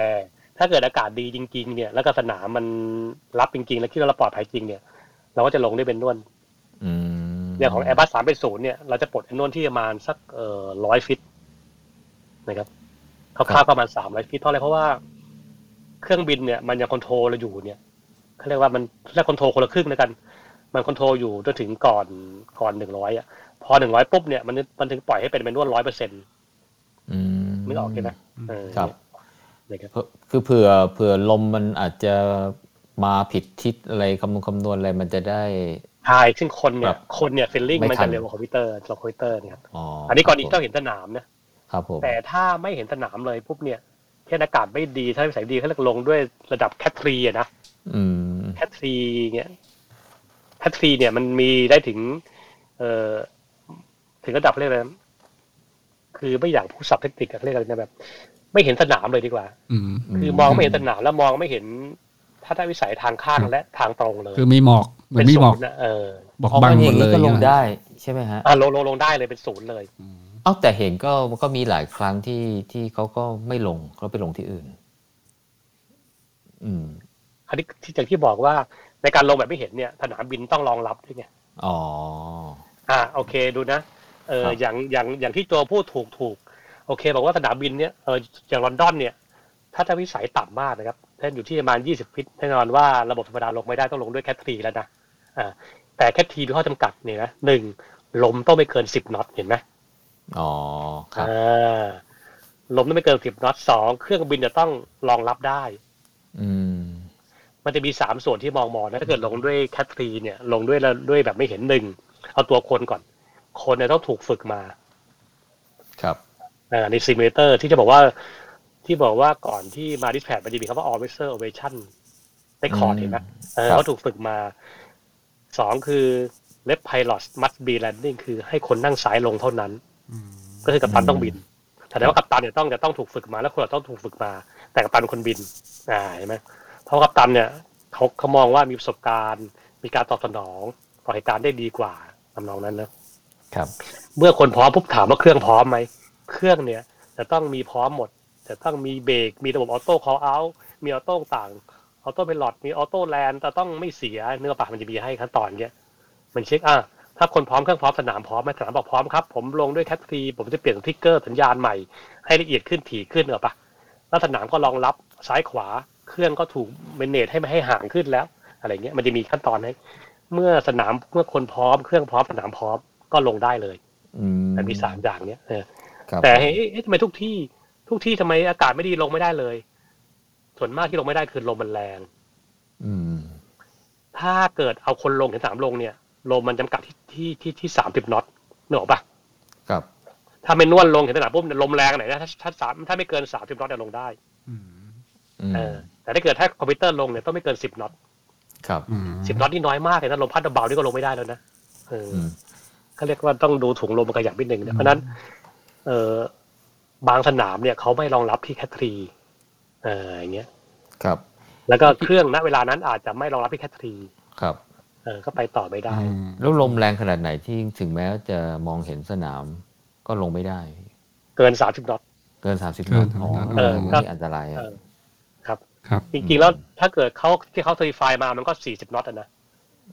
[SPEAKER 3] ถ้าเกิดอากาศดีจริง ๆ เนี่ย แล้วก็สนามมันรับจริงๆ แล้วคิดว่าเราปลอดภัยจริงเนี่ย เราก็จะลงได้เป็นนวล
[SPEAKER 4] อืม
[SPEAKER 3] อย่างของแอร์บัสสามเป็นศูนย์เนี่ยเราจะปลดเป็นนวลที่ประมาณสักเอ่อร้อยฟิตนะครับคร่าวๆประมาณสามร้อยฟิตเพราะอะไรเพราะว่า เครื่องบินเนี่ยมันยังคอนโทรลเราอยู่เนี่ยเขาเรียกว่ามันเรียกคอนโทรลคนละครึ่งแล้วกัน มันคอนโทรลอยู่จนถึงก่อนก่อนหนึ่งร้อยอ่ะพอหนึ่งร้อยปุ๊บเนี่ยมันมันถึงปล่อยให้เป็นเป็นนวดร้อยเปอร์เซ็นต์
[SPEAKER 4] อืม
[SPEAKER 3] นึกออกใช่ไหมเออ
[SPEAKER 4] ครับ
[SPEAKER 3] นะครับ
[SPEAKER 4] เพื่อคือเผื่อเผื่อลมมันอาจจะมาผิดทิศอะไรคำนวณคำนวณอะไรมันจะได้
[SPEAKER 3] ใช่ซึ่งคนเนี่
[SPEAKER 4] ค
[SPEAKER 3] ย
[SPEAKER 4] รับ
[SPEAKER 3] คนเนี่ยฟิลลิ่ง
[SPEAKER 4] ไม่
[SPEAKER 3] มัน
[SPEAKER 4] ทั
[SPEAKER 3] จะ
[SPEAKER 4] น
[SPEAKER 3] เร็วกว่าคอมพิวเตอร์สำหรับคอมพิวเตอร์นะครับ
[SPEAKER 4] อ๋อ
[SPEAKER 3] อั
[SPEAKER 4] อั
[SPEAKER 3] นนี้ก่อนที่เราเห็นสนามนะครับ
[SPEAKER 4] ผม
[SPEAKER 3] แต่ถ้าไม่เห็นสนามเลยปุ๊บเนี่ยเช่นอากาศไม่ดีถ้าไม่ใส่ดีเขาเรียกลงด้วยระดับแคทรีอะนะ
[SPEAKER 4] อืม
[SPEAKER 3] แพทรีเนี่ยแพทรีเนี่ยมันมีได้ถึง เอ่อถึงระดับเรียกอะไรนะคือไม่อย่างผู้สับเทคนิคอะเรียกอะไรนะแบบ ไม่เห็นสนามเลยดีกว่า
[SPEAKER 1] อืม
[SPEAKER 3] คือมองไม่เห็นสนามแล้วมองไม่เห็นทัศนวิสัยทางข้างและทางตรงเลย
[SPEAKER 1] คือมีหมอกเหมือนมีหมอก
[SPEAKER 3] ศูย์นะเออ
[SPEAKER 1] บอก
[SPEAKER 2] อ๋อ
[SPEAKER 1] บัง
[SPEAKER 2] มันอ
[SPEAKER 1] หมด
[SPEAKER 2] ย่าง
[SPEAKER 1] เลย
[SPEAKER 2] นี้ก็ลง
[SPEAKER 1] เนี่ย
[SPEAKER 2] ได้ใช่ไหมฮะ
[SPEAKER 3] อ่ะลงลงลงได้เลยเป็นศูนย์เลย
[SPEAKER 1] อืม
[SPEAKER 2] เอ้าแต่เห็นก็มันก็มีหลายครั้งที่ที่เขาก็ไม่ลงเขาไปลงที่อื่น อืม
[SPEAKER 3] อันนี้ที่อย่างที่บอกว่าในการลงแบบไม่เห็นเนี่ยสนามบินต้องรองรับด้วยไง
[SPEAKER 2] อ๋อ
[SPEAKER 3] อ่าโอเคดูนะเอ
[SPEAKER 2] ค
[SPEAKER 3] อ
[SPEAKER 2] รับ
[SPEAKER 3] อย่างอย่างอย่างที่โจพูดถูกถูกโอเค บอกว่าสนามบินเนี่ยเอออย่างลอนดอนเนี่ยถ้าถ้าวิสัยต่ำมากนะครับเช่นอยู่ที่ประมาณ 20 ฟิตแน่นอนว่าระบบธรรมดาลงไม่ได้ต้องลงด้วยแคททรีแล้วนะอ่าแต่แคททรีมีข้อจำกัดเนี่ยนะหนึ่งลมต้องไม่เกิน 10น็อตเห็นไหม
[SPEAKER 2] อ๋อครับ
[SPEAKER 3] อ่าลมต้องไม่เกินสิบน็อตสองเครื่องบินจะต้องรองรับได้
[SPEAKER 2] อืม
[SPEAKER 3] มันจะมีสามส่วนที่มองมองนะถ้าเกิดลงด้วยแคทรีเนี่ย ลงด้วยแล้วด้วยแบบไม่เห็นหนึ่งเอาตัวคนก่อน คนเนี่ยต้องถูกฝึกมา
[SPEAKER 2] ครับ
[SPEAKER 3] อ่าในซิมูเลเตอร์ที่จะบอกว่าที่บอกว่าก่อนที่มาดิสแพทมันจะมีคำว่า officer ovation record
[SPEAKER 2] อืม
[SPEAKER 3] เห็นไหมเออ
[SPEAKER 2] ครับ
[SPEAKER 3] เขาถูกฝึกมาสองคือเลฟไพลอตมัตบีแลนดิ้งคือให้คนนั่งซ้ายลงเท่านั้น
[SPEAKER 1] อืม
[SPEAKER 3] ก็คือกัปตันต้องบิน แต่ว่ากัปตันเนี่ยต้องจะต้องถูกฝึกมาแล้วคนเราต้องถูกฝึกมา แต่กัปตันเป็นคนบิน อ่าเห็นไหมเพราะกัปตันเนี่ยเขาเขามองว่ามีประสบการณ์ มีการตอบสนองต่อเหตุการณ์ได้ดีกว่าทำนองนั้นนะครับ เมื่อคนพร้อมปุ๊บถามว่าเครื่องพร้อมไหม เครื่องเนี่ยจะต้องมีพร้อมหมด จะต้องมีเบรก มีระบบออโต้คอลเอาท์มีออโต้ต่างออโต้ i l ลอมีออโต้แลนด์แต่ต้องไม่เสียเนื้อปากมันจะมีให้ขั้นตอนเนี้ย มันเช็คอ่ะถ้าคนพร้อมเครื่องพร้อมสนามพร้อมไหมสนามบอกพร้อมครับ ผมลงด้วยแคทซีผมจะเปลี่ยนสติ๊กเกอร์สัญญาณใหม่ ให้ละเอียดขึ้นถี่ขึ้นเหรอปะแล้วสนามก็รองรับซ้ายขวาเครื่องก็ถูกเมนเนจให้ไม่ให้ห่างขึ้นแล้ว อะไรเงี้ยมันจะมีขั้นตอนให้เมื่อสนามเมื่อคนพร้อมเครื่องพร้อมสนามพร้อมก็ลงได้เลย
[SPEAKER 2] อืม
[SPEAKER 3] แต่มีสามอย่างเนี้ยเออ
[SPEAKER 2] ครับ
[SPEAKER 3] แต่เฮ้ยเอ๊ะทำไมทุกที่ทุกที่ทำไมอากาศไม่ดีลงไม่ได้เลย ส่วนมากที่ลงไม่ได้คือลมมันแรง
[SPEAKER 2] อืม
[SPEAKER 3] ถ้าเกิดเอาคนลงถึงสามลงเนี่ยลมมันจำกัดที่ที่ที่ที่สามสิบน็อตเนกอะปะ
[SPEAKER 2] ครับ
[SPEAKER 3] ถ้าไม่นวลลงถึงสนามปุ๊บเนี่ยลมแรงไหนนะถ้าถ้าสามถ้าไม่เกินสามสิบน็อตเนี่ยลงได้
[SPEAKER 1] อืม
[SPEAKER 2] อืม
[SPEAKER 3] เออแต่ถ้าเกิดถ้าคอมพิวเตอร์ลงเนี่ยต้องไม่เกินสิบน็อต
[SPEAKER 2] ครับ
[SPEAKER 1] อืม
[SPEAKER 3] สิบน็อตนี่น้อยมากเลยนะลมพัดเบาๆนี่ก็ลงไม่ได้แล้วนะเออ
[SPEAKER 2] อืม
[SPEAKER 3] เขาเรียกว่าต้องดูถุงลมมันขยับนิดนึงนะเพราะฉะนั้น เออบางสนามเนี่ยเขาไม่รองรับที่แคททรีเอออย่างเงี้ย
[SPEAKER 2] ครับ
[SPEAKER 3] แล้วก็เครื่องณเวลานั้นอาจจะไม่รองรับพิแคทรี
[SPEAKER 2] ครับ
[SPEAKER 3] เออก็ไปต่อไม่ได้
[SPEAKER 1] อืม
[SPEAKER 2] แล้วลมแรงขนาดไหนที่ถึงแม้จะมองเห็นสนามก็ลงไม่ได้
[SPEAKER 3] เกินสามสิบน็อต
[SPEAKER 2] เกิน 30
[SPEAKER 1] เกิน
[SPEAKER 2] อ๋อ
[SPEAKER 3] เออก็
[SPEAKER 2] นี่อันตรายอะ
[SPEAKER 3] เออครับ
[SPEAKER 1] ครับ
[SPEAKER 3] จริงๆแล้วถ้าเกิดเขาที่เขาเซอร์ติฟายมามันก็สี่สิบน็อตอะนะ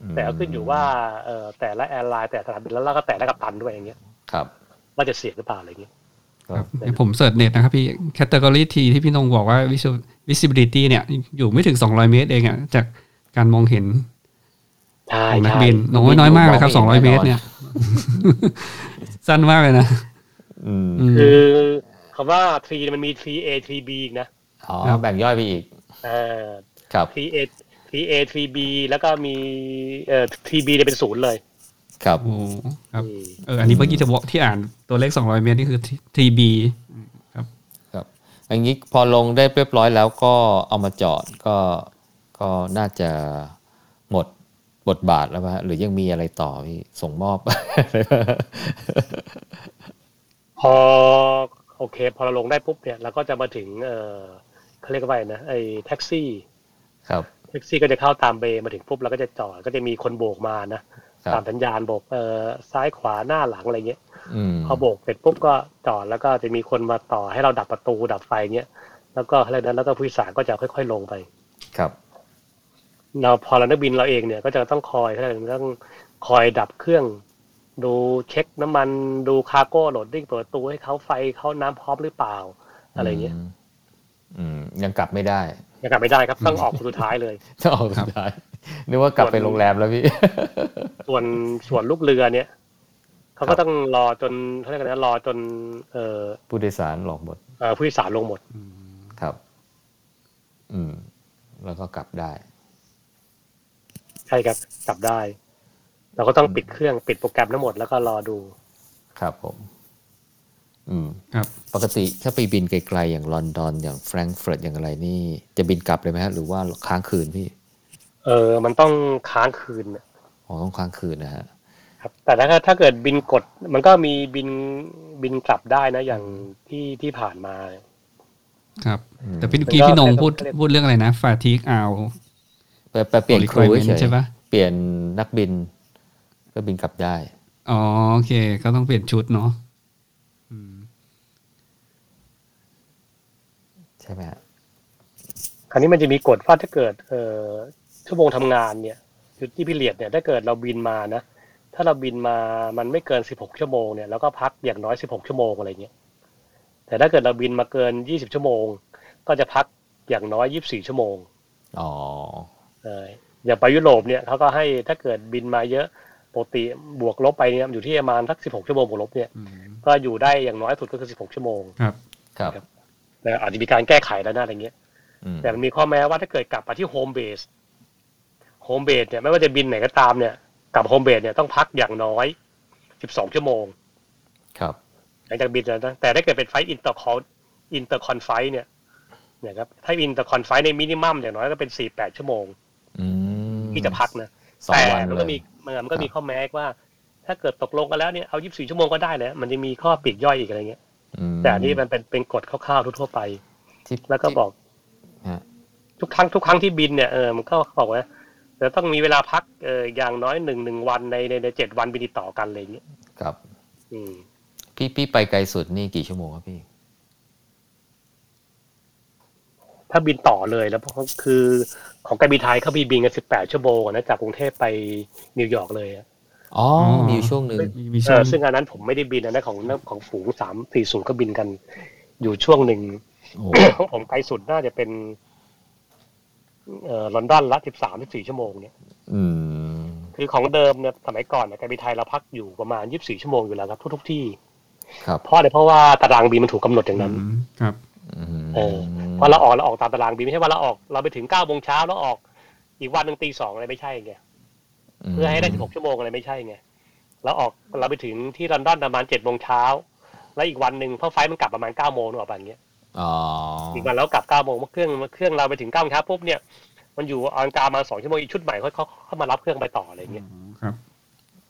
[SPEAKER 2] ม
[SPEAKER 3] แต่ก็ขึ้นอยู่ว่าเออแต่ละแอร์ไลน์แต่ละสนามบินแล้วก็แต่ละกัปตันด้วยอย่างเงี้ย
[SPEAKER 2] ครับ
[SPEAKER 3] ว่าจะเสียหรือเปล่าอะไรเงี้ย
[SPEAKER 1] ครับผมเสิร์ชเน็ตนะครับพี่แคตตากรีทีที่พี่นงบอกว่า visual- visibility เนี่ย อยู่ไม่ถึง 200 เมตรเองอ่ะจากการมองเห็น
[SPEAKER 3] ใช่
[SPEAKER 1] ของนัก
[SPEAKER 3] ใช่
[SPEAKER 1] บินน้อยน้อยมากเลยครับ
[SPEAKER 2] มองไม่
[SPEAKER 1] 200
[SPEAKER 2] เห็น
[SPEAKER 1] เมตร
[SPEAKER 2] แน่นอน
[SPEAKER 1] เนี่ย สั้นมากเลยนะ
[SPEAKER 2] อืม
[SPEAKER 1] อืม
[SPEAKER 3] คือคำว่า 3 มันมี 3A 3B อีกนะ
[SPEAKER 2] อ๋อ
[SPEAKER 1] ครับ
[SPEAKER 2] แบ่งย่อยไปอีก
[SPEAKER 3] เออ
[SPEAKER 2] ครับ
[SPEAKER 3] 3A 3A 3B แล้วก็มีเอ่อ 3B เนี่ยเป็นศูนย์เลย
[SPEAKER 2] ครับ
[SPEAKER 1] โอ้ครับ
[SPEAKER 3] อืม
[SPEAKER 1] เอออันนี้เมื่อกี้จะบอกที่อ่านตัวเลข 200 เมตรนี่คือ TB
[SPEAKER 2] ครับ อันนี้พอลงได้เรียบร้อยแล้วก็เอามาจอดก็ก็น่าจะหมดบทบาทแล้วป่ะฮะหรือยังมีอะไรต่อพี่ส่งมอบ (laughs)
[SPEAKER 3] พอโอเค พอเราลงได้ปุ๊บเนี่ยเราก็จะมาถึงเออเขาเรียกว่าไงนะไอ้แท็กซี่
[SPEAKER 2] ครับ
[SPEAKER 3] แท็กซี่ก็จะเข้าตามเบย์มาถึงปุ๊บเราก็จะจอดก็จะมีคนโบกมานะ
[SPEAKER 2] ครั
[SPEAKER 3] ตา
[SPEAKER 2] บ
[SPEAKER 3] มสัญญาณโบกเอ่อซ้ายขวาหน้าหลังอะไรเงี้ย
[SPEAKER 2] อืม
[SPEAKER 3] พอโบกเสร็จปุ๊บก็จอดแล้วก็จะมีคนมาต่อให้เราดับประตูดับไฟเงี้ยแล้วก็อะไรนั้นแล้วก็ผู้โดยสารก็จะค่อย ๆ ลงไป
[SPEAKER 2] ครับ
[SPEAKER 3] เราพอเรานักบินเราเองเนี่ย ก็จะต้องคอยอะไรต้องคอยดับเครื่อง ดูเช็คน้ำมันดูคาร์โก้โหลดดิ้งเปิดประตูให้เขาไฟเขาน้ำพร้อมหรือเปล่า อะไรเงี้ย
[SPEAKER 2] มอืมยังกลับไม่ได้ (laughs)
[SPEAKER 3] ยังกลับไม่ได้ครับต้องออกคนสุดท้ายเลย
[SPEAKER 2] จะออกสุดท้ายนึกว่ากลับไปโรงแรมแล้วพี่ (laughs)
[SPEAKER 3] ส่วนส่วนลูกเรือเนี่ยเขา
[SPEAKER 2] ครั
[SPEAKER 3] ก็
[SPEAKER 2] บ
[SPEAKER 3] ต้องรอจนเขาเรียกอะไรนะรอจน เอ่อ
[SPEAKER 2] ผู้โดยสารหลอกหมด
[SPEAKER 3] เอ่อผู้โดยสารลงหมด
[SPEAKER 2] ครับ อืม แล้วก็กลับได้
[SPEAKER 3] ใช่ครับกลับได้ เราก็ต้องปิดเครื่องปิดโปรแกรมทั้งหมดแล้วก็รอดู
[SPEAKER 2] ครับผม อืม
[SPEAKER 1] ครับ
[SPEAKER 2] ปกติถ้าไปบินไกลๆอย่างลอนดอนอย่างแฟรงก์เฟิร์ตอย่างอะไรนี่ จะบินกลับเลยไหมฮะ หรือว่าค้างคืนพี่
[SPEAKER 3] เออมันต้องค้างคืนน่ะ
[SPEAKER 2] อ๋อต้องค้างคืนนะฮะ
[SPEAKER 3] ครับ แต่ถ้าถ้าเกิดบินกด มันก็มีบินบินกลับได้นะ อย่างที่ที่ผ่านมา
[SPEAKER 1] ครับ
[SPEAKER 2] อืม
[SPEAKER 1] แต่พี่เมื่อกี้
[SPEAKER 3] แล้วก็
[SPEAKER 1] พี่นงพูด
[SPEAKER 3] แล้วก็
[SPEAKER 1] พูดเรื่องอะไรนะฟาทิกเอา
[SPEAKER 2] ไปไปเปลี่ยนครูเฉ
[SPEAKER 1] requirement
[SPEAKER 2] ย
[SPEAKER 1] ใช่ปะ
[SPEAKER 2] เปลี่ยนนักบิน ก็บินกลับได้
[SPEAKER 1] อ๋อโอเค ก็ต้องเปลี่ยนชุดเนาะอืม
[SPEAKER 2] ใช่ไหมฮะ
[SPEAKER 3] คราวนี้มันจะมีกฎว่าถ้าเกิดเอ่อชั่วโมงทำงานเนี่ยคือที่พิเรียดเนี่ยถ้าเกิดเราบินมานะ ถ้าเราบินมามันไม่เกินสิบหกชั่วโมงเนี่ยแล้วก็พักอย่างน้อยสิบหกชั่วโมงอะไรเงี้ยแต่ถ้าเกิดเราบินมาเกินยี่สิบชั่วโมง ก็จะพักอย่างน้อยยี่สิบสี่ชั่วโมง
[SPEAKER 2] อ๋อ
[SPEAKER 3] เอออย่างไปยุโรปเนี่ยเขาก็ให้ถ้าเกิดบินมาเยอะปกติบวกลบไปเนี่ยอยู่ที่ประมาณสักสิบหกชั่วโมงบวกลบเนี่ย
[SPEAKER 1] อืม
[SPEAKER 3] ก็อยู่ได้อย่างน้อยสุดก็คือสิบหกชั่วโมง
[SPEAKER 1] ครับ
[SPEAKER 2] ครับ
[SPEAKER 3] นะอาจจะมีการแก้ไขแล้วนะอะไรเงี้ย
[SPEAKER 2] อืม
[SPEAKER 3] แต่มันมีข้อแม้ว่าถ้าเกิดกลับมาที่โฮมเบสโฮมเบสเนี่ยไม่ว่าจะบินไหนก็ตามเนี่ยกลับโฮมเบสเนี่ยต้องพักอย่างน้อย 12 ชั่วโมง
[SPEAKER 2] ครับ
[SPEAKER 3] หลังจากบินแล้วนะแต่ถ้าเกิดเป็นไฟอินเตอร์คอนอินเตอร์คอนไฟเนี่ยเนี่ยครับถ้าอินเตอร์คอนไฟในมินิมัมอย่างน้อยก็เป็น 48 ชั่วโมง
[SPEAKER 2] อืม
[SPEAKER 3] ที่จะพักนะ
[SPEAKER 2] สอง
[SPEAKER 3] แต่
[SPEAKER 2] วัน
[SPEAKER 3] มัน
[SPEAKER 2] เล
[SPEAKER 3] ก็
[SPEAKER 2] ย
[SPEAKER 3] มีมันก็มีข้อแม้ว่า ถ้าเกิดตกลงกันแล้วเนี่ยเอา 24 ชั่วโมงก็ได้แหละมันจะมีข้อปลีกย่อยอีกอะไรเงี้ย
[SPEAKER 2] อืม
[SPEAKER 3] แต่อันนี่มันเป็นเป็นกฎคร่าวๆทั่วๆไป
[SPEAKER 2] ที่
[SPEAKER 3] แล้วก็บอก
[SPEAKER 2] ฮะ
[SPEAKER 3] ทุกครั้งทุกครั้งที่บินเนี่ยเออมันก็บอกว่าจะต้องมีเวลาพักเอออย่างน้อยหนึ่งหนึ่งวันในในในเจ็ดวันบินติดต่อกันอะไรอย่างเงี้ย
[SPEAKER 2] ครับ
[SPEAKER 3] อืม
[SPEAKER 2] พี่พี่ไปไกลสุดนี่กี่ชั่วโมงครับพี่
[SPEAKER 3] ถ้าบินต่อเลยแล้วเพราะคือของการบินไทยเขาบินบินกันสิบแปดชั่วโมงอะนะจากกรุงเทพไปนิวยอร์กเลยอะ
[SPEAKER 2] อ๋ออ
[SPEAKER 1] อ
[SPEAKER 2] มีอยู่ช่วงหนึ่ง
[SPEAKER 1] มีมี
[SPEAKER 3] เอ
[SPEAKER 1] ช่ว
[SPEAKER 3] อง ซึ่งอันนั้นผมไม่ได้บินอันนั้นของของฝูงสามสี่ศูนย์ก็บินกัน อยู่ช่วงหนึ่ง
[SPEAKER 2] โอ้
[SPEAKER 3] ของผมไกลสุดน่าจะเป็นเอ่อลอนดอนละสิบสามสิบสี่ชั่วโมงเนี่ย
[SPEAKER 2] อืม
[SPEAKER 3] คือของเดิมเนี่ยสมัยก่อนเนี่ยการบินไทยเราพักอยู่ประมาณยี่สิบสี่ชั่วโมงอยู่แล้วครับทุกทุกๆที่
[SPEAKER 2] ครับ
[SPEAKER 3] เพราะอะไรเพราะว่าตารางบินมันถูกกำหนดอย่างนั้น
[SPEAKER 1] อืมครับ
[SPEAKER 2] อืม
[SPEAKER 3] เออ เพราะเราออกเราออกตามตารางบินไม่ใช่ว่าเราออกเราไปถึงเก้าโมงเช้าแล้วออก อีกวันหนึ่งตีสองอะไรไม่ใช่ไงเพื่อให้ได้สิบหกชั่วโมงอะไรไม่ใช่ไงเราออกเราไปถึงที่ลอนดอนประมาณเจ็ดโมงเช้าแล้วอีกวันหนึ่งเพราะไฟล์มันกลับประมาณเก้าโมงหรือเปล่าแบบนี้ย
[SPEAKER 2] อ๋อ
[SPEAKER 3] อีกวันแล้วกลับเก้าโมงเครื่องเครื่องเราไปถึงเก้าโมงเช้าปุ๊บเนี่ยมันอยู่ออนกามาสองชั่วโมงอีกชุดใหม่ค่อยเขาเข้ามารับเครื่องไปต่ออะไรอย่างเงี้ย
[SPEAKER 1] ครับ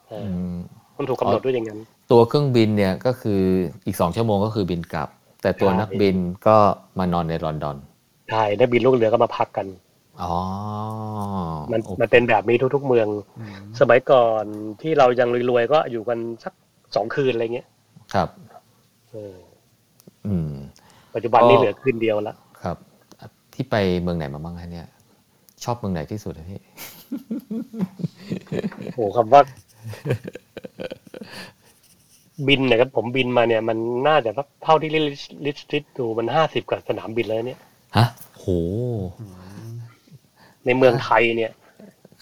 [SPEAKER 3] เอ
[SPEAKER 2] อื
[SPEAKER 3] อ
[SPEAKER 2] ม
[SPEAKER 3] มันถูกกำหนดด้วยอย่างนั้น
[SPEAKER 2] ตัวเครื่องบินเนี่ยก็คืออีกสองชั่วโมงก็คือบินกลับ แต่ตัว
[SPEAKER 3] ใช่
[SPEAKER 2] นักบินก็มานอนในลอนดอน
[SPEAKER 3] ใช่นักบินลูกเรือก็มาพักกัน
[SPEAKER 2] อ๋อ
[SPEAKER 3] มัน
[SPEAKER 2] โอเค
[SPEAKER 3] มันเป็นแบบนี้ทุก ๆ เมือง สมัยก่อนที่เรายังรวยๆก็อยู่กันสักสองคืนอะไรเงี้ย
[SPEAKER 2] ครับ
[SPEAKER 3] เออ
[SPEAKER 2] อืม
[SPEAKER 3] ปัจจุบันนี้
[SPEAKER 2] ก็
[SPEAKER 3] เหลือคืนเดียวละ
[SPEAKER 2] ครับที่ไปเมืองไหนมาบ้างฮะเนี่ย ชอบเมืองไหนที่สุดอะพี่
[SPEAKER 3] โอ้โหคำว่า (laughs) บินเนะครับผมบินมาเนี่ยมันน่าจะเท่าที่ลิสลิสติดดูมันห้าสิบกว่าสนามบินแล้วเนี่ย
[SPEAKER 2] ฮะโห
[SPEAKER 3] ในเมืองไทยเนี่ย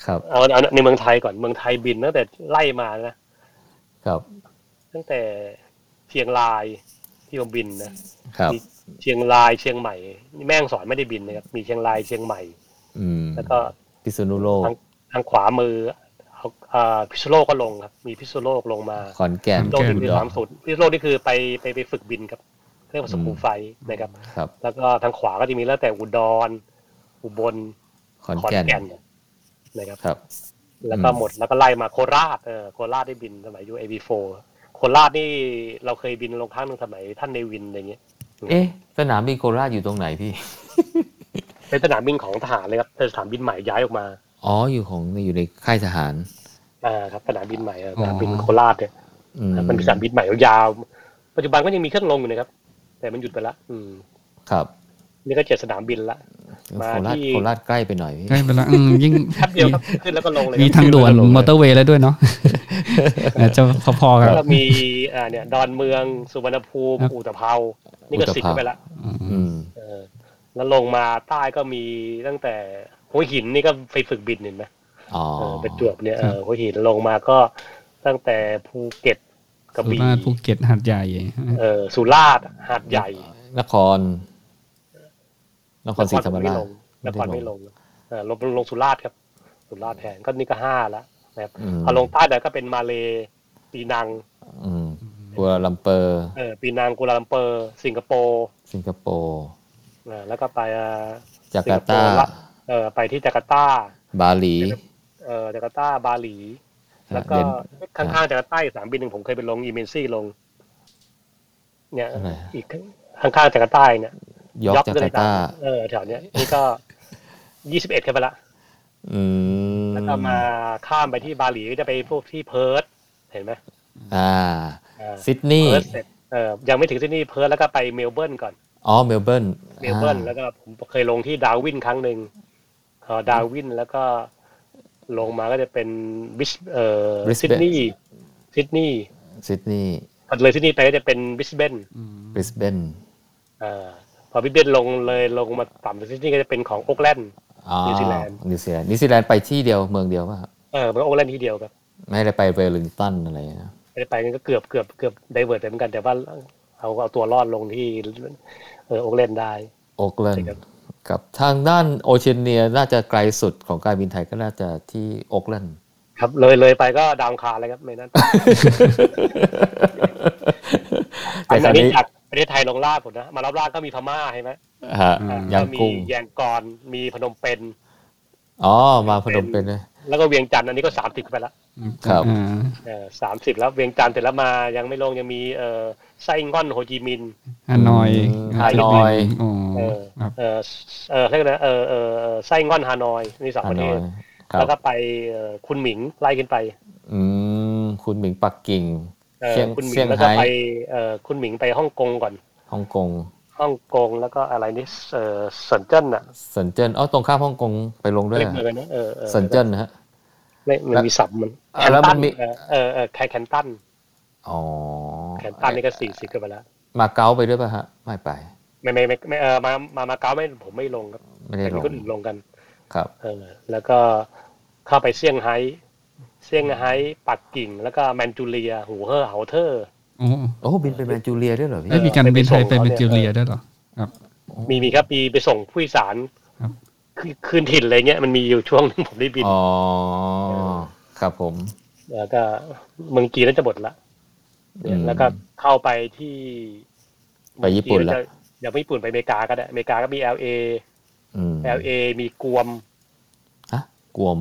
[SPEAKER 2] ครับ
[SPEAKER 3] เอาเอาในเมืองไทยก่อนเมืองไทยบินตั้งแต่ไล่มานะครับ ตั้งแต่เชียงรายที่ผมบินนะครับ มีเชียงรายเชียงใหม่นี่แม่ฮ่องสอนไม่ได้บินนะครับมีเชียงรายเชียงใหม่
[SPEAKER 2] อืม
[SPEAKER 3] แล้วก็
[SPEAKER 2] พิษณุโลก
[SPEAKER 3] ทางขวามือเอาอ่าพิษณุโลกก็ลงครับ มีพิษณุโลกลงมา
[SPEAKER 2] ขอนแก่น
[SPEAKER 1] ขอ
[SPEAKER 3] โลก
[SPEAKER 1] แก่
[SPEAKER 3] ที่
[SPEAKER 2] อุ
[SPEAKER 3] มี
[SPEAKER 2] ด
[SPEAKER 3] สาร มสุดพิษณุโลกนี่คือไปไปไปฝึกบินครับเรื่องประสบภูไฟนะครับ
[SPEAKER 2] ครับ
[SPEAKER 3] แล้วก็ทางขวาก็จะมีแล้วแต่อุดร อุบล
[SPEAKER 2] ขอน
[SPEAKER 3] ขอน
[SPEAKER 2] แก่น
[SPEAKER 3] แก่นนะครับ
[SPEAKER 2] ครับ
[SPEAKER 3] แล้วก็
[SPEAKER 2] อืม
[SPEAKER 3] หมดแล้วก็ไล่มาโคราชเออโคราชได้บินสมัยยูเอวีโฟโคราชนี่เราเคยบินลงครั้งหนึ่งสมัยท่านเนวินอะไรเงี้ย
[SPEAKER 2] เอ๊ะสนามบินโคราชอยู่ตรงไหนพี่
[SPEAKER 3] เป็นสนามบินของทหารเลยครับเป็นสนามบินใหม่ย้ายออกมา
[SPEAKER 2] อ๋ออยู่ของอยู่ในค่ายทหาร
[SPEAKER 3] อ่าครับสนามบินใหม่เออสนามบินโคราชเนี่ย
[SPEAKER 2] อืม
[SPEAKER 3] มันมีสนามบินใหม่ยาวๆปัจจุบันก็ยังมีเครื่องลงอยู่นะครับ แต่มันหยุดไปละอืม
[SPEAKER 2] ครับ
[SPEAKER 3] นี่ก็เจ็ดสนามบินละ มา
[SPEAKER 2] โคราช
[SPEAKER 3] ที่
[SPEAKER 2] โคราชใกล้ไปหน่อยพี่
[SPEAKER 1] ใกล้ไปละอืมยิ่ง
[SPEAKER 3] แป๊บเดียวครับ (laughs) ขึ้นแล้วก็ลงเลย
[SPEAKER 1] มี
[SPEAKER 3] ครั
[SPEAKER 1] ทา
[SPEAKER 3] บ
[SPEAKER 1] งด่วน
[SPEAKER 2] ลงเลย
[SPEAKER 1] มอเตอร์เวย์แล้ว
[SPEAKER 3] (laughs)
[SPEAKER 1] ด้วยเนาะ อาจจะพอๆ
[SPEAKER 3] แล้
[SPEAKER 1] กับ
[SPEAKER 3] วก็มีอ่าเนี่ย ดอนเมืองสุวรรณภูมิ
[SPEAKER 1] ครับ
[SPEAKER 3] อุตภเปานี่ก็สิบขึ้นไปละ
[SPEAKER 2] อืม
[SPEAKER 3] เออแล้วลงมาใต้ก็มีตั้งแต่หัวหินนี่ก็ไปฝึกบินเห็นไหม
[SPEAKER 2] อ๋อ
[SPEAKER 3] เออประจวบเนี่ยเออหัวหินลงมาก็ตั้งแต่ภูเก็ตกระ
[SPEAKER 1] สุ
[SPEAKER 3] บี่
[SPEAKER 1] ราษฎร์ภูเก็ตหาดใหญ่
[SPEAKER 3] เออสุราษฎร์หาดใหญ่
[SPEAKER 2] นคร นครศรีธรรมราช
[SPEAKER 3] นครไม่ลงเออลงลงสุราษฎร์ครับ สุราษฎร์แทนก็นี่ก็ห้าละนะครับ
[SPEAKER 2] ม
[SPEAKER 3] พอลงใต้หน่อยก็เป็นมาเลปีนัง
[SPEAKER 2] อืมกัวลาลัมเปอร์
[SPEAKER 3] เออปีนังกัวลาลัมเปอร์ สิงคโปร์
[SPEAKER 2] สิงคโปร์
[SPEAKER 3] เออแล้วก็ไปเอ่อ
[SPEAKER 2] จาการ์ตา
[SPEAKER 3] สิงคโปร์ละเออไปที่จาการ์ตา
[SPEAKER 2] บาหลี
[SPEAKER 3] เอ่อจาการ์ตาบาหลี
[SPEAKER 2] ฮะ
[SPEAKER 3] แล้วก็
[SPEAKER 2] เด่น
[SPEAKER 3] ข้างๆจาการ์ตาอีกสนามบินหนึ่งผมเคยไปลงอีเมนซี่ลง เนี่ย
[SPEAKER 2] อันไหน
[SPEAKER 3] อีกข้างๆจาการ์ตาเนี่ย
[SPEAKER 2] ยอกจาการ์ตา
[SPEAKER 3] เออแถวเนี้ยนี่ก็ยี่สิบเอ็ดขึ้นไปละ
[SPEAKER 2] อืม
[SPEAKER 3] แล้วก็มาข้ามไปที่บาหลีจะไปพวกที่เพิร์ตเห็นไหม
[SPEAKER 2] อ่า
[SPEAKER 3] อ่า
[SPEAKER 2] ซิดนีย์
[SPEAKER 3] เพิร์ตเสร็จเออยังไม่ถึงที่นี่เพิร์ตแล้วก็ไปเมลเบิร์นก่อน
[SPEAKER 2] อ๋อเมลเบิร์น
[SPEAKER 3] เมลเบิร์น
[SPEAKER 2] อ่า
[SPEAKER 3] แล้วก็ผมเคยลงที่ดาร์วินครั้งหนึ่งเอ่อดาร์วินแล้วก็ลงมาก็จะเป็นบิชเอ่อซิดนีย์ซิดนีย์
[SPEAKER 2] ซิดนีย์
[SPEAKER 3] พอเลยซิดนีย์ไปก็จะเป็นบิชเบน
[SPEAKER 2] บริสเบน
[SPEAKER 3] เอ่อพอบิชเบนลงเลยลงมาต่ำจากซิดนีย์ก็จะเป็นของโอ๊กแลนด์
[SPEAKER 2] อ๋อ
[SPEAKER 3] นิวซีแลนด์
[SPEAKER 2] นิวซีแลนด์นิวซีแลนด์ไปที่เดียวเมืองเดียวป่ะครับ
[SPEAKER 3] เออเมืองโอ๊กแลนด์ที่เดียวครับ
[SPEAKER 2] ไม่ได้ไปเวลลิงตันอะไรนะ
[SPEAKER 3] ไปไปกันก็เกือบเกือบเกือบไดเวิร์ดไปเหมือนกันแต่ว่าเอาเอาตัวรอดลงที่เออโอ๊กแลนด์ได้
[SPEAKER 2] โอ๊กแลน
[SPEAKER 3] ใช่
[SPEAKER 2] ด์
[SPEAKER 3] ครับ
[SPEAKER 2] กับทางด้านโอเชียเนียน่าจะไกลสุดของการบินไทยก็น่าจะที่โอ๊กแล
[SPEAKER 3] (laughs)
[SPEAKER 2] นด์
[SPEAKER 3] ครับเลยเลยไปก็ดาวอังคารเลยครับไม่นั้น อั
[SPEAKER 2] แต่
[SPEAKER 3] น
[SPEAKER 2] ตอน
[SPEAKER 3] นี้
[SPEAKER 2] นี้
[SPEAKER 3] จากประเทศไทยลงล่าผมนะมารอบล่าก็มีพม่าใช่ไหม
[SPEAKER 2] ฮะ
[SPEAKER 1] อ่า
[SPEAKER 2] ยัง
[SPEAKER 3] มี
[SPEAKER 2] กุ้ง
[SPEAKER 3] แยงกรมีพนมเปญ
[SPEAKER 2] อ๋อมาพนมเป็นย
[SPEAKER 3] แล้วก็เวียงจันทร์อันนี้ก็สามสิบไปละ
[SPEAKER 2] ครับ
[SPEAKER 1] อ่า
[SPEAKER 3] สามสิบแล้วเวียงจันทร์เสร็จแล้วมายังไม่ลงยังมีเออไส้ง่อนโฮจิมินห์
[SPEAKER 1] ฮานอย
[SPEAKER 2] อืมฮานอย
[SPEAKER 1] อ๋อ
[SPEAKER 3] เออ
[SPEAKER 1] ครับ
[SPEAKER 3] เออเออเรียกอะไรนะเออเออเอ่อไส้ง่อนฮานอยนี่สาม
[SPEAKER 2] ฮา
[SPEAKER 3] ประ
[SPEAKER 2] น
[SPEAKER 3] เท
[SPEAKER 2] อ
[SPEAKER 3] ศ
[SPEAKER 2] ยครั
[SPEAKER 3] แล้วก็
[SPEAKER 2] บ
[SPEAKER 3] ไปเอ่อคุณหมิงไล่ขึ้นไป
[SPEAKER 2] อืมคุณหมิงปักกิ่ง
[SPEAKER 3] เอ่อ
[SPEAKER 2] เซี่ยง
[SPEAKER 3] คุณหมิ
[SPEAKER 2] เซี่ย
[SPEAKER 3] ง
[SPEAKER 2] ง
[SPEAKER 3] แล้วก็
[SPEAKER 2] ไฮ้
[SPEAKER 3] ไปเอ่อคุณหมิงไปฮ่องกงก่อน
[SPEAKER 2] ฮ่องกง
[SPEAKER 3] ฮ่องกงแล้วก็อะไรนี่เออสันเจิ้นอ่ะ
[SPEAKER 2] เซินเจิ้นอ๋อตรงข้ามฮ่องกงไปลงด้วย
[SPEAKER 3] เรียก
[SPEAKER 2] อะ
[SPEAKER 3] เมืองอะไรนะเออเออ
[SPEAKER 2] เซินเจิ้นนะฮะ
[SPEAKER 3] ไม่มันมีสับมัน
[SPEAKER 2] อ่าแล้วมันมี
[SPEAKER 3] แคนตันเออเออแคแคนตัน
[SPEAKER 2] อ๋อ
[SPEAKER 3] แคนตันนี่ก็สี่สิบกันไปแล้ว
[SPEAKER 2] มาเก๊าไปด้วยป่ะฮะ ไม่ไป
[SPEAKER 3] ไม่ไม่ไม่ไม่เออมามามาเก๊าไม่ผมไม่ลงครับ
[SPEAKER 2] ไม่ได้
[SPEAKER 3] แต่
[SPEAKER 2] ล
[SPEAKER 3] มี
[SPEAKER 2] ง
[SPEAKER 3] คนอื่นลงกัน
[SPEAKER 2] ครับ
[SPEAKER 3] เออแล้วก็เข้าไปเซี่ยงไฮ้เซี่ยงไฮ้ปักกิ่ง แล้วก็แมนจูเรีย หูเฮ่อเฮาเทอร์
[SPEAKER 1] โอ้
[SPEAKER 2] โอ้บินไปแมนจูเรียด้วยเหรอพี่
[SPEAKER 1] ได้มีการบินไทยไป
[SPEAKER 3] ไปส่งเขาเนี่ย
[SPEAKER 1] เบนจิเรียด้วยเหรอครับ
[SPEAKER 3] มีมีครับมีไปส่งผู้โดยสาร
[SPEAKER 1] ครับ
[SPEAKER 3] คือคืนถิ่นอะไรเงี้ยมันมีอยู่ช่วงหนึ (laughs) งผมได้บิน
[SPEAKER 2] อ๋อครับผม
[SPEAKER 3] แล้วก็เมืองจีนน่าจะหมดละ
[SPEAKER 2] อืม
[SPEAKER 3] แล้วก็เข้าไปที่
[SPEAKER 2] ไปญี่ปุ่นละ
[SPEAKER 3] เมืองจีก็จะเดี๋ยวไปญี่ปุ่นไปอเมริกาก็ได้อเมริกาก็มี LA
[SPEAKER 2] อืม
[SPEAKER 3] LA มีกวม
[SPEAKER 2] ฮะกวม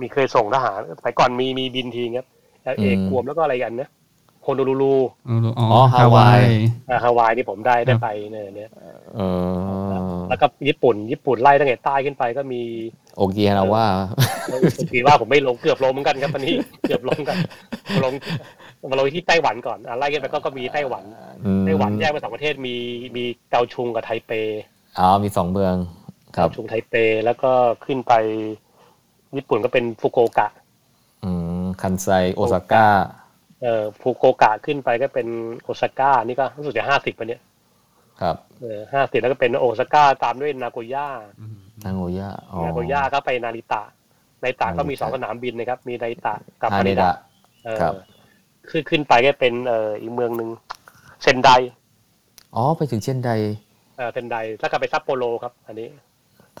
[SPEAKER 3] มีเคยส่งทหารสมัยก่อนมีมีบินทีครับแล้วเอก
[SPEAKER 2] อืม
[SPEAKER 3] กวมแล้วก็อะไรกันนะโฮโนลูลู
[SPEAKER 1] อ๋อ
[SPEAKER 2] อฮาวาย
[SPEAKER 3] อ่าฮาวายนี่ผมได้ได้ไปเนี่ยเนี่ย
[SPEAKER 2] เออ
[SPEAKER 3] แล้วก็ญี่ปุ่น ญี่ปุ่นไล่ตั้งแต่ใต้ขึ้นไปก็มี
[SPEAKER 2] โอเกียนาว่า
[SPEAKER 3] ทีว่าผมไม่ลงเกือบลงเหมือนกันครับวันนี้ เกือบลงกันมาลงมาลงที่ไต้หวันก่อนอ่ะไล่ขึ้นไปก็ก็มีไต้หวัน
[SPEAKER 2] อืม
[SPEAKER 3] ไต้หวันแยกเป็นสองประเทศมีมีเกาชุงกับไทเป
[SPEAKER 2] อ๋อมีสองเมืองครับ
[SPEAKER 3] เกาชุงไทเปแล้วก็ขึ้นไป ญี่ปุ่นก็เป็นฟุกุโอกะ
[SPEAKER 2] อืมคันไซโอซาก้า
[SPEAKER 3] เอ่อฟุกุโอกะขึ้นไปก็เป็นโอซาก้านี่ก็รู้สึกจะห้าสิบวันเนี้ย
[SPEAKER 2] ครับ
[SPEAKER 3] เออห้าสิบแล้วก็เป็นโอซาก้าตามด้วยนาโกย่า
[SPEAKER 2] นางโอยะอ๋อ
[SPEAKER 3] นาโกย่าก็ไปนาริตะ นาริตะก็มี
[SPEAKER 2] นาริตะ
[SPEAKER 3] สองสนามบินนะครับ มีนาริตะกับ
[SPEAKER 2] ฮา
[SPEAKER 3] ฮา
[SPEAKER 2] เน
[SPEAKER 3] นิ
[SPEAKER 2] ดะ
[SPEAKER 3] ดะเออ
[SPEAKER 2] ครับ
[SPEAKER 3] ขึ้นขึ้นไปก็เป็นเอ่ออีกเมืองหนึ่งเซนได
[SPEAKER 2] อ๋อไปถึงเช่นใด
[SPEAKER 3] เอ่อเซนไดแล้วก็ไปซัปโปโรครับ อันนี้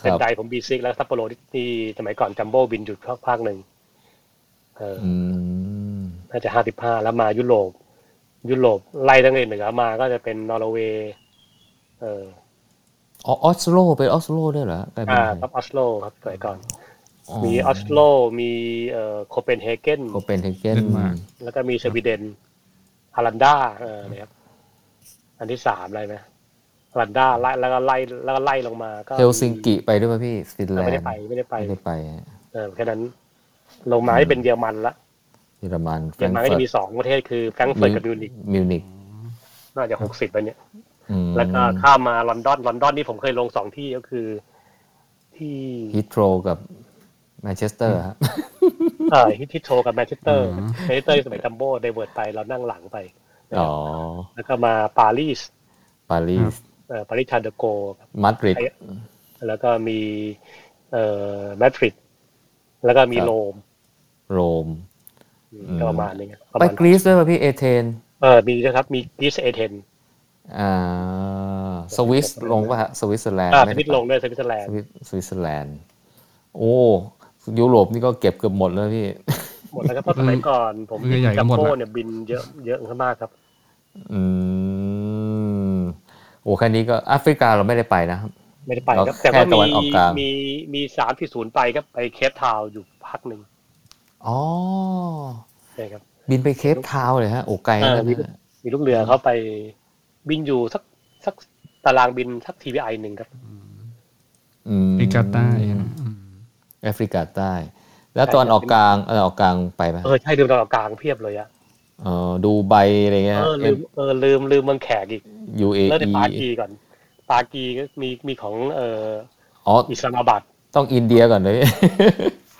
[SPEAKER 2] ค
[SPEAKER 3] เซน
[SPEAKER 2] รับ
[SPEAKER 3] ไดผมบีซิกแล้วซัปโปโรที่ที่สมัยก่อนจัมโบ้บินหยุดภาคหนึ่งเอออ
[SPEAKER 2] อืม
[SPEAKER 3] น่าจะห้าสิบห้าแล้วมายุโรป ยุโรปไล่ตั้งแต่เหนือมาก็จะเป็นนอร์เวย์เออ
[SPEAKER 2] อ๋อออสโลเป็นออสโลด้วยเหรอใกล้บ้า
[SPEAKER 3] อ่าน ครับออสโลครับสมัยก่อน
[SPEAKER 2] อ๋อ
[SPEAKER 3] มีออสโล มีเอ่อโคเปนเฮเกน
[SPEAKER 2] โคเปนเฮเกน
[SPEAKER 1] เดนมาร์ก
[SPEAKER 3] แล้วก็มีสวีเดนฮอลันดาเออนะครับ อันที่สามอะไรนะฮอลันดาไล่แล้วก็ไล่แล้วก็ไล่ลงมา ก็
[SPEAKER 2] เฮลซิงกิไปด้วยป่ะพี่ฟินแลนด์
[SPEAKER 3] ไม่ได้ไปไม่ได้ไป
[SPEAKER 2] ไม่ได้ไป
[SPEAKER 3] เออแค่นั้น ลงมาให้เป็นเยอรมันละ
[SPEAKER 2] เยอรมันแฟ
[SPEAKER 3] เย
[SPEAKER 2] ร
[SPEAKER 3] อรงมัน
[SPEAKER 2] ก์
[SPEAKER 3] ก็
[SPEAKER 2] เฟิ
[SPEAKER 3] จะ
[SPEAKER 2] ร์
[SPEAKER 3] มี
[SPEAKER 2] ต
[SPEAKER 3] สองประเทศคือแฟรงก์เฟิร์ตกับมิวนิก
[SPEAKER 2] มิวนิก
[SPEAKER 3] น่าจะหกสิบไปเนี่ย
[SPEAKER 2] อืม
[SPEAKER 3] แล้วก็ข้ามมาลอนดอน ลอนดอนนี่ผมเคยลงสองที่ก็คือ ที่
[SPEAKER 2] ฮิตโตรกับแมนเชสเตอร์ฮะ
[SPEAKER 3] เอ่อฮิตโชกับแมนเชสเตอร์
[SPEAKER 1] อืม
[SPEAKER 3] แมนเชสเตอร์สมัยจัมโบ้ไดเวิร์ดไปเรานั่งหลังไป
[SPEAKER 2] อ๋อ
[SPEAKER 3] แล้วก็มาปารีส
[SPEAKER 2] ปารีส
[SPEAKER 3] เอ่อปาริสชาร์ลเดอโกครับ
[SPEAKER 2] มาดริด
[SPEAKER 3] แล้วก็มีเอ่อมาดริดแล้วก็มี
[SPEAKER 2] ครับ
[SPEAKER 3] โรม
[SPEAKER 2] โรม
[SPEAKER 3] อืม
[SPEAKER 2] อืม
[SPEAKER 3] ก็ประมาณนี้ครับประ
[SPEAKER 2] ไป
[SPEAKER 3] มาณ
[SPEAKER 2] กรีซด้วยป่ะพี่เอเธน
[SPEAKER 3] เออมีนะครับมีกรีซเอเธน
[SPEAKER 2] อ่าสวิสลงป่ะฮะสวิตเซอร์แลนด์
[SPEAKER 3] อ่าส
[SPEAKER 2] ไม่
[SPEAKER 3] วิ
[SPEAKER 2] ได้
[SPEAKER 3] ต
[SPEAKER 2] ไป
[SPEAKER 3] ลงด้วยสวิตเซอร์แลน
[SPEAKER 2] ส
[SPEAKER 3] ด์
[SPEAKER 2] วิตสวิตเซอร์แลนด์โอ้ยุโรปนี่ก็เก็บเกือบหมดแล้วพี่
[SPEAKER 3] หมดแล้วครับเพราะสมัยก่อนผม
[SPEAKER 1] เรือใหญ่ก็
[SPEAKER 3] จัม
[SPEAKER 1] หมดละ
[SPEAKER 3] โบ้เนี่ยบินเยอะเยอะมากครับ
[SPEAKER 2] อืม โอ้แค่นี้ก็แอฟริกาเราไม่ได้ไปนะ
[SPEAKER 3] ไม่ได้ไปครับ
[SPEAKER 2] เรา
[SPEAKER 3] แต่ว่า
[SPEAKER 2] แค่ตะวัน
[SPEAKER 3] มี
[SPEAKER 2] ออกกลาง
[SPEAKER 3] มีมีสามที่ศูนย์ไปครับไปเคปทาวน์อยู่พักหนึ่ง
[SPEAKER 2] อ๋อ
[SPEAKER 3] ใช่ครับ
[SPEAKER 2] บินไปเคปทาวน์เลยฮะ โอ้ไกล
[SPEAKER 3] เออ
[SPEAKER 2] นะเนี่ย
[SPEAKER 3] มีลูกเรือเขาไปบินอยู่สักสักตารางบินสักทีวีไอหนึ่งครับ
[SPEAKER 2] อืม
[SPEAKER 1] แอฟริกาใต้นะอืม
[SPEAKER 2] แอฟริกาใต้ แล้วตอนออกกลางเออออกกลางไปไหม
[SPEAKER 3] เออใช่ลืมตอนออกกลางเพียบเลยอะ
[SPEAKER 2] เออดูใบอะไรเงี้ยฮะ
[SPEAKER 3] เออลืมเออลืมลืมเมืองแขกอีก
[SPEAKER 2] UAE
[SPEAKER 3] เริ่มในปากีก่อน ปากีก็มีมีของเอ่อ
[SPEAKER 2] อ๋อ
[SPEAKER 3] อิสลามอาบัด
[SPEAKER 2] ต้องอินเดียก่อนเลย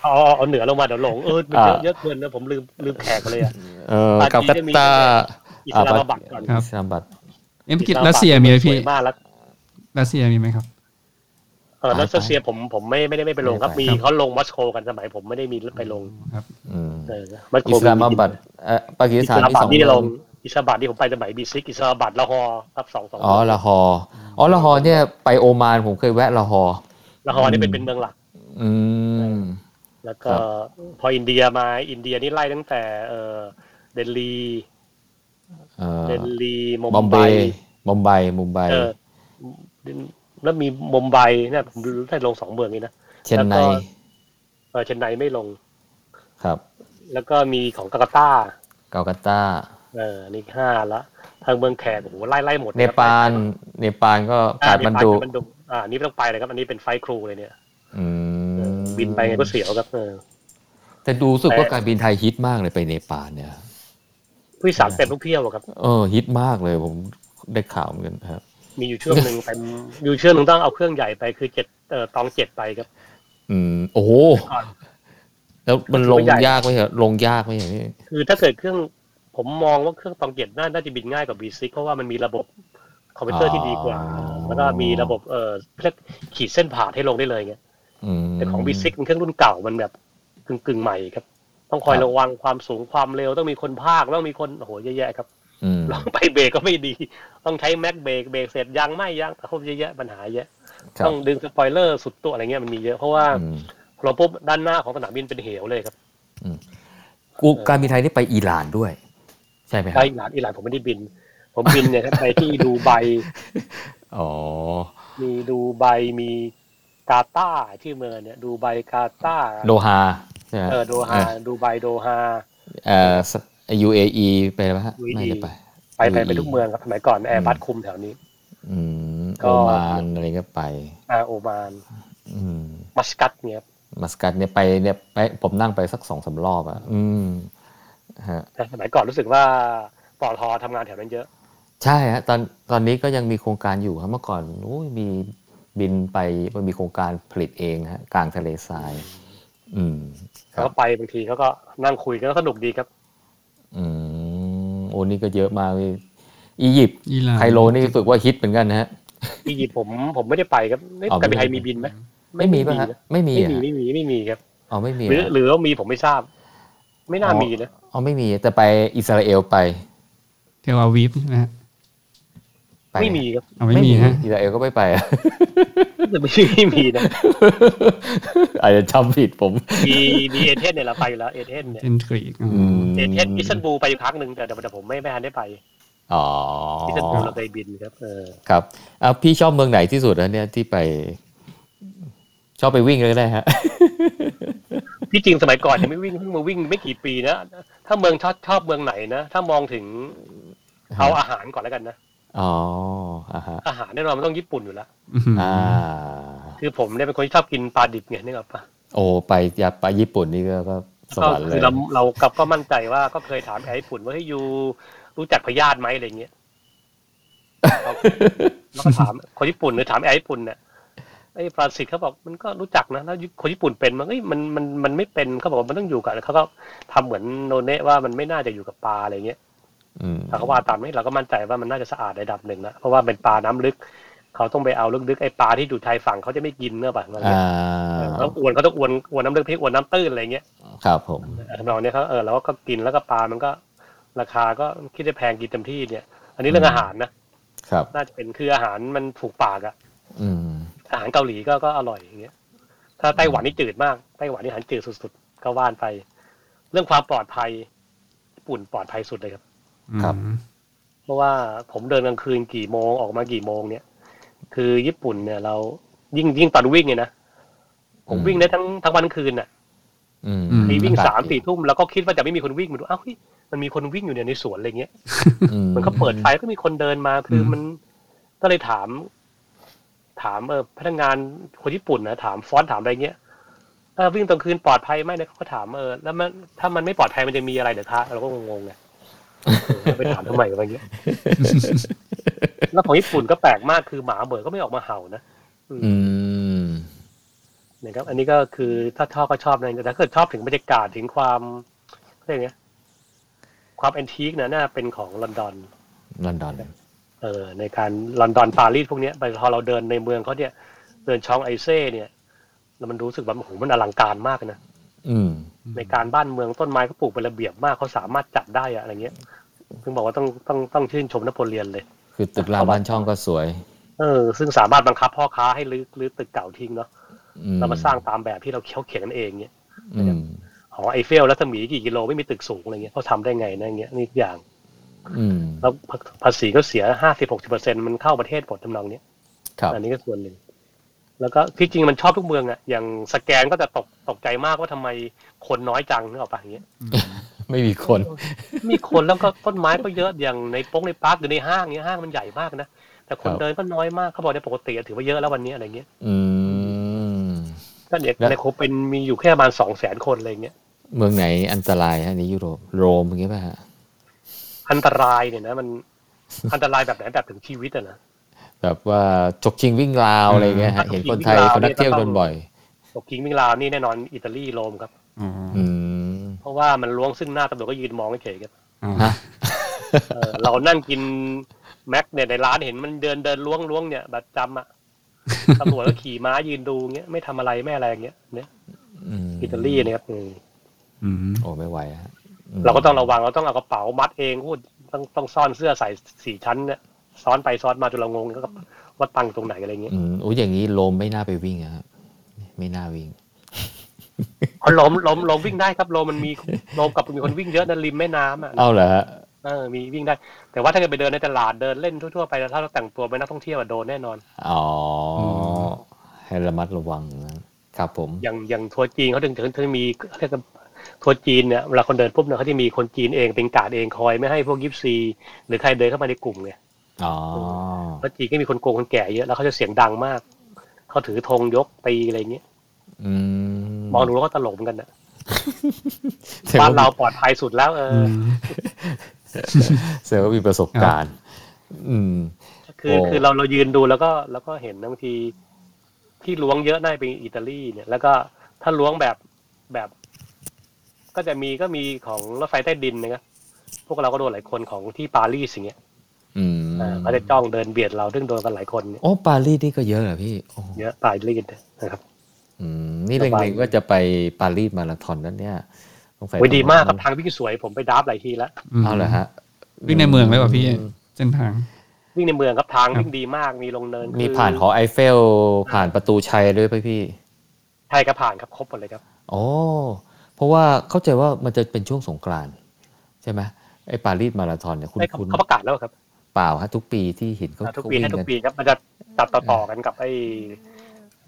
[SPEAKER 3] เอาเอาเอาเหนือลงมาเดี๋ยวหลงเออมันเยอะ
[SPEAKER 2] อ่า
[SPEAKER 3] เยอะเกินนะผมลืมลืมแขกไปเลยอะ
[SPEAKER 2] เออ
[SPEAKER 3] ปากี
[SPEAKER 2] กา
[SPEAKER 3] จะ
[SPEAKER 2] ตา
[SPEAKER 3] มี
[SPEAKER 2] ร์ตา
[SPEAKER 3] อิสลามอาบัดก่อน
[SPEAKER 2] อิสลามบัด
[SPEAKER 1] เอ็มกิจรัสเซียมีไหมพี่
[SPEAKER 3] สวยมากแล้ว
[SPEAKER 1] รัสเซียมีไหมครับ
[SPEAKER 3] เออ
[SPEAKER 2] ไป
[SPEAKER 3] รัสเซียผมผมไม่ไม่ได้ไม่ไปลงครับ
[SPEAKER 2] ไม่
[SPEAKER 3] มี
[SPEAKER 2] ได้ไป
[SPEAKER 3] เขาลงมอสโกกันสมัยผมไม่ได้มีไปลง
[SPEAKER 1] ครับ
[SPEAKER 2] อืม
[SPEAKER 3] เออมอสโก
[SPEAKER 2] อิสลามบัดเอ่อปากี
[SPEAKER 3] อิ
[SPEAKER 2] ส
[SPEAKER 3] ส
[SPEAKER 2] ถานที่
[SPEAKER 3] ลามอาบั
[SPEAKER 2] สอ
[SPEAKER 3] ด
[SPEAKER 2] ง
[SPEAKER 3] นี่ได้ลง
[SPEAKER 2] เมือง
[SPEAKER 3] อิสลามอาบัดที่ผมไปสมัยบีซิกอิสลามอาบัดละฮอครับสองสอง
[SPEAKER 2] อ๋อละฮออ๋อละฮอเนี่ยไปโอมานผมเคยแวะละฮอ
[SPEAKER 3] ละฮอนี่เป็น
[SPEAKER 2] อืม
[SPEAKER 3] เป็นเมืองหลัก
[SPEAKER 2] อืม
[SPEAKER 3] แล้วก็
[SPEAKER 2] ครับ
[SPEAKER 3] พออินเดียมาอินเดียนี่ไล่ตั้งแต่เออเดลี
[SPEAKER 2] เออ
[SPEAKER 3] เดลีมุ
[SPEAKER 2] บอม
[SPEAKER 3] ม
[SPEAKER 2] เบ
[SPEAKER 3] ไบ
[SPEAKER 2] ย์บอมไบย์มุมไบ
[SPEAKER 3] เออแล้วมีมุมไบเนี่ยผมได้ลงสองเมืองนี้นะ
[SPEAKER 2] เชนไน
[SPEAKER 3] แล้วก็ เออเชนไนไม่ลง
[SPEAKER 2] ครับ
[SPEAKER 3] แล้วก็มีของกากาตา
[SPEAKER 2] เกากาตา
[SPEAKER 3] เออนี่ห้าละทางเมืองแขกโอ้โหไล่ไล่หมด
[SPEAKER 2] เนปาลเนปาลก็
[SPEAKER 3] กา
[SPEAKER 2] การด
[SPEAKER 3] มั
[SPEAKER 2] มัน น
[SPEAKER 3] ดู
[SPEAKER 2] ดุ
[SPEAKER 3] มันดูอ่านี่ไม่ต้องไปเลยครับ อันนี้เป็นไฟท์ครูเลยเนี่ย
[SPEAKER 2] อืม
[SPEAKER 3] เออบินไปไงก็เสียวครับเออ
[SPEAKER 2] แต่ดูรู้สึกว่า
[SPEAKER 3] แต่
[SPEAKER 2] การบินไทยฮิตมากเลยไปเนปาลเนี่ย
[SPEAKER 3] ผู้โดยสารเต็มทุกเที่ยวอะครับ
[SPEAKER 2] เออฮิตมากเลยผมได้ข่าวเหมือนกันครับ
[SPEAKER 3] มีอยู่ช่วง
[SPEAKER 2] (laughs)
[SPEAKER 3] หนึ่งเป็นอยู่ช่วงหนึ่งต้องเอาเครื่องใหญ่ไปคือเจ็ดเออตองเจ็ดไปครับ
[SPEAKER 2] อืมโอ้โห
[SPEAKER 3] ก่อน
[SPEAKER 2] แล้วมันลง
[SPEAKER 3] ตัวใหญ่
[SPEAKER 2] ยากไหมครับลงยากไหมครับพี่
[SPEAKER 3] คือถ้าเกิดเครื่องผมมองว่าเครื่องตองเจ็ดน่าน่าจะบินง่ายกว่าบีซิกเพราะว่ามันมีระบบคอมพิวเตอร์ที่ดีกว่า แล้วก็มีระบบเออเรียกขีดเส้นผ่าให้ลงได้เลยไง
[SPEAKER 2] อืม
[SPEAKER 3] แต่ของ V6 มันเครื่องรุ่นเก่ามันแบบกึ่งกึ่งๆใหม่ครับ ต้องคอย
[SPEAKER 2] ครับ
[SPEAKER 3] ระวังความสูงความเร็วต้องมีคนภาคต้องมีคนโอ้โหเยอะแยะครับ
[SPEAKER 2] อืม
[SPEAKER 3] ลองไปเบรกก็ไม่ดี ต้องใช้แม็กเบรกเบรกเสร็จยังไม่ยังเขาเยอะแยะปัญหาเยอะ
[SPEAKER 2] ครับ
[SPEAKER 3] ต้องดึงสปอยเลอร์สุดตัวอะไรเงี้ยมันมีเยอะเพราะว่า
[SPEAKER 2] อืม
[SPEAKER 3] เราปุ๊บด้านหน้าของสนามบินเป็นเหวเลยครับ
[SPEAKER 2] กูการบินไทยได้ไปอิหร่านด้วย ใช่ไหมครั
[SPEAKER 3] ไป
[SPEAKER 2] บ
[SPEAKER 3] อิหร่านอิหร่านผมไม่ได้บิน ผมบินเนี่ยครับไปที่ดูไบ
[SPEAKER 2] อ๋อ
[SPEAKER 3] มีดูไบมีกาตาร์ที่เมืองเนี่ยดูไบกาตาร์
[SPEAKER 2] โดฮาใช่ไหม
[SPEAKER 3] เออโดฮาดูไบโดฮา
[SPEAKER 2] เอ่อส UAE ไปไหมฮะ
[SPEAKER 3] UAE
[SPEAKER 2] ไม่ได้ไป
[SPEAKER 3] ไปไปไปทุกเมืองครับสมัยก่อนแอร์บัสคุมแถวนี้
[SPEAKER 2] อืม
[SPEAKER 3] ก็
[SPEAKER 2] โอมานอะไรก็ไป
[SPEAKER 3] อาโอมาน
[SPEAKER 2] อืม
[SPEAKER 3] มัสกัตเนี่ยครับ
[SPEAKER 2] มัสกัดเนี่ยไปเนี่ยไปผมนั่งไปสักสองสามรอบอ่ะ อืมฮะ
[SPEAKER 3] แต่สมัยก่อนรู้สึกว่าปอทอทำงานแถวนั้นเยอะ
[SPEAKER 2] ใช่ฮะตอนตอนนี้ก็ยังมีโครงการอยู่ครับเมื่อก่อนโอ้ยมีบินไปมันมีโครงการผลิตเองฮะกลางทะเลทราย อืม ครับ
[SPEAKER 3] เขาไปบางทีเขาก็นั่งคุยกันก็สนุกดีครับ
[SPEAKER 2] อืมโอ้นี่ก็เยอะมากเลยอียิปต์
[SPEAKER 1] อิหร่าน
[SPEAKER 2] ไคโลนี่รู้สึกว่าฮิตเหมือนกันนะฮะ
[SPEAKER 3] อียิปต์ผมผมไม่ได้ไปครับเอ๊ะ
[SPEAKER 2] อ๋อ
[SPEAKER 3] การบินไทย
[SPEAKER 2] ไม่ได้
[SPEAKER 3] มีบินไหม
[SPEAKER 2] ไม่มีป่ะฮะ
[SPEAKER 3] น
[SPEAKER 2] ไม่มี
[SPEAKER 3] ไม่
[SPEAKER 2] อะ
[SPEAKER 3] มีไม่มีไม่มีครับ
[SPEAKER 2] อ๋อไม่มี
[SPEAKER 3] หรือ
[SPEAKER 2] อะ
[SPEAKER 3] หรือว่ามีผมไม่ทราบ ไม่น่ามีนะ
[SPEAKER 2] อ๋อไม่มีแต่ไปอิสราเอลไป
[SPEAKER 1] เทลอาวีฟใช่ไหมฮะ
[SPEAKER 2] ป
[SPEAKER 3] ไม่มีครับ (laughs)
[SPEAKER 1] เอาไม่มีฮะ
[SPEAKER 2] อิสราเอลก็ไม่ไปอะ (laughs)
[SPEAKER 3] รู้สึกไม่มีไม่มีนะ
[SPEAKER 2] อาจจะจำผิดผม
[SPEAKER 3] มีมีเอเธนเนี่ยเราไปอยู่แล้วเอเธนเนี่ย
[SPEAKER 1] เป็นกรีกอ๋อ
[SPEAKER 2] อืม
[SPEAKER 3] เอเธนอิสตันบูลไปอยู่ครั้งหนึ่งแต่แต่แต่ผมไม่ไม่ทันได้ไป
[SPEAKER 2] อ๋อ
[SPEAKER 3] อิสตันบูลเราไปบินครับเออ
[SPEAKER 2] ครับอ่ะพี่ชอบเมืองไหนที่สุดแล้วเนี่ยที่ไป ชอบไปวิ่งเลยก็ได้ฮะ
[SPEAKER 3] ที่จริงสมัยก่อนยัง (laughs) ไม่วิ่งเพิ่งมาวิ่งไม่กี่ปีนะถ้าเมืองชอบชอบเมืองไหนนะถ้ามองถึง เอาอาหารก่อนแล้วกันนะ
[SPEAKER 2] อ๋ออ่าฮะ
[SPEAKER 3] อาหารแน่นอนมันต้องญี่ปุ่นอยู่แล้ว
[SPEAKER 1] อื้อหือ
[SPEAKER 2] อ่า
[SPEAKER 3] คือผมเนี่ยเป็นคนที่ชอบกินปลาดิบไงนึกออกปะ
[SPEAKER 2] โอ้ไปอยากไปญี่ปุ่นนี่ก็ก็ส
[SPEAKER 3] ก็
[SPEAKER 2] วรรค์เล
[SPEAKER 3] คื
[SPEAKER 2] ย
[SPEAKER 3] อเราเรากลับก็มั่นใจว่าก็เคยถามไอ้ญี่ปุ่นว่าให้ยอยูรู้จักพยาธิไหมอะไรเงี้ยเราแล้วก็ถาม (laughs) คนญี่ปุ่นหรือถามไอ้ญี่ปุ่นเนี่ยไอ้ปลาสิทธิ์เขาบอกมันก็รู้จักนะแล้วคนญี่ปุ่นเป็นมันเอ้ยมันมันมันไม่เป็นเขาบอกว่ามันต้องอยู่กับเขาก็ทำเหมือนโนเนะว่ามันไม่น่าจะอยู่กับปลาอะไรเงี้ย
[SPEAKER 2] อืม
[SPEAKER 3] เราก็ว่าตามนี้เราก็มั่นใจว่ามันน่าจะสะอาดในระดับหนึ่งนะเพราะว่าเป็นปลาน้ำลึก เขาต้องไปเอาลึกๆไอ้ปลาที่อยู่ชายฝั่งเขาจะไม่กินเนื้อปลา
[SPEAKER 2] อ่า
[SPEAKER 3] เขาอวนเขาต้องอวนอวนน้ำลึกที่อวนน้ำตื้นอะไรเงี้ย
[SPEAKER 2] ครับผม
[SPEAKER 3] ทำนองเนี้ยเขาเออเราก็กินแล้วก็ปลามันก็ราคาก็คิดได้แพงกินเต็มที่เนี่ย อันนี้เรื่องอาหารนะครับ น่าจะเป็นคืออาหารมันถูกปากอะ
[SPEAKER 2] อืม
[SPEAKER 3] อาหารเกาหลีก็ก็อร่อยอย่างเงี้ยถ้าไต้หวันนี่จืดมากไต้หวันนี่อาหารจืดสุดๆก็ว่านไป เรื่องความปลอดภัยญี่ปุ่นปลอดภัยสุดเลยครับ
[SPEAKER 2] ครับ
[SPEAKER 1] อืม
[SPEAKER 3] เพราะว่าผมเดินกลางคืนกี่โมงออกมากี่โมงเนี่ย คือญี่ปุ่นเนี่ยเรา ยิ่งยิ่งตอนวิ่งเนี่ยนะผมวิ่งได้ทั้งทั้งวันทั้งคืนอ่ะ
[SPEAKER 2] อืม
[SPEAKER 1] อืม
[SPEAKER 3] มีวิ่ง
[SPEAKER 2] ครับ
[SPEAKER 3] สามสี่ทุ่มแล้วก็คิดว่าจะไม่มีคนวิ่งมันดูอ้าวเฮ้ยมันมีคนวิ่งอยู่เนี่ยในสวนอะไรเงี้ย
[SPEAKER 2] อื
[SPEAKER 3] มันก็เปิดไฟก็มีคนเดินมาคืออ
[SPEAKER 1] ม
[SPEAKER 3] มันก็เลยถาม ถามเออพนักงานคนญี่ปุ่นนะถามฟอนต์ถามอะไรเงี้ยเออวิ่งตอนคืนปลอดภัยไหมเนี่ยเขาก็ถามเออแล้วมันถ้ามันไม่ปลอดภัยมันจะมีอะไรเดี๋ยวคะเราก็งงๆไงเออไปถามทำไมอะไรเงี้ย (laughs) แล้วของญี่ปุ่นก็แปลกมากคือหมาเบิดก็ไม่ออกมาเห่านะ
[SPEAKER 2] อืม
[SPEAKER 3] นะครับ อันนี้ก็คือถ้าชอบก็ชอบนะแต่ถ้าเกิดชอบถึงบรรยากาศถึงความเรียกไงความแอนทีคนะน่าเป็นของลอนดอน
[SPEAKER 2] ลอนดอน
[SPEAKER 3] เออในการลอนดอนปารีสพวกเนี้ยไปพอเราเดินในเมืองเขาเนี่ยเดินช่องไอเซ่เนี่ยแล้วมันรู้สึกแบบโอ้โหมันอลังการมากนะ
[SPEAKER 2] อืม
[SPEAKER 3] ในการบ้านเมืองต้นไม้เขาปลูกเป็นระเบียบมากเขาสามารถจัดได้อะอะไรเงี้ยถึงบอกว่าต้องต้องต้องชื่นชมนโปเลียนเลย
[SPEAKER 2] คือตึกรามบ้านช่องก็สวย
[SPEAKER 3] เออ ซึ่งสามารถบังคับพ่อค้าให้รื้อรื้อตึกเก่าทิ้งเนาะ
[SPEAKER 2] อื
[SPEAKER 3] เรามาสร้างตามแบบที่เราเขาเขียนกันเองเนี่ย
[SPEAKER 2] อืม
[SPEAKER 3] หอไอเฟลรัศมีกี่กิโลไม่มีตึกสูงอะไรเงี้ยเขาทำได้ไงนะอย่างเงี้ยนี่อย่าง
[SPEAKER 2] อืม
[SPEAKER 3] แล้วภาษีก็เสียห้าสิบหกสิบเปอร์เซ็นมันเข้าประเทศหมดทำนองเนี้ย
[SPEAKER 2] ครับ
[SPEAKER 3] อันนี้ก็ส่วนหนึ่ง แล้วก็ที่จริงมันชอบทุกเมืองอะอย่างสแกนก็จะตกตกใจมากว่าทำไมคนน้อยจังนึกออกปะอย่างเงี้ย
[SPEAKER 2] (laughs) ไม่มีคน
[SPEAKER 3] มีคนแล้วก็ต้นไม้ก็เยอะอย่างในโป้งในปาร์คหรือในห้างเนี้ยห้างมันใหญ่มากนะ แต่คน
[SPEAKER 2] ครับ
[SPEAKER 3] เดินก็น้อยมากเขาบอกในปกติอะถือว่าเยอะแล้ววันนี้อะไรเงี้ย
[SPEAKER 2] อืม
[SPEAKER 3] ก็เนี่ย
[SPEAKER 2] แล้ว
[SPEAKER 3] ในโคเป็นมีอยู่แค่ประมาณสองแสนคนอะไรเงี้ย
[SPEAKER 2] เมืองไหนอันตรายฮะในยุโรปโรมอย่างเงี้ยป่ะฮะ
[SPEAKER 3] อันตรายเนี่ยนะ
[SPEAKER 2] (laughs)
[SPEAKER 3] มัน อันตรายแบบไหนแบบถึงชีวิตอะนะ
[SPEAKER 2] แบบว่าจกชิงวิ่งราวอะไรเงี้ยฮะเห็นคนไทยคนนักเที่ยวโดนบ่อย
[SPEAKER 3] ตกกิ้งวิ่งราวนี่แน่นอนอิตาลีโรมครับ
[SPEAKER 1] อ๋อ
[SPEAKER 2] อืม
[SPEAKER 3] เพราะว่ามันล้วงซึ่งหน้าตำรวจก็ยืนมองเฉยๆครับ
[SPEAKER 1] อ๋อ
[SPEAKER 2] ฮะ
[SPEAKER 3] เออเรานั่งกินแม็กเนี่ยในร้านเห็นมันเดินเดินล้วงล้วงเนี่ยแบบจำอะตำรวจก็ขี่ม้ายืนดูเงี้ยไม่ทำอะไรไม่อะไรอย่างเงี้ยเนี่ย
[SPEAKER 2] อืม
[SPEAKER 3] อิตาลีเนี่ยครับอืม
[SPEAKER 1] อืม
[SPEAKER 2] โอ้ไม่ไหวฮะม
[SPEAKER 3] เราก็ต้องระวังเราต้องเอากระเป๋ามัดเองพูดต้องต้องซ่อนเสื้อใส่สี่ชั้นเนี่ยซ้อนไปซ้อนมาจนเรางงก็ว่าตังค์ตรงไหนอะไรเงี้ย
[SPEAKER 2] อืมโอ้ยอย่างนี้โรมไม่น่าไปวิ่งอะฮะไม่น่าวิ่ง
[SPEAKER 3] เขาล้มล้มล้มวิ่งได้ครับลมมันมีลมกับมีคนวิ่งเยอะนะริมแม่น้ำอ่ะ
[SPEAKER 2] เอาเหรอฮะ
[SPEAKER 3] เออมีวิ่งได้ แต่ว่าถ้าเกิดไปเดินในตลาดเดินเล่นทั่วๆไปแล้วถ้าเราแต่งตัวเป็นนักท่องเที่ยวอะโดนแน่นอน
[SPEAKER 2] อ๋อให้ระมัดระวังนะครับผม
[SPEAKER 3] อย่างอย่างทัวร์จีนเขาถึงถึงถึงมีเขาเรียกกันทัวร์จีนเนี่ยเวลาคนเดินปุ๊บเนี่ยเขาจะมีคนจีนเองเป็นการ์ดเองคอยไม่ให้พวกยิปซี หรือใครเดินเข้ามาในกลุ่มไง
[SPEAKER 2] อ๋อ
[SPEAKER 3] เพราะจีนก็มีคนโกงคนแก่เยอะแล้วเขาจะเสียงดังมาก เขาถือธงยกตีอะไรเงี้ย
[SPEAKER 2] อืม
[SPEAKER 3] มองดูแล้วก็ตลกเหมือนกันนะ
[SPEAKER 2] แต่ว่
[SPEAKER 3] บ้านเราปลอดภัยสุดแล้วเอ
[SPEAKER 1] อื
[SPEAKER 3] อ
[SPEAKER 1] ม
[SPEAKER 2] แสดงว่ามีประสบการณ์ อืม
[SPEAKER 3] คือ
[SPEAKER 2] โอ้
[SPEAKER 3] คือเราเรายืนดูแล้วก็แล้วก็เห็นนะบางทีที่ล้วงเยอะน่าจะเป็นอิตาลีเนี่ย แล้วก็ถ้าล้วงแบบแบบ ก็จะมีก็มีของรถไฟใต้ดินนะครับพวกเราก็โดนหลายคนของที่ปารีสอย่างเงี้ย
[SPEAKER 2] อืม
[SPEAKER 3] อ่าเขาจะจ้องเดินเบียดเราซึ่งโดนกันหลายคนเนี่ย
[SPEAKER 2] โอ้ปารีสนี่ก็เยอะเหรอพี่โอ้
[SPEAKER 3] เยอะตายรีดนะครับ
[SPEAKER 2] อืมนี่
[SPEAKER 3] สบาย
[SPEAKER 2] เล็งๆว่าจะไปปารีสมาราธอนนั้นเนี่ยต้องไป
[SPEAKER 3] โอ้ยดีมากครับทางวิ่งสวยผมไปดับหลายทีแล้ว
[SPEAKER 2] เอาเหรอฮะ
[SPEAKER 1] วิ่งในเมืองเลยป่ะพี่เส้นทาง
[SPEAKER 3] วิ่งในเมืองครับทางวิ่งดีมากมีลงเนิน
[SPEAKER 2] มีผ่านหอไอเฟล ผ่านประตูชัยด้วยป่ะพี่
[SPEAKER 3] ใช่ครับผ่านครับครบหมดเลยครับ
[SPEAKER 2] โอ้เพราะว่าเข้าใจว่ามันจะเป็นช่วงสงกรานต์ใช่ไหมไอปารีสมาราธอนเนี่ยคุณ
[SPEAKER 3] ได้ครับ
[SPEAKER 2] คุณ
[SPEAKER 3] เขาประกาศแล้วครับ
[SPEAKER 2] เปล่าฮะทุกปีที่เห็นเขา
[SPEAKER 3] อ่าทุก
[SPEAKER 2] เขา
[SPEAKER 3] ปี
[SPEAKER 2] วิ่
[SPEAKER 3] ให้
[SPEAKER 2] ง
[SPEAKER 3] ทุ
[SPEAKER 2] กั
[SPEAKER 3] ก
[SPEAKER 2] น
[SPEAKER 3] ปีครับมันจะตัดต่อๆกันกับไอ้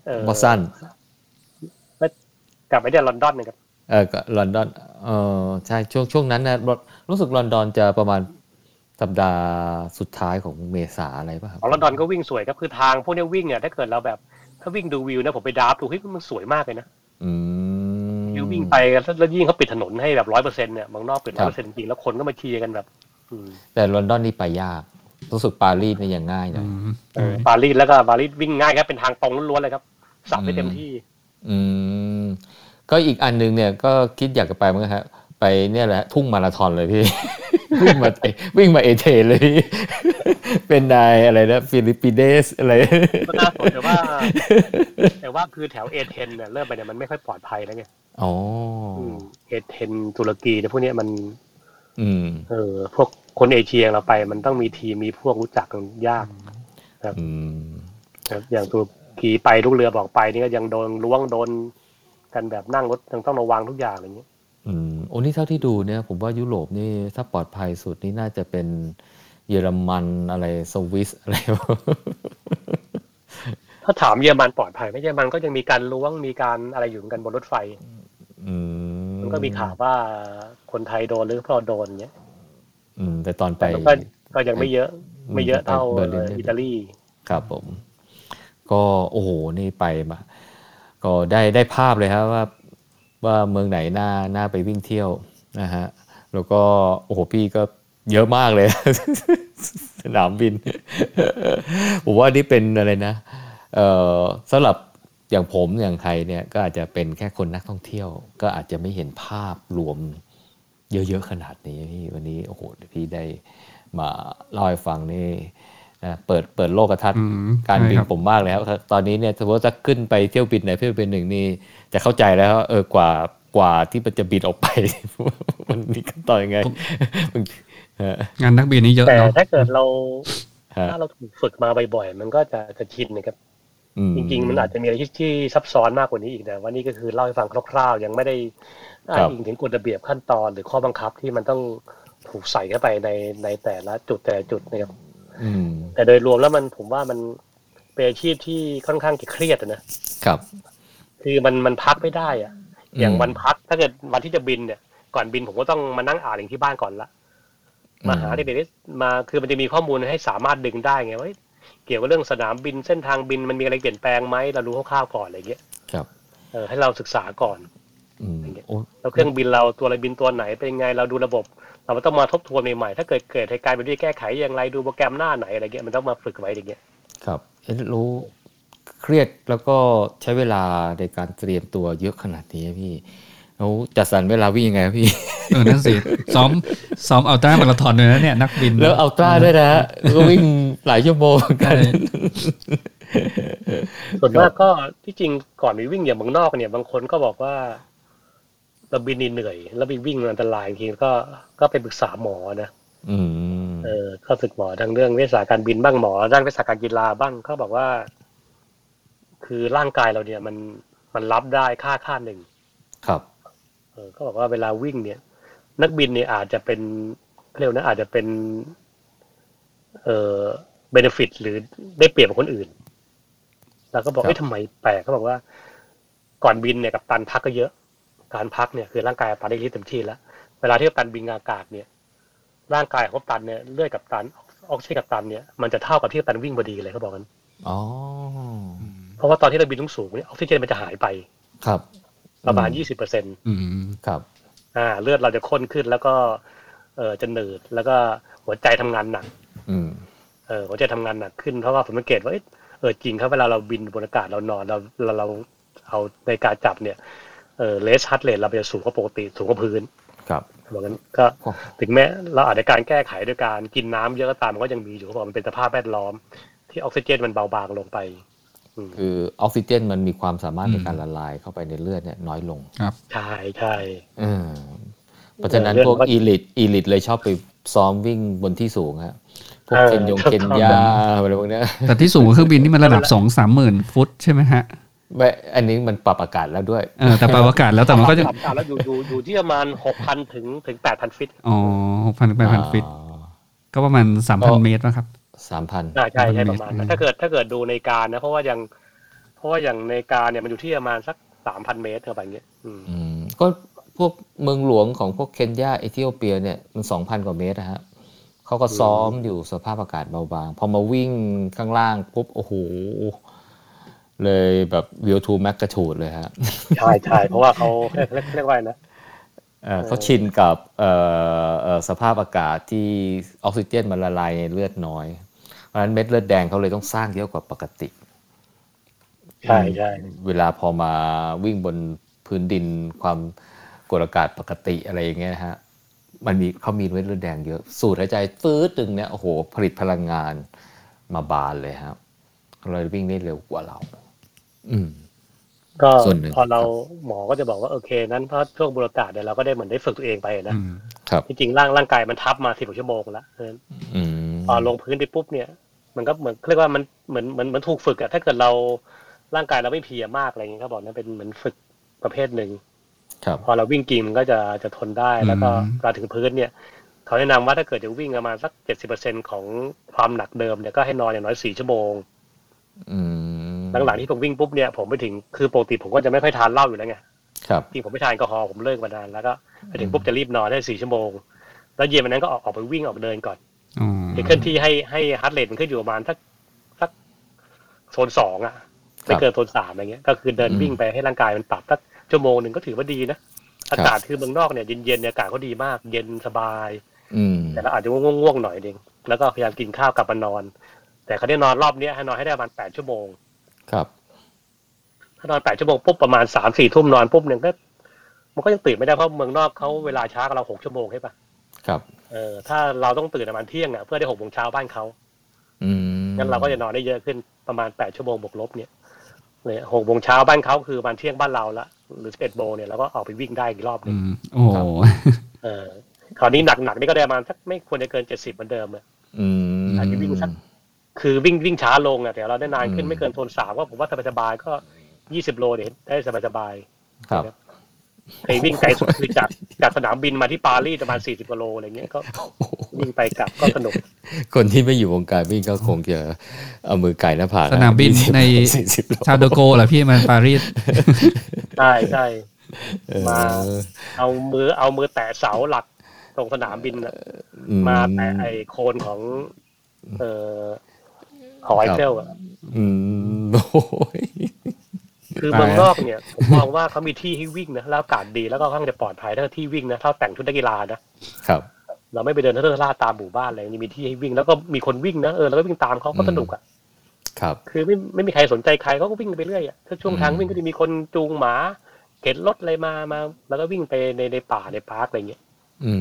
[SPEAKER 3] เ
[SPEAKER 2] บอสตัน
[SPEAKER 3] กับไอ้เดนลอนดอนนะครับ
[SPEAKER 2] เออก็ลอนดอน เออใช่ช่วงช่วงนั้นนะรรู้สึกลอนดอนจะประมาณสัปดาห์สุดท้ายของเมษาอะไรป่ะครับ
[SPEAKER 3] ของลอนดอนก็วิ่งสวยครับคือทางพวกเนี้ยวิ่งเนี่ยถ้าเกิดเราแบบถ้าวิ่งดูวิวนะผมไปดับดูเฮ้ยมันสวยมากเลยนะ
[SPEAKER 2] อืม
[SPEAKER 3] วิววิ่งไปแล้วแล้วยิ่งเขาปิดถนนให้แบบร้อยเปอร์เซ็นต์เนี่ยบางนอกปิด
[SPEAKER 2] ครั
[SPEAKER 3] ร้อบ ยเปอร์เซ็นต์จริงๆแล้วคนก็มาเชียร์กันแบบอืม
[SPEAKER 2] แต่ลอนดอนนี่ไปยาก รู้สึกปารีสนี่ยังง่ายหน่อย
[SPEAKER 3] เออปารีสแล้วก็ปารีสวิ่งง่ายครับเป็นทางตรงล้วนๆเลยครับสับได้เต็มที่
[SPEAKER 2] อืม ก็อีกอันหนึงเนี่ยก็คิดอยากจะไปเหมือนกันครับไปเนี่ยแหละ ทุ่งมาราธอนเลยพี่ (laughs) วิ่งมาเอวิ่งมาเอเธนเลยพี่ (laughs) เป็นนายอะไรนะฟิลิปปิเดสอะไร (laughs)
[SPEAKER 3] ก็น่าสนแต่ว่า แต่ว่าคือแถวเอเธนเนี่ยเริ่มไปเนี่ยมันไม่ค่อยปลอดภัยแล้วไง
[SPEAKER 2] อ๋อ
[SPEAKER 3] เอเธนตุรกีเนี่ยพวกเนี้ยมัน
[SPEAKER 2] อืม
[SPEAKER 3] เออพวกคนเอเชียเราไป มันต้องมีทีมมีพวกรู้จักกันยาก
[SPEAKER 2] อืม
[SPEAKER 3] ครับอย่างตุรกีไปลูกเรือบอกไปนี่ก็ยังโดนล้วงโดนกันแบบนั่งรถยังต้องระวังทุกอย่างอะไรอย่างเงี้ย
[SPEAKER 2] อืมโอ้นี่เท่าที่ดูเนี่ยผมว่ายุโรปนี่ถ้าปลอดภัยสุดนี่น่าจะเป็นเยอรมันอะไรสวิสอะไร
[SPEAKER 3] ถ้าถามเยอรมันปลอดภัยไหม่เยอรมันก็ยังมีการล้วงมีการอะไรอยู่เหมือนกันบนรถไฟ
[SPEAKER 2] (laughs) อื
[SPEAKER 3] มันก็มีข่าวว่าคนไทยโดนหรือพอโดนเนี้ย
[SPEAKER 2] อืมแต่ตอนไป
[SPEAKER 3] แต่มันก็ก็ยังไม่เยอะไม่เยอะเท่า
[SPEAKER 2] เบอร์ลินเนี่ย
[SPEAKER 3] อิตาลี
[SPEAKER 2] ครับผม ก็โอ้โหนี่ไปมา ก็ได้ได้ภาพเลยครับว่า ว่าเมืองไหนน่าน่าไปวิ่งเที่ยวนะฮะแล้วก็โอ้โหพี่ก็เยอะมากเลย (laughs) สนามบิน ผมว่านี่เป็นอะไรนะเอ่อสำหรับอย่างผมอย่างใครเนี่ยก็อาจจะเป็นแค่คนนักท่องเที่ยว ก็อาจจะไม่เห็นภาพรวม เยอะๆขนาดนี้พี่วันนี้โอ้โหพี่ได้มาเล่าให้ฟังนี่นะเปิดเปิดโลกทัศน์
[SPEAKER 1] อืม
[SPEAKER 2] การบิน
[SPEAKER 1] ใช่ครับ
[SPEAKER 2] ผมมากเลยครับ ตอนนี้เนี่ยสมมติว่าจะขึ้นไปเที่ยวบินไหนเที่ยวบินหนึ่งนี่จะเข้าใจแล้วว่าเออกว่ากว่าที่มันจะบินออกไป (laughs) มันมีขั้นตอนยังไงมันฮะ
[SPEAKER 1] งานนักบินนี่เยอะ
[SPEAKER 3] แต่
[SPEAKER 1] เนาะ
[SPEAKER 3] ถ้าเกิดเรา
[SPEAKER 2] ฮะ
[SPEAKER 3] ถ้าเราถูกฝึกมาบ่อยๆ มันก็จะจะชินนะครับ
[SPEAKER 2] อื
[SPEAKER 3] จริงๆ มันอาจจะมีอะไรที่ที่ซับซ้อนมากกว่านี้อีกแต่ว่านี่ก็คือเล่าให้ฟังคร่าวๆ ยังไม่ได้อ้างอิงถึงกฎระเบียบขั้นตอนหรือข้อบังคับที่มันต้องถูกใส่เข้าไปในในแต่ละจุดแต่ละจุดนะครับ
[SPEAKER 2] อืม
[SPEAKER 3] แต่โดยรวมแล้วมันผมว่ามันเป็นอาชีพที่ค่อนข้างจะเครียดอะนะ
[SPEAKER 2] ครับ
[SPEAKER 3] คือมันมันพักไม่ได้อะ
[SPEAKER 2] อืม
[SPEAKER 3] อย่างวันพักถ้าเกิดวันที่จะบินเนี่ย ก่อนบินผมก็ต้องมานั่งอ่านอย่างที่บ้านก่อนละมาหาเด็กๆมาคือมันจะมีข้อมูลให้สามารถดึงได้ไงว่าเอ้ยเกี่ยวกับเรื่องสนามบินเส้นทางบินมันมีอะไรเปลี่ยนแปลงไหมเรารู้คร่าวๆก่อนอะไรเงี้ย
[SPEAKER 2] ครับ
[SPEAKER 3] เออให้เราศึกษาก่อน
[SPEAKER 2] อืมโอ้
[SPEAKER 3] แล้วเครื่องบินเราตัวอะไรบินตัวไหนเป็นยังไงเราดูระบบ เราต้องมาทบทวนใหม่ๆถ้าเกิดเกิดเหตุการณ์แบบนี้แก้ไขอย่างไรดูโปรแกรมหน้าไหนอะไรเงี้ยมันต้องมาฝึกไว้อย่างเงี้ย
[SPEAKER 2] ครับเอ๊ะรู้เครียดแล้วก็ใช้เวลาในการเตรียมตัวเยอะขนาดนี้พี่แล้วจัดสรรเวลาวิ่งยังไงครับ (laughs) พี่
[SPEAKER 1] เออนั่นสิซ้อมซ้อมอัลตร้ามาราธอนเลยนะเนี่ยนักบิน
[SPEAKER 2] แล้วเอาตร้าด้วย (laughs) นะฮะก็วิ่งหลายชั่วโมงเหมือนกัน
[SPEAKER 1] ใช่
[SPEAKER 3] ส่วนมากก็ที่จริงก่อนไปวิ่งอย่างเมืองนอกเนี่ยบางคนก็บอกว่า เราบินนี่เหนื่อย แล้วไปวิ่งมันอันตรายจริงๆก็ก็ไปปรึกษาหมอนะ
[SPEAKER 2] อืม
[SPEAKER 3] เออก็ฝึกหมอทางเรื่องเวชศาสตร์การบินบ้างหมอด้านเวชศาสตร์การกีฬาบ้างเขาบอกว่า คือร่างกายเราเนี่ย มันมันรับได้ค่าค่าหนึ่ง
[SPEAKER 2] ครับ
[SPEAKER 3] เออเขาบอกว่าเวลาวิ่งเนี่ย นักบินเนี่ยอาจจะเป็นเขาเรียกนะอาจจะเป็น เอ่อเบนฟิตหรือได้เปรียบกว่าคนอื่น แล้วก็บอก
[SPEAKER 2] ครับ
[SPEAKER 3] เอ้ยทำไมแปลกเขาบอกว่า ก่อนบินเนี่ยกับตันพักก็เยอะ การพักเนี่ยคือร่างกายกัปตันได้ที่เต็มที่แล้ว เวลาที่กัปตันบินอากาศเนี่ย ร่างกายของกัปตันเนี่ยเลือดกับตันออกซิเจนกับตันเนี่ยมันจะเท่ากับที่กัปตันวิ่งพอดีเลยเขาบอกกัน
[SPEAKER 2] อ๋อ
[SPEAKER 3] เพราะว่าตอนที่เราบินสูงๆเนี่ยออกซิเจนมันจะหายไป
[SPEAKER 2] ครับ
[SPEAKER 3] ประมาณ
[SPEAKER 2] อื
[SPEAKER 3] ยี่สิบเปอร์เซ็นต์
[SPEAKER 1] อืม
[SPEAKER 2] ครับ
[SPEAKER 3] อ่าเลือดเราจะข้นขึ้นแล้วก็เออจะหนืดแล้วก็หัวใจทำงานหนัก
[SPEAKER 2] อืม
[SPEAKER 3] เออหัวใจทำงานหนักขึ้นเพราะว่าผมสังเกตว่าเอ๊ะเออจริงครับเวลาเราบินบนอากาศเรานอนเราเราเราเอาในการจับเนี่ยเออเลสชัดเลนเราจะสูงกว่าปกติสูงกว่าพื้น
[SPEAKER 2] ครับ
[SPEAKER 3] เพราะงั้นก็ถึงแม้เราอาจจะการแก้ไขด้วยการกินน้ำเยอะก็ตามมันก็ยังมีอยู่เพราะมันเป็นสภาพแวดล้อม ที่ออกซิเจนมันเบาบางลงไปอืม
[SPEAKER 2] คือออกซิเจนมันมีความสามารถในการละลายเข้าไปในเลือดเนี่ยน้อยลง
[SPEAKER 3] ใช่ใช่
[SPEAKER 2] อืมเพราะฉะนั้นพวกอีลิทอีลิทเลยชอบไปซ้อมวิ่งบนที่สูงฮะพวกเคนยงเคนยาอะไรพวกเนี้ย
[SPEAKER 1] แต่ที่สูงกว่าเครื่องบินนี่มันระดับสองสามหมื่นฟุตใช่ไหมฮะ
[SPEAKER 2] ไม่อันนี้มันปรับอากาศแล้วด้วย
[SPEAKER 1] เออแต่ปลายอากาศแล้วแต่มันก็จะ
[SPEAKER 3] สามสามแล้วอยู่อยู่อยู่ที่ประมาณหกพันถึงถึงแปดพันฟิต
[SPEAKER 1] อ๋อหกพันแปดพันฟิต ก็ประมาณสามพันเมตรนะครับ
[SPEAKER 2] สามพัน
[SPEAKER 3] อ่าใช่ใช่ประมาณนั้
[SPEAKER 1] อื
[SPEAKER 3] น
[SPEAKER 1] ม
[SPEAKER 3] ถ้าเกิดถ้าเกิดดูในการนะ เพราะว่ายังเพราะว่าอย่างในการเนี่ยมันอยู่ที่ประมาณสักสามพันเมตรเท่าไหร่เงี้ยอืม
[SPEAKER 2] ก็พวกเมืองหลวงของพวกเคนยาเอธิโอเปียเนี่ยมันสองพันกว่าเมตรนะฮะเขาก็ซ้อมอยู่สภาพอากาศเบาบาง พอมาวิ่งข้างล่างปุ๊บ โอ้โห เลยแบบวิวทูแมกกระฉูดเลยฮะ
[SPEAKER 3] ใช่ใช่เพราะว่าเขาเรียกเรีย (laughs) กเรียกว่าไงนะ
[SPEAKER 2] เอ่อเขาชินกับเอ่อเอ่อสภาพอากาศที่ออกซิเจนมันละลายในเลือดน้อย เพราะฉะนั้นเม็ดเลือดแดงเขาเลยต้องสร้างเยอะกว่าปกติ
[SPEAKER 3] ใช่ใช่
[SPEAKER 2] เวลาพอมาวิ่งบนพื้นดินความกดอากาศปกติอะไรอย่างเงี้ยนะฮะ มันมีเขามีเม็ดเลือดแดงเยอะ สูดหายใจฟื้ดตึงเนี่ยโอ้โห ผลิตพลังงานมาบานเลยครับเราวิ่งได้เร็วกว่าเรา อืม
[SPEAKER 3] ก็
[SPEAKER 2] ส่วนหนึ่ง
[SPEAKER 3] พอเราหมอก็จะบอกว่าโอเค นั้นเพราะช่วงบรรยากาศเนี่ยเราก็ได้เหมือนได้ฝึกตัวเองไปนะ
[SPEAKER 1] อืม
[SPEAKER 2] ครับ
[SPEAKER 3] จริงๆร่างร่างกายมันทับมาสิบกว่าชั่วโมงแล้วเออ
[SPEAKER 2] อืม
[SPEAKER 3] พอลงพื้นไปปุ๊บเนี่ย มันก็เหมือนเรียกว่ามันเหมือนเหมือนเหมันถูกฝึกอะถ้าเกิดเราร่างกายเราไม่เพลียมากอะไรอย่างเงี้ยเขาบอกนะเป็นเหมือนฝึกประเภทหนึ่ง
[SPEAKER 2] ครับ
[SPEAKER 3] พอเราวิ่งกินมันก็จะจะทนได้แล้วก็เวลาถึงพื้นเนี่ย เขาแนะนำว่าถ้าเกิดจะวิ่งประมาณสักเจ็ดสิบเปอร์เซ็นของความหนักเดิมเนี่ยก็ให้นอนอย่างน้อยสี่ชั่วโมง
[SPEAKER 2] อืม
[SPEAKER 3] หลังๆที่ผมวิ่งปุ๊บเนี่ยผมไปถึงคือปกติผมก็จะไม่ค่อยทานเหล้าอยู่แล้วไง
[SPEAKER 2] ครับ
[SPEAKER 3] ที่ผมไม่ทานแอลกอฮอล์ผมเลิกมานานแล้วก็ไปถึงปุ๊บจะรีบนอนได้สี่ชั่วโมง แล้วเย็นวันนั้นก็ออกออกไปวิ่งออกไปเดินก่อน
[SPEAKER 1] อ๋อ
[SPEAKER 3] คือเคลื่อนที่ให้ให้ฮาร์ดเรทมันขึ้นอยู่ประมาณสักสักโซนสองอะไม่เกินโซนสามอะไรเงี้ยก็คือเดิน
[SPEAKER 2] อืม
[SPEAKER 3] วิ่งไปให้ร่างกายมันปรับสักชั่วโมงหนึ่งก็ถือว่าดีนะอากาศคือเมืองนอกเนี่ยเย็นๆเนี่ยอากาศเขาดีมาก เย็นสบาย
[SPEAKER 2] อืม
[SPEAKER 3] แต่เราอาจจะง่วงๆหน่อยเองแล้วก็พยายามกินข้าวกลับมานอน แต่เขาได้นอนรอบเนี้ยให้นอนให้ได้ประมาณแปดชั่วโมง
[SPEAKER 2] ครับ
[SPEAKER 3] ถ้านอนแปดชั่วโมงปุ๊บประมาณสามสี่ทุ่มนอนปุ๊บเนี่ยก็มันก็ยังตื่นไม่ได้เพราะเมืองนอกเขาเวลาช้ากว่าเราหกชั่วโมงใช่ปะ
[SPEAKER 2] ครับ
[SPEAKER 3] เออถ้าเราต้องตื่นประมาณเที่ยงอ่ะเพื่อได้หกโมงเช้าบ้านเขา
[SPEAKER 2] อืม
[SPEAKER 3] งั้นเราก็จะนอนได้เยอะขึ้นประมาณแปดชั่วโมงบวกลบเนี่ยเลยหกโมงเช้าบ้านเขาคือประมาณเที่ยงบ้านเราละหรือสิบเอ็ดโมงเนี่ยเราก็ออกไปวิ่งได้อีกรอบหนึ
[SPEAKER 1] อื
[SPEAKER 3] ง
[SPEAKER 1] มโอ้โห
[SPEAKER 3] เออคราวนี้หนักๆนี่ก็ได้ประมาณสักไม่ควรจะเกินเจ็ดสิบเหมือนเดิมเลย
[SPEAKER 2] อืม
[SPEAKER 3] อาจจะวิ่งสัก คือวิ่งวิ่งช้าลงอะแต่เราได้นานขึ้
[SPEAKER 2] อื
[SPEAKER 3] น
[SPEAKER 2] ม
[SPEAKER 3] ไม่เกินโทนสามก็ผมว่าสบายๆก็ยี่สิบโลเนี่ยได้สบาย
[SPEAKER 2] ครับ
[SPEAKER 3] ๆไปวิ่งไกลสุดคือจากจากสนามบินมาที่ปารีสประมาณสี่สิบกว่าโลอะไรเงี้ยก็วิ่งไปกลับก็สนุก
[SPEAKER 2] คนที่ไม่อยู่วงการวิ่งก็คงจะเอามือไก่หน้าผาก
[SPEAKER 1] สนามบินใน
[SPEAKER 2] สี่สิบโล
[SPEAKER 1] ชาโดโกเหรอพี่มันปารีส
[SPEAKER 3] ใช่ใช่
[SPEAKER 2] เออ
[SPEAKER 3] มาเอามือเอามือแตะเสาหลักตรงสนามบินอะ
[SPEAKER 2] อื
[SPEAKER 3] มาแตะไอโคนของ เอ่อของไอเฟลอะ
[SPEAKER 2] อืมโอ้ย
[SPEAKER 3] คือเมืองนอกเนี่ยผมมองว่าเขามีที่ให้วิ่งนะแล้วอากาศดีแล้วก็ค่อนข้างจะปลอดภัยถ้าที่วิ่งนะถ้าแต่งชุดนักกีฬานะ
[SPEAKER 2] ครับ
[SPEAKER 3] เราไม่ไปเดินเทอร์ล่าตามหมู่บ้านอะไรยังมีที่ให้วิ่งแล้วก็มีคนวิ่งนะเออแล้วก็วิ่งตามเขาก็สนุกอ่ะ
[SPEAKER 2] ครับ
[SPEAKER 3] คือไม่ไม่มีใครสนใจใครเขาก็วิ่งไปเรื่อยอ่ะถ้าช่วงทางวิ่งก็จะมีคนจูงหมา เข็นรถอะไรมามา แล้วก็วิ่งไปในในป่าในพาร์คอะไรเงี้ย
[SPEAKER 2] อื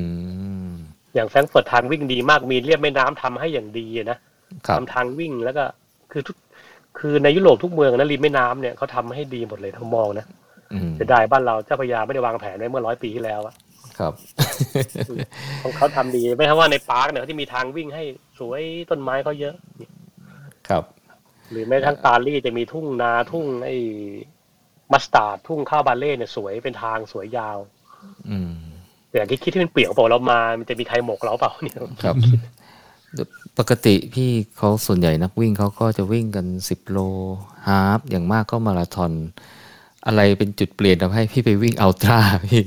[SPEAKER 2] ม
[SPEAKER 3] อย่างแฟรงก์เฟิร์ตทางวิ่งดีมากมีเรียบแม่น้ำทำให้อย่างดีอะนะครับ ทำทางวิ่งแล้วก็คือทุกคือในยุโรปทุกเมืองนะริมแม่น้ำเนี่ยเขาทำให้ดีหมดเลยถ้ามองนะ
[SPEAKER 2] อืม
[SPEAKER 3] จะได้บ้านเราเจ้าพระยาไม่ได้วางแผนไว้เมื่อร้อยปีที่แล้วอะ
[SPEAKER 2] ครับ
[SPEAKER 3] ของเขาทำดีไม่ใช่ว่าในปาร์คเนี่ยเขาจะมีทางวิ่งให้สวยต้นไม้เขาเยอะ
[SPEAKER 2] ครับ
[SPEAKER 3] หรือแม้กระทั่งปารีสจะมีทุ่งนาทุ่งไอ้มัสตาร์ดทุ่งข้าวบาเล่เนี่ยสวยเป็นทางสวยยาว
[SPEAKER 2] อืม
[SPEAKER 3] แต่อย่างที่คิดที่เป็นเปลี่ยวเปล่าเรามา มันจะมีใครหมกเราเปล่าเนี่ย
[SPEAKER 2] ครับ ปกติพี่เขาส่วนใหญ่นักวิ่งเขาก็จะวิ่งกันสิบโลฮาล์ฟอย่างมากก็มาราธอน อะไรเป็นจุดเปลี่ยนทำให้พี่ไปวิ่งอัลตร้าพี่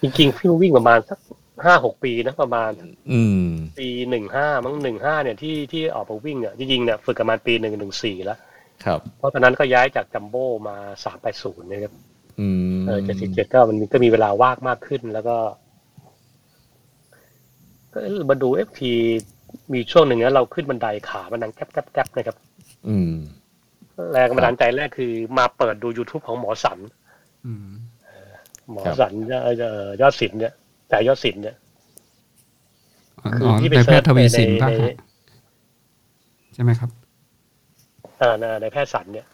[SPEAKER 3] จริงๆพี่วิ่งประมาณสักห้าหกปีนะประมาณ
[SPEAKER 2] อืม
[SPEAKER 3] ปีหนึ่งห้ามั้งหนึ่งห้าเนี่ยที่ที่ออกมาวิ่งเนี่ยจริงๆเนี่ยฝึกกันมาปีหนึ่งหนึ่งสี่แล้ว
[SPEAKER 2] ครับ
[SPEAKER 3] เพราะตอนนั้นก็ย้ายจากจัมโบ้มาสามแปดศูนย์นะครับ
[SPEAKER 2] อืม
[SPEAKER 3] เออเจ็ดสิบเจ็ดก็มันก็มีเวลาว่างมากขึ้นแล้วก็ก็มาดูเอฟทีมีช่วงหนึ่งนะเราขึ้นบันไดขามันดังแกบแกบแกบนะครับ
[SPEAKER 2] อืม
[SPEAKER 3] แรงบันดาลใจแรกคือมาเปิดดู YouTube ของหมอสัน
[SPEAKER 1] อืม
[SPEAKER 3] หมอ
[SPEAKER 2] ครับ
[SPEAKER 3] สันเอ่อเอ่อยอดศิลป์เนี่ยแต่ยอดศิลป์เนี่ย คื
[SPEAKER 1] อ๋
[SPEAKER 3] อ
[SPEAKER 1] อ
[SPEAKER 3] ที่ไป
[SPEAKER 1] ในแพทย์ทวีสิน
[SPEAKER 3] เสิร์ช
[SPEAKER 1] ป่ะ
[SPEAKER 3] ใน
[SPEAKER 1] ฮะใช่ไหมครับ
[SPEAKER 3] อ่าในในแพทย์สันเนี่ย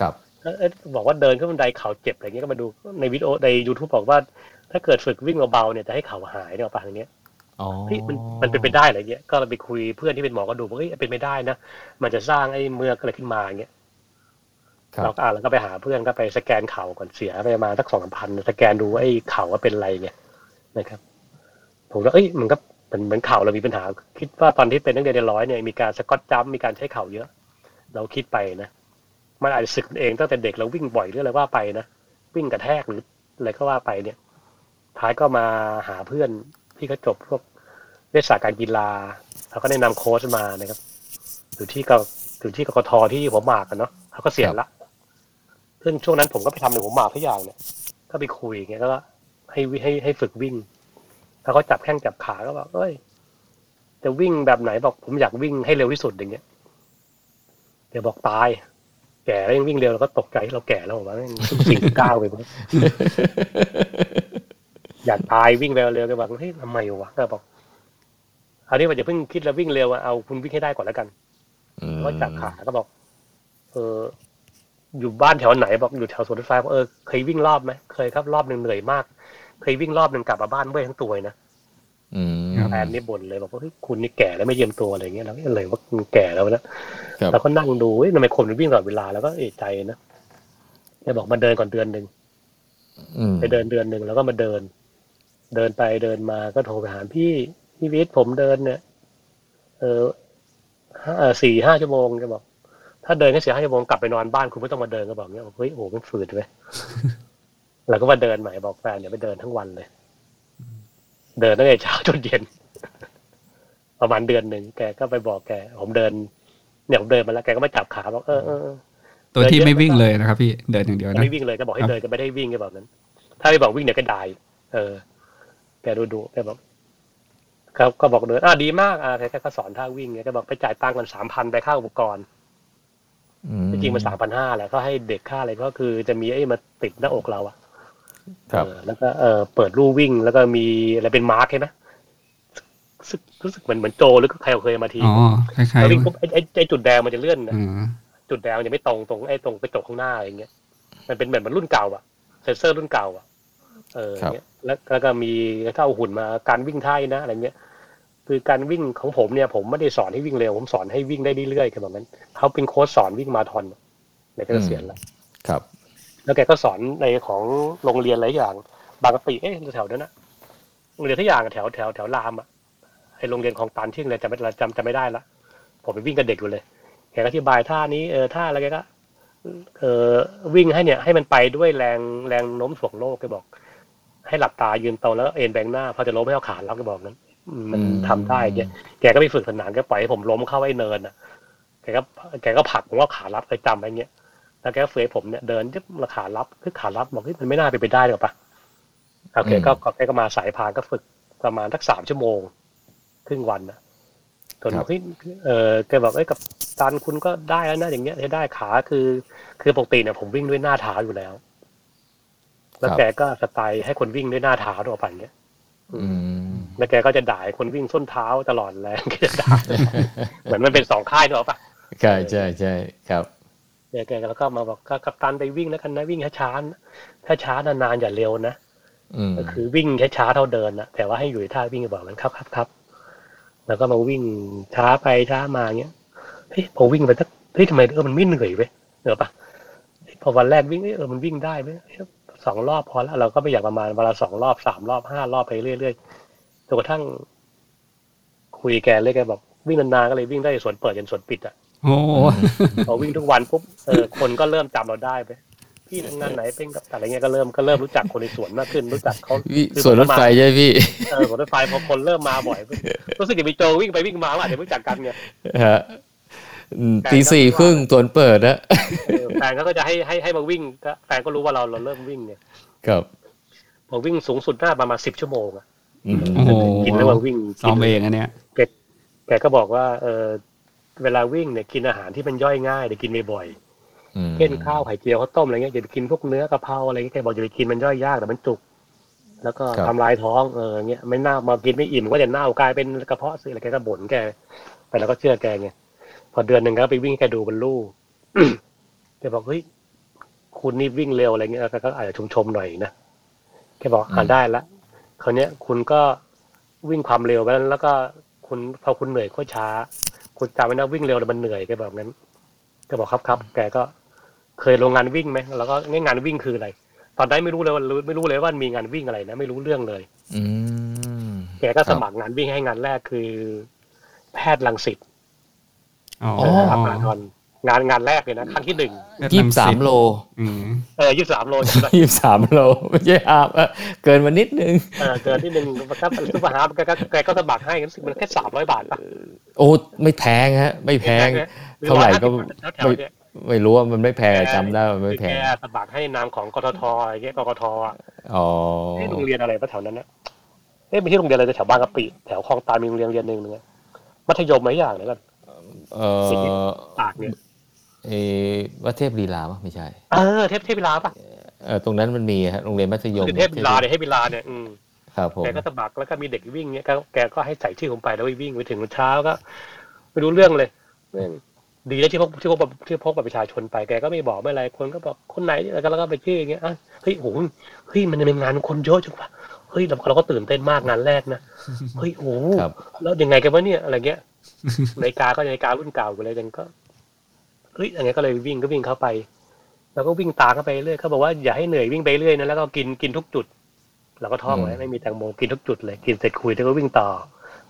[SPEAKER 2] ครับ
[SPEAKER 3] เอ้ยเอ้ยบอกว่าเดินขึ้นบันไดเข่าเจ็บอะไรเงี้ยก็มาดูในวิดีโอใน YouTube บอกว่า ถ้าเกิดฝึกวิ่งเบาๆเนี่ยจะให้เข่าหายเนี่ยป่ะทางเนี้ย
[SPEAKER 2] อ๋อ
[SPEAKER 3] เฮ้ยมันมันเป็นไปได้เหรอเงี้ย ก็เราไปคุยเพื่อนที่เป็นหมอก็ดูว่าเฮ้ยเป็นไปได้นะ มันจะสร้างไอ้เมือกอะไรขึ้นมาเงี้ย
[SPEAKER 2] ครับ
[SPEAKER 3] เราก็อ่านแล้วก็ไปหาเพื่อนก็ไปสแกนเข่าก่อนเสียไปประมาณสักสองสามพันสแกนดูว่าไอ้เข่าว่าเป็นไรเงี้ยนะครับ ผมก็เอ้ยมันก็เป็นเหมือนเข่าเรามีปัญหา คิดว่าตอนที่เป็นนักเรียนในร้อยเนี่ยมีการสกอตจัมป์มีการใช้เข่าเยอะ เราคิดไปนะ มันอาจจะสึกเองตั้งแต่เด็กเราวิ่งบ่อยหรืออะไรว่าไปนะวิ่งกระแทกหรืออะไรก็ว่าไปเนี่ย ท้ายก็มาหาเพื่อนที่เขาจบพวกเวชศาสตร์การกีฬาเขาก็แนะนำโค้ชมานะครับอยู่ที่กอยู่ที่กกทที่หัวหมากกันเนาะเขาก็เสียณละซึ่งช่วงนั้นผมก็ไปทำในหัวหมากทุกอย่างเนี่ย ก็ไปคุยอย่างเงี้ยก็ให้วิให้ให้ฝึกวิ่ง แล้วเขาจับแข้งจับขาก็บอกเอ้ย จะวิ่งแบบไหนบอกผมอยากวิ่งให้เร็วที่สุดอย่างเงี้ยเดี๋ยวบอกตาย แก่แล้วยังวิ่งเร็วเราก็ตกใจที่เราแก่แล้วบอกว่าสิ่งก้าว (laughs) ไปหมด อยากตายวิ่งเร็วเร็วๆแกบอกเฮ้ยทำไมวะก็บอกคราวนี้มันจะเพิ่งคิดแล้ววิ่งเร็วอะเอาคุณวิ่งให้ได้ก่อนแล้วกัน
[SPEAKER 2] อืม
[SPEAKER 3] แล้วก็จับขาก็บอก เออ อยู่บ้านแถวไหนบอกอยู่แถวสวนรถไฟบอกเออเคยวิ่งรอบไหมเคยครับรอบหนึ่งเหนื่อยมาก เคยวิ่งรอบหนึ่งกลับมาบ้านเมื่อยทั้งตัวเลยนะ
[SPEAKER 2] อืม
[SPEAKER 3] แฟนนี่บ่นเลยบอกว่าเฮ้ยคุณนี่แก่แล้วไม่เยียมตัวอะไรเงี้ยเราก็เลยว่าคุณแก่แล้วนะ
[SPEAKER 2] ครับ
[SPEAKER 3] แล้วก็นั่งดูเฮ้ยทำไมคนมันวิ่งตลอดเวลาแล้วก็เอะใจนะแกบอกมาเดินก่อนเดือนหนึ่ง
[SPEAKER 2] อืม
[SPEAKER 3] ไปเดินเดือนหนึ่งแล้วก็มาเดิน เดินไปเดินมาก็โทรไปหาพี่พี่วิทย์ผมเดินเนี่ย เออ ห้าเอ่อสี่ห้าชั่วโมงก็บอก ถ้าเดินแค่สี่ห้าชั่วโมงกลับไปนอนบ้านคุณไม่ต้องมาเดินก็บอกเนี้ยบอกเฮ้ยโอ้โหมันฝืดไปเราก็มาเดินใหม่บอกแฟนเดี๋ยวไปเดินทั้งวันเลย เดินตั้งแต่เช้าจนเย็น ประมาณเดือนหนึ่งแกก็ไปบอกแก ผมเดิน เนี่ยผมเดินมาแล้วแกก็มาจับขาบอกเออเออเออ
[SPEAKER 1] ตัวที่ไม่วิ่งเลยนะครับ พี่เดินอย่างเดียวนะ
[SPEAKER 3] ไม่วิ่งเลยก็บอกให้
[SPEAKER 1] ครับ
[SPEAKER 3] เดินก็ไม่ได้วิ่งก็แบบนั้น ถ้าไปบอกวิ่งเดี๋ยวก็ด่าอีกเออ แกดูดูแกบอกก็ก็บอกเดินอ่ะดีมากอ่ะแกแกก็สอนท่าวิ่งเนี่ยแกบอกไปจ่ายตังค์กันสามพันไปค่าอุปกรณ์
[SPEAKER 2] อื
[SPEAKER 3] จริงๆมันสามพันห้าแหละก็ให้เด็กค่าอะไรก็คือจะมีไอ้มาติดหน้าอกเราอะ
[SPEAKER 2] ครับ
[SPEAKER 3] เออแล้วก็เออเปิดลู่วิ่งแล้วก็มีอะไรเป็นมาร์กใช่ไหมรู้สึกรู้สึกเหมือนเหมือนโจหรือใครเคยเอามาที
[SPEAKER 1] อ๋อคล้าย
[SPEAKER 3] แล้ววิ่งปุ๊บ
[SPEAKER 1] ๆ
[SPEAKER 3] ไอ้ไอ้ไอ้จุดแดงมันจะเลื่อนนะ
[SPEAKER 1] อืม
[SPEAKER 3] จุดแดงมันยังไม่ตรงตรงไอ้ตรงกระจกข้างหน้าอะไรอย่างเงี้ย มันเป็นแบบเหมือนรุ่นเก่าอะเซนเซอร์รุ่นเก่าอะเออ
[SPEAKER 2] ครับ
[SPEAKER 3] เงี้ยแล้วแล้วก็มีถ้าเอาหุ่นมาการวิ่งไท่นะ อะไรเงี้ย คือการวิ่งของผมเนี่ย ผมไม่ได้สอนให้วิ่งเร็ว ผมสอนให้วิ่งได้เรื่อยๆคือแบบนั้น เขาเป็นโค้ชสอนวิ่งมาทอนในเกษียณแล้ว
[SPEAKER 2] ครับ
[SPEAKER 3] แล้วแกก็สอนในของโรงเรียนหลายอย่าง บางกะปิเอ๊ะแถวนั้นนะโรงเรียนทุกอย่างอะแถวแถวแถวรามอะไอโรงเรียนของตันที่โรงเรียนจำไม่จำจำไม่ได้ละผมไปวิ่งกับเด็กอยู่เลยแกก็อธิบายท่านี้เออท่าอะไรแกก็เออวิ่งให้เนี่ย ให้มันไปด้วยแรงแรงโน้มถ่วงโลกแกบอก ให้หลับตายืนตรงแล้วเอ็นแบงหน้าพอจะล้มให้เอาขาล็อกแกบอกนั้นอืมมัน
[SPEAKER 2] อืม
[SPEAKER 3] ทำได้แกแกก็ไปฝึกสนานแกปล่อยให้ผมล้มเข้าไอ้เนินอ่ะแกก็แกก็ผลักผมว่าขารับเคยจำไว้เงี้ย แล้วแกก็เฟื่อยผมเนี่ยเดินที่ราคารับคือขารับบอกที่มันไม่น่าไปนไปได้หรอกปะโอเค
[SPEAKER 2] อืม
[SPEAKER 3] ก็ก็แกก็มาสายพานก็ฝึกประมาณสักสามชั่วโมง ครึ่งวันนะจน
[SPEAKER 2] ครับ
[SPEAKER 3] เฮ้ยเออแกบอกเอ้ยกับตานคุณก็ได้แล้วนะอย่างเงี้ยได้ขาคือ คือปกติเนี่ยผมวิ่งด้วยหน้าเท้าอยู่แล้ว แล้วแกก็สไตล์ให้คนวิ่งด้วยหน้าเท้าด้วยป่ะอย่างเงี้ย
[SPEAKER 2] อืม
[SPEAKER 3] แล้วแกก็จะด่าไอ้คนวิ่งส้นเท้าตลอดแรงแก (laughs) จะ
[SPEAKER 2] (laughs)
[SPEAKER 3] ด่า เหมือนมันเป็นสองค่ายด้วยหรอปะ
[SPEAKER 2] ใช่ใช่ใช่ครับ
[SPEAKER 3] เดี๋ยวแกแล้วก็มาบอกก็กัปตันไปวิ่งแล้วกันนะวิ่งช้าๆนะถ้าช้านานๆอย่าเร็วนะ
[SPEAKER 2] อืม
[SPEAKER 3] ก็คือวิ่งช้าๆเท่าเดินนะแต่ว่าให้อยู่ในท่าวิ่งบอกมันครับครับครับแล้วก็มาวิ่งช้าไปช้ามาเงี้ยเฮ้ยพอวิ่งไปสักเฮ้ยทำไมเออมันไม่เหนื่อยเว้ยเหนื่อยปะเฮ้ยพอวันแรกวิ่งเอ้ยเออมันวิ่งได้เว้ยเฮ้ยสองรอบพอแล้วเราก็ไปอยากประมาณวันละสองรอบสามรอบห้ารอบไปเรื่อยๆจนกระทั่ง คุยแกเลยแกบอกวิ่งนานๆก็เลยวิ่งได้สวนเปิดจนสวนปิดอะ
[SPEAKER 1] โอ้โห
[SPEAKER 3] พอวิ่งทุกวันปุ๊บเออคนก็เริ่มจำเราได้ไปพี่ทำงานไหนเป็นกับอะไรเงี้ยก็เริ่มก็เริ่มรู้จักคนในสวนมากขึ้น รู้จักเขา
[SPEAKER 2] วิ
[SPEAKER 3] คือ
[SPEAKER 2] ส่วนรถไฟใช่พี่
[SPEAKER 3] เออสวนรถไฟพอคนเริ่มมาบ่อยปุ๊บรู้สึกจะมีโจวิ่งไปวิ่งมาอาจจะรู้จักกันไง
[SPEAKER 2] ฮะอืม
[SPEAKER 3] แต่
[SPEAKER 2] ตี
[SPEAKER 3] ก็
[SPEAKER 2] สี่
[SPEAKER 3] ไม่ว่า
[SPEAKER 2] ครึ่งตวนเปิดนะ
[SPEAKER 3] เออแฟนเขาก็จะให้ให้ให้มาวิ่งก็แฟนก็รู้ว่าเราเราเริ่มวิ่งเนี่ย
[SPEAKER 2] ครับ
[SPEAKER 3] พอวิ่งสูงสุดน่าประมาณสิบชั่วโมงอะ
[SPEAKER 2] อืม
[SPEAKER 1] โอ้โห
[SPEAKER 3] กินแล้วมาวิ่ง
[SPEAKER 1] ซ้อมเองอันเนี้ย
[SPEAKER 3] แกก็บอกว่าเออเวลาวิ่งเนี่ยกินอาหารที่มันย่อยง่ายเดี๋ยวกินบ่อยๆ
[SPEAKER 2] อืม
[SPEAKER 3] เช่นข้าวไข่เจียวข้าวต้มอะไรเงี้ยอย่าไปกินพวกเนื้อกะเพราอะไรเงี้ยแกบอกอย่าไปกินมันย่อยยากแต่มันจุก แล้วก็ทำลายท้องเออเงี้ยไม่น่ามากินไม่อิ่มก็จะเน่ากลายเป็นกระเพาะเสื่ออะไรแกก็บ่นแกไปแล้วก็เชื่อแกไงพอเดือนหนึ่งก็ไปวิ่งให้แกดูบนลู่ (coughs) แกบอกเฮ้ยคุณนี่วิ่งเร็วอะไรเงี้ยแกก็อาจจะชมชมๆหน่อยนะแกบอกอ่าได้ละคราวเนี้ยคุณก็วิ่งความเร็วไปแล้วแล้วก็คุณพอคุณเหนื่อยก็ช้า คุณจำไว้นะวิ่งเร็วแต่มันเหนื่อยแกบอกงั้นแกบอกครับครับแกก็ เคยลงงานวิ่งไหมแล้วก็เนี่ยงานวิ่งคืออะไร ตอนนั้นไม่รู้เลยว่าไม่รู้เลยว่ามีงานวิ่งอะไรนะ ไม่รู้เรื่องเลย
[SPEAKER 2] อืม
[SPEAKER 3] แก
[SPEAKER 2] ค
[SPEAKER 3] ก็
[SPEAKER 2] รับ
[SPEAKER 3] สมัครงานวิ่งให้งานแรกคือ แพทย์ลังสิต
[SPEAKER 1] อ๋อ
[SPEAKER 3] ครับมาทอนงานงานแรกเลยนะครั้งที่หนึ่ง
[SPEAKER 2] ยี่สิบสามโล
[SPEAKER 1] อืม
[SPEAKER 3] เออยี่สามโลจำได้
[SPEAKER 2] ยี่สิบสามโลไม่ใช่อาบเออเกินมานิดนึง
[SPEAKER 3] เออเกินที่หนึ่ง (laughs) ครับซุปเปอร์ฮาร์ปแกก็แกก็สมัครให้รู้สึกมันแค่สามร้อยบาทปะ
[SPEAKER 2] โอ้ไม่แพงฮะ ไม่แพง
[SPEAKER 3] อ
[SPEAKER 2] เท่าไหร่ก็
[SPEAKER 3] 150แถว
[SPEAKER 2] ไม่
[SPEAKER 3] ๆเนี่ย
[SPEAKER 2] ไม่รู้ว่ามันไม่แพงอะจำได้ว่ามัน
[SPEAKER 3] คื
[SPEAKER 2] ไม่
[SPEAKER 3] อ
[SPEAKER 2] แพ
[SPEAKER 3] แก
[SPEAKER 2] ง
[SPEAKER 3] สมัครให้นามของกททอะไรเงี้ยกกทอะ
[SPEAKER 2] อ๋อ
[SPEAKER 3] ที่โรงเรียนอะไรปะแถวนั้นนะเอ๊ะไม่ใช่โรงเรียนอะไรแต่แถวบางกะปิแถวคลองตาลมีโรงเรียนเรียนหนึ่งนึงอะมัธยมไหมอย่างเนี่ยกัน
[SPEAKER 2] เออ
[SPEAKER 3] ตากเนี่ย
[SPEAKER 2] เออวัดเทพลีลาปะไม่ใช่
[SPEAKER 3] เออเทพเทพวิลาปะ
[SPEAKER 2] เออตรงนั้นมันมีฮะโรงเรียนมัธยม
[SPEAKER 3] คือเทพวิลาเนี่ยเทพวิลาเนี่ยอืม
[SPEAKER 2] ครับผม
[SPEAKER 3] แกก็สมัครแล้วก็มีเด็กวิ่งเนี่ยแกแกก็ให้ใส่ชื่อผมไปแล้วไปวิ่งไปถึงเช้าก็ไม่รู้เรื่องเลยแม่งดีแล้วที่พกที่พกบัตรที่พกบัตรประชาชนไปแกก็ไม่บอกไม่อะไรคนก็บอกคนไหนแล้วก็แล้วก็ไปชื่ออย่างเงี้ยอ่ะเฮ้ยโอ้โหเฮ้ยมันเป็นงานคนเยอะจังวะเฮ้ยเราเราก็ตื่นเต้นมากงานแรกนะเฮ้ยโอ้โห
[SPEAKER 2] ครับ
[SPEAKER 3] แล้วยังไงกันวะเนี่ยอะไร (laughs) เงี้ย นาฬิกาก็นาฬิการุ่นเก่าอยู่เลยยังก็เฮ้ยอะไรเงี้ยก็เลยวิ่งก็วิ่งเข้าไป แล้วก็วิ่งตามเข้าไปเรื่อยเขาบอกว่าอย่าให้เหนื่อยวิ่งไปเรื่อยนะแล้วก็กินกินทุกจุดเราก็ท่องไว้
[SPEAKER 2] อืม
[SPEAKER 3] ไม่มีแตงโมกินทุกจุดเลย กินเสร็จคุยแล้วก็วิ่งต่อ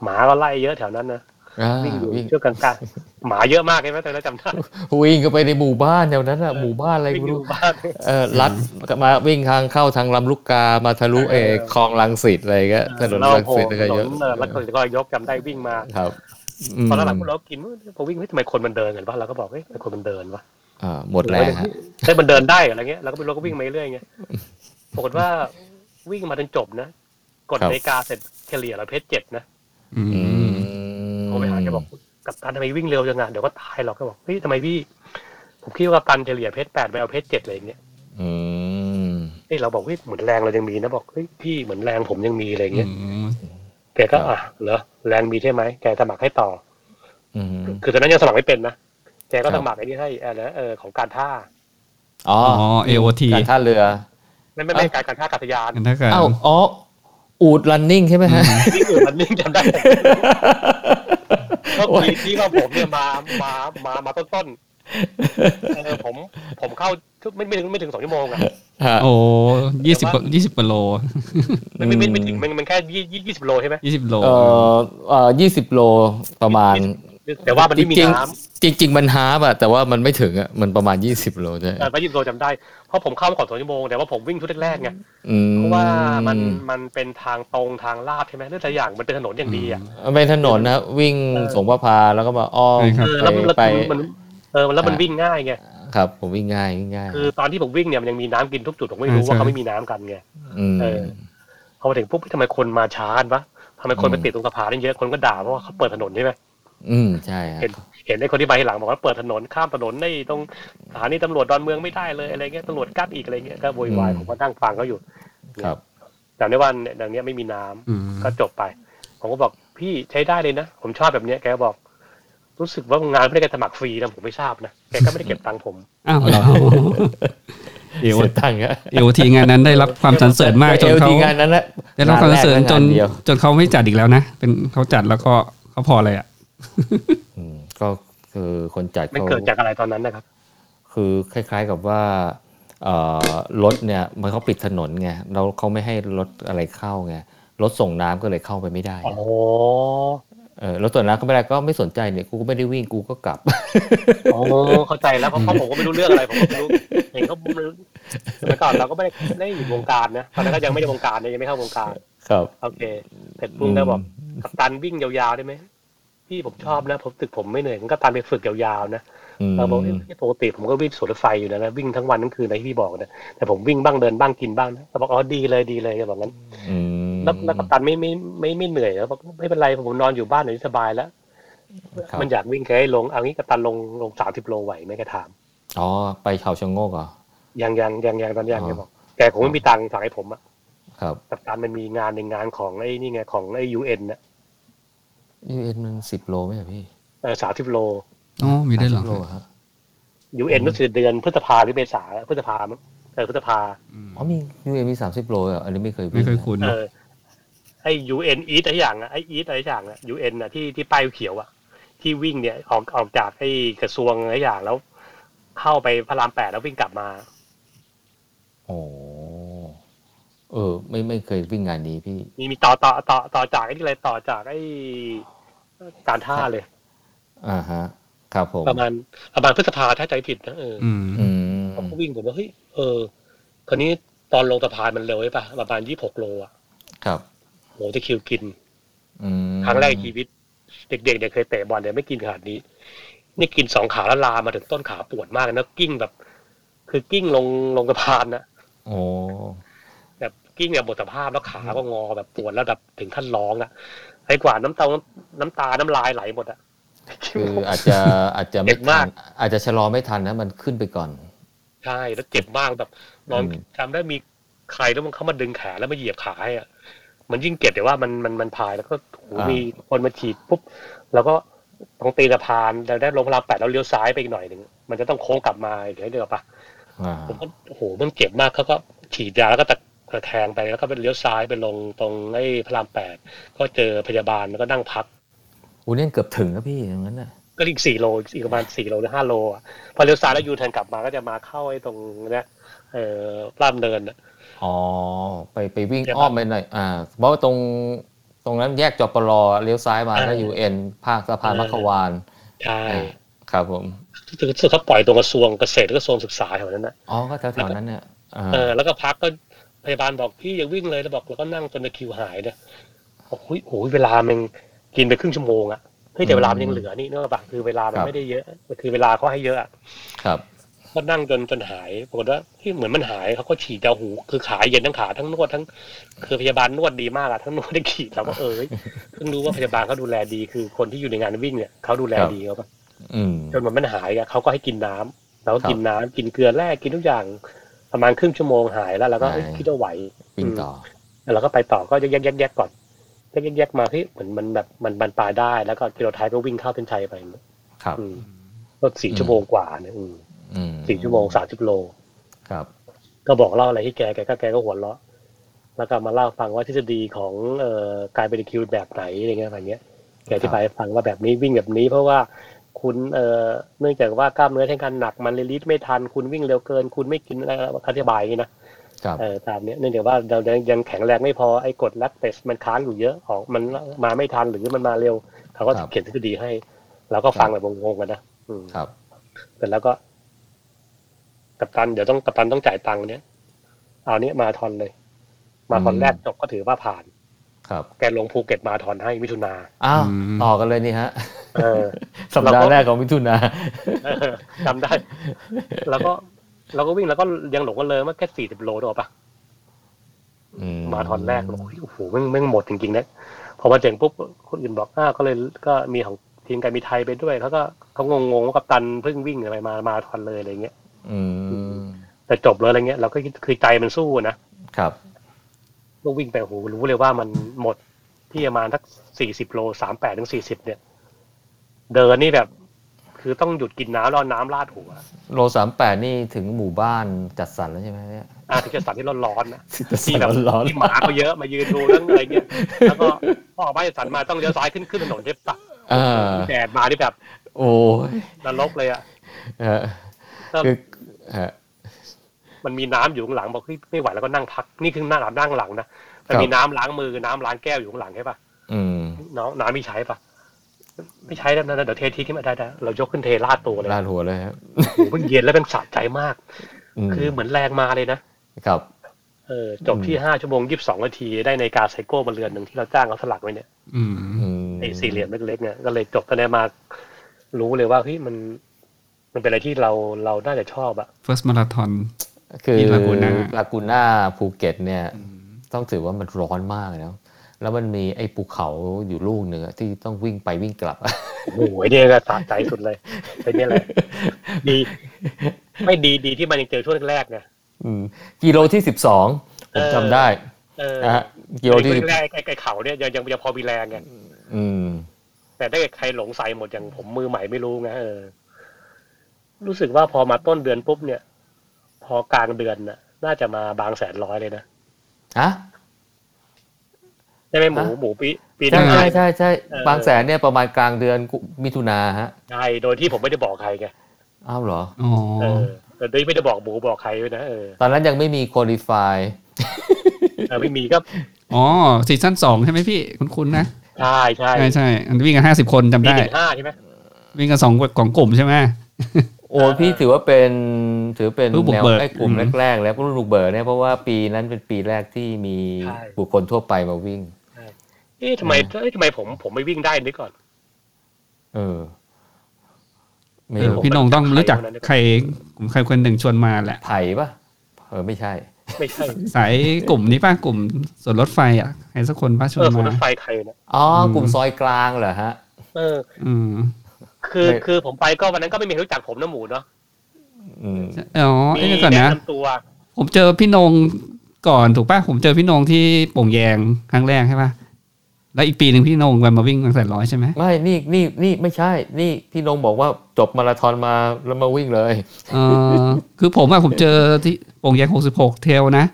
[SPEAKER 3] หมาก็ไล่เยอะแถวนั้นนะ
[SPEAKER 2] อ่า
[SPEAKER 3] วิ่งอยู่
[SPEAKER 2] วิ่ง
[SPEAKER 3] ช่วงกลางๆหมาเยอะมากใช่ไหมตอนนั้นจำ (laughs) ได้
[SPEAKER 2] วิ่งเข้าไปในหมู่บ้านแถวนั้นอะหมู่บ้านอะไร
[SPEAKER 3] วิ่ง
[SPEAKER 2] ไม่
[SPEAKER 3] อ
[SPEAKER 2] รู้
[SPEAKER 3] ยู่บ้าน
[SPEAKER 2] เออลัดมาวิ่งทางเข้าทางลำลูกกามาทะลุเออคลองลังสิตอะไรเงี้ยถนน
[SPEAKER 3] เรา
[SPEAKER 2] ลัง
[SPEAKER 3] โผล่
[SPEAKER 2] สิต
[SPEAKER 3] ถ
[SPEAKER 2] ก็
[SPEAKER 3] น
[SPEAKER 2] เย
[SPEAKER 3] น
[SPEAKER 2] อะ
[SPEAKER 3] เออรัชดก็ยกจำได้วิ่งมา
[SPEAKER 2] ครับ
[SPEAKER 3] ตอนหลัง
[SPEAKER 2] ม
[SPEAKER 3] พวกเรากินพอวิ่งเฮ้ยทำไมคนมันเดินกันวะเราก็บอกเฮ้ยทำไมคนมันเดินวะ
[SPEAKER 2] อ่าหมดแรงฮะ
[SPEAKER 3] เฮ้ยมันเดินได้เหรออะไรเงี้ยเราก็ไม่รู้ก็วิ่งมาเรื่อยไงปรากฏว่าวิ่งมาจนจบนะ กดนาฬิกาเสร็จเฉลี่ยเราเพชรเจ็ดนะ
[SPEAKER 1] อื
[SPEAKER 2] อื
[SPEAKER 1] ม
[SPEAKER 2] ม
[SPEAKER 3] โทรไปหาแกบอกกับตันทำไมวิ่งเร็วจังอะเดี๋ยวก็ตายหรอกแกบอกเฮ้ยทำไมพี่ ผมคิดว่ากัปตันเฉลี่ยเพชรแปดไปเอาเพชรเจ็ดอะไรอย่างเงี้ย
[SPEAKER 2] อืม
[SPEAKER 3] เฮ้ยเราบอกเฮ้ยเหมือนแรงเรายังมีนะบอกเฮ้ยพี่เหมือนแรงผมยังมีอะไรอย่างเงี้ย
[SPEAKER 1] อืม
[SPEAKER 3] แกก็อ่ะเหรอแรงมีใช่ไหมแกสมัครให้ต่อ
[SPEAKER 2] อืม
[SPEAKER 3] คือตอนนั้นยังสมัครไม่เป็นนะแกก็สมัครไอ้นี่ให้อะไรนะเออของการท่า
[SPEAKER 2] อ๋อ
[SPEAKER 1] อ๋อ
[SPEAKER 2] อ
[SPEAKER 1] AOT
[SPEAKER 2] การท่าเรือ
[SPEAKER 3] ไม่ไม่ไม่การการท่าอากาศยาน
[SPEAKER 1] กันนะครั
[SPEAKER 2] อ้า
[SPEAKER 1] บ
[SPEAKER 2] วอ๋ออูด running ใช่ไหมฮะ
[SPEAKER 3] นี่คือมันนิ่งจ (laughs) ำได้ ก็
[SPEAKER 2] โอ้
[SPEAKER 3] มี
[SPEAKER 2] ย
[SPEAKER 3] ที่ว่าผมเนี่ยมามามามาต้นต้นๆเออผมผมเข้าไม่ไม่ถึงไม่ถึงสองชั่วโมงอะ
[SPEAKER 2] ฮะ
[SPEAKER 1] โอ้ยี่สิบยี่สิบกว่าโล
[SPEAKER 3] มันไม่ไม่ไม่
[SPEAKER 2] อืม
[SPEAKER 3] ถึงมันมันแค่ยี่ยี่สิบโลใช่ไหม
[SPEAKER 1] ยี่สิบโล
[SPEAKER 2] เอ่อเอ่อยี่สิบโลประมาณ
[SPEAKER 3] แต่ว่ามันไม่มี
[SPEAKER 2] จริง
[SPEAKER 3] น้
[SPEAKER 2] จริงจริง ๆ มันฮาร์บอะแต่ว่ามันไม่ถึงอะมันประมาณยี่สิบโลใช่
[SPEAKER 3] ำแต่ว่ายี่สิบโลจำได้เพราะผมเข้ามาก่อนสองชั่วโมงแต่ว่าผมวิ่งชุดแรกๆไง
[SPEAKER 2] อืม
[SPEAKER 3] เพราะว่ามันมันเป็นทางตรงทางลาดใช่ไหมเรื่องแต่อย่างมันเป็นถนนอย่างดีอ่ะ
[SPEAKER 2] มันเป็นถนนนะวิ่งสงประพาแล้วก็มาอ้อม
[SPEAKER 3] เออแล้วมัน
[SPEAKER 2] ไปไป
[SPEAKER 3] มันเออแล้วมันวิ่งง่ายไง
[SPEAKER 2] ครับผมวิ่งง่ายวิ่งง่าย
[SPEAKER 3] คือตอนที่ผมวิ่งเนี่ยมันยังมีน้ำกินทุกจุดผมไม่รู้ว่าเขาไม่มีน้ำกันไง
[SPEAKER 2] ม
[SPEAKER 3] เออ พอมาถึงปุ๊บทำไมคนมาช้ากันวะทำไมคนไป
[SPEAKER 2] อืม
[SPEAKER 3] ติดตรงสะพานนี่เยอะคนก็ด่าเพราะว่าเขาเปิดถนนใช่ไหม
[SPEAKER 2] อืมใช่ฮะ
[SPEAKER 3] เห็นเห็นไอ้คนที่มาทีหลังบอกว่าเปิดถนนข้ามถนนในตรงสถานีตำรวจดอนเมืองไม่ได้เลยอะไรเงี้ยตำรวจกั้นอีกอะไรเงี้ยก็โวยวายผมก็นั่งฟังเขาอยู่
[SPEAKER 2] ครับ
[SPEAKER 3] จำได้ว่าเนี่ยอย่างเนี้ยไม่มีน้ำ
[SPEAKER 1] อืม
[SPEAKER 3] ก็จบไป ผมก็บอกพี่ใช้ได้เลยนะ ผมชอบแบบเนี้ยแกก็บอก รู้สึกว่างานไม่ได้แกสมัครฟรีนะผมไม่ทราบนะแกก็ไม่ได้เก็บตังค์ผม
[SPEAKER 1] อ้าวเหรอ
[SPEAKER 2] เสียตังค์ฮะ
[SPEAKER 1] AOT งานนั้นได้รับความสรรเสริญมากจน
[SPEAKER 2] เอล
[SPEAKER 1] เขา
[SPEAKER 2] ทีงานนั้นนะ
[SPEAKER 1] ได้รับความสรรเสริญจน
[SPEAKER 2] งาแรกะงาเดียว
[SPEAKER 1] จนเขาไม่จัดอีกแล้วนะเป็นเขาจัดแล้วก็เขาพอเลยอ่ะ
[SPEAKER 2] อืมก็คือคนจัด
[SPEAKER 3] มัน
[SPEAKER 2] เขา
[SPEAKER 3] เกิดจากอะไรตอนนั้นนะครับ
[SPEAKER 2] คือคล้าย ๆกับว่าเอ่อรถเนี่ยมันเขาปิดถนนไงเราเขาไม่ให้รถอะไรเข้าไงรถส่งน้ำก็เลยเข้าไปไม่ได้
[SPEAKER 3] โอ้โห
[SPEAKER 2] เออรถส่งน้ำก็ไม่ได้ก็ไม่สนใจเนี่ยกูก็ไม่ได้วิ่งกูก็กลับ (laughs)
[SPEAKER 3] โอ้โหเข้าใจแล้วเพราะเขาผมก็ไม่รู้เรื่องอะไรผมก็ไม่รู้เห็นเขาสมัยก่อนเราก็ไม่ได้ไม่ได้อยู่วงการนะตอนนั้นก็ยังไม่ได้วงการเนี่ยยังไม่เข้าวงการ
[SPEAKER 2] ครับ
[SPEAKER 3] โอเคเสร็จปุ๊บแล้วบอกกัปตันวิ่งยาวๆได้ไหมพี่ผมชอบนะ ผมตึกผมไม่เหนื่อยงั้นกัปตันไปฝึกยาวๆนะ
[SPEAKER 2] ม
[SPEAKER 3] เราบอกเอ้ยปกติผมก็วิ่งสวนรถไฟอยู่แล้วนะวิ่งทั้งวันทั้งคืนนะที่พี่บอกนะแต่ผมวิ่งบ้างเดินบ้างกินบ้างนะเราบอกอ๋อดีเลยดีเลยแกบอกงั้น
[SPEAKER 2] อืม
[SPEAKER 3] แล้วแล้วกัปตันไม่ไม่ไม่ไม่เหนื่อยแล้วบอกไม่เป็นไรผมนอนอยู่บ้านหน่อยสบายแล้ว
[SPEAKER 2] ครับ
[SPEAKER 3] มันอยากวิ่งแค่ให้ลงเอางี้กัปตันลงลงสามสิบโลไหวไหมแกถาม
[SPEAKER 2] อ๋อไปเขาชะโงกเหรอ
[SPEAKER 3] ยังยังยังยังตอนนี้ยัง
[SPEAKER 2] อ๋อ
[SPEAKER 3] แกบอกแกคงไม่มีตังค์สั่งให้ผมอะ
[SPEAKER 2] ครับ
[SPEAKER 3] กัปตันมันมีงานในงานของไอ้นี่ไงของไอ้ยูเอ็นอะ
[SPEAKER 2] ยูเอ็นมันสิบโลไหมอะพี่
[SPEAKER 3] สามสิบโล
[SPEAKER 1] อ๋อ มีได้วยเหรอ
[SPEAKER 2] 30โลฮะ
[SPEAKER 3] ยูเอ็นก็คือเดือนพฤษภาหรือเมษาพฤษภามั้งเออพฤษภา
[SPEAKER 1] อืม
[SPEAKER 2] อ๋อมี UA มีสามสิบโลเหรอ่ะอันนี้ไม่เคย
[SPEAKER 1] ไม่เคย
[SPEAKER 2] วิ่งนะ
[SPEAKER 1] คุ้น
[SPEAKER 3] เอ
[SPEAKER 1] เนอะ
[SPEAKER 3] อไอยูเอ็นอีทอะไรอย่างอะไออีทอะไรอย่างอะยูเอ็นอะที่ที่ป้ายเขียวอะที่วิ่งเนี่ยออกออกจากไอกระทรวงอะไรอย่างแล้ว เข้าไปพระรามแปดแล้ววิ่งกลับมา
[SPEAKER 2] โอ้เออ ไม่ไม่เคยวิ่งงานนี้พี่
[SPEAKER 3] มีมีต่อต่อต่อต่อจากไอ้นี่อะไรต่อจากไอการท่าเลย
[SPEAKER 2] อ่าฮะ ครับผม
[SPEAKER 3] ประมาณประมาณพฤษภาถ้าใจผิดนะเอออ
[SPEAKER 1] อืม
[SPEAKER 2] อืม
[SPEAKER 3] ผมก็วิ่งผมว่าเฮ้ยเออคนนี้ตอนลงสะพานมันเร็วใช่ปะประมาณยี่หกโลอะ
[SPEAKER 2] ครับ
[SPEAKER 3] โหจะคิวกิน
[SPEAKER 2] อืม
[SPEAKER 3] ครั้งแรกในชีวิต เด็กๆเนี่ยเคยเตะบอลเนี่ยไม่กินขนาดนี้ นี่กินสองขาแล้วลามมาถึงต้นขาปวดมากนะกิ้งแบบ คือกิ้งลงลงสะพานนะ
[SPEAKER 2] โอ้
[SPEAKER 3] แบบกิ้งแบบหมดสภาพแล้วขาก็งอแบบปวดแล้วแบบถึงขั้นร้องอ่ะไอ้กว่าน้ำตาน้ำตาน้ำลายไหลหมดอ่ะ
[SPEAKER 2] คืออาจจะอาจจะไม่
[SPEAKER 3] เจ็บ
[SPEAKER 2] ทั
[SPEAKER 3] มาก
[SPEAKER 2] นอาจจะชะลอไม่ทันนะมันขึ้นไปก่อน
[SPEAKER 3] ใช่แล้วเจ็บมากแบบนอน
[SPEAKER 2] อืม
[SPEAKER 3] จำได้มีใครแล้วมันเข้ามาดึงแขนแล้วมาเหยียบขาให้อ่ะมันยิ่งเจ็บแต่ว่ามันมันมันพายแล้วก็โอ้โหมีคนมาฉีดปุ๊บแล้วก็ตรงตีนสะพานเราได้ลงพลามแปดแล้วเลี้ยวซ้ายไปอีกหน่อยหนึ่งมันจะต้องโค้งกลับมาอีกเดี๋ยวเดี๋ยวปะ
[SPEAKER 2] อ่า
[SPEAKER 3] ผมก็โอ้โหมันเจ็บมากเขาก็ฉีดยาแล้วก็ตะกระแทงไปแล้วก็ไปเลี้ยวซ้ายไปลงตรงไอ้พระรามแปดก็เจอพยาบาลแล้วก็นั่งพัก
[SPEAKER 2] อูเนี่ยเกือบถึงนะพี่อย่างนั้นน่ะ
[SPEAKER 3] ก็อีกสี่โลอีกประมาณสี่โลหรือห้าโลอ่ะพอเลี้ยวซ้ายแล้วยูเทิร์นกลับมาก็จะมาเข้าไอ้ตรงเนี้ยเอ่อลามเนินอะ
[SPEAKER 2] อ๋อ ไปไปวิ่ง
[SPEAKER 3] เดี๋ยว
[SPEAKER 2] อ้อมไปหน่อย อ่า เพราะว่าตรง ตรงนั้นแยกจปรเลี้ยวซ้ายมาก็ยูเอ็นภาคสะพานมัคควาน
[SPEAKER 3] ใช่
[SPEAKER 2] อ่าครับผม
[SPEAKER 3] รู้สึกเขาปล่อยตรงกระทรวงเกษตรและกระทรวงศึกษาแถวนั้นนะ
[SPEAKER 2] อ๋อ ก็แถวๆนั้นเนี่ยอ่า
[SPEAKER 3] เออแล้วก็พักก็พยาบาลบอกพี่อย่าวิ่งเลยแล้วบอกแล้วก็นั่งจนตะคริวหายเนี่ยโอ้โหโอ้โหเวลามันกินไปครึ่งชั่วโมงอะเฮ้ยแต่เวลามันยังเหลือนี่เนกอะปะคือเวลามันไม่ได้เยอะคือเวลาเขาให้เยอะอะ
[SPEAKER 2] ครับ
[SPEAKER 3] ก็นั่งจนจนหายปรากฏว่าที่เหมือนมันหายเขาก็ฉีดยาหู คือขาเย็นทั้งขาทั้งนวดทั้ง คือพยาบาลนวดดีมากอะทั้งนวดได้ขีดเราก็เออเฮ้ยเพิ่งรู้ว่าพยาบาลเขาดูแลดีคือคนที่อยู่ในงานวิ่งเนี่ยเขาดูแลดีเขาปะ
[SPEAKER 2] อืม
[SPEAKER 3] จนมันมันหายอะเขาก็ให้กินน้ำเราก็
[SPEAKER 2] ครับ
[SPEAKER 3] กินน้ำกินเกลือแร่กินทุกอย่าง ประมาณครึ่งชั่วโมงหายแล้วเราก็เอ้ย
[SPEAKER 2] หาย
[SPEAKER 3] คิดว่าไหว
[SPEAKER 2] วิ่งต่อ
[SPEAKER 3] แล้วเราก็ไปต่อก็แยกแยกแยกแยกก่อนแยกแยกแยกมาที่เหมือนมันแบบมันบรรปลายได้แล้วก็กิโลท้ายก็วิ่งเข้าเส้นชัยไป
[SPEAKER 2] ครับ
[SPEAKER 3] อืมก็สี่
[SPEAKER 2] อืม
[SPEAKER 3] ชั่วโมงกว่าเนี่ยอืม
[SPEAKER 2] อืม
[SPEAKER 3] สี่ชั่วโมงสามสิบโล
[SPEAKER 2] ครับ
[SPEAKER 3] ก็บอกเล่าอะไรที่แกแกก็แกก็หัวเราะแล้วก็มาเล่าฟังว่าทฤษฎีของเอ่อการเป็นคิวแบบไหนอะไรเงี้ยแบบเนี้ยแกอธิบายให้ฟังว่าแบบนี้วิ่งแบบนี้ เพราะว่าคุณเอ่อเนื่องจากว่ากล้ามเนื้อแท่งกันหนักมันเลยรีดไม่ทันคุณวิ่งเร็วเกิน คุณไม่กินอะไรอธิบายอย่างนี้นะครับ เออตามเนี้ยเนื่องจากว่าเรายังยังแข็งแรงไม่พอไอ้กรดแลคเตสมันค้างอยู่เยอะออกมันมาไม่ทันหรือมันมาเร็วเขาก็
[SPEAKER 2] ครับ
[SPEAKER 3] เขียนทฤษฎีให้ เราก็ฟังแบบงงๆกันนะอืม
[SPEAKER 2] ครับ
[SPEAKER 3] เสร็จแล้วก็ กัปตันเดี๋ยวต้องกัปตันต้องจ่ายตังค์เนี่ยเอาเนี้ยมาทอนเลย มาทอน
[SPEAKER 2] อืม
[SPEAKER 3] แรกจบก็ถือว่าผ่าน
[SPEAKER 2] ครับ
[SPEAKER 3] แกลงภูเก็ตมาทอนให้มิถุนา
[SPEAKER 2] อ้าว
[SPEAKER 1] อืม
[SPEAKER 2] ต่อกันเลยนี่
[SPEAKER 3] (laughs)
[SPEAKER 2] ฮะ
[SPEAKER 3] เออ
[SPEAKER 2] สัปดา
[SPEAKER 3] เราก็
[SPEAKER 2] ห์แรกของมิถุนา
[SPEAKER 3] เออจำได้ แล้วก็เราก็วิ่งแล้วก็ยังหลงกันเลยว่าแค่สี่สิบโลด้วยปะ
[SPEAKER 2] อื
[SPEAKER 3] มาทอนแรกโอ้โหแม่งแม่งหมดจริงๆนะพอมาเจ๋งปุ๊บคนอื่นบอกอ้าวก็เลยก็มีของทีมการมีไทยไปด้วยเขาก็เขางงๆว่ากัปตันเพิ่งวิ่งอะไรมามาทอนเลยอะไรเงี้ย
[SPEAKER 2] อืม
[SPEAKER 3] แต่จบเลยอะไรเงี้ยเราก็คิดคือใจมันสู้นะ
[SPEAKER 2] ครับ
[SPEAKER 3] ก็วิ่งไปโอ้โหรู้เลยว่ามันหมดที่ประมาณสักสี่สิบโลสามแปดถึงสี่สิบเนี่ย เดินนี่แบบ คือต้องหยุดกินน้ำรอาน้ำราดหัว
[SPEAKER 2] โลสามแปดนี่ถึงหมู่บ้านจัดสรรแล้วใช่ไหมเนี่ย (laughs)
[SPEAKER 3] อาถึงจะสัตว์ที่ร้อนๆนะ
[SPEAKER 2] จัดส
[SPEAKER 3] ที่
[SPEAKER 2] ร
[SPEAKER 3] แบบ
[SPEAKER 2] รร้อน
[SPEAKER 3] ที่หมาเขาเยอะมายืนดูเรื่องอะไรเงี้ยแล้วก็พอออกบ้านจากสันมาต้องเลี้ยวซ้ายขึ้นขึ้นถนนใช่ปะ
[SPEAKER 2] ๆอ่า
[SPEAKER 3] แดดมาที่แบบ
[SPEAKER 2] โอ้ย
[SPEAKER 3] นรกเลยอ่ะ
[SPEAKER 2] ฮะ
[SPEAKER 3] แล้ว
[SPEAKER 2] คือฮะ
[SPEAKER 3] มันมีน้ำอยู่ข้างหลังบอกเฮ้ยไม่ไหวแล้วก็นั่งพักนี่คือหน้าหลับนั่งหลังนะมัน
[SPEAKER 2] ครับ
[SPEAKER 3] มีน้ำล้างมือน้ำล้างแก้วอยู่ข้างหลังใช่ปะ
[SPEAKER 2] อืม
[SPEAKER 3] น้องน้ำมีใช้ปะไม่ใช้แล้วนะเดี๋ยวเททิ้งมาได้ได้เรายกขึ้นเทราดตัวเลย
[SPEAKER 2] ลาดหัวเลยครับ
[SPEAKER 3] โอ้โหมันเย็นแล้วเป็นสะใจมาก
[SPEAKER 2] อืม
[SPEAKER 3] คือเหมือนแรงมาเลยนะ
[SPEAKER 2] ครับ
[SPEAKER 3] เออจบที่ห้าชั่วโมงยี่สิบสองนาทีได้ในาฬิกาไซโก้มาเรือนหนึ่งที่เราจ้างเขาสลักไว้เนี่ย
[SPEAKER 1] อืม
[SPEAKER 2] อืม
[SPEAKER 3] ไอ้สี่เหลี่ยมเล็กๆเนี่ยก็เลยจบตอนนี้มารู้เลยว่าเฮ้ยมัน มันเป็นอะไรที่เราเราน่าจะชอบอะ
[SPEAKER 1] first marathon
[SPEAKER 2] คือ
[SPEAKER 1] ที่ลา
[SPEAKER 2] ลา
[SPEAKER 1] กู
[SPEAKER 2] กู
[SPEAKER 1] น่า
[SPEAKER 2] น่าภูเก็ตเนี่ย ต้องถือว่ามันร้อนมากเลยนะแล้วมันมีไอ้ภูเขาอยู่ลูกหนึ่งอะที่ต้องวิ่งไปวิ่งกลับ (laughs) อะ
[SPEAKER 3] โอ้โหเนี่ยก็สะใจสุดเลยเป็นเนี่ย
[SPEAKER 2] (laughs)
[SPEAKER 3] แหละดี ไม่ดีดีที่มันยังเจอช่วงแรกๆเนี่ย
[SPEAKER 2] อืมกิโลที่สิบสองผมจำได้
[SPEAKER 3] เออ
[SPEAKER 2] นะฮะกิโลที่
[SPEAKER 3] ช่
[SPEAKER 2] สิบ
[SPEAKER 3] วงแรกๆไอ้ไอ้เขาเนี่ยยังยังยังพอมีแรงไง
[SPEAKER 2] อืม
[SPEAKER 3] แต่ถ้าเกิดใครหลงใส่หมดอย่างผมมือใหม่ไม่รู้ไงเออ รู้สึกว่าพอมาต้นเดือนปุ๊บเนี่ย พอกลางเดือนน่ะ น่าจะมาบางแสนร้อยเลยนะ
[SPEAKER 2] ฮะ
[SPEAKER 3] ใช่ไหมหมู
[SPEAKER 2] ฮะ
[SPEAKER 3] หมูปีปีห
[SPEAKER 2] ใช่
[SPEAKER 3] น้า
[SPEAKER 2] ใช่ใช่ใช่
[SPEAKER 3] เออ
[SPEAKER 2] บางแสนเนี่ยประมาณกลางเดือนกุมิถุนาฮะ
[SPEAKER 3] ใช่โดยที่ผมไม่ได้บอกใครไง
[SPEAKER 2] อ้าวเหรอ
[SPEAKER 1] อ๋อ
[SPEAKER 3] เออแต่โดยที่ไม่ได้บอกหมูบอกใครด้วยนะเออ
[SPEAKER 2] ตอนนั้นยังไม่มีค u a l i f y
[SPEAKER 3] เออไม่มีก็
[SPEAKER 1] อ๋อซีซั่นสองใช่ไหมพี่คุ้นๆนะ
[SPEAKER 3] ใช่ใช่
[SPEAKER 1] ใช่ใช่อันวิ่งกันห้าสิบคนจำ
[SPEAKER 3] ปี
[SPEAKER 1] ได้
[SPEAKER 3] หนึ่งห้าใช่ไหม
[SPEAKER 1] วิ่งกันสองของกลุ่มใช่ไหม
[SPEAKER 2] โอ้
[SPEAKER 3] เออ
[SPEAKER 2] พี่ถือว่าเป็นถือเป็น
[SPEAKER 1] ผู้บุก
[SPEAKER 2] แนว
[SPEAKER 1] เบิก
[SPEAKER 2] ไอ้กลุ่ม
[SPEAKER 1] อืม
[SPEAKER 2] แรก ๆ แล้วก็รุ่นบุกเบิกเนี่ยเพราะว่าปีนั้นเป็นปีแรกที่มี
[SPEAKER 3] ใช่
[SPEAKER 2] บุคคลทั่วไปมาวิ่ง
[SPEAKER 3] เอ๊ะทำไมเอ๊ะทำไมผมผมไม่วิ่งได้นึกก่อน
[SPEAKER 2] เออไม่
[SPEAKER 1] เออ
[SPEAKER 2] รู้
[SPEAKER 1] พี่นงต้องรู้จัก
[SPEAKER 3] ใครคนนั้น
[SPEAKER 1] ใครกลุ่มใครคนหนึ่งชวนมาแหละ
[SPEAKER 2] ไผ่ปะเออไม่ใช่
[SPEAKER 3] ไม่ใช่
[SPEAKER 1] สายกลุ่มนี้ป้ากลุ่มส่วนรถไฟอ่ะใครสักคนป้าชว
[SPEAKER 3] เอน อคนร
[SPEAKER 1] มา
[SPEAKER 3] ถไฟใครนะ
[SPEAKER 2] อ๋ออ
[SPEAKER 1] ม
[SPEAKER 2] กลุ่มซอยกลางเหรอฮะ
[SPEAKER 3] เออ
[SPEAKER 1] อืม
[SPEAKER 3] คือ
[SPEAKER 2] ไม่
[SPEAKER 3] คือผมไปก็วันนั้นก็ไม่มีใครรู้จักผมนะหมูเนาะ
[SPEAKER 2] อืม
[SPEAKER 1] อ๋อเอ้ยเดี๋ยวก่อนนะ
[SPEAKER 3] มีแำตัว
[SPEAKER 1] ผมเจอพี่นงก่อนถูกป่ะผมเจอพี่นงที่โป่งแยงครั้งแรกใช่ป่ะแล้วอีกปีหนึ่งพี่นงมาวิ่งบางแสนร้อยใช่ไหม
[SPEAKER 2] ไม่นี่นี่นี่ไม่ใช่ นี่พี่นงบอกว่าจบมาราธอนมาแล้วมาวิ่งเลย
[SPEAKER 1] เออ คือผมอะผมเจอที่โป่งแยงหกสิบหกเทลนะ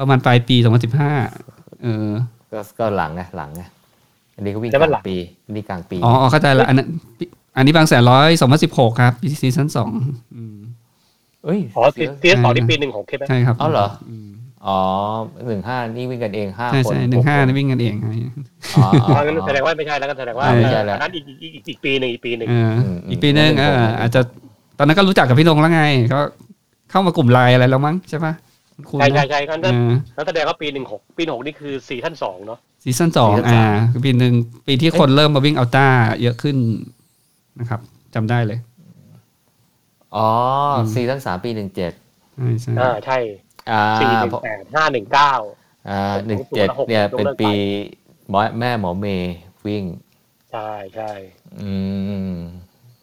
[SPEAKER 1] ประมาณปลายปีสองพันสิบห้าเออ
[SPEAKER 2] ก็ก็หลังนะหลังนะอันนี้ก็วิ่ง
[SPEAKER 3] แล้ว
[SPEAKER 2] ก
[SPEAKER 3] มันหลั
[SPEAKER 2] ลาง งปีนี่กลางปี
[SPEAKER 1] อ๋อเข้าใจละอันนั้นอันนี้บางแสนร้อยสองพันสิบหกครับซีซั่นสองอืม
[SPEAKER 2] เอ้ย
[SPEAKER 3] อ๋อซีซีซั่นสองที่ปีหนึ่งของเคปไหม
[SPEAKER 1] ใช่ครับ
[SPEAKER 2] อ๋อเหรอ
[SPEAKER 1] อืม
[SPEAKER 2] อ๋อหนึ่งห้านี่วิ่งกันเองห้า
[SPEAKER 1] ใช่
[SPEAKER 2] คน
[SPEAKER 1] ใช่หนึ่งห้านี่วิ่งกันเอง
[SPEAKER 2] อ๋ (laughs) ออ๋อ
[SPEAKER 3] เพราะงั้น
[SPEAKER 2] อ๋อ
[SPEAKER 3] แสดงว่าไม่ใช่แล้วก็แสดงว่า
[SPEAKER 1] ไม่ใช่
[SPEAKER 3] เอ่อ
[SPEAKER 2] แล้ว
[SPEAKER 3] อันนั้นอีกอีกอีกอีกปีหนึ่งอีกปีหนึ่ง
[SPEAKER 1] เออ
[SPEAKER 2] ม
[SPEAKER 1] อีกปีหนึง
[SPEAKER 2] อืม
[SPEAKER 1] เอออาจจะตอนนั้นก็รู้จักกับพี่นงแล้วไง ก็เข้ามากลุ่มไลน์อะไรแล้วมั้งใช่ปะคุณ
[SPEAKER 3] ใช่ใช่ใช่กัน
[SPEAKER 1] เออ
[SPEAKER 3] แล้วแสดงว่าปีหนึ่งหกปีหกนี่คือซีซั่นสองเนาะ
[SPEAKER 1] ซีซั่นสอง
[SPEAKER 2] ซีซั่น
[SPEAKER 1] อ่า
[SPEAKER 2] สาม
[SPEAKER 1] ปีหนึ่งปีที่คนเริ่มมาวิ่งอัลต้าเยอะขึ้นนะครับจำได้เลย
[SPEAKER 2] อ๋ออ
[SPEAKER 1] ม
[SPEAKER 2] ซีซั่นสามปีหนึ่งเจ็ด
[SPEAKER 1] ใช่ใช่
[SPEAKER 3] อ่าใช่
[SPEAKER 2] อ่า
[SPEAKER 3] สี่หนึ่ง
[SPEAKER 2] เพราะ
[SPEAKER 3] แปดห้าหนึ่งเก้า
[SPEAKER 2] อ่าหนึ่งเจ็ดเนี่ย
[SPEAKER 3] ยกเลิกไป
[SPEAKER 2] เป็นปีหมอแม่หมอเมย์วิ่ง
[SPEAKER 3] ใช่ใช่
[SPEAKER 2] อืม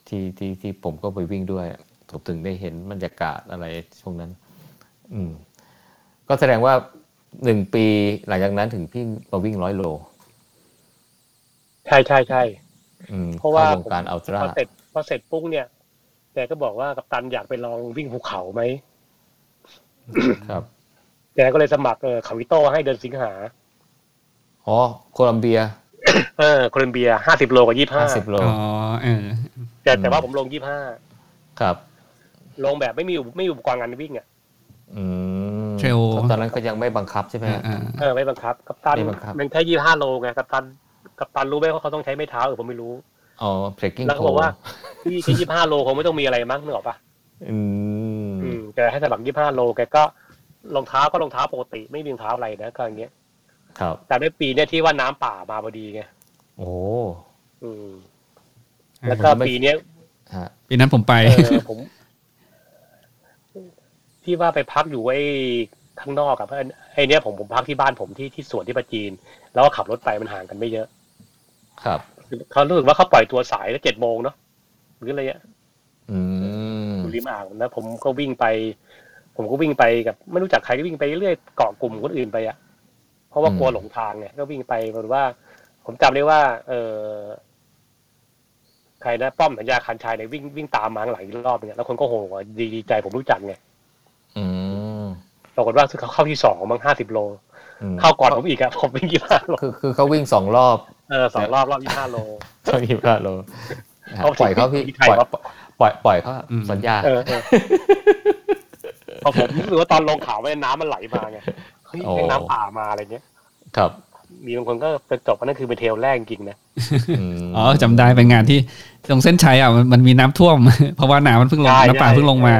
[SPEAKER 2] ที่ที่ที่ผมก็ไปวิ่งด้วย ผมถึงได้เห็นบรรยากาศอะไรช่วงนั้น อืม ก็แสดงว่าหนึ่งปีหลังจากนั้นถึงพี่มาวิ่งร้อยโล
[SPEAKER 3] ใช่ใช่ใช่
[SPEAKER 2] อืม
[SPEAKER 3] เพราะว่า
[SPEAKER 2] ข้วงการ
[SPEAKER 3] ผม
[SPEAKER 2] อัลตร้า
[SPEAKER 3] พอเสร็จพอเสร็จปุ๊บเนี่ยแกก็บอกว่ากัปตันอยากไปลองวิ่งภูเขาไหม
[SPEAKER 2] ครับ
[SPEAKER 3] แกก็เลยสมัครเออเขาวิโต้ให้เดินสิงหา
[SPEAKER 2] อ๋อโคลัมเบีย
[SPEAKER 3] เออโคลอมเบียห้าสิบโลกับยี่ห้า
[SPEAKER 2] ห้าสิบโล
[SPEAKER 1] อ๋อเออ
[SPEAKER 3] แต่
[SPEAKER 2] อืม
[SPEAKER 3] แต่ว่าผมลงยี่ห้า
[SPEAKER 2] ครับ
[SPEAKER 3] ลงแบบไม่มีอุปไม่มีอุปกรณ์การวิ่งอ่ะ
[SPEAKER 2] อืม
[SPEAKER 1] เทรล
[SPEAKER 2] ตอนนั้นก็ยังไม่บังคับใช่ไหม
[SPEAKER 1] เออเอ
[SPEAKER 2] ฮะ
[SPEAKER 1] อ
[SPEAKER 3] เออไม่บังคับ กัปตัน
[SPEAKER 2] ไม่บังคับ
[SPEAKER 3] มันแค่ยี่ห้าโลไงกัปตันกัปตันรู้ไหมว่าเขาต้องใช้ไม้เท้าเออผมไม่รู้
[SPEAKER 2] อ๋อ trekking
[SPEAKER 3] แล้วก็บอกว่า พี่แค่ยี่ห้าโลคงไม่ต้องมีอะไรมั้งนึกออกปะ
[SPEAKER 2] อืม
[SPEAKER 3] อืมแกให้สมัครยี่ห้าโลแกก็รองเท้าก็รองเท้าปกติ ไม่มีรองเท้าอะไรนะก็อย่างเงี้ย
[SPEAKER 2] ครับ
[SPEAKER 3] แต่ด้วยปีเนี่ยที่ว่าน้ำป่ามาพอดีไง
[SPEAKER 2] โอ้
[SPEAKER 3] อืม
[SPEAKER 1] อืม
[SPEAKER 3] แล้วก็ปีเนี้ย
[SPEAKER 2] ฮะ
[SPEAKER 1] ปีนั้นผมไป
[SPEAKER 3] เออผมที่ว่าไปพักอยู่ไอ้ข้างนอกกับไอ้เนี้ยผมผมพักที่บ้านผมที่ที่สวนที่ประจีน แล้วก็ขับรถไปมันห่างกันไม่เยอะ
[SPEAKER 2] ครับ
[SPEAKER 3] เขารู้สึกว่าเขาปล่อยตัวสายแล้วเจ็ดโมงเนาะหรืออะไรเงี้ย
[SPEAKER 2] อืม
[SPEAKER 3] อยู่ริมอ่างแล้วผมก็วิ่งไป ผมก็วิ่งไปกับ ไม่รู้จักใครก็วิ่งไปเรื่อยเกาะกลุ่มคนอื่นไปอะเพราะว่ากลัวหลงทางไงก็วิ่งไปเหมือนว่า ผมจำได้ว่า เออใครนะป้อมสัญญาคันชายเนี่ยวิ่งวิ่งตามมาข้างหลายรอบเนี่ยแล้วคนก็โห่ดีดีใจผมรู้จักไง
[SPEAKER 2] อืม
[SPEAKER 3] ปรากฏว่าเขาเข้าที่สองมั้งห้าสิบโล
[SPEAKER 2] อืม
[SPEAKER 3] เข้าก่อนผมอีกอะผมวิ่งยี่ห้าโล
[SPEAKER 2] คือคือเขาวิ่งสองรอบ (laughs)
[SPEAKER 3] เออสองรอบรอบยี่ห้าโล
[SPEAKER 2] เขาวิ่งพลาดโลนะฮะปล่อยเขาพี่
[SPEAKER 3] ที่ไทย
[SPEAKER 2] ปล่อย
[SPEAKER 3] ว่า
[SPEAKER 2] ปล่อยปล่อยเขา
[SPEAKER 1] อืม
[SPEAKER 2] สัญญา
[SPEAKER 3] เออเออพอผมรู้สึกว่าตอนลงเขาวไว้น้ำมันไหลมาไงเฮ้ย
[SPEAKER 2] โอ้
[SPEAKER 3] แม่งน้ำป่ามาอะไรเงี้ย
[SPEAKER 2] ครับ
[SPEAKER 3] มีบางคนก็ไปจบอันนั้นคือเป็นเทรลแรกจริงๆนะ
[SPEAKER 2] ม
[SPEAKER 1] อ๋อจำได้เป็นงานที่ตรงเส้นชัยอ่ะมันมันมีน้ำท่วม (laughs) เพราะว่าน้ำมันเพิ่งลง
[SPEAKER 3] ใช่
[SPEAKER 1] น้ำป่าเพิ่งลงมา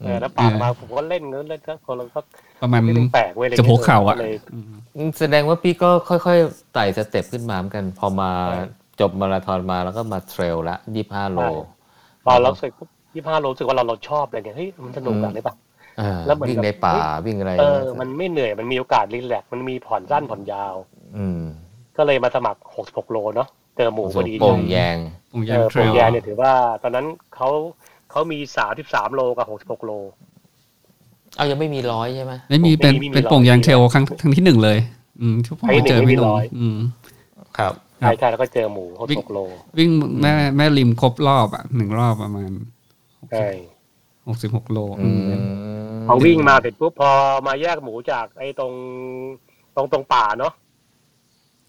[SPEAKER 3] เออน้ำป่ามาผมก็เล่นเงินเล่นก็คนเราก็
[SPEAKER 1] ประมาณ
[SPEAKER 3] ไม่ได้แปลกเว้ยอะไรงี้ย
[SPEAKER 1] จะหัวเข่าอะ
[SPEAKER 3] ลย
[SPEAKER 1] อืม
[SPEAKER 2] อืมแสดงว่าพี่ก็ค่อยๆไต่สเต็ปขึ้นมาเหมือนกัน พอมา
[SPEAKER 3] ใช่
[SPEAKER 2] จบมาราธอนมาแล้วก็มาเทรลละยี่ห้าโล
[SPEAKER 3] พอเราเสร็จปุ๊บยี่ห้าโลรู้สึกว่าเราเราชอบอะไรเงี้ยเฮ้ยมันสนุกอะ
[SPEAKER 2] อืม
[SPEAKER 3] ได้ปะ
[SPEAKER 2] อ่า
[SPEAKER 3] แล้วเหมือน
[SPEAKER 2] วิ่ง
[SPEAKER 3] แบบ
[SPEAKER 2] ในป่าวิ่งอะไร
[SPEAKER 3] เออมันไม่เหนื่อยมันมีโอกาสรีแลกซ์มันมีผ่อนสั้นผ่อนยาว
[SPEAKER 2] อืม
[SPEAKER 3] ก็เลยมาสมัคร 66 โลเนาะ เจอหมูพอดี
[SPEAKER 2] โป่งแยง
[SPEAKER 1] ป
[SPEAKER 3] เอย
[SPEAKER 1] งาง
[SPEAKER 3] อ
[SPEAKER 1] เทร
[SPEAKER 3] โป่
[SPEAKER 1] ล
[SPEAKER 3] งแยาเนี่ยถือว่า ตอนนั้นเขาเขามี 33 โลกับ 66 โล
[SPEAKER 2] เอายังไม่มีร้อยใช่ไหม
[SPEAKER 1] ไม่มีเป็น
[SPEAKER 3] ไม่มี
[SPEAKER 1] เป็น
[SPEAKER 3] ร้อย
[SPEAKER 1] โป่งยางเทรลครั้งครั้งที่หนึ่งเลย อืมที่ผมไปเจอ
[SPEAKER 3] ไม่มี
[SPEAKER 1] พี่น
[SPEAKER 3] ร้
[SPEAKER 1] ง
[SPEAKER 3] อย
[SPEAKER 1] อืม
[SPEAKER 2] ครับ
[SPEAKER 1] ครับ
[SPEAKER 3] ใช่ใช่แล้วก็เจอหมู 66 โล
[SPEAKER 1] วิ่งแม่แม่ริมครบรอบอ่ะหนึ่งรอบประมาณ
[SPEAKER 3] ใช่
[SPEAKER 1] หกสิบหกโล
[SPEAKER 2] อืม
[SPEAKER 3] พอวิ่งมาเสร็จปุ๊บพอมาแยกหมูจากไอ้ตรงตรงตรงป่าเนาะ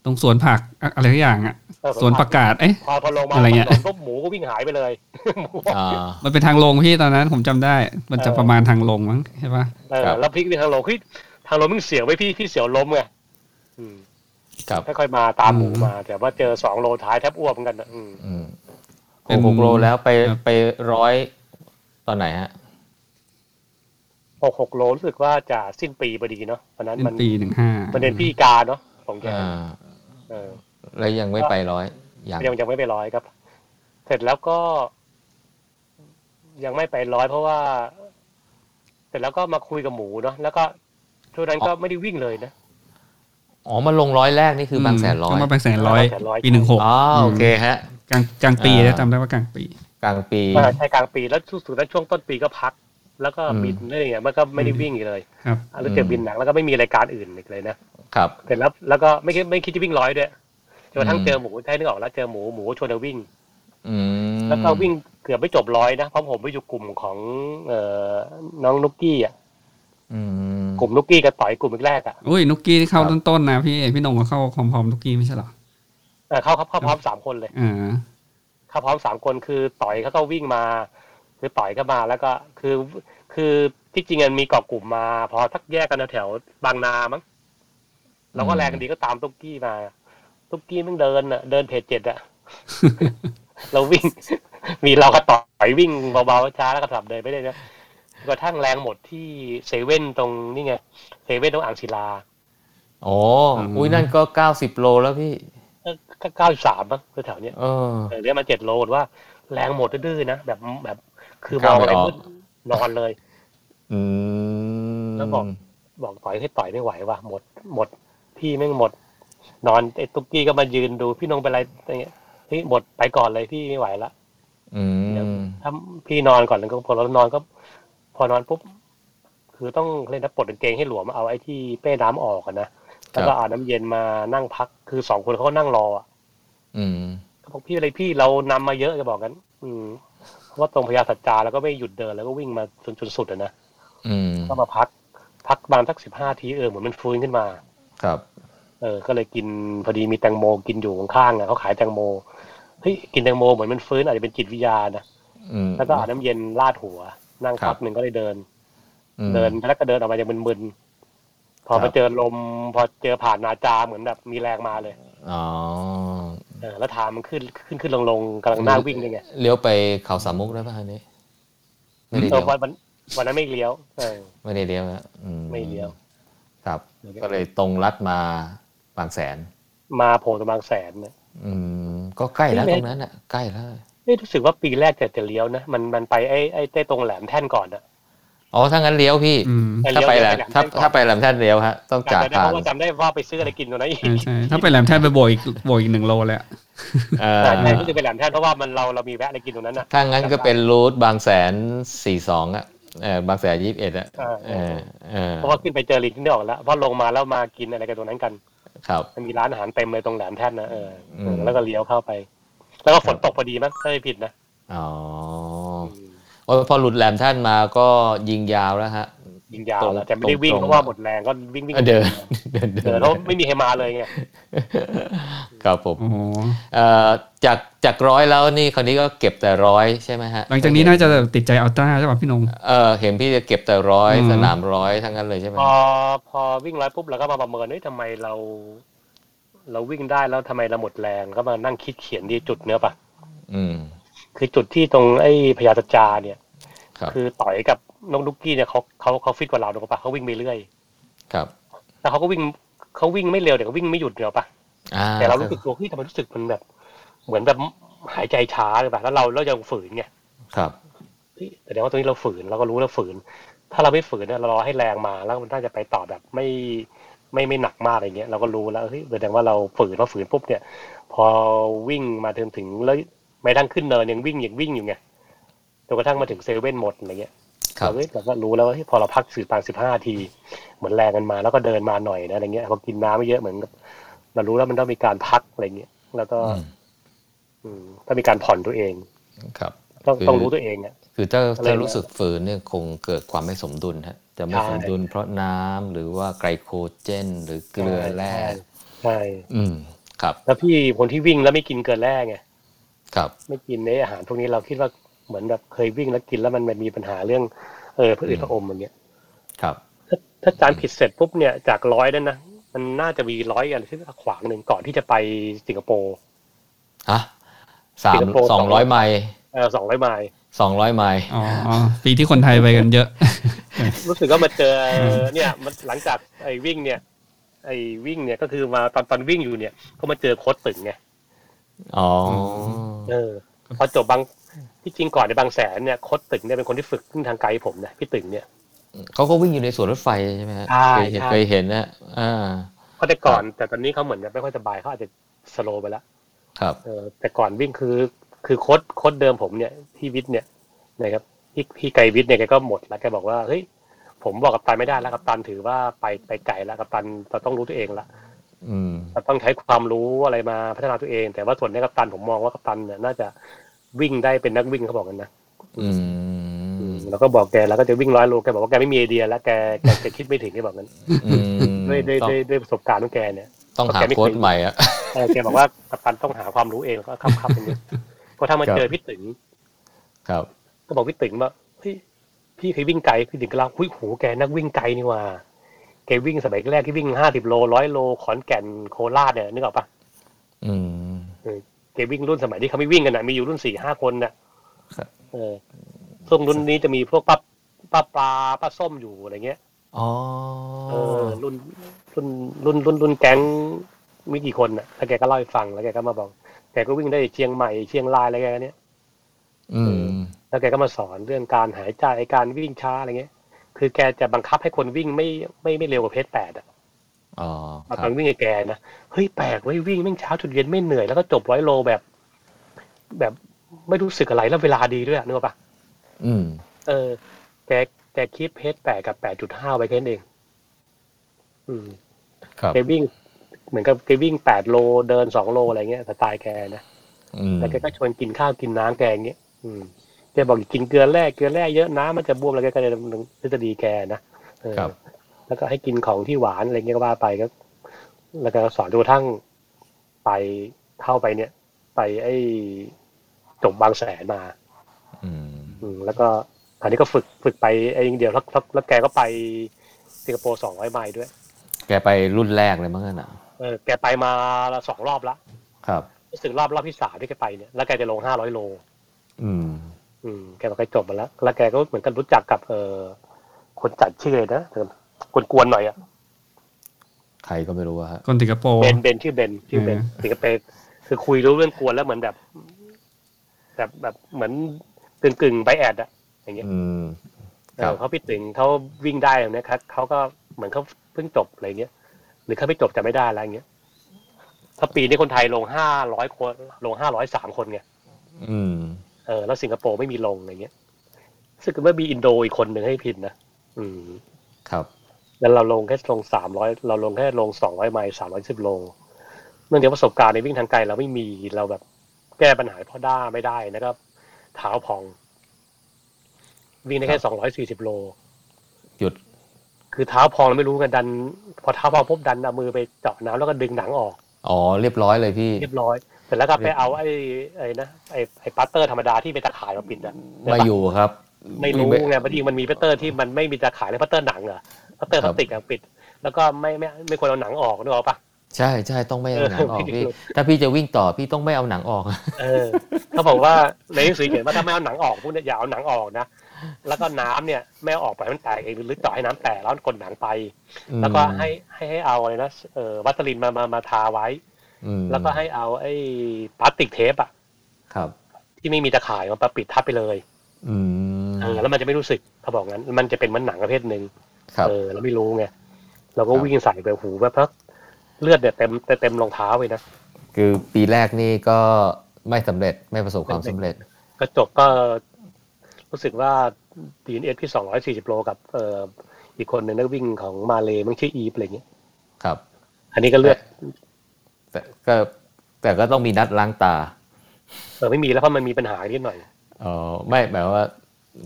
[SPEAKER 1] ตรงสวนผักอะอะไรทุกอย่างอ่ะ
[SPEAKER 3] เออ
[SPEAKER 1] สวนประกาศเอ๊ะ
[SPEAKER 3] พอพอลงมา
[SPEAKER 1] อะไรเงี้ย
[SPEAKER 3] ถนนปุ๊บหมูก็วิ่งหายไปเลย (laughs) หมู
[SPEAKER 2] อ่า
[SPEAKER 1] มันเป็นทางลงพี่ตอนนั้นผมจำได้ มันจะประมาณทางลงมั้งใช่ปะ
[SPEAKER 3] เออ
[SPEAKER 2] ครับ
[SPEAKER 3] แล้วพลิกไปทางลงเฮ้ยทางลงมึงเสียวไว้พี่พี่เสียวล้มไงอืม
[SPEAKER 2] ครับ
[SPEAKER 3] ค่อยๆมาตามหมูมา แต่ว่าเจอสองโลท้ายแทบอ้วกเหมือนกันอะอืม
[SPEAKER 2] อืมโอ้โหหกโลแล้วไปไปร้อยตอนไหนฮะ
[SPEAKER 3] หกหกโลรู้สึกว่าจะสิ้นปีพอดีเนาะวันนั้น
[SPEAKER 1] เป็น
[SPEAKER 3] มัน
[SPEAKER 1] ปีหนึ่งห้า
[SPEAKER 3] ประเด็นพี่กาเนาะของแก
[SPEAKER 2] อ่า
[SPEAKER 3] เออ
[SPEAKER 2] แล้วยังไม่ไปร้อยยัง
[SPEAKER 3] ยังยังไม่ไปร้อยครับ เสร็จแล้วก็ ยังไม่ไปร้อยเพราะว่า เสร็จแล้วก็มาคุยกับหมูเนาะแล้วก็ช่วงนั้นก็ไม่ได้วิ่งเลยนะ
[SPEAKER 2] อ๋อมาลงร้อยแรกนี่คือบางแสนร้อย
[SPEAKER 1] ก็มาบางแสนร้อย
[SPEAKER 3] บางแสนร้อย
[SPEAKER 1] ปีหนึ่งหก
[SPEAKER 2] อ๋อโอเคฮะ
[SPEAKER 1] กลางกลางปี
[SPEAKER 2] อ่า
[SPEAKER 1] นะจำได้ว่ากลางปี
[SPEAKER 2] กลางปี
[SPEAKER 3] อ่าใช่กลางปีแล้วสุดๆนั้นช่วงต้นปีก็พัก แล้วก็
[SPEAKER 2] อืม
[SPEAKER 3] บินเรื่อยๆมันก็ไม่ได้วิ่งอีกเลย
[SPEAKER 1] ครับ
[SPEAKER 3] อ่ะแล้วเจอบินหนักแล้วก็ไม่มีรายการอื่นอีกเลยนะครับ เสร็จแล้วแล้วก็ไม่คิดไม่คิดจะวิ่งร้อยด้วยจนกระทั่ง
[SPEAKER 2] อืม
[SPEAKER 3] เจอหมูใช่นึกออกแล้วเจอหมูหมูชวนเราวิ่ง
[SPEAKER 2] อืม
[SPEAKER 3] แล้วก็วิ่งเกือบไม่จบร้อยนะเพราะผมไปอยู่กลุ่มของเอ่อน้องนุกกี้อ่ะ
[SPEAKER 2] อืม
[SPEAKER 3] กลุ่มนุกกี้กับต่อยกลุ่มแรกๆอ่ะ
[SPEAKER 1] อุ้ยนุกกี้ที่เข้า
[SPEAKER 2] ครับ
[SPEAKER 1] ต้นๆนะพี่พี่นงก็เข้าพร้อมๆนุกกี้ไม่ใช่เหรอ
[SPEAKER 3] เออเข้าเข้าเข้าพร้อมสามคนเลย
[SPEAKER 1] อ่
[SPEAKER 2] (laughs)
[SPEAKER 1] า
[SPEAKER 3] เข้าพร้อมสามคนคือต่อยเขาก็วิ่งมา คือต่อยก็มาแล้วก็คือคือที่จริงมันมีเกาะกลุ่มมา พอทักแยกกันแถวๆบางนามั้งเราก็แรงกันดีก็ตามนุกกี้มา ตุ๊กกี้มึงเดินอ่ะเดินเพจเจ็ดอ่ะ เราวิ่ง (laughs) มีเราก็ต่อยวิ่งเบาๆช้าแล้วก็สลับเดินไปเลยนะกระทั่งแรงหมดที่เซเว่นตรงนี่ไงเซเว่นตรงอ่างศิลา
[SPEAKER 2] โอ้อุ้ยนั่นก็ 90 โลแล้วพี่
[SPEAKER 3] ก็เก้าสามมั้งแถวๆเนี้ย
[SPEAKER 2] เออ
[SPEAKER 3] เออเรียกมาเจ็ดโลว่า แรงหมดดื้อๆนะแบบแบบ คือม
[SPEAKER 2] ก้า
[SPEAKER 3] อ
[SPEAKER 2] ว
[SPEAKER 3] ง
[SPEAKER 2] ไม่
[SPEAKER 3] อะไร
[SPEAKER 2] ออก
[SPEAKER 3] ปุ๊บนอนเลย
[SPEAKER 2] อืม
[SPEAKER 3] แล้วบอก บอกต่อยให้ต่อยไม่ไหวว่ะหมดหมดพี่แม่งหมด นอนไอ้ตุ๊กกี้ก็มายืนดูพี่นงเป็นไรอะไรเงี้ยเฮ้ยหมดไปก่อนเลยพี่ไม่ไหวละ
[SPEAKER 2] อืม
[SPEAKER 3] ถ้าพี่นอนก่อนแล้วก็พอเรานอนก็ พอนอนปุ๊บคือต้องเล่นนะปลดกางเกงให้หลวมเอาไอ้ที่เป้น้ำออกอะนะแล้วก็เอาน้ำเย็นมานั่งพัก คือสองคนเขาก็นั่งรออะ
[SPEAKER 2] อืม
[SPEAKER 3] ก็บอกพี่อะไรพี่เรานำมาเยอะจะบอกกัน อืมเพราะว่าตรงพญาสัจจาแล้วก็ไม่หยุดเดินแล้วก็วิ่งมาจนจนสุดอะนะ
[SPEAKER 2] อืม
[SPEAKER 3] ก็มาพัก พักประมาณสักสิบห้าทีเออเหมือนมันฟื้นขึ้นมา
[SPEAKER 2] ครับ
[SPEAKER 3] เออ ก็เลยกินพอดีมีแตงโมกินอยู่ข้างๆอะเขาขายแตงโมเฮ้ยกินแตงโมเหมือนมันฟื้นอาจจะเป็นจิตวิทยานะ
[SPEAKER 2] อืม
[SPEAKER 3] แล้วก็เอาน้ำเย็นลาดหัว นั่ง
[SPEAKER 2] ครั
[SPEAKER 3] พั
[SPEAKER 2] บ
[SPEAKER 3] กหนึ่งก็เลยเดิน
[SPEAKER 2] อืม
[SPEAKER 3] เดินแล้วก็เดินออกมาอย่างมึนๆพอ
[SPEAKER 2] ครั
[SPEAKER 3] มา
[SPEAKER 2] บ
[SPEAKER 3] เจอลม พอเจอผ่านนาจาเหมือนแบบมีแรงมาเลย
[SPEAKER 2] อ๋อ
[SPEAKER 3] เออแล้วทางมันขึ้นขึ้นขึ้นลงลงกำลังหน้าวิ่งด้วยไง
[SPEAKER 2] เลี้ยวไปเขาสามมุกได้ป่ะอันนี้ ไม่ได้
[SPEAKER 3] เออ
[SPEAKER 2] เลี้ยว
[SPEAKER 3] วันวันวันนั้นไม่เลี้ยวเออ
[SPEAKER 2] ไม่ได้เลี้ยวนะอื
[SPEAKER 3] ไม่เลี้ยว
[SPEAKER 2] ครับ ก็เลยตรงลัดมาบางแสน
[SPEAKER 3] มาโผล่ตรงบางแสนเนี่ย
[SPEAKER 2] อืม ก็ใกล้แล้วตรงนั้นอ่ะ ใกล้แล้ว
[SPEAKER 3] เอ้ยรู้สึกว่าปีแรกจะจะเลี้ยวนะ มันมันไปไอ้ไอ้เต้ตรงแหลมแท่นก่อนอะ
[SPEAKER 2] อ๋อ ถ้างั้นเลี้ยวพี่
[SPEAKER 1] อืม
[SPEAKER 2] ถ้าไปแหลมถ้า
[SPEAKER 3] เลี้ยว
[SPEAKER 2] ถ้าไปแหลมท่านเลี้ยวฮะ ต้อง
[SPEAKER 3] จำ
[SPEAKER 2] จ่าย
[SPEAKER 3] ได้
[SPEAKER 2] ผ่าน
[SPEAKER 3] เพราะว่าจำได้ว่าไปซื้ออะไรกินตรงนั้นอีก
[SPEAKER 1] ใช่ใช่ถ้าไปแหลมแท่นไปโบยอีกโบยอีกหนึ่งโลเลยอะ
[SPEAKER 2] เอ่อ
[SPEAKER 3] ใช่ใช่รู้สึกไปแหลมแท่นเพราะว่ามันเราเรามีแวะอะไรกินตรงนั้นอะ
[SPEAKER 2] ถ้างั้นก็เป็นรูทบางแสนสี่สองอ่ะเออบางแสนยี่สิบเอ็ดอ่ะ
[SPEAKER 3] อ่า
[SPEAKER 2] เออเออ
[SPEAKER 3] เพราะว่าขึ้นไปเจอลิงที่นี่ออกแล้วเพราะลงมาแล้วมากินอะไรกันตรงนั้นกัน
[SPEAKER 2] ครับ
[SPEAKER 3] มันมีร้านอาหารเต็มเลยตรงแหลมแท่นนะเอออ
[SPEAKER 2] ม
[SPEAKER 3] แล้วก็เลี้ยวเข้าไป แล้วก็ฝนตกพอดีมั้งถ้าไม่ผิดนะ
[SPEAKER 2] อ๋อโอ้ยพอหลุดแหลมท่านมาก็ยิงยาวแล้วฮะ
[SPEAKER 3] ยิงยาว
[SPEAKER 2] ตรง
[SPEAKER 3] แล้วแต่ไม่ได้วิ่ง
[SPEAKER 2] ตรง
[SPEAKER 3] เพราะว่าหมดแรงก็วิ่งวิ่ง
[SPEAKER 2] เออเดินเดิน
[SPEAKER 3] เดิ
[SPEAKER 2] เดิ
[SPEAKER 3] น
[SPEAKER 2] น
[SPEAKER 3] แล้วไม่มีใครมาเลยไง
[SPEAKER 2] ครับผม
[SPEAKER 1] โอ้โห
[SPEAKER 2] เอ่อจากจากร้อยแล้วนี่คราวนี้ก็เก็บแต่ร้อยใช่ไหมฮะ
[SPEAKER 1] หลังจากนี้น่าจะติดใจอัลต้าใช่ป่ะพี่นง
[SPEAKER 2] เออเห็นพี่จะเก็บแต่ร้อย
[SPEAKER 1] อืม
[SPEAKER 2] สนามร้อยทั้งนั้นเลยใช่ไหม
[SPEAKER 3] พอพอวิ่งร้อยปุ๊บเราก็มาประเมินเฮ้ยทำไมเรา เราวิ่งได้แล้วทำไมเราหมดแรงก็มานั่งคิดเขียนดีจุดเนื้อปะ
[SPEAKER 2] อืม
[SPEAKER 3] คือจุดที่ตรงไอ้พญาตจจาเนี่ย
[SPEAKER 2] ครับ
[SPEAKER 3] คือต่อยกับน้องดุกกี้เนี่ยเขาเขาเขาฟิตกว่าเราเนอะปะเขาวิ่งไปเรื่อย
[SPEAKER 2] ครับ
[SPEAKER 3] แล้วเขาก็วิ่งเขาวิ่งไม่เร็วแต่ก็วิ่งไม่หยุดเนอะปะ
[SPEAKER 2] อ่า
[SPEAKER 3] แต่เรารู้สึกตัวที่ทำไมรู้สึกมันแบบ เหมือนแบบหายใจช้าเลยป่ะแล้วเราเรายังฝืนไง
[SPEAKER 2] ครับ
[SPEAKER 3] เฮ้ยแต่เดี๋ยวว่าตรงนี้เราฝืนเราก็รู้เราฝืน ถ้าเราไม่ฝืนเนี่ยเรารอให้แรงมาแล้วมันน่าจะไปต่อแบบไม่ไม่ไม่หนักมากอะไรเงี้ยเราก็รู้แล้วเฮ้ยแสดงว่าเราฝืนเราฝืนปุ๊บเนี่ย พอวิ่งมาถึงถึงแล้วไม่ดังขึ้นเนินยังวิ่งยังวิ่งอยู่ไงจนกระทั่งมาถึงเซเว่นหมดอะไรเงี้ย
[SPEAKER 2] ครับ
[SPEAKER 3] เราเฮ้ยเราก็รู้แล้วว่าเฮ้ยพอเราพักสื่อตางสิบห้าที เหมือนแรงกันมา แล้วก็เดินมาหน่อยนะอะไรเงี้ยพอกินน้ำไม่เยอะเหมือนกับเรารู้แล้วมันต้องมีการพักอะไรเงี้ยแล้วก็
[SPEAKER 2] อืม
[SPEAKER 3] อืมต้องมีการผ่อนตัวเอง
[SPEAKER 2] ครับ
[SPEAKER 3] ต้อง
[SPEAKER 2] คือ
[SPEAKER 3] ต้องรู้ตัวเองอ่ะ
[SPEAKER 2] คือถ้า
[SPEAKER 3] อะไร
[SPEAKER 2] ถ้า
[SPEAKER 3] นะ
[SPEAKER 2] รู้สึกฝืนเนี่ยคงเกิดความไม่สมดุลฮะจะไม่ส
[SPEAKER 3] ใช่
[SPEAKER 2] มดุลเพราะน้ำหรือว่าไกลโคเจน หรือเกลือแร่
[SPEAKER 3] ใช่ใช่
[SPEAKER 2] อืมครับ
[SPEAKER 3] แล้วพี่คนที่วิ่งแล้วไม่กินเกินแร่ไง
[SPEAKER 2] ครับ
[SPEAKER 3] ไม่กินในอาหารพวกนี้เราคิดว่าเหมือนแบบเคยวิ่งแล้วกินแล้วมันมีปัญหาเรื่องเออพระอืดพระอมอย่างเงี้ย
[SPEAKER 2] ครับ
[SPEAKER 3] ถ้าถ้าจานผิดเสร็จปุ๊บเนี่ยจากร้อยนั้นนะมันน่าจะมีร้อยอันที่ขวางหนึ่งก่อนที่จะไปสิงคโปร์
[SPEAKER 2] ฮะสา
[SPEAKER 3] สิ
[SPEAKER 2] ม
[SPEAKER 3] งคโปร์
[SPEAKER 2] สองร้อยไมล์
[SPEAKER 3] เออสองร้อยไมล์
[SPEAKER 2] สองร้อยไมล์
[SPEAKER 1] อ๋ออ๋อปีที่คนไทยไปกันเยอะ
[SPEAKER 3] รู้สึกว่ามาเจอเนี่ยมันหลังจากไอ้วิ่งเนี่ย ไอ้วิ่งเนี่ยก็คือมาตอนตอนวิ่งอยู่เนี่ย ก็มาเจอโค้ดตึงไง
[SPEAKER 2] อ๋อ
[SPEAKER 3] เออพอจบบางที่จริงก่อนในบางแสนเนี่ยโค้ดตึงเนี่ยเป็นคนที่ฝึกขึ้นทางไกลผมนะพี่ตึงเนี่ย
[SPEAKER 2] เขาก็วิ่งอยู่ในสวนรถไฟใช่ไหมฮะ
[SPEAKER 3] ใช่
[SPEAKER 2] เคยเห็น
[SPEAKER 3] ใช่
[SPEAKER 2] เคยเห็นนะอ่า
[SPEAKER 3] เพราะแต่ก่อนแต่ตอนนี้เขาเหมือนจะไม่ค่อยสบายเขาอาจจะสโลว์ไปแล้ว
[SPEAKER 2] ครับ
[SPEAKER 3] เออแต่ก่อนวิ่งคือคือโค้ดโค้ดเดิมผมเนี่ยพี่วิทย์เนี่ยนะครับพี่พี่ไกรวิทย์เนี่ยแกก็หมดแล้วแกบอกว่าเฮ้ยผมบอกกับตันไม่ได้แล้วกับตันถือว่าไปไปไกลแล้วกับตันเราต้องรู้ตัวเองละ
[SPEAKER 2] อืม
[SPEAKER 3] เราต้องใช้ความรู้อะไรมาพัฒนาตัวเอง แต่ว่าส่วนในกับตันผมมองว่ากับตันเนี่ยน่าจะวิ่งได้เป็นนักวิ่งเขาบอกกันนะ
[SPEAKER 2] อืม
[SPEAKER 3] แล้วก็บอกแกแล้วก็จะวิ่งร้อยโลแกบอกว่าแกไม่มีไอเดียแล้วแกแกแกคิดไม่ถึงแกบอกงั้น
[SPEAKER 2] อืม
[SPEAKER 3] ด้วยด้วย
[SPEAKER 2] ต้อง
[SPEAKER 3] ด้วยด้วยประสบการณ์ของแกเนี่ย
[SPEAKER 2] ต้องหาโค้ดใหม่อ่ะ
[SPEAKER 3] เออแกบอกว่ากัปตันต้องหาความรู้เองแล้วก็ขับขับเป็นพอถ้ามา
[SPEAKER 2] ครับ
[SPEAKER 3] เจอพี่ตึง
[SPEAKER 2] ครับ
[SPEAKER 3] ก็บอกพี่ตึงว่าเฮ้ยพี่เคยวิ่งไกลพี่ตึงก็เล่าหุ้ยโหแกนักวิ่งไกลนี่หว่าแกวิ่งสมัยแรกที่วิ่งห้าสิบโลร้อยโลขอนแก่นโคราชเนี่ยนึกออกปะ
[SPEAKER 2] อืม
[SPEAKER 3] เกวิ่งรุ่นสมัยที่เขาไม่วิ่งกันนะมีอยู่รุ่นสี่ห้าคนน่ะ
[SPEAKER 2] ครับ
[SPEAKER 3] เออช่วงรุ่นนี้จะมีพวกป้าป้าปลาป้าส้มอยู่อะไรเงี้ย
[SPEAKER 2] อ๋อ
[SPEAKER 3] เออรุ่นรุ่นรุ่นรุ่นรุ่นแก๊งไม่กี่คนน่ะแล้วแกก็เล่าให้ฟังแล้วแกก็มาบอกแกก็วิ่งได้เชียงใหม่เชียงรายอะไรแกเนี้ย
[SPEAKER 2] อืม
[SPEAKER 3] แล้วแกก็มาสอนเรื่องการหายใจการวิ่งช้าอะไรเงี้ย คือแกจะบังคับให้คนวิ่งไม่ไม่ไม่เร็วกว่าเพจแปดอะ
[SPEAKER 2] อ๋อ
[SPEAKER 3] มา
[SPEAKER 2] ค
[SPEAKER 3] ต
[SPEAKER 2] รั
[SPEAKER 3] อบ นวิ่งไอ้แกนะ เฮ้ยแปลกเว้ยวิ่งแม่งเช้าจุดเย็นไม่เหนื่อยแล้วก็จบร้อยโลแบบ แบบไม่รู้สึกอะไรแล้วเวลาดีด้วยอะนึกออกปะ
[SPEAKER 2] อืม
[SPEAKER 3] เออแกแกคีบเพจแปดกับแปดจุดห้าไว้แค่นั้นเอง อืม
[SPEAKER 2] ครับ
[SPEAKER 3] แกวิ่ง เหมือนกับแกวิ่งแปดโลเดินสองโลอะไรเงี้ยสไตล์แกนะ
[SPEAKER 2] อืม
[SPEAKER 3] แล้วแกก็ชวนกินข้าวกินน้ำแกอย่างเงี้ยอืมแกบอกกินเกลือแร่เกลือแร่เยอะน้ำมันจะบวมแล้วแกก็เลยทฤษฎีแกนะเออ
[SPEAKER 2] ครับ
[SPEAKER 3] แล้วก็ให้กินของที่หวานอะไรเงี้ยก็ว่าไปก็แล้วก็สอนดูทั้งไปเข้าไปเนี่ย ไปไอ้จบบางแสนมา
[SPEAKER 2] อืม
[SPEAKER 3] อืมแล้วก็คราวนี้ก็ฝึกฝึกไปไอ้อย่างเดียวแล้วแล้วแล้วแกก็ไปสิงคโปร์สองร้อยไมล์ด้วย
[SPEAKER 2] แกไปรุ่นแรกเลยมั้งน่ะ
[SPEAKER 3] เออแกไปมาละสองรอบละ
[SPEAKER 2] ครับ
[SPEAKER 3] รู้สึกรอบรอบที่สามที่แกไปเนี่ยแล้วแกจะลงห้าร้อยโล
[SPEAKER 2] อืม
[SPEAKER 3] อืมแกบอกแกจบมาแล้ว แล้วแกก็เหมือนกันรู้จักกับเออคนจัดชื่อเลยนะเออกวนๆหน่อยอ่ะ
[SPEAKER 2] ใครก็ไม่รู้อะฮะ
[SPEAKER 1] คนสิงคโปร์
[SPEAKER 3] เบนเบนชื่อเบนชื่อเบน
[SPEAKER 1] อืม
[SPEAKER 3] สิงคโปร์คือคุยรู้เรื่องกวนแล้วเหมือนแบบ แบบแบบเหมือนกึ่งกึ่งๆไปแอดอะอย่างเงี้ย
[SPEAKER 2] อืม
[SPEAKER 3] เอ
[SPEAKER 2] ครับ
[SPEAKER 3] อเขาพี่ตึงเขาวิ่งได้แบบเนี้ยครับเขาก็เหมือนเขาเพิ่งจบอะไรเงี้ยหรือเขาไม่จบจะไม่ได้อะไรเงี้ยถ้าปีนี้คนไทยลงห้าร้อยคนลงห้าร้อยสามคนไง
[SPEAKER 2] อืม
[SPEAKER 3] เออแล้วสิงคโปร์ไม่มีลงอะไรเงี้ยรู้สึกว่ามีอินโดอีกคนหนึ่งให้พินนะอืม
[SPEAKER 2] ครับ
[SPEAKER 3] แล้วเราลงแค่ลงสามร้อยเราลงแค่ลงสองร้อยไมล์สามร้อยสิบโลเนื่องจากประสบการณ์ในวิ่งทางไกลเราไม่มีเราแบบแก้ปัญหาพ่อด้าไม่ได้นะครับเท้าพอง วิ่งได้แค่สองร้อยสี่สิบโล
[SPEAKER 2] หยุด
[SPEAKER 3] คือเท้าพองเราไม่รู้กันดัน พอเท้าพองปุ๊บดันเอามือไปเจาะน้ำแล้วก็ดึงหนังออก
[SPEAKER 2] อ๋อเรียบร้อยเลยพี่
[SPEAKER 3] เรียบร้อยเสร็จแล้วก็ไปเอาไอ้ไอ้นะไอ้ไอ้ปัตเตอร์ธรรมดาที่เป็นตะข่ายมาปิดนะ
[SPEAKER 2] มาอยู่ครับ
[SPEAKER 3] ไม่รู้ไงบางทีมันมีปัตเตอร์ที่มันไม่มีตะข่ายแล้วปัตเตอร์หนังเหรอปัตเตอร์พลาสติกอะปิด แล้วก็ไม่ไม่ไม่ควรเอาหนังออกนึกออกปะ
[SPEAKER 2] ใช่ใช่ต้องไม่เอาหนังออก
[SPEAKER 3] เออ (laughs)
[SPEAKER 2] พี่ ถ้าพี่จะวิ่งต่อพี่ต้องไม่เอาหนังออก
[SPEAKER 3] เออเขาบอกว่าในหนังสือเขียนว่าถ้าไม่เอาหนังออกพวกเนี่ยอย่าเอาหนังออกนะ แล้วก็น้ำเนี่ยไม่เอาออกไปล่อยให้มันแตกเองหรือต่อให้น้ำแตกแล้วกดหนังไป (laughs) แล้วก็ให้ให้ให้เอาอะไรนะเออวัสลินมามามาทาไว้
[SPEAKER 2] อืม
[SPEAKER 3] แล้วก็ให้เอาไอ้พลาสติกเทปอะ
[SPEAKER 2] ครับ
[SPEAKER 3] ที่ไม่มีตะข่ายมาปิดทับไปเลย
[SPEAKER 2] อืม
[SPEAKER 3] เออแล้วมันจะไม่รู้สึกเขาบอกงั้น มันจะเป็นเหมันหนังประเภทหนึ่ง
[SPEAKER 2] ครับ
[SPEAKER 3] เออแล้วไม่รู้ไงเราก็
[SPEAKER 2] ครับ
[SPEAKER 3] วิ่งใส่ไปหูแบบพักเลือดเนี่ยเต็มเต็มเต็มรองเท้าเลยนะ
[SPEAKER 2] คือปีแรกนี่ก็ไม่สำเร็จไม่ประสบความสำเร็จ
[SPEAKER 3] กระจกก็รู้สึกว่า DNS ที่ 240 โลกับเอ่ออีกคนหนึ่งนักวิ่งของมาเลย์มันชื่ออีฟอะไรเงี้ย
[SPEAKER 2] ครับ
[SPEAKER 3] อันนี้ก็เลือด
[SPEAKER 2] แต่ก็แต่ก็ต้องมีนัดล้างตา
[SPEAKER 3] เออไม่มีแล้วเพราะมันมีปัญหานิดหน่อย
[SPEAKER 2] อ๋อไม่หมายว่า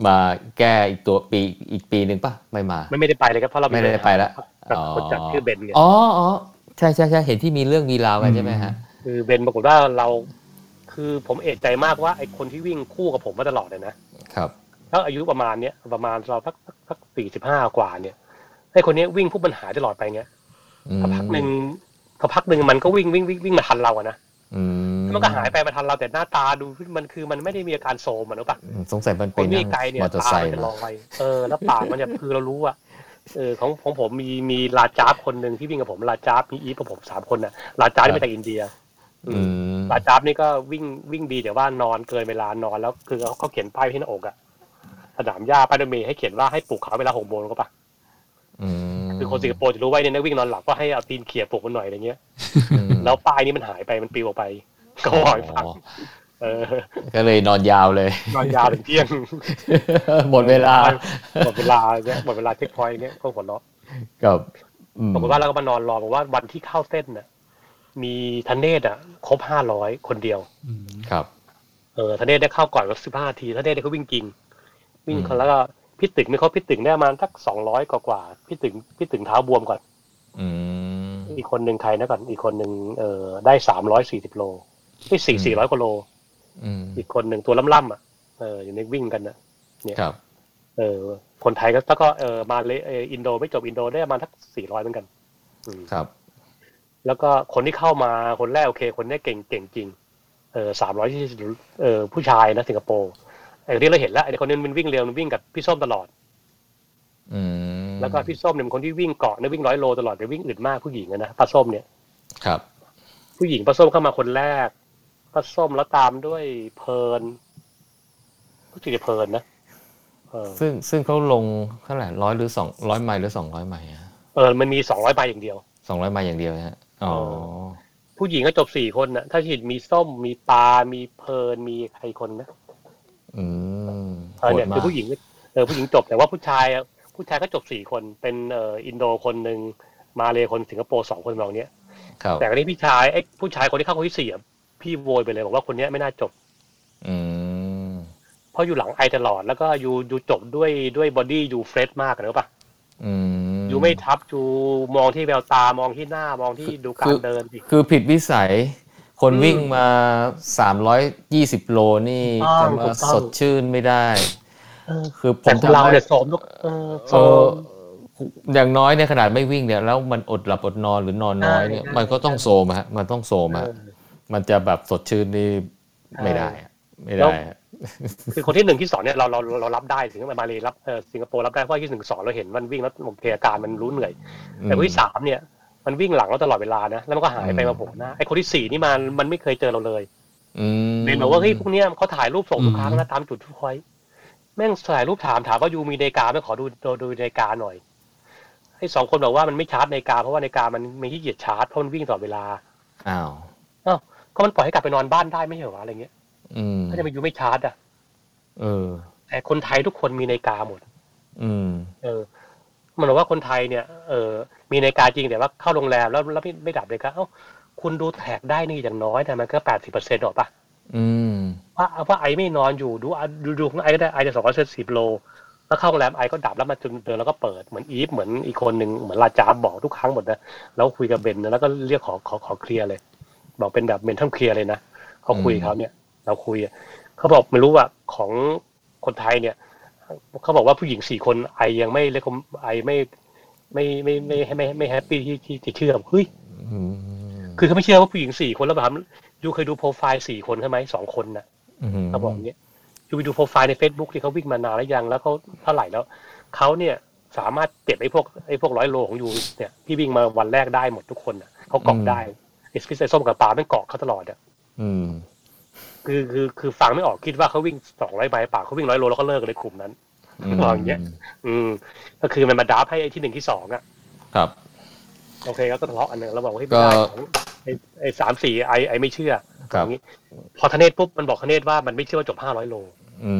[SPEAKER 2] มาแก้อีกตัวปีอีกปีหนึ่งปะไม่มา
[SPEAKER 3] ไม่ไม่ได้ไปเลยครับเพราะเรา
[SPEAKER 2] ไม่ได้ไปแล้ว
[SPEAKER 3] กับคนจัดชื่อเบนไง
[SPEAKER 2] อ๋ออ๋อใช่ใช่ใช่เห็นที่มีเรื่องมีราวกันใช่ไหมฮะ
[SPEAKER 3] คือเบนปรากฏว่าเราคือผมเอกใจมากว่าไอ้คนที่วิ่งคู่กับผมมาตลอดเลยนะครับ ถ้าอายุประมาณเนี้ยประมาณเราสักสักสักสี่สิบห้ากว่าเนี่ยไอ้คนเนี้ยวิ่งคู่ปัญหาตลอดไปเงี้ย
[SPEAKER 2] อืม
[SPEAKER 3] สักพักหนึ่งสักพักหนึ่งมันก็วิ่งวิ่งวิ่งวิ่งมาทันเราอะนะ
[SPEAKER 2] อื
[SPEAKER 3] มันก็หายไปมาทันเราแต่หน้าตาดูมันคือมันไม่ได้มีอาการโซมอ่ะรู้ปะ
[SPEAKER 2] อืมสงสัยมัน
[SPEAKER 3] ค
[SPEAKER 2] เป็น น
[SPEAKER 3] ที่ไกลเนี่ย
[SPEAKER 2] มอเตอร์
[SPEAKER 3] ตา
[SPEAKER 2] ไซ
[SPEAKER 3] มั
[SPEAKER 2] ค์
[SPEAKER 3] นจะล
[SPEAKER 2] มา
[SPEAKER 3] อยเออแล้วปากมันจะคือเรารู้อ่ะเออของของผมมีมีลาจาบคนหนึ่งที่วิ่งกับผมลาจาบมีอีฟกับผมสามคนน่ะลาจาบนี่มาจากอินเดียอื
[SPEAKER 2] อื
[SPEAKER 3] ม
[SPEAKER 2] ม
[SPEAKER 3] ลาจาบนี่ก็วิ่งวิ่งดีแต่ว่านอนเกินเวลานอนแล้วคือเขาเขาเขียนป้ายที่หน้าอกอ่ะสนามหญ้าป้ายรถเมย์ให้เขียนว่าให้ปลุกเขาเวลาหกโมงรู้ปะ
[SPEAKER 2] อืม
[SPEAKER 3] คือคนสิงคโปร์จะรู้ไว้เนี่ยนักวิ่งนอนหลับก็ให้เอาตีนเขี่ยปลุกมันหน่อยอะไรเงี้ย
[SPEAKER 2] อืม
[SPEAKER 3] แล้วป้ายนี้มันหายไปมันปลิวออกไปก็หอยฟัง
[SPEAKER 2] อ๋อ
[SPEAKER 3] เออ
[SPEAKER 2] ก็เลยนอนยาวเลย (laughs)
[SPEAKER 3] นอนยาวถึงเที่ยง
[SPEAKER 2] หมดเวลา
[SPEAKER 3] หมดเวลาเนี่ยหมดเวลาเช็คพอยต์เนี่ยก็หัวเราะ
[SPEAKER 2] กับอืม
[SPEAKER 3] ปรากฏว่าเราก็มานอนรอบอกว่าวันที่เข้าเส้นน่ะมีธเนศอ่ะครบห้าร้อยคนเดียว
[SPEAKER 1] อืม
[SPEAKER 2] ครับ
[SPEAKER 3] เออธเนศได้เข้าก่อนก็สิบห้าทีธเนศได้เขาวิ่งจริง วิ่ง
[SPEAKER 2] อืม
[SPEAKER 3] แล้วก็พี่ตึกนี่เขาพี่ตึกได้ประมาณสักสองร้อยกว่าๆพี่ตึกพี่ตึกเท้าบวมก่อน
[SPEAKER 2] อืม
[SPEAKER 3] อีกคนหนึ่งใครนะก่อนอีกคนหนึ่งเออได้สามร้อยสี่สิบโลไม่สี่สี่ร้อยกว่าโล
[SPEAKER 2] อืม
[SPEAKER 3] อีกคนหนึ่งตัวล่ำๆอ่ะเอออยู่ในวิ่งกันน่ะ
[SPEAKER 2] ครับ
[SPEAKER 3] เออคนไทยก็แล้วก็เออมาเลเอออินโดไม่จบอินโดได้ประมาณทักสี่ร้อยเหมือนกันอืม
[SPEAKER 2] ครับ
[SPEAKER 3] แล้วก็คนที่เข้ามาคนแรกโอเค คนเนี้ยเก่งเก่งจริง เออสามร้อยที่เออผู้ชายนะสิงคโปร์ไอ้ที่เราเห็นแล้วไอ้คนนี้มันวิ่งเร็วมันวิ่งกับพี่ส้มตลอด
[SPEAKER 4] อืม
[SPEAKER 3] แล้วก็พี่ส้มเนี่ยเป็นคนที่วิ่งเกาะเนี่ยวิ่งร้อยโลตลอดแต่วิ่งอึดมากผู้หญิงอะนะปลาส้มเนี่ย
[SPEAKER 4] ครับ
[SPEAKER 3] ผู้หญิงปลาส้มเข้ามาคนแรกปลาส้มแล้วตามด้วยเพลิร์นรู้สึก็ถือเพลิร์นนะเออ
[SPEAKER 2] ซึ่งซึ่งเขาลงเท่าไหร่ร้อยหรือสองร้อยไมล์หรือสองร้อยไมล์
[SPEAKER 3] เออมันมีสองร้อยใบอย่างเดียว
[SPEAKER 2] สองร้อยไมล์อย่างเดียวนะฮะอ๋อ
[SPEAKER 3] ผู้หญิงก็จบสี่คนนะถ้าผิดมีส้มมีปลา มีเพลิร์นมีใครคนนะ
[SPEAKER 2] อืม
[SPEAKER 3] เออ
[SPEAKER 2] โห
[SPEAKER 3] เนี่
[SPEAKER 2] ด
[SPEAKER 3] ย
[SPEAKER 2] มา
[SPEAKER 3] คื
[SPEAKER 2] ก
[SPEAKER 3] อผู้หญิงเออผู้หญิงจบแต่ว่าผู้ชายอะผู้ชายก็จบสี่คนเป็นเอออินโดคนหนึ่งมาเลคนสิงคโปร์สองคนเราเนี้ย
[SPEAKER 2] ครับ
[SPEAKER 3] แต่อันนี้พี่ชายไอ้ผู้ชายคนที่เข้าคนที่สี่อะพี่โวยไปเลยบอกว่าคนเนี้ยไม่น่าจบ
[SPEAKER 2] อืม
[SPEAKER 3] เพราะอยู่หลังไอตลอดแล้วก็อยู่อยู่จบด้วยด้วยบอดี้อยู่เฟรชมากอะเนอะปะ
[SPEAKER 2] อืม
[SPEAKER 3] อยู่ไม่ทับอยู่มองที่แววตามองที่หน้ามองที่ดูกา
[SPEAKER 2] คื
[SPEAKER 3] ร
[SPEAKER 2] อ
[SPEAKER 3] เดินดิ
[SPEAKER 2] คือผิดวิสัย คน
[SPEAKER 3] อืม
[SPEAKER 2] วิ่งมาสามร้อยยี่สิบโลนี่จะ
[SPEAKER 3] ถูกต้อง
[SPEAKER 2] มา
[SPEAKER 3] ถูกต้อง
[SPEAKER 2] สดชื่นไม่ได้
[SPEAKER 3] เออ
[SPEAKER 2] คือผ
[SPEAKER 3] แต่
[SPEAKER 2] ม
[SPEAKER 3] คนเรา
[SPEAKER 2] จำได้
[SPEAKER 3] เนี่ยโสมทุกเออโส
[SPEAKER 2] เออ
[SPEAKER 3] ม
[SPEAKER 2] อย่างน้อยในยขนาดไม่วิ่งเนี่ยแล้วมันอดหลับอดนอนหรือนอนน้อยเนี่ย
[SPEAKER 3] ใช่
[SPEAKER 2] มันก็ต้องโซมอะฮะมันต้องโซมอะ
[SPEAKER 3] เออ
[SPEAKER 2] มันจะแบบสดชื่นนี่ไม่ได้อะไม่ได้อะ
[SPEAKER 3] คือคนที่หนึ่งที่สองเนี่ยเราเราเรารับได้ถึงมาเลยรับเออสิงคโปร์รับได้เพราะที่หนึ่งสองเราเห็นมันวิ่งแล้วโอเคอาการมันรู้เหนื่อย แต่คนที่สามเนี่ยมันวิ่งหลังเราตลอดเวลานะแล้วมันก็หายไปมาโผล่หน้าไอ้คนที่สี่นี่มันมันไม่เคยเจอเราเลย
[SPEAKER 2] อืม
[SPEAKER 3] เห็นบอกว่าเฮ้ยพวกเนี้ยเขาถ่ายรูปส่งทุก
[SPEAKER 2] อืม
[SPEAKER 3] ครั้งนะตามจุดทุกคอยแม่งถ่ายรูปถามถามว่ายูมีนาฬิกาไหม่ขอดูดูดูนาฬิกาหน่อยไอ้สองคนบอกว่ามันไม่ชาร์จนาฬิกาเพราะว่านาฬิกามันมันขี้เกียจชาร์จเพราะมันวิ่งตลอดเวลา
[SPEAKER 2] อ้าว
[SPEAKER 3] อ้าวก็มันปล่อยให้กลับไปนอนบ้านได้ไม่ใช่เหรอวะอะไรเงี้ย
[SPEAKER 2] อืม
[SPEAKER 3] ถ้าจะไปยูไม่ชาร์จอ่ะ
[SPEAKER 2] เออ
[SPEAKER 3] แต่คนไทยทุกคนมีนาฬิกาหมด
[SPEAKER 2] อืม
[SPEAKER 3] เออ มันบอกว่าคนไทยเนี่ยเออมีนาฬิกาจริงแต่ว่าเข้าโรงแรมแล้วแล้วไม่ไม่ดับเลยก็เอ้าคุณดูแท็กได้นี่อย่างน้อยแต่มันก็แปดสิบเปอร์เซ็นต์หรอกปะ
[SPEAKER 2] อืม
[SPEAKER 3] ว่าว่าไอไม่นอนอยู่ดูอ่ะดูดูของไอก็ได้ไอจะสองร้อยเซนสิบโล แล้วเข้าโรงแรมไอก็ดับแล้วมาจนเดินแล้วก็เปิดเหมือนอีฟเหมือนอีกคนหนึ่งเหมือนราจาบอกทุกครั้งหมดนะแล้วคุยกับเบนนะแล้วก็เรียกขอขอขอเคลียร์เลย บอกเป็นแบบเมนทัมเคลียร์เลยนะเขาคุยเขาเนี่ย เราคุยอ่ะเขาบอกไม่รู้ว่าของคนไทยเนี่ยเขาบอกว่าผู้หญิงสี่คนไอยังไม่เลคไอไม่ไม่ไม่ไม่ไม่ไม่แฮปปี้ที่ที่ที่เชื่อเฮ้ย
[SPEAKER 2] อืม
[SPEAKER 3] คือเขาไม่เชื่อว่าผู้หญิงสี่คนแล้วแบบยูเคยดูโปรไฟล์สี่คนใช่ไหมสองคนน่ะ
[SPEAKER 2] อืม
[SPEAKER 3] เขาบอกอย่างเนี้ยยูไปดูโปรไฟล์ใน Facebook ที่เขาวิ่งมานานแล้วยัง แล้วเขาเท่าไหร่แล้ว เขาเนี่ยสามารถเก็บไอ้พวกไอ้พวกร้อยโลของยูเนี่ยที่วิ่งมาวันแรกได้หมดทุกคนน่ะเขาเกาะได้ไอ้สกิสไอ้ส้มกับปลาไม่งเกาะเขาตลอดอ่ะ
[SPEAKER 2] อืม
[SPEAKER 3] คือคือคือฟังไม่ออกคิดว่าเขาวิ่งสองร้อยใบปากเขาวิ่งร้อยโลแล้วเขาเลิกเลยกลุ่มนั้น
[SPEAKER 2] อืม
[SPEAKER 3] บอกอย่างเงี้ย อืมก็คือมันมาดับให้ไอ้ที่หนึ่งที่สองอ่ะ
[SPEAKER 2] ครับ
[SPEAKER 3] โอเคแล้วก็ทะเลาะอันหนึ่งแล้วบอกว่าให้ย
[SPEAKER 2] ก็
[SPEAKER 3] ไม่ได้ของไอ้ไอ้สามสี่ไอ้ไอ้ไม่เชื่อ
[SPEAKER 2] ครับ
[SPEAKER 3] อย่างงี้พอทะเนศปุ๊บมันบอกทะเนศว่ามันไม่เชื่อว่าจบห้าร้อยโล
[SPEAKER 2] อื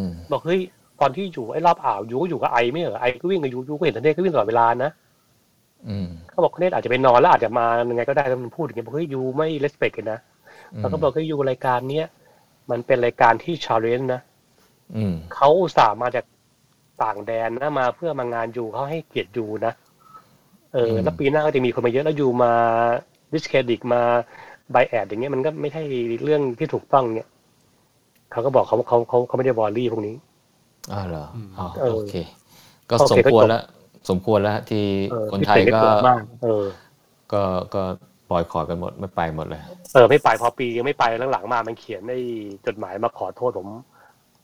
[SPEAKER 2] ม
[SPEAKER 3] บอกเฮ้ยตอนที่อยู่ไอ้รอบอ่าวยูก็อยู่กับไอไม่เหรอไอก็วิ่งกับยูยูก็เห็นทะเนศก็วิ่งตลอดเวลานะ
[SPEAKER 2] อืม
[SPEAKER 3] เขาบอกทะเนศอาจจะไปนอนแล้วอาจจะมายังไงก็ได้แล้วมันพูดอย่างเงี้ยบอกเฮ้ยยูไม่เลสเปกเลยนะแล้วก็บอกเฮ้ยยูรายการเนี้ยมันเป็นรายการที่ชาเลนจ์นะ
[SPEAKER 2] อืม
[SPEAKER 3] เขาอุตส่าห์มาจากต่างแดนนะมาเพื่อมางานยูเขาให้เกียรติยูนะเออแล้วปีหน้าก็จะมีคนมาเยอะแล้วยูมาดิสเครดิตมาใบแอดอย่างเงี้ยมันก็ไม่ใช่เรื่องที่ถูกต้องเนี่ยเขาก็บอกเขาเขาเขาเขาไม่ได้วอรี่พวกนี้
[SPEAKER 2] อ้าวเหรออ๋อ
[SPEAKER 3] เออ
[SPEAKER 2] โอเค ก็
[SPEAKER 3] โอ
[SPEAKER 2] สม
[SPEAKER 3] เคก็
[SPEAKER 2] ควร
[SPEAKER 3] จบ
[SPEAKER 2] แล้วสมควรแล้วฮะที่
[SPEAKER 3] เออ
[SPEAKER 2] คน
[SPEAKER 3] ที่
[SPEAKER 2] ไทย
[SPEAKER 3] เตะด้
[SPEAKER 2] ก็
[SPEAKER 3] ปวดมากเออ
[SPEAKER 2] ก็ก็ปล่อยขอดกันหมดไม่ไปหมดเลย
[SPEAKER 3] เออไม่ไปพอปียังไม่ไปหลังๆมามันเขียนไอ้จดหมายมาขอโทษผม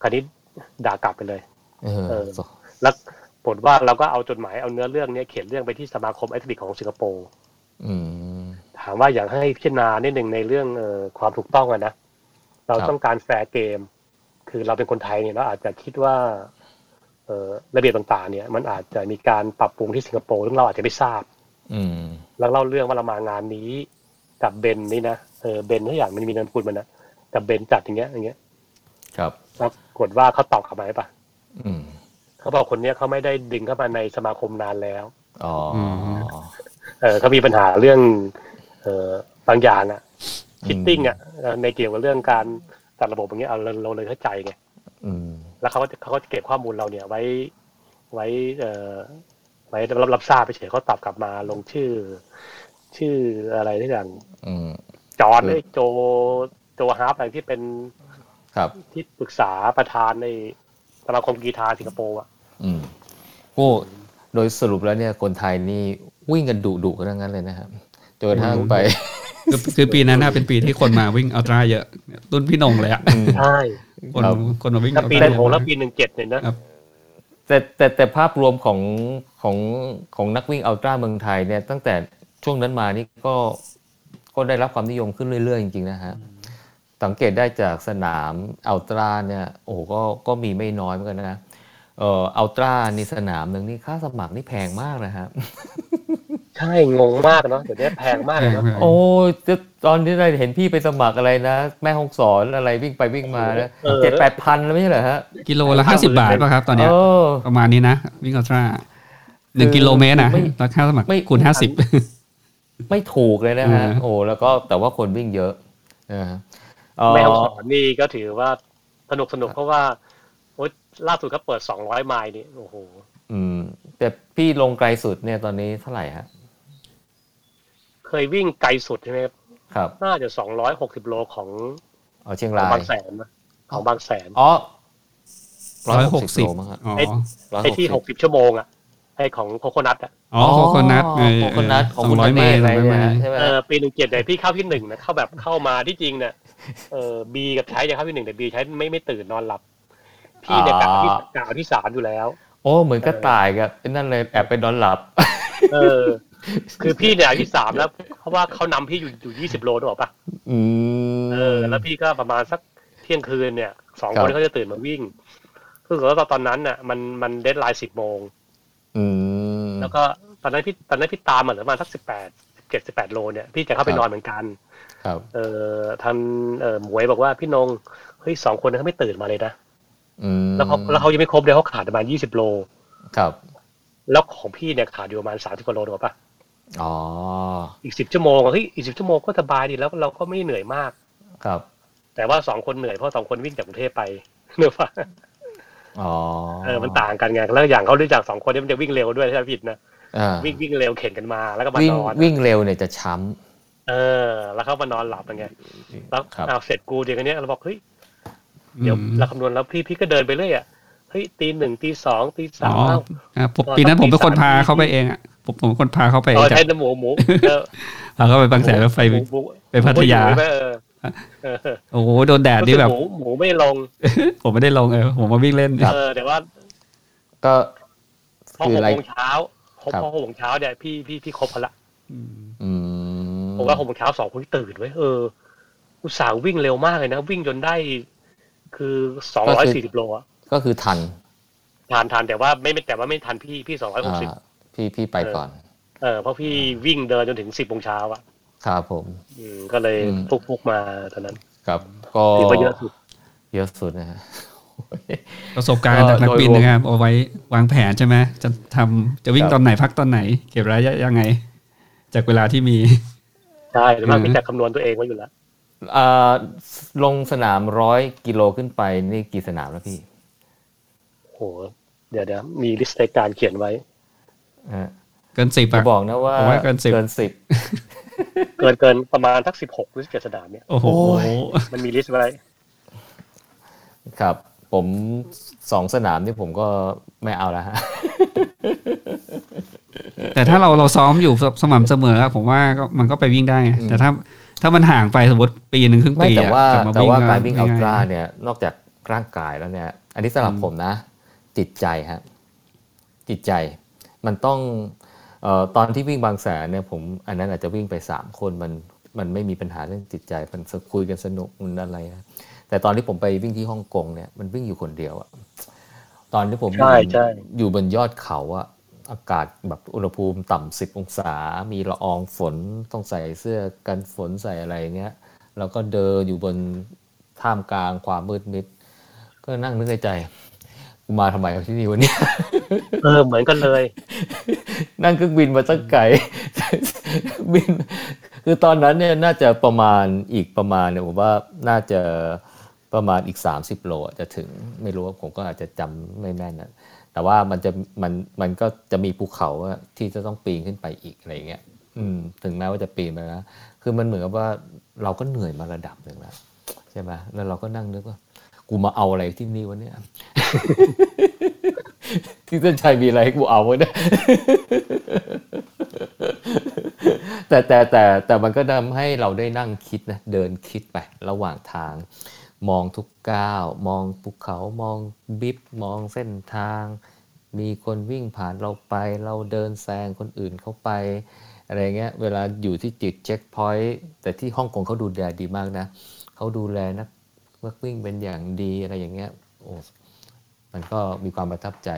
[SPEAKER 3] คราวนี้ด่ากลับไปเลย
[SPEAKER 2] เออ
[SPEAKER 3] เออ แล้วผลว่าเราก็เอาจดหมายเอาเนื้อเรื่องเนี้ยเขียนเรื่องไปที่สมาคมแอธเลติกของสิงคโปร์
[SPEAKER 2] อืม
[SPEAKER 3] ถามว่าอยากให้พิจารณานิดหนึ่งในเรื่องเอ่อความถูกต้องอะนะเรา
[SPEAKER 2] ครับ
[SPEAKER 3] ต้องการแฟร์เกม คือเราเป็นคนไทยเนี่ยเราอาจจะคิดว่าเอ่อระเบียบต่างๆ เนี่ย มันอาจจะมีการปรับปรุงที่สิงคโปร์ซึ่งเราอาจจะไม่ทราบ
[SPEAKER 2] อืม
[SPEAKER 3] แล้วเล่าเรื่องว่าเรามางานนี้กับเบนนี่นะเออเบนถ้าอย่างมันมีนามสกุลมันนะกับเบนจัดอย่างเงี้ยอย่างเงี้ย
[SPEAKER 2] ครับ
[SPEAKER 3] ปรากฏว่าเขาตอบกลับมาไหมปะ
[SPEAKER 2] อืม
[SPEAKER 3] เขาบอกคนเนี้ยเขาไม่ได้ดึงเข้ามาในสมาคมนานแล้ว
[SPEAKER 2] อ๋ออ
[SPEAKER 1] ม
[SPEAKER 3] เอ (laughs) อเขามีปัญหาเรื่องเออบางอย่างอะคิตติ้งอะเออในเกี่ยวกับเรื่องการจัดระบบอย่างเงี้ยเอาเราเราเลยเข้าใจไง
[SPEAKER 2] อืม
[SPEAKER 3] แล้วเขาก็จะเขาก็จะเก็บข้อมูลเราเนี่ยไว้ไว้เออไว้รับรับทราบไปเฉยเขาตอบกลับมาลงชื่อ ชื่ออะไรทุกอย่าง
[SPEAKER 2] อืม
[SPEAKER 3] จอร์น
[SPEAKER 2] เออ
[SPEAKER 3] ไอ้โจโจฮาร์ปอะไรที่เป็น
[SPEAKER 2] ครับ
[SPEAKER 3] ที่ปรึกษาประธานในสมาคมกีฬาสิงคโปร์อ่ะ
[SPEAKER 2] อืมโอ้โดยสรุปแล้วเนี่ยคนไทยนี่วิ่งกันดุดุกันทั้งนั้นเลยนะครับ จนกระทั่งไป
[SPEAKER 1] คือคือปีนั้นน่ะเป็นปีที่คนมาวิ่งอัลตร้าเยอะรุ่นพี่นงเลยอะ
[SPEAKER 3] ใช่
[SPEAKER 1] คน
[SPEAKER 2] ครับ
[SPEAKER 1] คนมาวิ่ง
[SPEAKER 3] แล้ว
[SPEAKER 1] อัล
[SPEAKER 3] ปี
[SPEAKER 1] ต
[SPEAKER 3] ห
[SPEAKER 1] ร้า
[SPEAKER 3] นึ่ง
[SPEAKER 1] เย
[SPEAKER 3] หกแล้ว
[SPEAKER 1] อะ
[SPEAKER 3] ปีหนึ่งเจ็ดเนี่ยนะ
[SPEAKER 1] ครับ
[SPEAKER 2] แต่แต่แต่ภาพรวมของของของนักวิ่งอัลตร้าเมืองไทยเนี่ยตั้งแต่ช่วงนั้นมานี่ก็ก็ได้รับความนิยมขึ้นเรื่อย ๆ จริง ๆ นะฮะ สังเกตได้จากสนามอัลตร้าเนี่ยโอ้โหก็ก็มีไม่น้อยเหมือนกันนะเอ่ออัลตร้าในสนามหนึ่งนี่ค่าสมัครนี่แพงมากนะครับ
[SPEAKER 3] ใช่งงมากเนาะเดี๋ยวนี้แพงมากเลยเนาะ
[SPEAKER 1] แพงมาก
[SPEAKER 2] โอ้ยจะ (laughs) ตอนที่ได้เห็นพี่ไปสมัครอะไรนะ แม่ห้องสอนอะไรวิ่งไปวิ่งมานะ
[SPEAKER 3] เออ
[SPEAKER 2] เจ็ดแปดพันแล้วไม่ใช่เหรอฮะ
[SPEAKER 1] กิโลละห้าสิบบาทป่ะครับตอนเนี้ย
[SPEAKER 2] เออ
[SPEAKER 1] ประมาณนี้นะวิ่งอัลตร้าหนึ่งกิโลเมตรนะ
[SPEAKER 2] ไม่
[SPEAKER 1] ราคาสมัคร
[SPEAKER 2] ไม่
[SPEAKER 1] คูณห้าสิบ
[SPEAKER 2] ไม่ถูกเลยนะฮะ
[SPEAKER 1] อืม
[SPEAKER 2] โอ้แล้วก็แต่ว่าคนวิ่งเยอะนะฮะเอ่อ
[SPEAKER 3] แม่ฮ่องสอนนี่ก็ถือว่าสนุกสนุกเพราะว่าโอ๊ยล่าสุดเขาเปิดสองร้อยไมล์นี่โอ้โห
[SPEAKER 2] อืมแต่พี่ลงไกลสุดเนี่ยตอนนี้เท่าไหร่ฮะ
[SPEAKER 3] เคยวิ่งไกลสุดใช่ไหมครับ
[SPEAKER 2] ครับ
[SPEAKER 3] น่าจะสองร้อยหกสิบโลของ
[SPEAKER 2] เอาเชียง
[SPEAKER 3] ของ
[SPEAKER 2] รา
[SPEAKER 3] บาย งแสนนะของบางแสน
[SPEAKER 2] อ๋อ
[SPEAKER 1] ร้อยหกสิบ
[SPEAKER 2] โลมั้งฮะ
[SPEAKER 1] อ๋อ
[SPEAKER 2] ร้ย
[SPEAKER 3] ไอ้ที่หกสิบชั่วโมงอ่ะไอ้ของโคโคนัทอ่ะ
[SPEAKER 1] อ๋อโคโคนัท
[SPEAKER 2] อ๋อโคโคนัทของ
[SPEAKER 1] สอง
[SPEAKER 2] คุณ
[SPEAKER 1] ร้อยไมล์ส
[SPEAKER 2] เต้
[SPEAKER 1] องร้อย
[SPEAKER 2] ป
[SPEAKER 1] ไมล์
[SPEAKER 2] ใช่ไหม
[SPEAKER 3] เออปีหนึ่งเจ็ดเนี่ยพี่เข้าที่หนึ่งนะเข้าแบบเข้ามาที่จริงเนี่ยเออบีกับใช้เนี่ยเข้าที่หนึ่งแต่บีใช้ไม่ไม่ตื่นนอนหลับ พี่เนี่ยกะที่กะที่สามอยู่แล้ว
[SPEAKER 2] โอ้เหมือนกระต่ายกับไอ้นั่นเลยแอบไปนอนหลับ
[SPEAKER 3] เออ คือพี่เนี่ยที่สามแล้ว เพราะว่าเขานำพี่อยู่อยู่ยี่สิบโลนึกออกปะ
[SPEAKER 2] อืม
[SPEAKER 3] เออแล้วพี่ก็ประมาณสักเที่ยงคืนเนี่ยสอง
[SPEAKER 2] ครั
[SPEAKER 3] ค
[SPEAKER 2] บ
[SPEAKER 3] นเขาจะตื่นมาวิ่งรู้สึกว่าตอนนั้นน่ะมันมันเดทไลน์สิบโมง
[SPEAKER 2] อืม
[SPEAKER 3] แล้วก็ตอนนั้นพี่ตอนนั้นพี่ตามมาเหลือประมาณสักสิบแปดสิบเจ็ดสิบแปดโลเนี่ยพี่จะเข้าไป
[SPEAKER 2] ครับ
[SPEAKER 3] นอนเหมือนกัน
[SPEAKER 2] ครับ
[SPEAKER 3] เออทางเออหมวยบอกว่าพี่นงเฮ้ยสองคนนั้นเขาไม่ตื่นมาเลยนะ
[SPEAKER 2] อืม
[SPEAKER 3] แล้วเขาแล้วเขายังไม่ครบเลยเขาขาดประมาณยี่สิบโล
[SPEAKER 2] ครับ
[SPEAKER 3] แล้วของพี่เนี่ยขาดอยู่ประมาณสามสิบกว่าโลถูกปะ
[SPEAKER 2] อ๋อ
[SPEAKER 3] อีกสิบชั่วโมงอะเฮ้ยอีกสิบชั่วโมงก็สบายดีแล้วเราก็ไม่เหนื่อยมาก
[SPEAKER 2] ครับ
[SPEAKER 3] แต่ว่าสองคนเหนื่อยเพราะสองคนวิ่งจากกรุงเทพไป (laughs) เนกอะปะ
[SPEAKER 2] อ๋อ
[SPEAKER 3] เออ มันต่างกันไง แล้วอย่างเขาเรื่องจากสองคนนี้มันจะวิ่งเร็วด้วยถ้าผิดนะ
[SPEAKER 2] อ่า
[SPEAKER 3] วิ่งวิ่งเร็วเข็นกันมา แล้วก็มา
[SPEAKER 2] วิ่ง
[SPEAKER 3] นอน
[SPEAKER 2] วิ่งเร็วเนี่ยจะช้
[SPEAKER 3] เออ แล้วเขามานอนหลับเป็นไง แล้ว
[SPEAKER 2] ำครับ
[SPEAKER 3] เอาเสร็จกูเดี๋ยวกันเนี้ยเราบอกเฮ้ย
[SPEAKER 1] อืม
[SPEAKER 3] เดี๋ยวเราคำนวณแล้วพี่พี่ก็เดินไปเรื่อยอ่ะ เฮ้ยตีหนึ่งตีสองตีสา
[SPEAKER 1] อ๋อ
[SPEAKER 3] มเอ้า
[SPEAKER 1] ครับผม
[SPEAKER 3] ตอน
[SPEAKER 1] ปีนั้น
[SPEAKER 3] สัก
[SPEAKER 1] ผมเป็นคน
[SPEAKER 3] ตีสาม
[SPEAKER 1] พาเขาไปเองอ่ะผมผมเป็นคนพาเขาไป
[SPEAKER 3] เออ
[SPEAKER 1] จาก
[SPEAKER 3] ใช้น้ำหมูห
[SPEAKER 1] (laughs)
[SPEAKER 3] มูเออ
[SPEAKER 1] พาเขาไปบางแสนแล้วไป
[SPEAKER 3] หมูหมู
[SPEAKER 1] ไปพัทยา
[SPEAKER 3] หมูไม่เออเออ
[SPEAKER 1] โอ้โหโดนแดดนี่แบบ
[SPEAKER 3] หมูหมูไม่ลง
[SPEAKER 1] ผมไม่ได้ลงเออผมมาวิ่งเล่น
[SPEAKER 3] เออ แต่ว่า
[SPEAKER 2] ก็
[SPEAKER 3] พอ
[SPEAKER 2] คือ
[SPEAKER 3] หก
[SPEAKER 2] อะไร
[SPEAKER 3] โมงเช้าพอ
[SPEAKER 2] ครับ
[SPEAKER 3] พอหกโมงเช้าเนี่ยพี่พี่พี่ครบพละ
[SPEAKER 2] อืม
[SPEAKER 3] ผมว่าหกโมงเช้าสองคนที่ตื่นไว้ยเอออุตส่าห์วิ่งเร็วมากเลยนะ วิ่งจนได้ คือสองร้อยสี่สิบโลอะ
[SPEAKER 2] ก็คือทัน
[SPEAKER 3] ทานทานแต่ว่าไม่ไม่แต่ว่าไม่ทันพี่พี่สองร้อยหก
[SPEAKER 2] อ่า
[SPEAKER 3] สิบ
[SPEAKER 2] พี่พี่ไปก่อน
[SPEAKER 3] เออเพราะพี่วิ่งเดินจนถึงสิบโมงเช้าอ่ะ
[SPEAKER 2] ครับผม
[SPEAKER 3] อืมก็เลย
[SPEAKER 2] อืม
[SPEAKER 3] ฟุกฟุกมาตอนนั้น
[SPEAKER 2] ครับก็
[SPEAKER 3] ถือว่าเยอะสุด
[SPEAKER 2] เยอะสุดนะฮะ (laughs)
[SPEAKER 1] ประสบการณ์จากนักบินนะครับเอาไว้วางแผนใช่ไหมจะทำจะวิ่ง
[SPEAKER 2] ครับ
[SPEAKER 1] ตอนไหนพักตอนไหน เก็บระยะยังไง จากเวลาที่มี (laughs)
[SPEAKER 3] ใช่แต่ว่า
[SPEAKER 1] อืม
[SPEAKER 3] พี่จะคำนวณตัวเองไว้อยู่แล้ว
[SPEAKER 2] อ่าลงสนามร้อยกิโลขึ้นไปนี่กี่สนามแล้วพี่
[SPEAKER 3] โหเดี๋ยวเดี๋ยวมีลิสต์รายการเขียนไว้
[SPEAKER 2] ฮะ
[SPEAKER 1] เกินสิบ
[SPEAKER 2] จะ
[SPEAKER 1] อะ
[SPEAKER 2] บอกนะว่า
[SPEAKER 1] ผมว่าเกิน10
[SPEAKER 2] เกินสิบ
[SPEAKER 3] เกินเกินประมาณสักสิบหกหรือสิบเจ็ดสนามเนี่ย
[SPEAKER 1] โอ้โห
[SPEAKER 2] โอ้ย
[SPEAKER 3] มันมีลิสต์ไว้
[SPEAKER 2] ครับผมสองสนามนี่ผมก็ไม่เอาแล้วฮะ
[SPEAKER 1] (laughs) แต่ถ้าเราเราซ้อมอยู่สสม่ำเสมออะผมว่าก็มันก็ไปวิ่งได้ไง
[SPEAKER 2] อืม
[SPEAKER 1] แต่ถ้าถ้ามันห่างไปสมมติปีหนึ่งครึ่ง
[SPEAKER 2] ไม่
[SPEAKER 1] ปี
[SPEAKER 2] แต่
[SPEAKER 1] อะ
[SPEAKER 2] ว่า
[SPEAKER 1] ลับม
[SPEAKER 2] แต่ว่า
[SPEAKER 1] ก็
[SPEAKER 2] การวิ่งอัลตร้า
[SPEAKER 1] ง่ย
[SPEAKER 2] เนี่ยนอกจากร่างกายแล้วเนี่ย อันนี้สำหรับ
[SPEAKER 1] อืม
[SPEAKER 2] ผมนะ จิตใจฮะจิตใจ มันต้องเอ่อตอนที่วิ่งบางแสนเนี่ยผมอันนั้นอาจจะวิ่งไปสามคนมันมันไม่มีปัญหาเรื่องจิตใจ มันคุยกันสนุกมันอะไรนะแต่ตอนที่ผมไปวิ่งที่ฮ่องกงเนี่ยมันวิ่งอยู่คนเดียวอะตอนที่ผม
[SPEAKER 3] ใช่ใช่
[SPEAKER 2] อยู่บนยอดเขาอะอากาศแบบอุณหภูมิต่ำสิบองศา มีละอองฝนต้องใส่เสื้อกันฝนใส่อะไรเงี้ย แล้วก็เดินอยู่บนท่ามกลางความมืดมิด ก็นั่งนึกในใจกูมาทำไมวะที่นี่วันนี้
[SPEAKER 3] เออเหมือนกันเลย
[SPEAKER 2] นั่งเครื่องบินมาตั้งไกล (laughs) บิน คือตอนนั้นเนี่ยน่าจะประมาณอีกประมาณเนี่ยผมว่าน่าจะประมาณอีก 30 โลอะจะถึงไม่รู้ว่าผมก็อาจจะจำไม่แม่นนะแต่ว่ามันจะมันมันก็จะมีภูเขาอะที่จะต้องปีนขึ้นไปอีกอะไรอย่างเงี้ยอืมถึงแม้ว่าจะปีนไปนะคือมันเหมือนกับว่าเราก็เหนื่อยมาระดับหนึ่งแล้วใช่ไหมแล้วเราก็นั่งนึกว่า กูมาเอาอะไรที่นี่วะเนี่ย (laughs) ที่เส้นชัยมีอะไรให้กูเอาวะเนี่ย แต่แต่แต่แต่มันก็ทำให้เราได้นั่งคิดนะเดินคิดไประหว่างทาง มองทุกก้าว มองภูเขามองบิ๊บมองเส้นทาง มีคนวิ่งผ่านเราไป เราเดินแซงคนอื่นเข้าไป อะไรเงี้ยเวลาอยู่ที่จุดเช็คพอยต์แต่ที่ฮ่องกงเขาดูแลดีมากนะเขาดูแลนักนักวิ่งเป็นอย่างดีอะไรอย่างเงี้ยโอ้มันก็มีความประทับใจ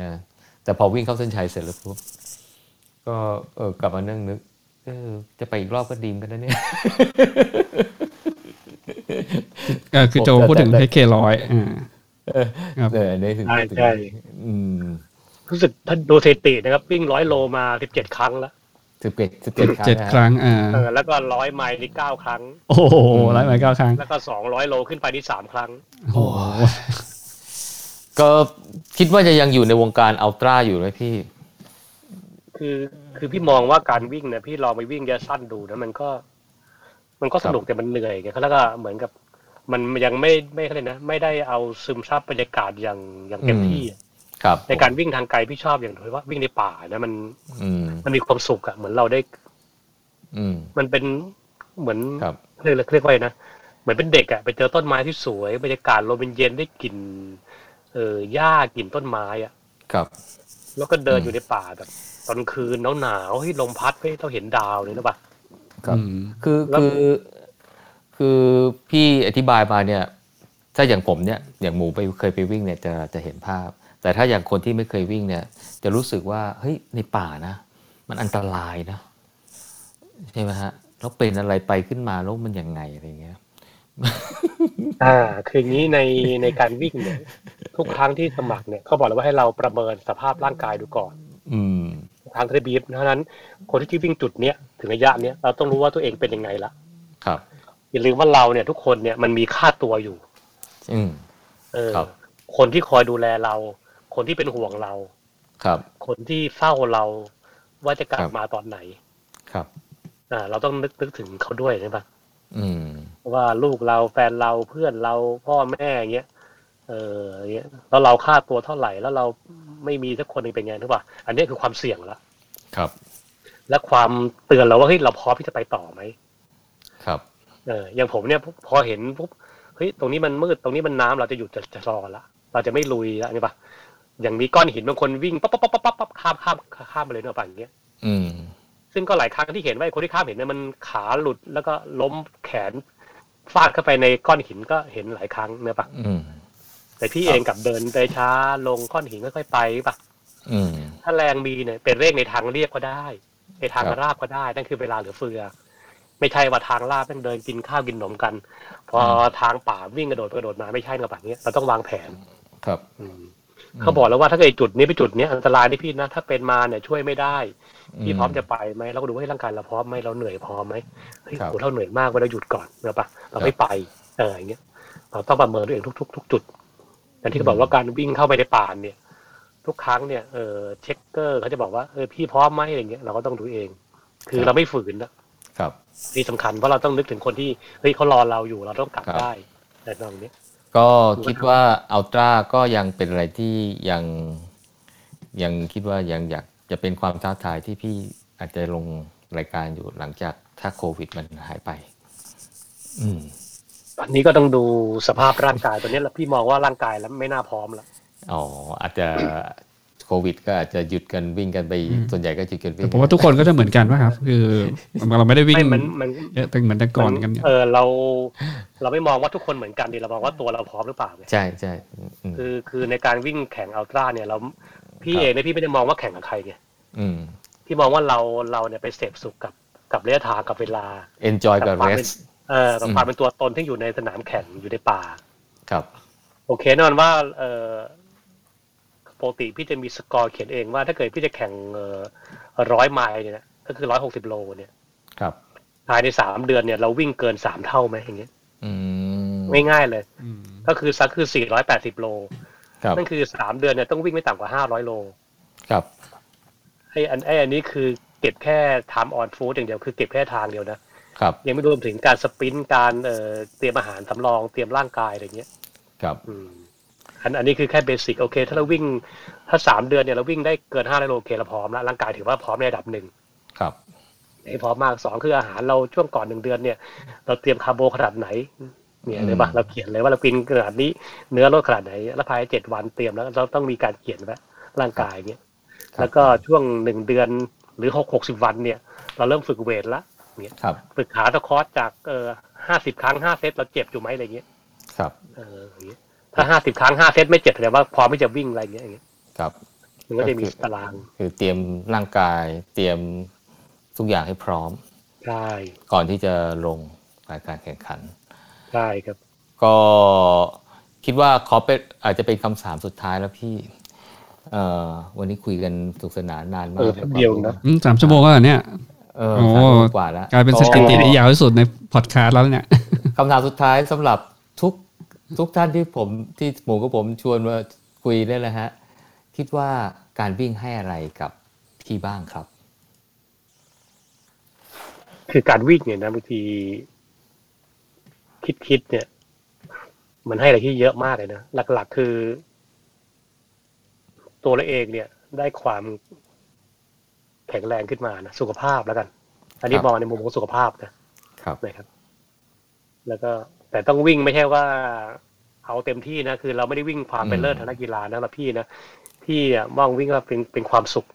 [SPEAKER 2] นะแต่พอวิ่งเข้าเส้นชัยเสร็จแล้วปุ๊บก็เออกลับมานั่งนึกเออจะไปอีกรอบก็ดีมกันนะเนี่ย
[SPEAKER 1] เอ่อคือโจพูดถึง
[SPEAKER 2] แต่แต่
[SPEAKER 1] ให้เคร้อยอ่า ครับ
[SPEAKER 2] เออในถึง
[SPEAKER 3] ใช่
[SPEAKER 2] ถึง
[SPEAKER 3] ใช่
[SPEAKER 2] อืม
[SPEAKER 3] รู้สึกถ้าดูสถิตินะครับ วิ่งร้อยโลมาสิบเจ็ดครั้งแล้ว
[SPEAKER 2] สิบเจ็ดสิบเจ็ดครั้ง
[SPEAKER 1] เจ็ด
[SPEAKER 2] นะ
[SPEAKER 1] ครั้งอ่า
[SPEAKER 3] เออแล้วก็ร้อยไมล์นี่เก้าครั้ง
[SPEAKER 1] โอ้โหร้อยหมายเก้าครั้ง
[SPEAKER 3] แล้วก็สองร้อยโลขึ้นไปที่สามครั้ง
[SPEAKER 1] โอ้โห
[SPEAKER 2] ก็คิดว่าจะยังอยู่ในวงการอัลตร้าอยู่ไหมพี่
[SPEAKER 3] คือคือพี่มองว่าการวิ่งเนี่ยพี่ลองไปวิ่งระยะสั้นดูนะมันก็ มันก็สนุกแต่มันเหนื่อยไงแล้วก็เหมือนกับ มันยังไม่ไม่เขาเลยกนะ ไม่ได้เอาซึมซับบรรยากาศอย่างอย่างเต็ม
[SPEAKER 2] อืม
[SPEAKER 3] ที่อะ
[SPEAKER 2] ครับ
[SPEAKER 3] ในการวิ่งทางไกลพี่ชอบอย่างที่ว่าวิ่งในป่านะมัน
[SPEAKER 2] อืม
[SPEAKER 3] มันมีความสุขอะเหมือนเราได้
[SPEAKER 2] อืม
[SPEAKER 3] มันเป็นเหมือน
[SPEAKER 2] ครับ
[SPEAKER 3] เรียกเรียกว่าไงนะเหมือนเป็นเด็กอะไปเจอต้นไม้ที่สวยบรรยากาศลมเย็นๆได้กลิ่นเออหญ้ากลิ่นต้นไม้อะ
[SPEAKER 2] ครับ
[SPEAKER 3] แล้วก็เดิน
[SPEAKER 2] อืม
[SPEAKER 3] อยู่ในป่าแบบตอนคืนหนาวๆเฮ้ยลมพัดเฮ้ยเราเห็นดาวเลยนะปะ
[SPEAKER 2] ครับ
[SPEAKER 1] อืม
[SPEAKER 2] คือ
[SPEAKER 3] แล้ว
[SPEAKER 2] คือคือพี่อธิบายมาเนี่ย ถ้าอย่างผมเนี่ยอย่างหมูไปเคยไปวิ่งเนี่ยจะจะเห็นภาพ แต่ถ้าอย่างคนที่ไม่เคยวิ่งเนี่ย จะรู้สึกว่าเฮ้ยในป่านะ มันอันตรายนะ ใช่ไหมฮะแล้วเป็นอะไรไปขึ้นมาแล้วมันยังไงอะไรเงี้ย
[SPEAKER 3] อ่า คืออย่างนี้ในในการวิ่งเนี่ยทุกครั้งที่สมัครเนี่ยเขาบอกเลยว่าให้เราประเมินสภาพร่างกายดูก่อน
[SPEAKER 2] อืม
[SPEAKER 3] ทุกครั้งที่ได้บีฟเพราะฉะนั้นคนที่วิ่งจุดเนี้ยถึงระยะเนี้ยเราต้องรู้ว่าตัวเองเป็นยังไงละ
[SPEAKER 2] ครับ
[SPEAKER 3] อย่าลืมว่าเราเนี่ย ทุกคนเนี่ยมันมีค่าตัวอยู่
[SPEAKER 2] อืม
[SPEAKER 3] เออ
[SPEAKER 2] ครับ
[SPEAKER 3] คนที่คอยดูแลเรา คนที่เป็นห่วงเรา
[SPEAKER 2] ครับ
[SPEAKER 3] คนที่เฝ้าเราว่าจะกลั
[SPEAKER 2] ครับ บ
[SPEAKER 3] มาตอนไหน
[SPEAKER 2] ครับ
[SPEAKER 3] อ่าเราต้องนึกนึกถึงเขาด้วยใช่ปะ
[SPEAKER 2] อืม
[SPEAKER 3] ว่าลูกเราแฟนเราเพื่อนเราพ่อแม่อย่างเงี้ยเอออย่างเงี้ยแล้วเราค่าตัวเท่าไหร่แล้วเราไม่มีสักคนหนึงเป็นไงถูกป่ะอันนี้คือความเสี่ยงละ
[SPEAKER 2] ครับ
[SPEAKER 3] และความเตือนเราว่าเฮ้ยเราพร้อมที่จะไปต่อไหม
[SPEAKER 2] ครับ
[SPEAKER 3] เอออย่างผมเนี่ยพอเห็นปุ๊บเฮ้ยตรงนี้มันมืดตรงนี้มันน้ำเราจะหยุดจะจะรอละเราจะไม่ลุยละนี่ปะอย่างมีก้อนหินบางคนวิ่งปั๊บปั๊บปั๊บปั๊บปั๊บข้ามข้ามข้ามไปเลยเนอะป่ะอย่างเงี้ย
[SPEAKER 2] อืม
[SPEAKER 3] ซึ่งก็หลายครั้งที่เห็นว่าไอ้คนที่ข้ามเห็นเนี่ยมันขาหลุดแล้วก็ล้มแขนฟาดเข้าไปในก้อนหินก็เห็นหลายครั้งเนอะปะ
[SPEAKER 2] อืม
[SPEAKER 3] แต่พี่เองกลับเดินไปช้าลงก้อนหินค่อยๆไปปะ
[SPEAKER 2] อืม
[SPEAKER 3] ถ้าแรงมีเนี่ยเป็นเร่งในทางเรียบก็ได้ ในทาง
[SPEAKER 2] ครับ
[SPEAKER 3] ราบก็ได้นั่นคือเวลาเหลือเฟือ ไม่ใช่ว่าทางราบต้องเดินกินข้าวกินขนมกัน พอทางป่าวิ่งกระโดดกระโดดมาไม่ใช่นะปะเนี้ยเราต้องวางแผน
[SPEAKER 2] ครับ
[SPEAKER 3] อืมเขาบอกแล้วว่าถ้าเกิดจุดนี้ไปจุดเนี้ยอันตรายที่พี่นะถ้าเป็นมาเนี่ยช่วยไม่ได้ พี่พร้อมจะไปไหมเราก็ดูว่าให้ร่างกายเราพร้อมไหมเราเหนื่อยพอไหมเฮ้ย
[SPEAKER 2] ครับ
[SPEAKER 3] โหเราเหนื่อยมากเว้ยเราหยุดก่อนเนอะปะเราไม่ไปเอออย่างเงี้ยเราต้องประเมินตัวเองทุกทุกทุกจุดอย่างที่เขาบอกว่าการวิ่งเข้าไปในป่าเนี่ย ทุกครั้งเนี่ยเออเช็คเกอร์เขาจะบอกว่าเออพี่พร้อมไหมอะไรเงี้ยเราก็ต้องดูเอง คือเราไม่ฝืนนะครับ นี่สำคัญเพราะเราต้องนึกถึงคนที่เฮ้ยเขารอเราอยู่เราต้องกลับ
[SPEAKER 2] ครับ
[SPEAKER 3] ได้แต่ตรงนี้ย
[SPEAKER 2] ก็คิดว่าอัลตร้าก็ยังเป็นอะไรที่ยังยังคิดว่ายังอยากจะเป็นความท้าทายที่พี่อาจจะลงรายการอยู่หลังจากถ้าโควิดมันหายไป อืม
[SPEAKER 3] ตอนนี้ก็ต้องดูสภาพร่างกายตอนนี้แหละพี่มองว่าร่างกายแล้วไม่น่าพร้อมแล้ว
[SPEAKER 2] อ๋ออาจจะ โควิด ก็อาจจะหยุดกันวิ่งกันไปส่วนใหญ่ก็หยุดกันวิ่
[SPEAKER 1] แต่
[SPEAKER 2] ง
[SPEAKER 1] ผมว่าทุกคนก็จะเหมือนกันว่าครับ คือเราไม่ได้วิ่ง
[SPEAKER 3] ไม่มันมัน
[SPEAKER 1] เยอะแต่เหมือนแต่ก่อนกันเนี่ย
[SPEAKER 3] เออเราเราไม่มองว่าทุกคนเหมือนกันดิเรามองว่าตัวเราพร้อมหรือเปล่าไง
[SPEAKER 2] ใช่ใช่อืม
[SPEAKER 3] คือคือในการวิ่งแข่งอัลตร้าเนี่ยเราพี่
[SPEAKER 2] ครับ
[SPEAKER 3] เองเนี่ยพี่ไม่ได้มองว่าแข่งกับใครไง
[SPEAKER 2] อืม
[SPEAKER 3] พี่มองว่าเราเราเนี่ยไปเสพสุขกับกับระยะทางกับเวลา
[SPEAKER 2] enjoy
[SPEAKER 3] กั
[SPEAKER 2] กับ
[SPEAKER 3] ความเป็น
[SPEAKER 2] rest
[SPEAKER 3] เออกับความเป็นตัวตนที่อยู่ในสนามแข่งอยู่ในป่า
[SPEAKER 2] ครับ
[SPEAKER 3] โอเคแน่นอนว่าเออปกติพี่จะมีสกอร์เขียนเองว่าถ้าเกิดพี่จะแข่งเออร้อยไมล์เนี่ยนะก็คือร้อยหกสิบโลเนี่ย
[SPEAKER 2] ครับ
[SPEAKER 3] ภายในสามเดือนเนี่ยเราวิ่งเกินสามเท่าไหมอย่างเงี้ย
[SPEAKER 2] อืม
[SPEAKER 3] ง่ายๆเลย ก็คือซักคือ 480 โล
[SPEAKER 2] ครับ
[SPEAKER 3] นั่นคือ 3 เดือนเนี่ยต้องวิ่งไม่ต่ำกว่า 500 โล
[SPEAKER 2] ครับ
[SPEAKER 3] ไอ้อันไอ้อันนี้คือเก็บแค่ time on food อย่างเดียวคือเก็บแค่ทางเดียวนะ
[SPEAKER 2] ครับ
[SPEAKER 3] ยังไม่รวมถึงการสปรินต์การเอ่อเตรียมอาหารสำรองเตรียมร่างกายอะไรเงี้ย
[SPEAKER 2] ครับ
[SPEAKER 3] อืมอันอันนี้คือแค่เบสิกโอเค ถ้าเราวิ่งถ้า 3 เดือนเนี่ยเราวิ่งได้เกิน 500 โลโอเคเราพร้อมแล้วร่างกายถือว่าพร้อมในระดับหนึ่ง
[SPEAKER 2] ครับ
[SPEAKER 3] ใน ให้พร้อมมากสองคืออาหารเราช่วงก่อนหนึ่งเดือนเนี่ย เราเตรียมคาร์โบขนาดไหนเนี่ยเลยว่าเราเขียนเลยว่าเรากินขนาดนี้เนื้อลดขนาดไหน แล้วภายในเจ็ดวันเตรียมแล้วเราต้องมีการเขียนไว้ร่างกายเนี่ย
[SPEAKER 4] ครับ
[SPEAKER 3] แล้วก็ช่วงหนึ่งเดือนหรือหกหกสิบวันเนี่ย เราเริ่มฝึกเวทละเนี่ย
[SPEAKER 4] ครับ
[SPEAKER 3] ฝึกขาตะคอสจากเอ่อห้าสิบครั้งห้าเซตเราเจ็บอยู่ไหมอะไรเงี้ย
[SPEAKER 4] ครับ
[SPEAKER 3] เอออย่างเงี้ยถ้าห้าสิบครั้งห้าเซตไม่เจ็บแสดงว่าพร้อมที่จะวิ่งอะไรเงี้ยอย่างเงี้ย
[SPEAKER 4] ครับ
[SPEAKER 3] มันก็จะมีตาราง
[SPEAKER 2] คือเตรียมร่างกาย เตรียมทุกอย่างให้พร้อม
[SPEAKER 3] ใช่
[SPEAKER 2] ก่อนที่จะลงรายการแข่งขัน
[SPEAKER 3] ใช่ครับ
[SPEAKER 2] ก็คิดว่าขอเป็นอาจจะเป็นคำถามสุดท้ายแล้วพี่เอ่อวันนี้คุยกันสนุกสนานนานมาก
[SPEAKER 3] เออแป๊บเดียวนะ
[SPEAKER 1] อืมสามชั่วโมงแล้วเหรอเนี่ย
[SPEAKER 2] เออ
[SPEAKER 1] โอ้
[SPEAKER 2] สามชั่วโมงกว่าแล้ว
[SPEAKER 1] กลายเป็นสถิติที่ยาวที่สุดในพอดคาสต์แล้วเนี่ย
[SPEAKER 2] คำถามสุดท้ายสำหรับทุกทุกท่านที่ผมที่หมูกับผมชวนมาคุยได้เลยฮะ คิดว่าการวิ่งให้อะไรกับพี่บ้างครับ
[SPEAKER 3] คือการวิ่งเนี่ยนะบางทีคิดๆเนี่ย มันให้อะไรที่เยอะมากเลยนะหลัก ๆ คือ ตัวเราเองเนี่ย ได้ความแข็งแรงขึ้นมานะสุขภาพแล้วกัน อันนี้
[SPEAKER 2] ครับ
[SPEAKER 3] มองในมุมของสุขภาพนะครับ นะครับ แล้วก็ แต่ต้องวิ่งไม่ใช่ว่า เอาเต็มที่นะคือ เราไม่ได้วิ่งความเป็นเลิศทางด้านกีฬานะเราพี่นะพี่อะมองวิ่งว่าเป็นเป็นความสุข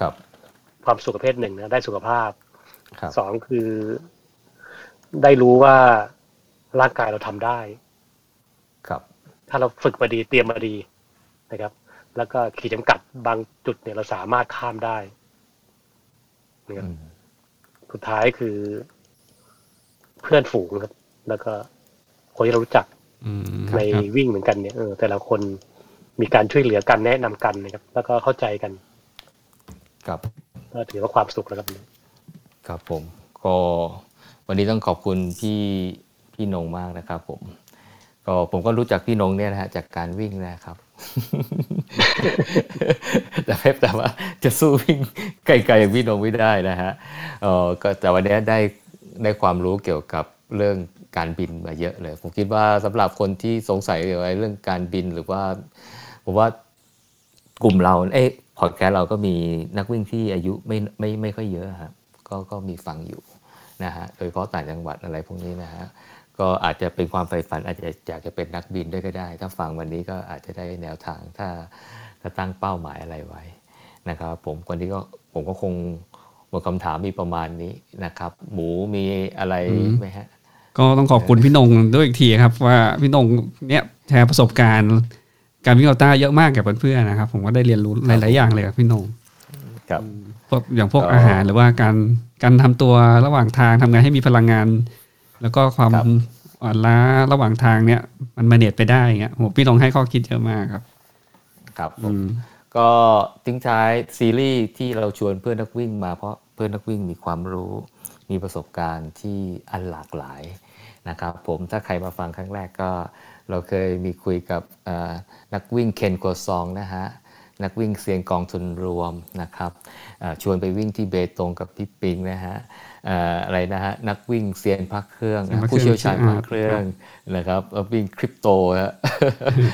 [SPEAKER 2] ครับ
[SPEAKER 3] ความสุขประเภทหนึ่งนะได้สุขภาพ
[SPEAKER 2] ครับ
[SPEAKER 3] สองคือ ได้รู้ว่าร่างกายเราทำได้
[SPEAKER 2] ครับ
[SPEAKER 3] ถ้าเราฝึกมาดีเตรียมมาดีนะครับ แล้วก็ขีดจำกัดบางจุดเนี่ยเราสามารถข้ามได้นะครับ
[SPEAKER 2] อืม
[SPEAKER 3] สุดท้ายคือ เพื่อนฝูงครับ แล้วก็คนที่เรารู้จัก
[SPEAKER 1] อืมค
[SPEAKER 3] ใน
[SPEAKER 1] รับครับ
[SPEAKER 3] วิ่งเหมือนกันเนี่ยเออแต่ละคนมีการช่วยเหลือกันแนะนำกันนะครับ แล้วก็เข้าใจกัน
[SPEAKER 2] ครับ
[SPEAKER 3] ก็ถือว่าความสุขแล้วครับ
[SPEAKER 2] ครับผมก็วันนี้ต้องขอบคุณพี่พี่นงมากนะครับผม ก็ผมก็รู้จักพี่นงเนี่ยนะฮะจากการวิ่งนะครับ (laughs) แต่เพ็บแต่ว่าจะสู้วิ่งไกลๆอย่างพี่นงไม่ได้นะฮะเออก็แต่วันนี้ได้ได้ความรู้เกี่ยวกับเรื่องการบินมาเยอะเลย ผมคิดว่าสำหรับคนที่สงสัยเกี่ยวกับเรื่องการบินหรือว่า ผมว่ากลุ่มเราเอ้พอดแคสต์เราก็มีนักวิ่งที่อายุไม่ไม่ไม่ค่อยเยอะครับก็ก็มีฟังอยู่นะฮะโดยเฉพาะต่างจังหวัดอะไรพวกนี้นะฮะก็อาจจะเป็นความใฝ่ฝันอาจจะอยากจะเป็นนักบินด้วยก็ได้ ถ้าฟังวันนี้ก็อาจจะได้แนวทาง ถ้าถ้าตั้งเป้าหมายอะไรไว้นะครับผมวันนี้ก็ผมก็คงหมดคำถามมีประมาณนี้นะครับ หมูมีอะไรไหมฮะ
[SPEAKER 1] ก็ต้องขอบคุณพี่นงด้วยอีกทีครับ ว่าพี่นงเนี่ยแชร์ประสบการณ์ การวิ่งอัลต้าเยอะมากกับเพื่อนๆนะครับ ผมก็ได้เรียนรู้หลายๆอย่างเลยกับพี่นง
[SPEAKER 2] ครับ
[SPEAKER 1] พวกอย่างพวก
[SPEAKER 2] ก็
[SPEAKER 1] อาหารหรือว่าการการทำตัวระหว่างทางทำงานให้มีพลังงาน แล้วก็ความอ่อนล้าระหว่างทางเนี่ย มันมาเนตไปได้อย่างเงี้ยโหพี่นงให้ข้อคิดเยอะมากครับ
[SPEAKER 2] ครับผ
[SPEAKER 1] อื
[SPEAKER 2] ม
[SPEAKER 1] ม
[SPEAKER 2] ก็ทิ้งท้ายซีรีส์ที่เราชวนเพื่อนนักวิ่งมาเพราะเพื่อนนักวิ่งมีความรู้ มีประสบการณ์ที่อันหลากหลายนะครับผมถ้าใครมาฟังครั้งแรกก็ เราเคยมีคุยกับเอ่อนักวิ่งเคนกัวซองนะฮะนักวิ่งเซียนกองทุนรวมนะครับเอ่อชวนไปวิ่งที่เบตงกับพี่ปิงนะฮะเอ่ออะไรนะฮะนักวิ่งเซียนพักเครื่องนะผู้เชี่ยวชาญพักเครื่องนะครับแล้ววิ่งคริปโตฮะ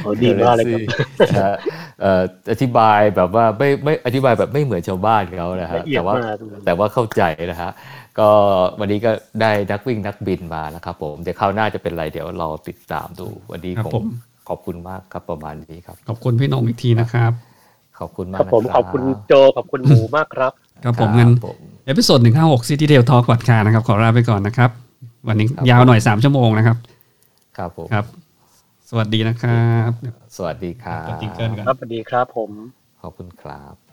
[SPEAKER 3] โอ้ดีมากเลยครับ
[SPEAKER 2] นะฮะเอ่ออธิบายแบบว่าไม่ไม่อธิบายแบบไม่เหมือนชาวบ้านเขานะฮะ
[SPEAKER 3] ละเอียด
[SPEAKER 2] แต่ว่าม
[SPEAKER 3] าก
[SPEAKER 2] แต่ว่าเข้าใจนะฮะก็วันนี้ก็ได้นักวิ่งนักบินมานะครับผมเดี๋ยวคราวหน้าจะเป็นไรเดี๋ยวเราติดตามดู วันนี้
[SPEAKER 1] ครับ
[SPEAKER 2] ผ
[SPEAKER 1] ผ
[SPEAKER 2] ม
[SPEAKER 1] ม
[SPEAKER 2] ขอบคุณมากครับประมาณนี้ครับ
[SPEAKER 1] ขอบคุณพี่นงอีกทีนะครับ
[SPEAKER 2] ขอบคุณมาก
[SPEAKER 3] ครับผม
[SPEAKER 2] นะ
[SPEAKER 3] ขอบคุณโจขอบคุณหมูมากครับ
[SPEAKER 1] ครับผมงั้น
[SPEAKER 2] ครับผม
[SPEAKER 1] เอพิโซดหนึ่งห้าหกซิตี้เทลทอล์กวัดคานะครับ ขอลาไปก่อนนะครับ วันนี้
[SPEAKER 2] ครับ
[SPEAKER 1] ยาวหน่อยสามชั่วโมงนะครับ
[SPEAKER 2] ครับผม
[SPEAKER 1] ครับ สวัสดีนะครับ
[SPEAKER 2] สวัสดีครับ
[SPEAKER 1] กดจิงเกิลก่อน
[SPEAKER 3] ครับสวัสดีครับผม
[SPEAKER 2] ขอบคุณครับ